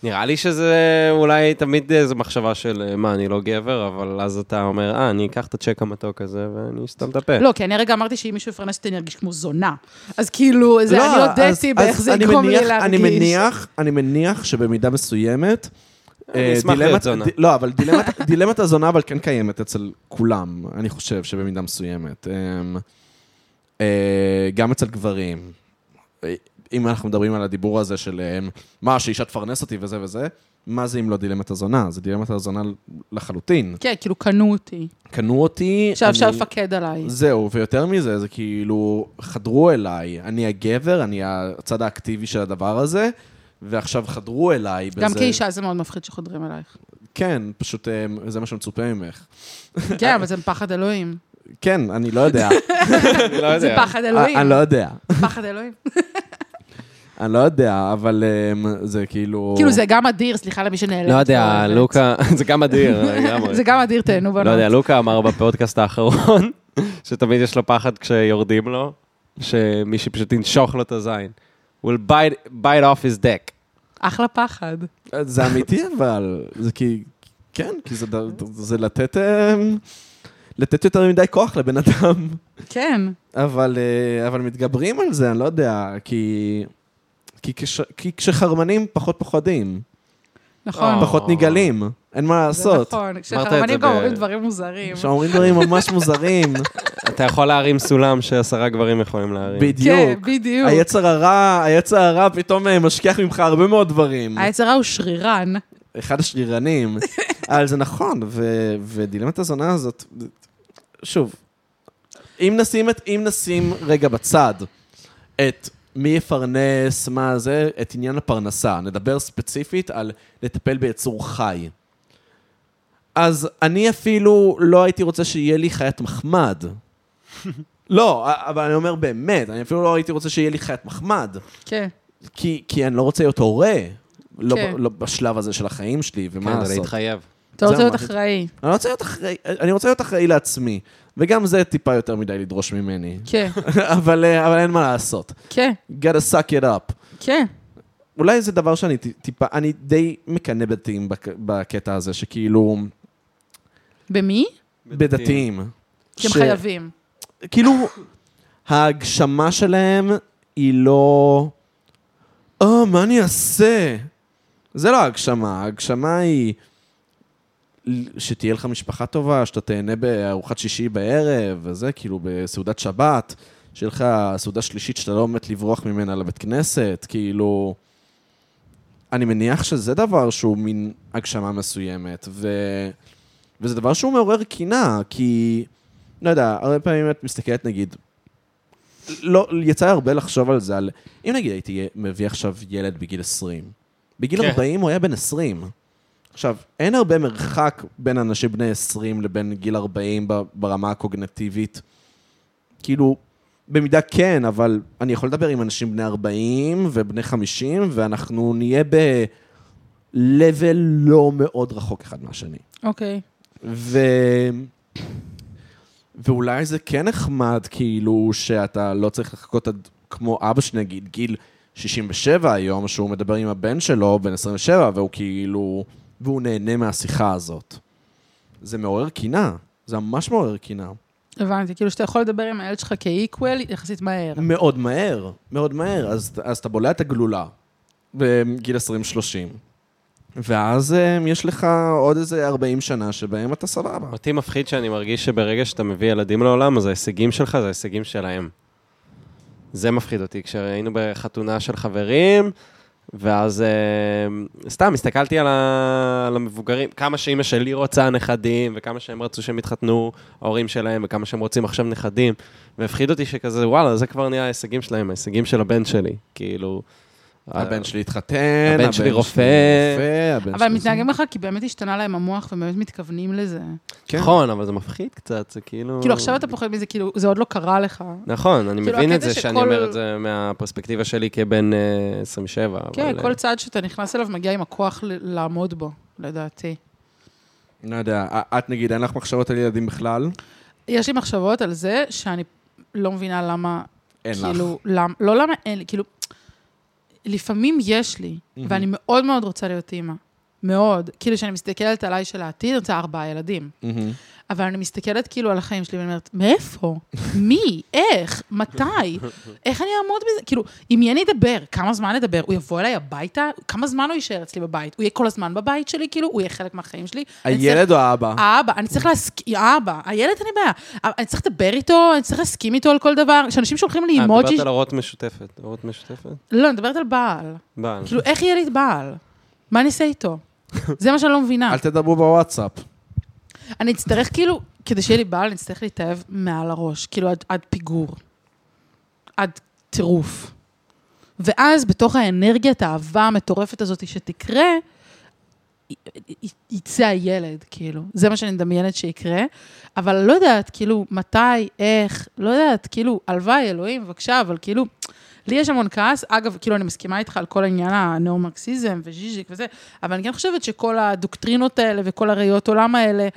C: נראה לי שזה אולי תמיד איזו מחשבה של אה, מה, אני לא גבר, אבל אז אתה אומר, אה, אני אקח את הצ'ק המתוק הזה ואני אסתם את הפה.
B: לא, כי אני הרגע אמרתי שאם מישהו יפרנס אותי, אני ארגיש כמו זונה. אז כאילו, זה, אני הודיתי באיך זה
A: לא, אני
B: יגרום לי
A: מניח-
B: להרגיש.
A: אני מניח, אני מניח שבמידה מסוימת...
C: אני
A: אה,
C: אשמח להיות
A: דילמת-
C: זונה.
A: ד- לא, אבל דילמת- דילמת הזונה אבל כן קיימת אצל כולם, אני חושב שבמידה מסוימת. אמ, אה, גם אצל גברים. אה, אם אנחנו מדברים על הדיבור הזה של אמ, מה, שאישה תפרנס אותי וזה וזה, מה זה אם לא דילמת הזונה? זה דילמת הזונה לחלוטין.
B: כן, כאילו, קנו אותי.
A: קנו אותי,
B: עכשיו אפשר
A: אני-
B: לפקד עליי.
A: זהו, ויותר מזה, זה כאילו, חדרו אליי. אני הגבר, אני הצד האקטיבי של הדבר הזה, ועכשיו חדרו אליי בזה.
B: גם כאישה זה מאוד מפחיד שחודרים אלייך.
A: כן, פשוט אה, זה מה שמצופה ממך.
B: כן, אבל זה פחד אלוהים.
A: כן, אני לא יודע.
C: אני לא יודע.
B: זה פחד אלוהים.
A: אני לא יודע.
B: פחד אלוהים.
A: אני לא יודע, אבל אה, זה כאילו...
B: כאילו, זה גם אדיר, סליחה למי שנעלם.
C: לא יודע, לוקה, זה גם אדיר, לגמרי.
B: אה, אוקיי. זה גם אדיר, תהנו בנות.
C: לא יודע, לוקה אמר בפודקאסט האחרון, שתמיד יש לו פחד כשיורדים לו, שמישהי פשוט תנשוך לו את הזין. will bite, bite off his dick.
B: אחלה פחד.
A: אה, זה אמיתי, אבל... זה כי... כן, כי זה ד- זה לתת... אה, לתת יותר מדי כוח לבן אדם.
B: כן.
A: אבל, אה, אבל מתגברים על זה, אני לא יודע, כי... כי, כש, כי כשחרמנים פחות פוחדים,
B: נכון.
C: אה,
A: פחות נגעלים, אין מה
B: זה
A: לעשות.
B: נכון,
C: אמרת את זה
B: כשחרמנים גם
C: ב-
B: אומרים דברים מוזרים.
A: כשאומרים דברים ממש מוזרים,
C: אתה יכול להרים סולם שעשרה גברים יכולים להרים.
B: כן,
A: בדיוק.
B: בדיוק.
A: היצר הרע, היצר הרע פתאום אה, משכיח ממך הרבה מאוד דברים.
B: היצר הרע הוא שרירן.
A: אחד השרירנים. אבל זה נכון, ו- ודילמת הזונה הזאת, שוב, אם נשים, את, אם נשים רגע בצד את מי יפרנס, מה זה, את עניין הפרנסה, נדבר ספציפית על לטפל ביצור חי. אז אני אפילו לא הייתי רוצה שיהיה לי חיית מחמד. לא, אבל אני אומר באמת, אני אפילו לא הייתי רוצה שיהיה לי חיית מחמד.
B: כן.
A: כי, כי אני לא רוצה להיות הורה. לא,
B: כן.
A: ב, לא בשלב הזה של החיים שלי, ומה
C: כן, זה
A: לעשות.
C: להתחייב.
B: אתה רוצה להיות
A: אמרתי.
B: אחראי.
A: אני רוצה להיות אחראי, אני רוצה להיות אחראי לעצמי. וגם זה טיפה יותר מדי לדרוש ממני.
B: כן,
A: אבל, אה, אבל אין מה לעשות.
B: כן,
A: gotta suck it up.
B: כן.
A: אולי זה דבר שאני ט- טיפה, אני די מקנא בדתיים בק, בקטע הזה, שכאילו,
B: במי?
A: בדתיים.
B: כי הם
A: ש-
B: חייבים.
A: כאילו, ההגשמה שלהם היא לא... אה, מה אני אעשה? זה לא ההגשמה, ההגשמה היא שתהיה לך משפחה טובה, שאתה תהנה בארוחת שישי בערב, וזה, כאילו, בסעודת שבת, שיהיה לך סעודה שלישית שאתה לא מת לברוח ממנה לבית כנסת, כאילו... אני מניח שזה דבר שהוא מין הגשמה מסוימת, ו... וזה דבר שהוא מעורר קינה, כי... לא יודע, הרבה פעמים את מסתכלת, נגיד, לא, יצא לי הרבה לחשוב על זה, על... אם נגיד הייתי מביא עכשיו ילד בגיל 20, בגיל
C: כן.
A: 40 הוא היה בן 20. עכשיו, אין הרבה מרחק בין אנשים בני 20 לבין גיל 40 ב- ברמה הקוגנטיבית. כאילו, במידה כן, אבל אני יכול לדבר עם אנשים בני 40 ובני 50, ואנחנו נהיה ב-level לא מאוד רחוק אחד מהשני.
B: אוקיי.
A: ו... ואולי זה כן נחמד, כאילו, שאתה לא צריך לחכות עד כמו אבא שלי, נגיד, גיל 67 היום, שהוא מדבר עם הבן שלו, בן 27, והוא כאילו... והוא נהנה מהשיחה הזאת. זה מעורר קינה, זה ממש מעורר קינה.
B: הבנתי, כאילו שאתה יכול לדבר עם הילד שלך כאיקוול יחסית מהר.
A: מאוד מהר, מאוד מהר. אז, אז אתה בולע את הגלולה בגיל 20-30, ואז אה, יש לך עוד איזה 40 שנה שבהם אתה סבבה.
C: אותי מפחיד שאני מרגיש שברגע שאתה מביא ילדים לעולם, אז ההישגים שלך זה ההישגים שלהם. זה מפחיד אותי, כשהיינו בחתונה של חברים, ואז אה, סתם הסתכלתי על, ה... על המבוגרים, כמה שאימא שלי רוצה נכדים, וכמה שהם רצו שהם יתחתנו, ההורים שלהם, וכמה שהם רוצים עכשיו נכדים. והפחיד אותי שכזה, וואלה, זה כבר נהיה ההישגים שלהם, ההישגים של הבן שלי. כאילו...
A: הבן שלי התחתן,
C: הבן שלי רופא.
A: רופא, הבן
B: אבל
A: שלי...
B: הם מתנהגים לך כי באמת השתנה להם המוח והם באמת מתכוונים לזה.
A: כן.
C: נכון, אבל זה מפחיד קצת, זה כאילו...
B: כאילו עכשיו אתה פוחד מזה, כאילו זה עוד לא קרה לך.
C: נכון, אני
B: כאילו,
C: מבין את
B: הקטע
C: זה שאני
B: שכל-
C: אומר את זה מהפרספקטיבה שלי כבן אה, 27.
B: כן,
C: אבל,
B: כל
C: אה,
B: צעד שאתה נכנס אליו מגיע עם הכוח ל- לעמוד בו, לדעתי.
A: לא יודע, א- את נגיד, אין לך מחשבות על ילדים בכלל?
B: יש לי מחשבות על זה שאני לא מבינה למה
A: אין לך.
B: כאילו, למ, לא למה אין לי, כאילו, לפעמים יש לי, ואני מאוד מאוד רוצה להיות אימא. מאוד. כאילו, כשאני מסתכלת עליי של העתיד, אני רוצה ארבעה ילדים.
A: מהמם.
B: אבל אני מסתכלת כאילו על החיים שלי ואני אומרת, מאיפה? מי? איך? מתי? איך אני אעמוד בזה? כאילו, עם מי אני אדבר? כמה זמן אדבר? הוא יבוא אליי הביתה? כמה זמן הוא יישאר אצלי בבית? הוא יהיה כל הזמן בבית שלי? כאילו, הוא יהיה חלק מהחיים שלי? אני צריך-
A: הילד או האבא?
B: האבא, אני צריך להסכים, האבא, הילד אין לי בעיה. אני צריך לדבר איתו, אני צריך להסכים איתו על כל דבר. כשאנשים שולחים לי
C: את
B: אימוג'י...
C: מדברת אה, על הורות משותפת. הורות משותפת?
B: לא, אני מדברת על בעל.
C: בעל.
B: כאילו, איך יהיה לי את בעל? מה אני אעשה איתו? זה מה שאני לא מבינה.
A: אל תדברו בוואטסאפ.
B: אני אצטרך כאילו, כדי שיהיה לי בעל, אני אצטרך להתאהב מעל הראש, כאילו עד, עד פיגור. עד טירוף. ואז בתוך האנרגיית האהבה המטורפת הזאת שתקרה, י- י- יצא הילד, כאילו. זה מה שאני מדמיינת שיקרה. אבל לא יודעת, כאילו, מתי, איך, לא יודעת, כאילו, הלוואי, אלוהים, בבקשה, אבל כאילו, לי יש המון כעס. אגב, כאילו, אני מסכימה איתך על כל עניין הנאו-מרקסיזם וז'יז'יק וזה, אבל אני כן חושבת שכל הדוקטרינות האלה וכל הראיות עולם האלה,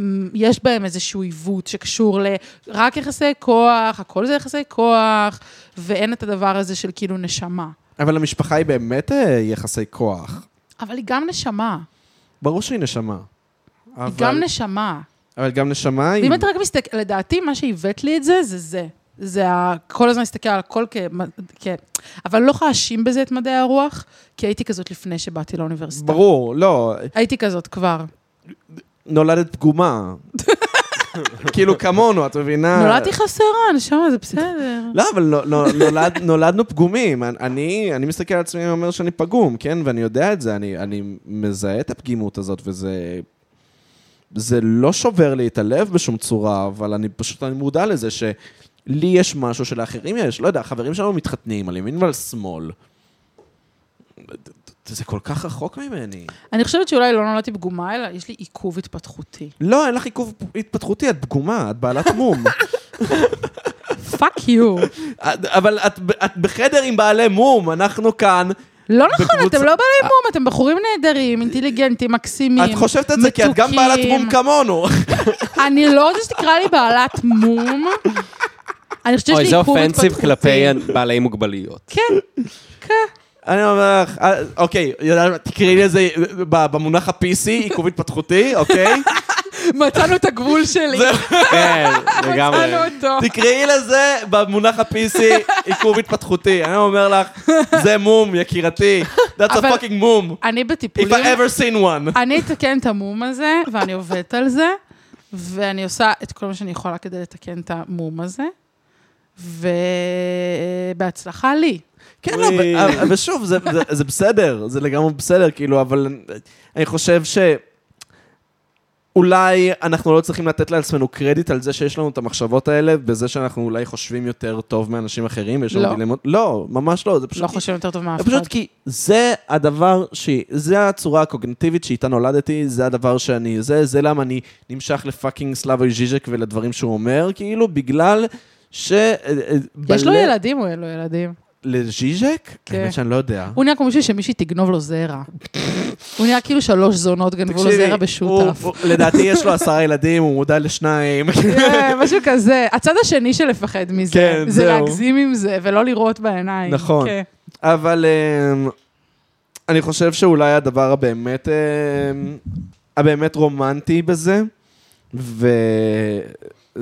B: מ, יש בהם איזשהו עיוות שקשור ל... רק יחסי כוח, הכל זה יחסי כוח, ואין את הדבר הזה של כאילו נשמה.
A: אבל המשפחה היא באמת אה, יחסי כוח.
B: אבל היא גם נשמה,
A: ברור שהיא נשמה. אבל-
B: היא גם נשמה.
A: אבל גם נשמה היא...
B: ואם אתה רק מסתכל, לדעתי, מה שהיווט לי את זה, זה זה. זה ה... כל הזמן להסתכל על הכל כ... כ... אבל לא חשים בזה את מדעי הרוח, כי הייתי כזאת לפני שבאתי לאוניברסיטה.
A: ברור, לא,
B: הייתי כזאת כבר.
A: נולדת פגומה. כאילו כמונו, את מבינה?
B: נולדתי חסרה, נשמה, זה בסדר.
A: לא, אבל נו- נו- נולד, נולדנו פגומים. אני, אני מסתכל על עצמי ואומר שאני פגום, כן? ואני יודע את זה, אני, אני מזהה את הפגימות הזאת, וזה... זה לא שובר לי את הלב בשום צורה, אבל אני פשוט אני מודע לזה שלי יש משהו שלאחרים יש. לא יודע, החברים שלנו מתחתנים על ימין ועל שמאל. זה כל כך רחוק ממני.
B: אני חושבת שאולי לא נולדתי פגומה, אלא יש לי עיכוב התפתחותי.
A: לא, אין לך עיכוב התפתחותי, את פגומה, את בעלת מום.
B: פאק יו.
A: את- אבל את, את בחדר עם בעלי מום, אנחנו כאן.
B: לא נכון,
A: בקבוצה-
B: אתם לא בעלי מום, אתם בחורים נהדרים, אינטליגנטים, מקסימים,
A: את חושבת את זה כי את גם בעלת
B: מתוקים.
A: מום כמונו.
B: אני לא רוצה שתקרא לי בעלת מום. אני חושבת שיש לי
C: אוי, זה
B: עיכוב התפתחותי.
C: אופנסיב כלפי בעלי מוגבלויות.
B: כן,
A: אני אומר לך, אה, אוקיי, יודעת, תקראי לזה אה, ב- במונח ה-PC, עיכוב התפתחותי, אוקיי?
B: מצאנו את הגבול שלי.
C: כן, לגמרי.
B: מצאנו אותו.
A: תקראי לזה במונח ה-PC, עיכוב התפתחותי. אני אומר לך, זה מום, יקירתי. That's a
B: אבל-
A: fucking מום.
B: אני
A: If
B: בטיפולים,
A: I ever seen one.
B: אני אתקן את המום הזה, ואני עובדת על זה, ואני עושה את כל מה שאני יכולה כדי לתקן את המום הזה, ובהצלחה לי.
A: כן, לא,
C: אוי.
A: אבל- אבל שוב, זה- זה- זה בסדר, זה לגמרי בסדר, כאילו, אבל אני- אני חושב ש... אולי אנחנו לא צריכים לתת לעצמנו קרדיט על זה שיש לנו את המחשבות האלה, בזה שאנחנו אולי חושבים יותר טוב מאנשים אחרים, ויש לנו
B: לא.
A: דילמות. לא, ממש לא, זה פשוט...
B: לא
A: כי-
B: חושבים יותר טוב
A: זה
B: מאף אחד.
A: פשוט כי זה הדבר ש... זה הצורה הקוגניטיבית שאיתה נולדתי, זה הדבר שאני... זה, זה למה אני נמשך לפאקינג סלאבוי ז'יז'ק ולדברים שהוא אומר, כאילו, בגלל ש...
B: יש לו ילדים או אין לו ילדים?
A: לז'יז'ק?
B: כן.
A: האמת שאני לא יודע.
B: הוא נראה כמו מישהו שמישהי תגנוב לו זרע. הוא נראה כאילו שלוש זונות גנבו לו זרע בשותף.
A: הוא- הוא- לדעתי יש לו עשרה ילדים, הוא מודע לשניים.
B: כן, משהו כזה. הצד השני של לפחד מזה,
A: כן,
B: זה
A: זהו.
B: להגזים עם זה ולא לראות בעיניים.
A: נכון.
B: כן.
A: אבל אמ, אני חושב שאולי הדבר הבאמת, אמ, הבאמת רומנטי בזה, וזה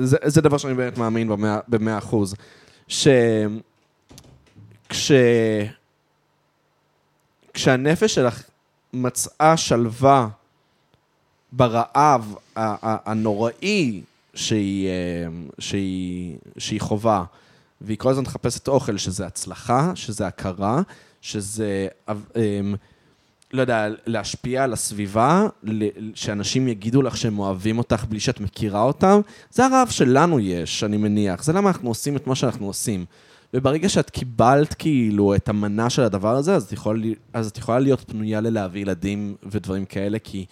A: זה דבר שאני באמת מאמין במאה- במאה אחוז, שכש... כשהנפש שלך מצאה שלווה ברעב ה- ה- הנוראי שהיא, אמ, שהיא, שהיא חווה, והיא כל הזמן מחפשת אוכל, שזה הצלחה, שזה הכרה, שזה, אמ, לא יודע, להשפיע על הסביבה, ל- שאנשים יגידו לך שהם אוהבים אותך בלי שאת מכירה אותם, זה הרעב שלנו יש, אני מניח. זה למה אנחנו עושים את מה שאנחנו עושים. וברגע שאת קיבלת כאילו את המנה של הדבר הזה, אז את, יכול, אז את יכולה להיות פנויה ללהביא ילדים ודברים כאלה, כי,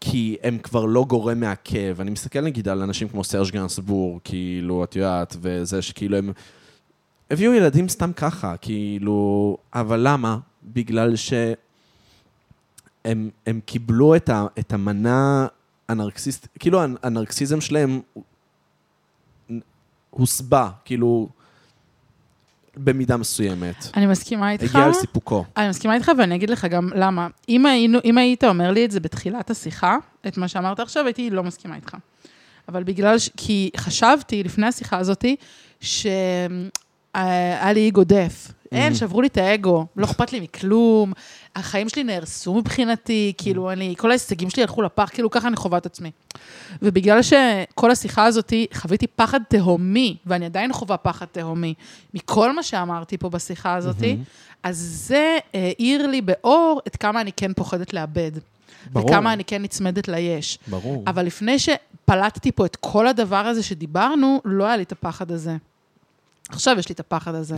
A: כי הם כבר לא גורם מעכב. אני מסתכל נגיד על אנשים כמו סרז' גנסבור, כאילו, את יודעת, וזה שכאילו הם הביאו ילדים סתם ככה, כאילו, אבל למה? בגלל שהם הם קיבלו את, ה, את המנה הנרקסיסט, כאילו הנ- הנרקסיזם שלהם הוא- הוסבע, כאילו, במידה מסוימת.
B: אני מסכימה איתך.
A: הגיע על סיפוקו.
B: אני מסכימה איתך, ואני אגיד לך גם למה. אם, היינו, אם היית אומר לי את זה בתחילת השיחה, את מה שאמרת עכשיו, הייתי לא מסכימה איתך. אבל בגלל ש... כי חשבתי לפני השיחה הזאתי, שהיה לי אגו דף. אין, שברו לי את האגו, לא אכפת לי מכלום, החיים שלי נהרסו מבחינתי, כאילו, אני, כל ההישגים שלי הלכו לפח, כאילו, ככה אני חווה את עצמי. ובגלל שכל השיחה הזאת, חוויתי פחד תהומי, ואני עדיין חווה פחד תהומי, מכל מה שאמרתי פה בשיחה הזאת, אז זה האיר לי באור את כמה אני כן פוחדת לאבד.
A: ברור.
B: וכמה אני כן נצמדת ליש.
A: ברור.
B: אבל לפני שפלטתי פה את כל הדבר הזה שדיברנו, לא היה לי את הפחד הזה. עכשיו יש לי את הפחד הזה.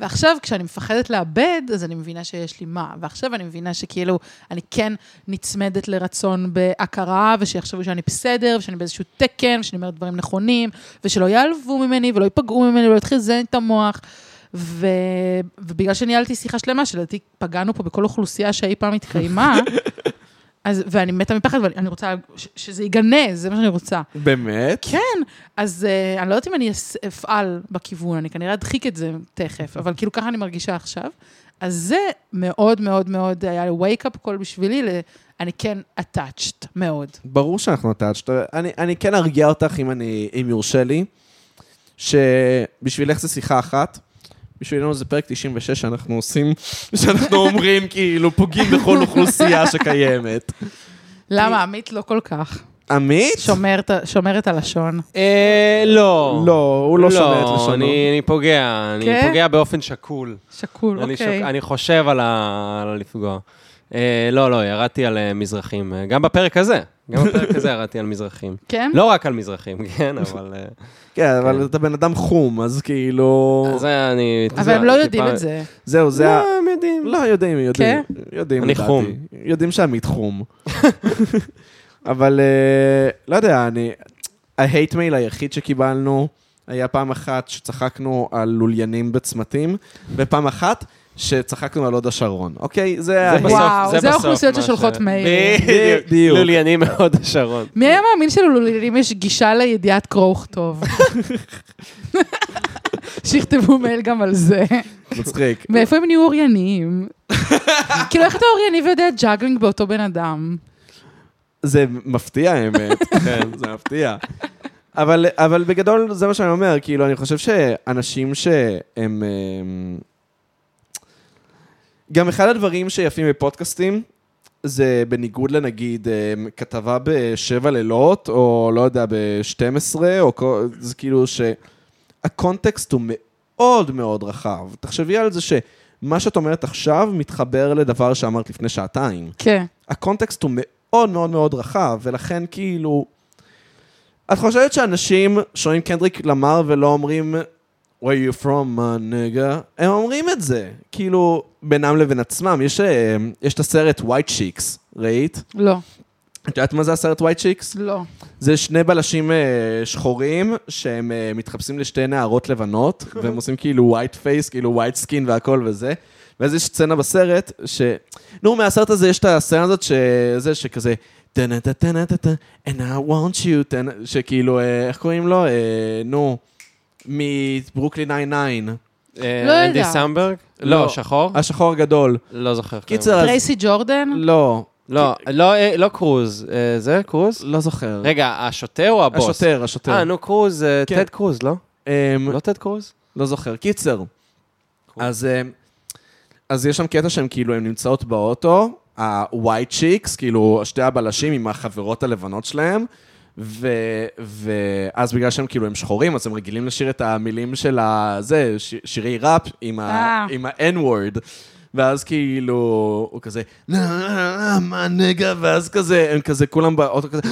B: ועכשיו, כשאני מפחדת לאבד, אז אני מבינה שיש לי מה. ועכשיו אני מבינה שכאילו, אני כן נצמדת לרצון בהכרה, ושיחשבו שאני בסדר, ושאני באיזשהו תקן, ושאני אומרת דברים נכונים, ושלא ייעלבו ממני, ולא ייפגעו ממני, ולא יתחיל לזיין את המוח. ו... ובגלל שניהלתי שיחה שלמה, שלדעתי פגענו פה בכל אוכלוסייה שאי פעם התקיימה, אז, ואני מתה מפחד, ואני רוצה ש- שזה ייגנז, זה מה שאני רוצה.
A: באמת?
B: כן, אז uh, אני לא יודעת אם אני אס- אפעל בכיוון, אני כנראה אדחיק את זה תכף, אבל כאילו ככה אני מרגישה עכשיו. אז זה מאוד מאוד מאוד היה wake-up call בשבילי, ל- אני כן attached מאוד.
A: ברור שאנחנו נטאצ'ט. אני, אני כן ארגיע אותך, אם, אני, אם יורשה לי, שבשבילך זה שיחה אחת. בשבילנו זה פרק 96 שאנחנו עושים, שאנחנו אומרים כאילו פוגעים בכל אוכלוסייה שקיימת.
B: למה עמית לא כל כך?
A: עמית?
B: שומר, את ה- שומר את הלשון.
C: אה, לא.
A: לא, הוא לא שומע את לשונו.
C: אני אני פוגע, אני
B: כן?
C: פוגע באופן שקול.
B: שקול,
C: אני
B: אוקיי.
C: שוק- אני חושב על ה- על לפגוע. אה, לא, לא, ירדתי על אה, מזרחים. אה, גם בפרק הזה, גם בפרק הזה ירדתי על מזרחים.
B: כן?
C: לא רק על מזרחים, כן, אבל... אה,
A: כן, אבל אתה בן אדם חום, אז כאילו...
C: זה אני...
B: אבל
C: זה
B: הם לא
C: טיפה-
B: יודעים את זה.
A: זהו, זה ה...
C: לא, הם יודעים.
A: לא, יודעים, יודעים.
B: כן?
A: יודעים,
C: אני
A: לדעתי.
C: חום.
A: יודעים שעמית חום. אבל אה, לא יודע, אני... ההייט מייל היחיד שקיבלנו היה פעם אחת שצחקנו על לוליינים בצמתים, ופעם אחת שצחקנו על הוד השרון. אוקיי, זה...
C: זה
A: ה-
C: בסוף,
B: וואו, זה
C: בסוף
B: האוכלוסיות
C: מה ש-
B: ששולחות מיילים.
C: בדיוק.
A: בדיוק.
C: לוליינים מאוד השרון.
B: מי היה מאמין שלוללים יש גישה לידיעת קרוא וכתוב? שיכתבו מייל גם על זה.
A: מצחיק.
B: מאיפה הם נהיו אורייניים? כאילו, איך אתה אורייני ויודע ג'אגלינג באותו בן אדם?
A: זה מפתיע, האמת. כן, זה מפתיע. אבל, אבל בגדול, זה מה שאני אומר, כאילו, אני חושב שאנשים שהם... אמ, גם אחד הדברים שיפים בפודקאסטים, זה בניגוד לנגיד אמ, כתבה בשבע לילות, או לא יודע, ב-12, או כל- זה כאילו שהקונטקסט הוא מאוד מאוד רחב. תחשבי על זה שמה שאת אומרת עכשיו מתחבר לדבר שאמרת לפני שעתיים.
B: כן.
A: הקונטקסט הוא מאוד מאוד מאוד רחב, ולכן כאילו... את חושבת שאנשים שומעים קנדריק למר ולא אומרים where you from, my nigga? הם אומרים את זה, כאילו, בינם לבין עצמם. יש, אה, יש את הסרט White Chicks, ראית?
B: לא.
A: את יודעת מה זה הסרט White Chicks?
B: לא.
A: זה שני בלשים אה, שחורים, שהם אה, מתחפשים לשתי נערות לבנות, והם עושים כאילו white face, כאילו white skin והכל וזה. ואז יש סצנה בסרט, ש... נו, מהסרט הזה יש את הסצנה הזאת, שזה, שכזה... "טה-נה, טה-טה-נה, טה-טה, And I want you, טה-נה", שכאילו, אה, איך קוראים לו? אה, נו, מברוקלין 99.
B: לא
C: אה, אנדי
B: יודעת.
C: סמברג? לא,
A: לא.
C: שחור? אה.
A: השחור הגדול.
C: לא זוכר.
A: קיצר, אז...
B: טרייסי ג'ורדן?
A: לא,
C: לא, לא, אה, לא קרוז. אה, זה קרוז?
A: לא זוכר.
C: רגע, השוטר או הבוס?
A: השוטר, השוטר.
C: אה, נו, קרוז, אה,
A: כן.
C: טד קרוז, לא?
A: אמ,
C: לא טד קרוז?
A: לא זוכר. קיצר, אז, אמ, אז יש שם קטע שהם כאילו, הן נמצאות באוטו, ה-white chicks, כאילו, שתי הבלשים עם החברות הלבנות שלהם, ו, ואז בגלל שהם כאילו, הם שחורים, אז הם רגילים לשיר את המילים של ה... זה, ש, שירי ראפ עם
B: אה.
A: ה- עם ה-N-word. ואז כאילו, הוא כזה, "נה, מה נגע, ואז כזה, הם כזה, כולם באוטו כזה,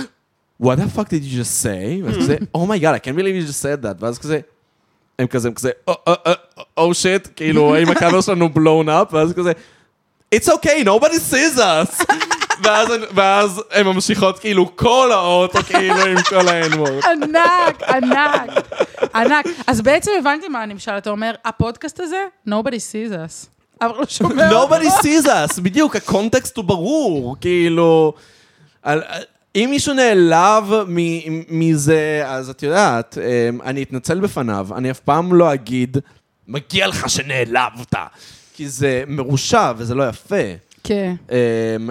A: what the fuck did you just say? ואז כזה, oh my god, I can't believe you just said that. ואז כזה, הם כזה, הם כזה, "אה, או שיט, כאילו, האם הקאבר שלנו blown up, ואז כזה, it's okay, nobody sees us. ואז, ואז הן ממשיכות כאילו כל האוטו, כאילו, עם כל האנמורט.
B: ענק, ענק, ענק. אז בעצם הבנתי מה הנמשל, אתה אומר, הפודקאסט הזה, nobody sees us. אבל לא שומע אותו.
A: nobody sees us, בדיוק, הקונטקסט הוא ברור, כאילו... על, אם מישהו נעלב מ- מזה, אז את יודעת, אמ, אני אתנצל בפניו, אני אף פעם לא אגיד, מגיע לך שנעלבת, כי זה מרושע וזה לא יפה.
B: כן.
A: אמ,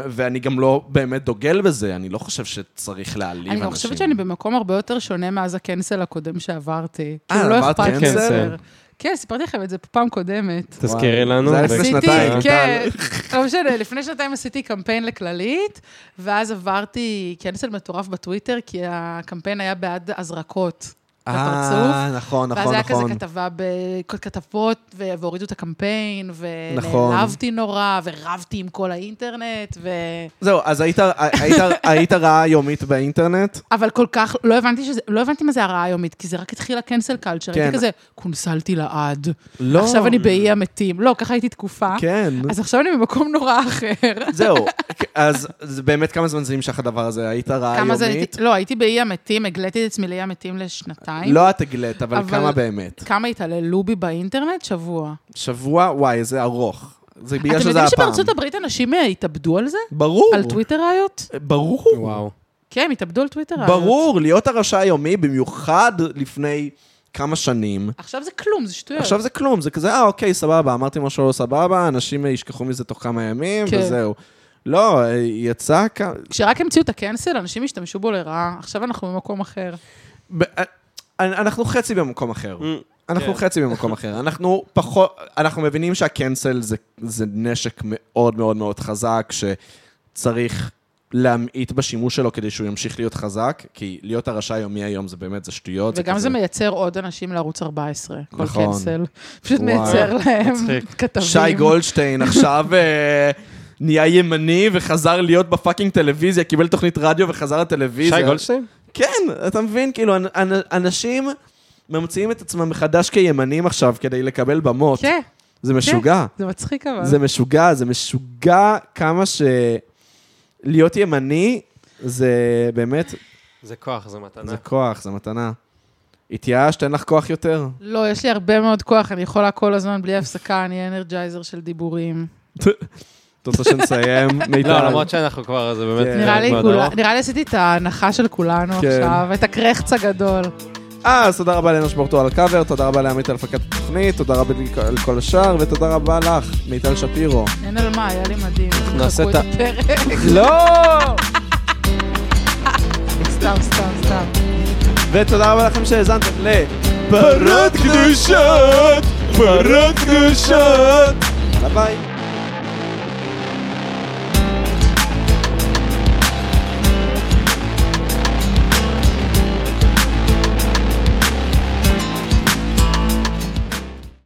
A: ואני גם לא באמת דוגל בזה, אני לא חושב שצריך להעליב
B: אני
A: אנשים.
B: גם חושבת שאני במקום הרבה יותר שונה מאז הקנסל הקודם שעברתי.
A: אה,
B: כאילו, לא
A: עברת
B: אכפת לי
C: קנסל?
B: יותר. כן, סיפרתי לכם את זה בפעם קודמת.
C: תזכירי
A: וואי,
C: לנו.
A: זה היה לפני
B: עשיתי,
A: שנתיים,
B: כן, לא משנה, לפני שנתיים עשיתי קמפיין לכללית, ואז עברתי קנסל מטורף בטוויטר, כי הקמפיין היה בעד הזרקות. לפרצוף.
A: אה, נכון,
B: ואז
A: נכון,
B: היה כזה
A: נכון.
B: כתבה בכתבות, ו- והורידו את הקמפיין,
A: נכון.
B: ונעלבתי נורא, ורבתי עם כל האינטרנט, ו...
A: זהו, אז היית- היית- היית רעה יומית באינטרנט?
B: אבל כל כך, לא הבנתי, שזה, לא הבנתי מה זה הרעה היומית, כי זה רק התחיל הקנסל קלצ'ר,
A: כן.
B: הייתי כזה, כונסלתי לעד,
A: לא.
B: עכשיו אני באי המתים. לא, ככה הייתי תקופה.
A: כן.
B: אז עכשיו אני במקום נורא אחר.
A: זהו, אז זה באמת כמה זמן זה נמשך הדבר הזה? היית רעה
B: כמה זה
A: יומית?
B: הייתי, לא, הייתי באי המתים, הגליתי את עצמי לאי המתים לשנתיים.
A: לא את הגלית, אבל
B: אבל-
A: כמה באמת?
B: כמה התעללו בי באינטרנט? שבוע.
A: שבוע, וואי, זה ארוך. זה בגלל
B: אתם
A: שזה
B: יודעים
A: הפעם.
B: שבארצות הברית אנשים אה, התאבדו על זה?
A: ברור.
B: על טוויטר ראיות?
A: ברור.
C: וואו.
B: כן, התאבדו על טוויטר ראיות.
A: ברור, להיות הרשע היומי, במיוחד לפני כמה שנים.
B: עכשיו זה כלום, זה שטויות.
A: עכשיו זה כלום, זה כזה, אה, אוקיי, סבבה, אמרתי משהו לא סבבה, אנשים ישכחו מזה תוך כמה ימים,
B: כן.
A: וזהו. לא, אה, יצא כ...
B: כשרק המציאו את הקנסל, אנשים השתמשו בו לרעה. עכשיו אנחנו במקום אחר.
A: ב- אה, אנחנו חצי במקום
B: Mm,
A: אחר. אנחנו
C: כן.
A: חצי במקום אחר. אנחנו פחות, אנחנו מבינים שהקנסל זה, זה נשק מאוד מאוד מאוד חזק, שצריך להמעיט בשימוש שלו כדי שהוא ימשיך להיות חזק, כי להיות הרשע היומי היום זה באמת, לא, זה שטויות.
B: וגם
A: כזה-
B: זה מייצר עוד אנשים לערוץ 14, כל
A: נכון.
B: קנסל. פשוט
A: וואי,
B: מייצר להם
C: מצחיק.
B: כתבים.
A: שי גולדשטיין עכשיו אה, נהיה ימני וחזר להיות בפאקינג טלוויזיה, קיבל תוכנית רדיו וחזר לטלוויזיה.
C: שי גולדשטיין?
A: כן, אתה מבין? כאילו, אנ- אנ- אנשים ממציאים את עצמם מחדש כימנים עכשיו כדי לקבל במות.
B: כן,
A: זה משוגע.
B: זה מצחיק אבל.
A: זה משוגע, זה משוגע כמה ש... להיות ימני זה באמת,
C: זה כוח, זה מתנה.
A: זה כוח, זה מתנה. התייאשת, אין לך כוח יותר?
B: לא, יש לי הרבה מאוד כוח, אני יכולה כל הזמן בלי הפסקה, אני אנרג'ייזר של דיבורים.
A: את רוצה שנסיים? מיטל?
C: לא, למרות שאנחנו כבר, זה באמת...
A: כן.
B: נראה לי
C: מאוד
B: כולה-
C: ארוך.
B: נראה לי עשיתי את ההנחה של כולנו
A: כן.
B: עכשיו, את הקרחץ הגדול.
A: אה, אז תודה רבה לאנוש ברטו על הקאבר, תודה רבה לעמית על הפקת התוכנית, תודה רבה לכל השאר, ותודה רבה לך, מיטל שפירו.
B: אין על מה, היה לי מדהים.
C: נעשה
B: תחכו
C: את ה-
B: הפרק.
A: לא!
B: סתם, סתם, סתם.
A: ותודה רבה לכם שהאזנתם לפרות קדושות! פרות קדושות! יאללה ביי.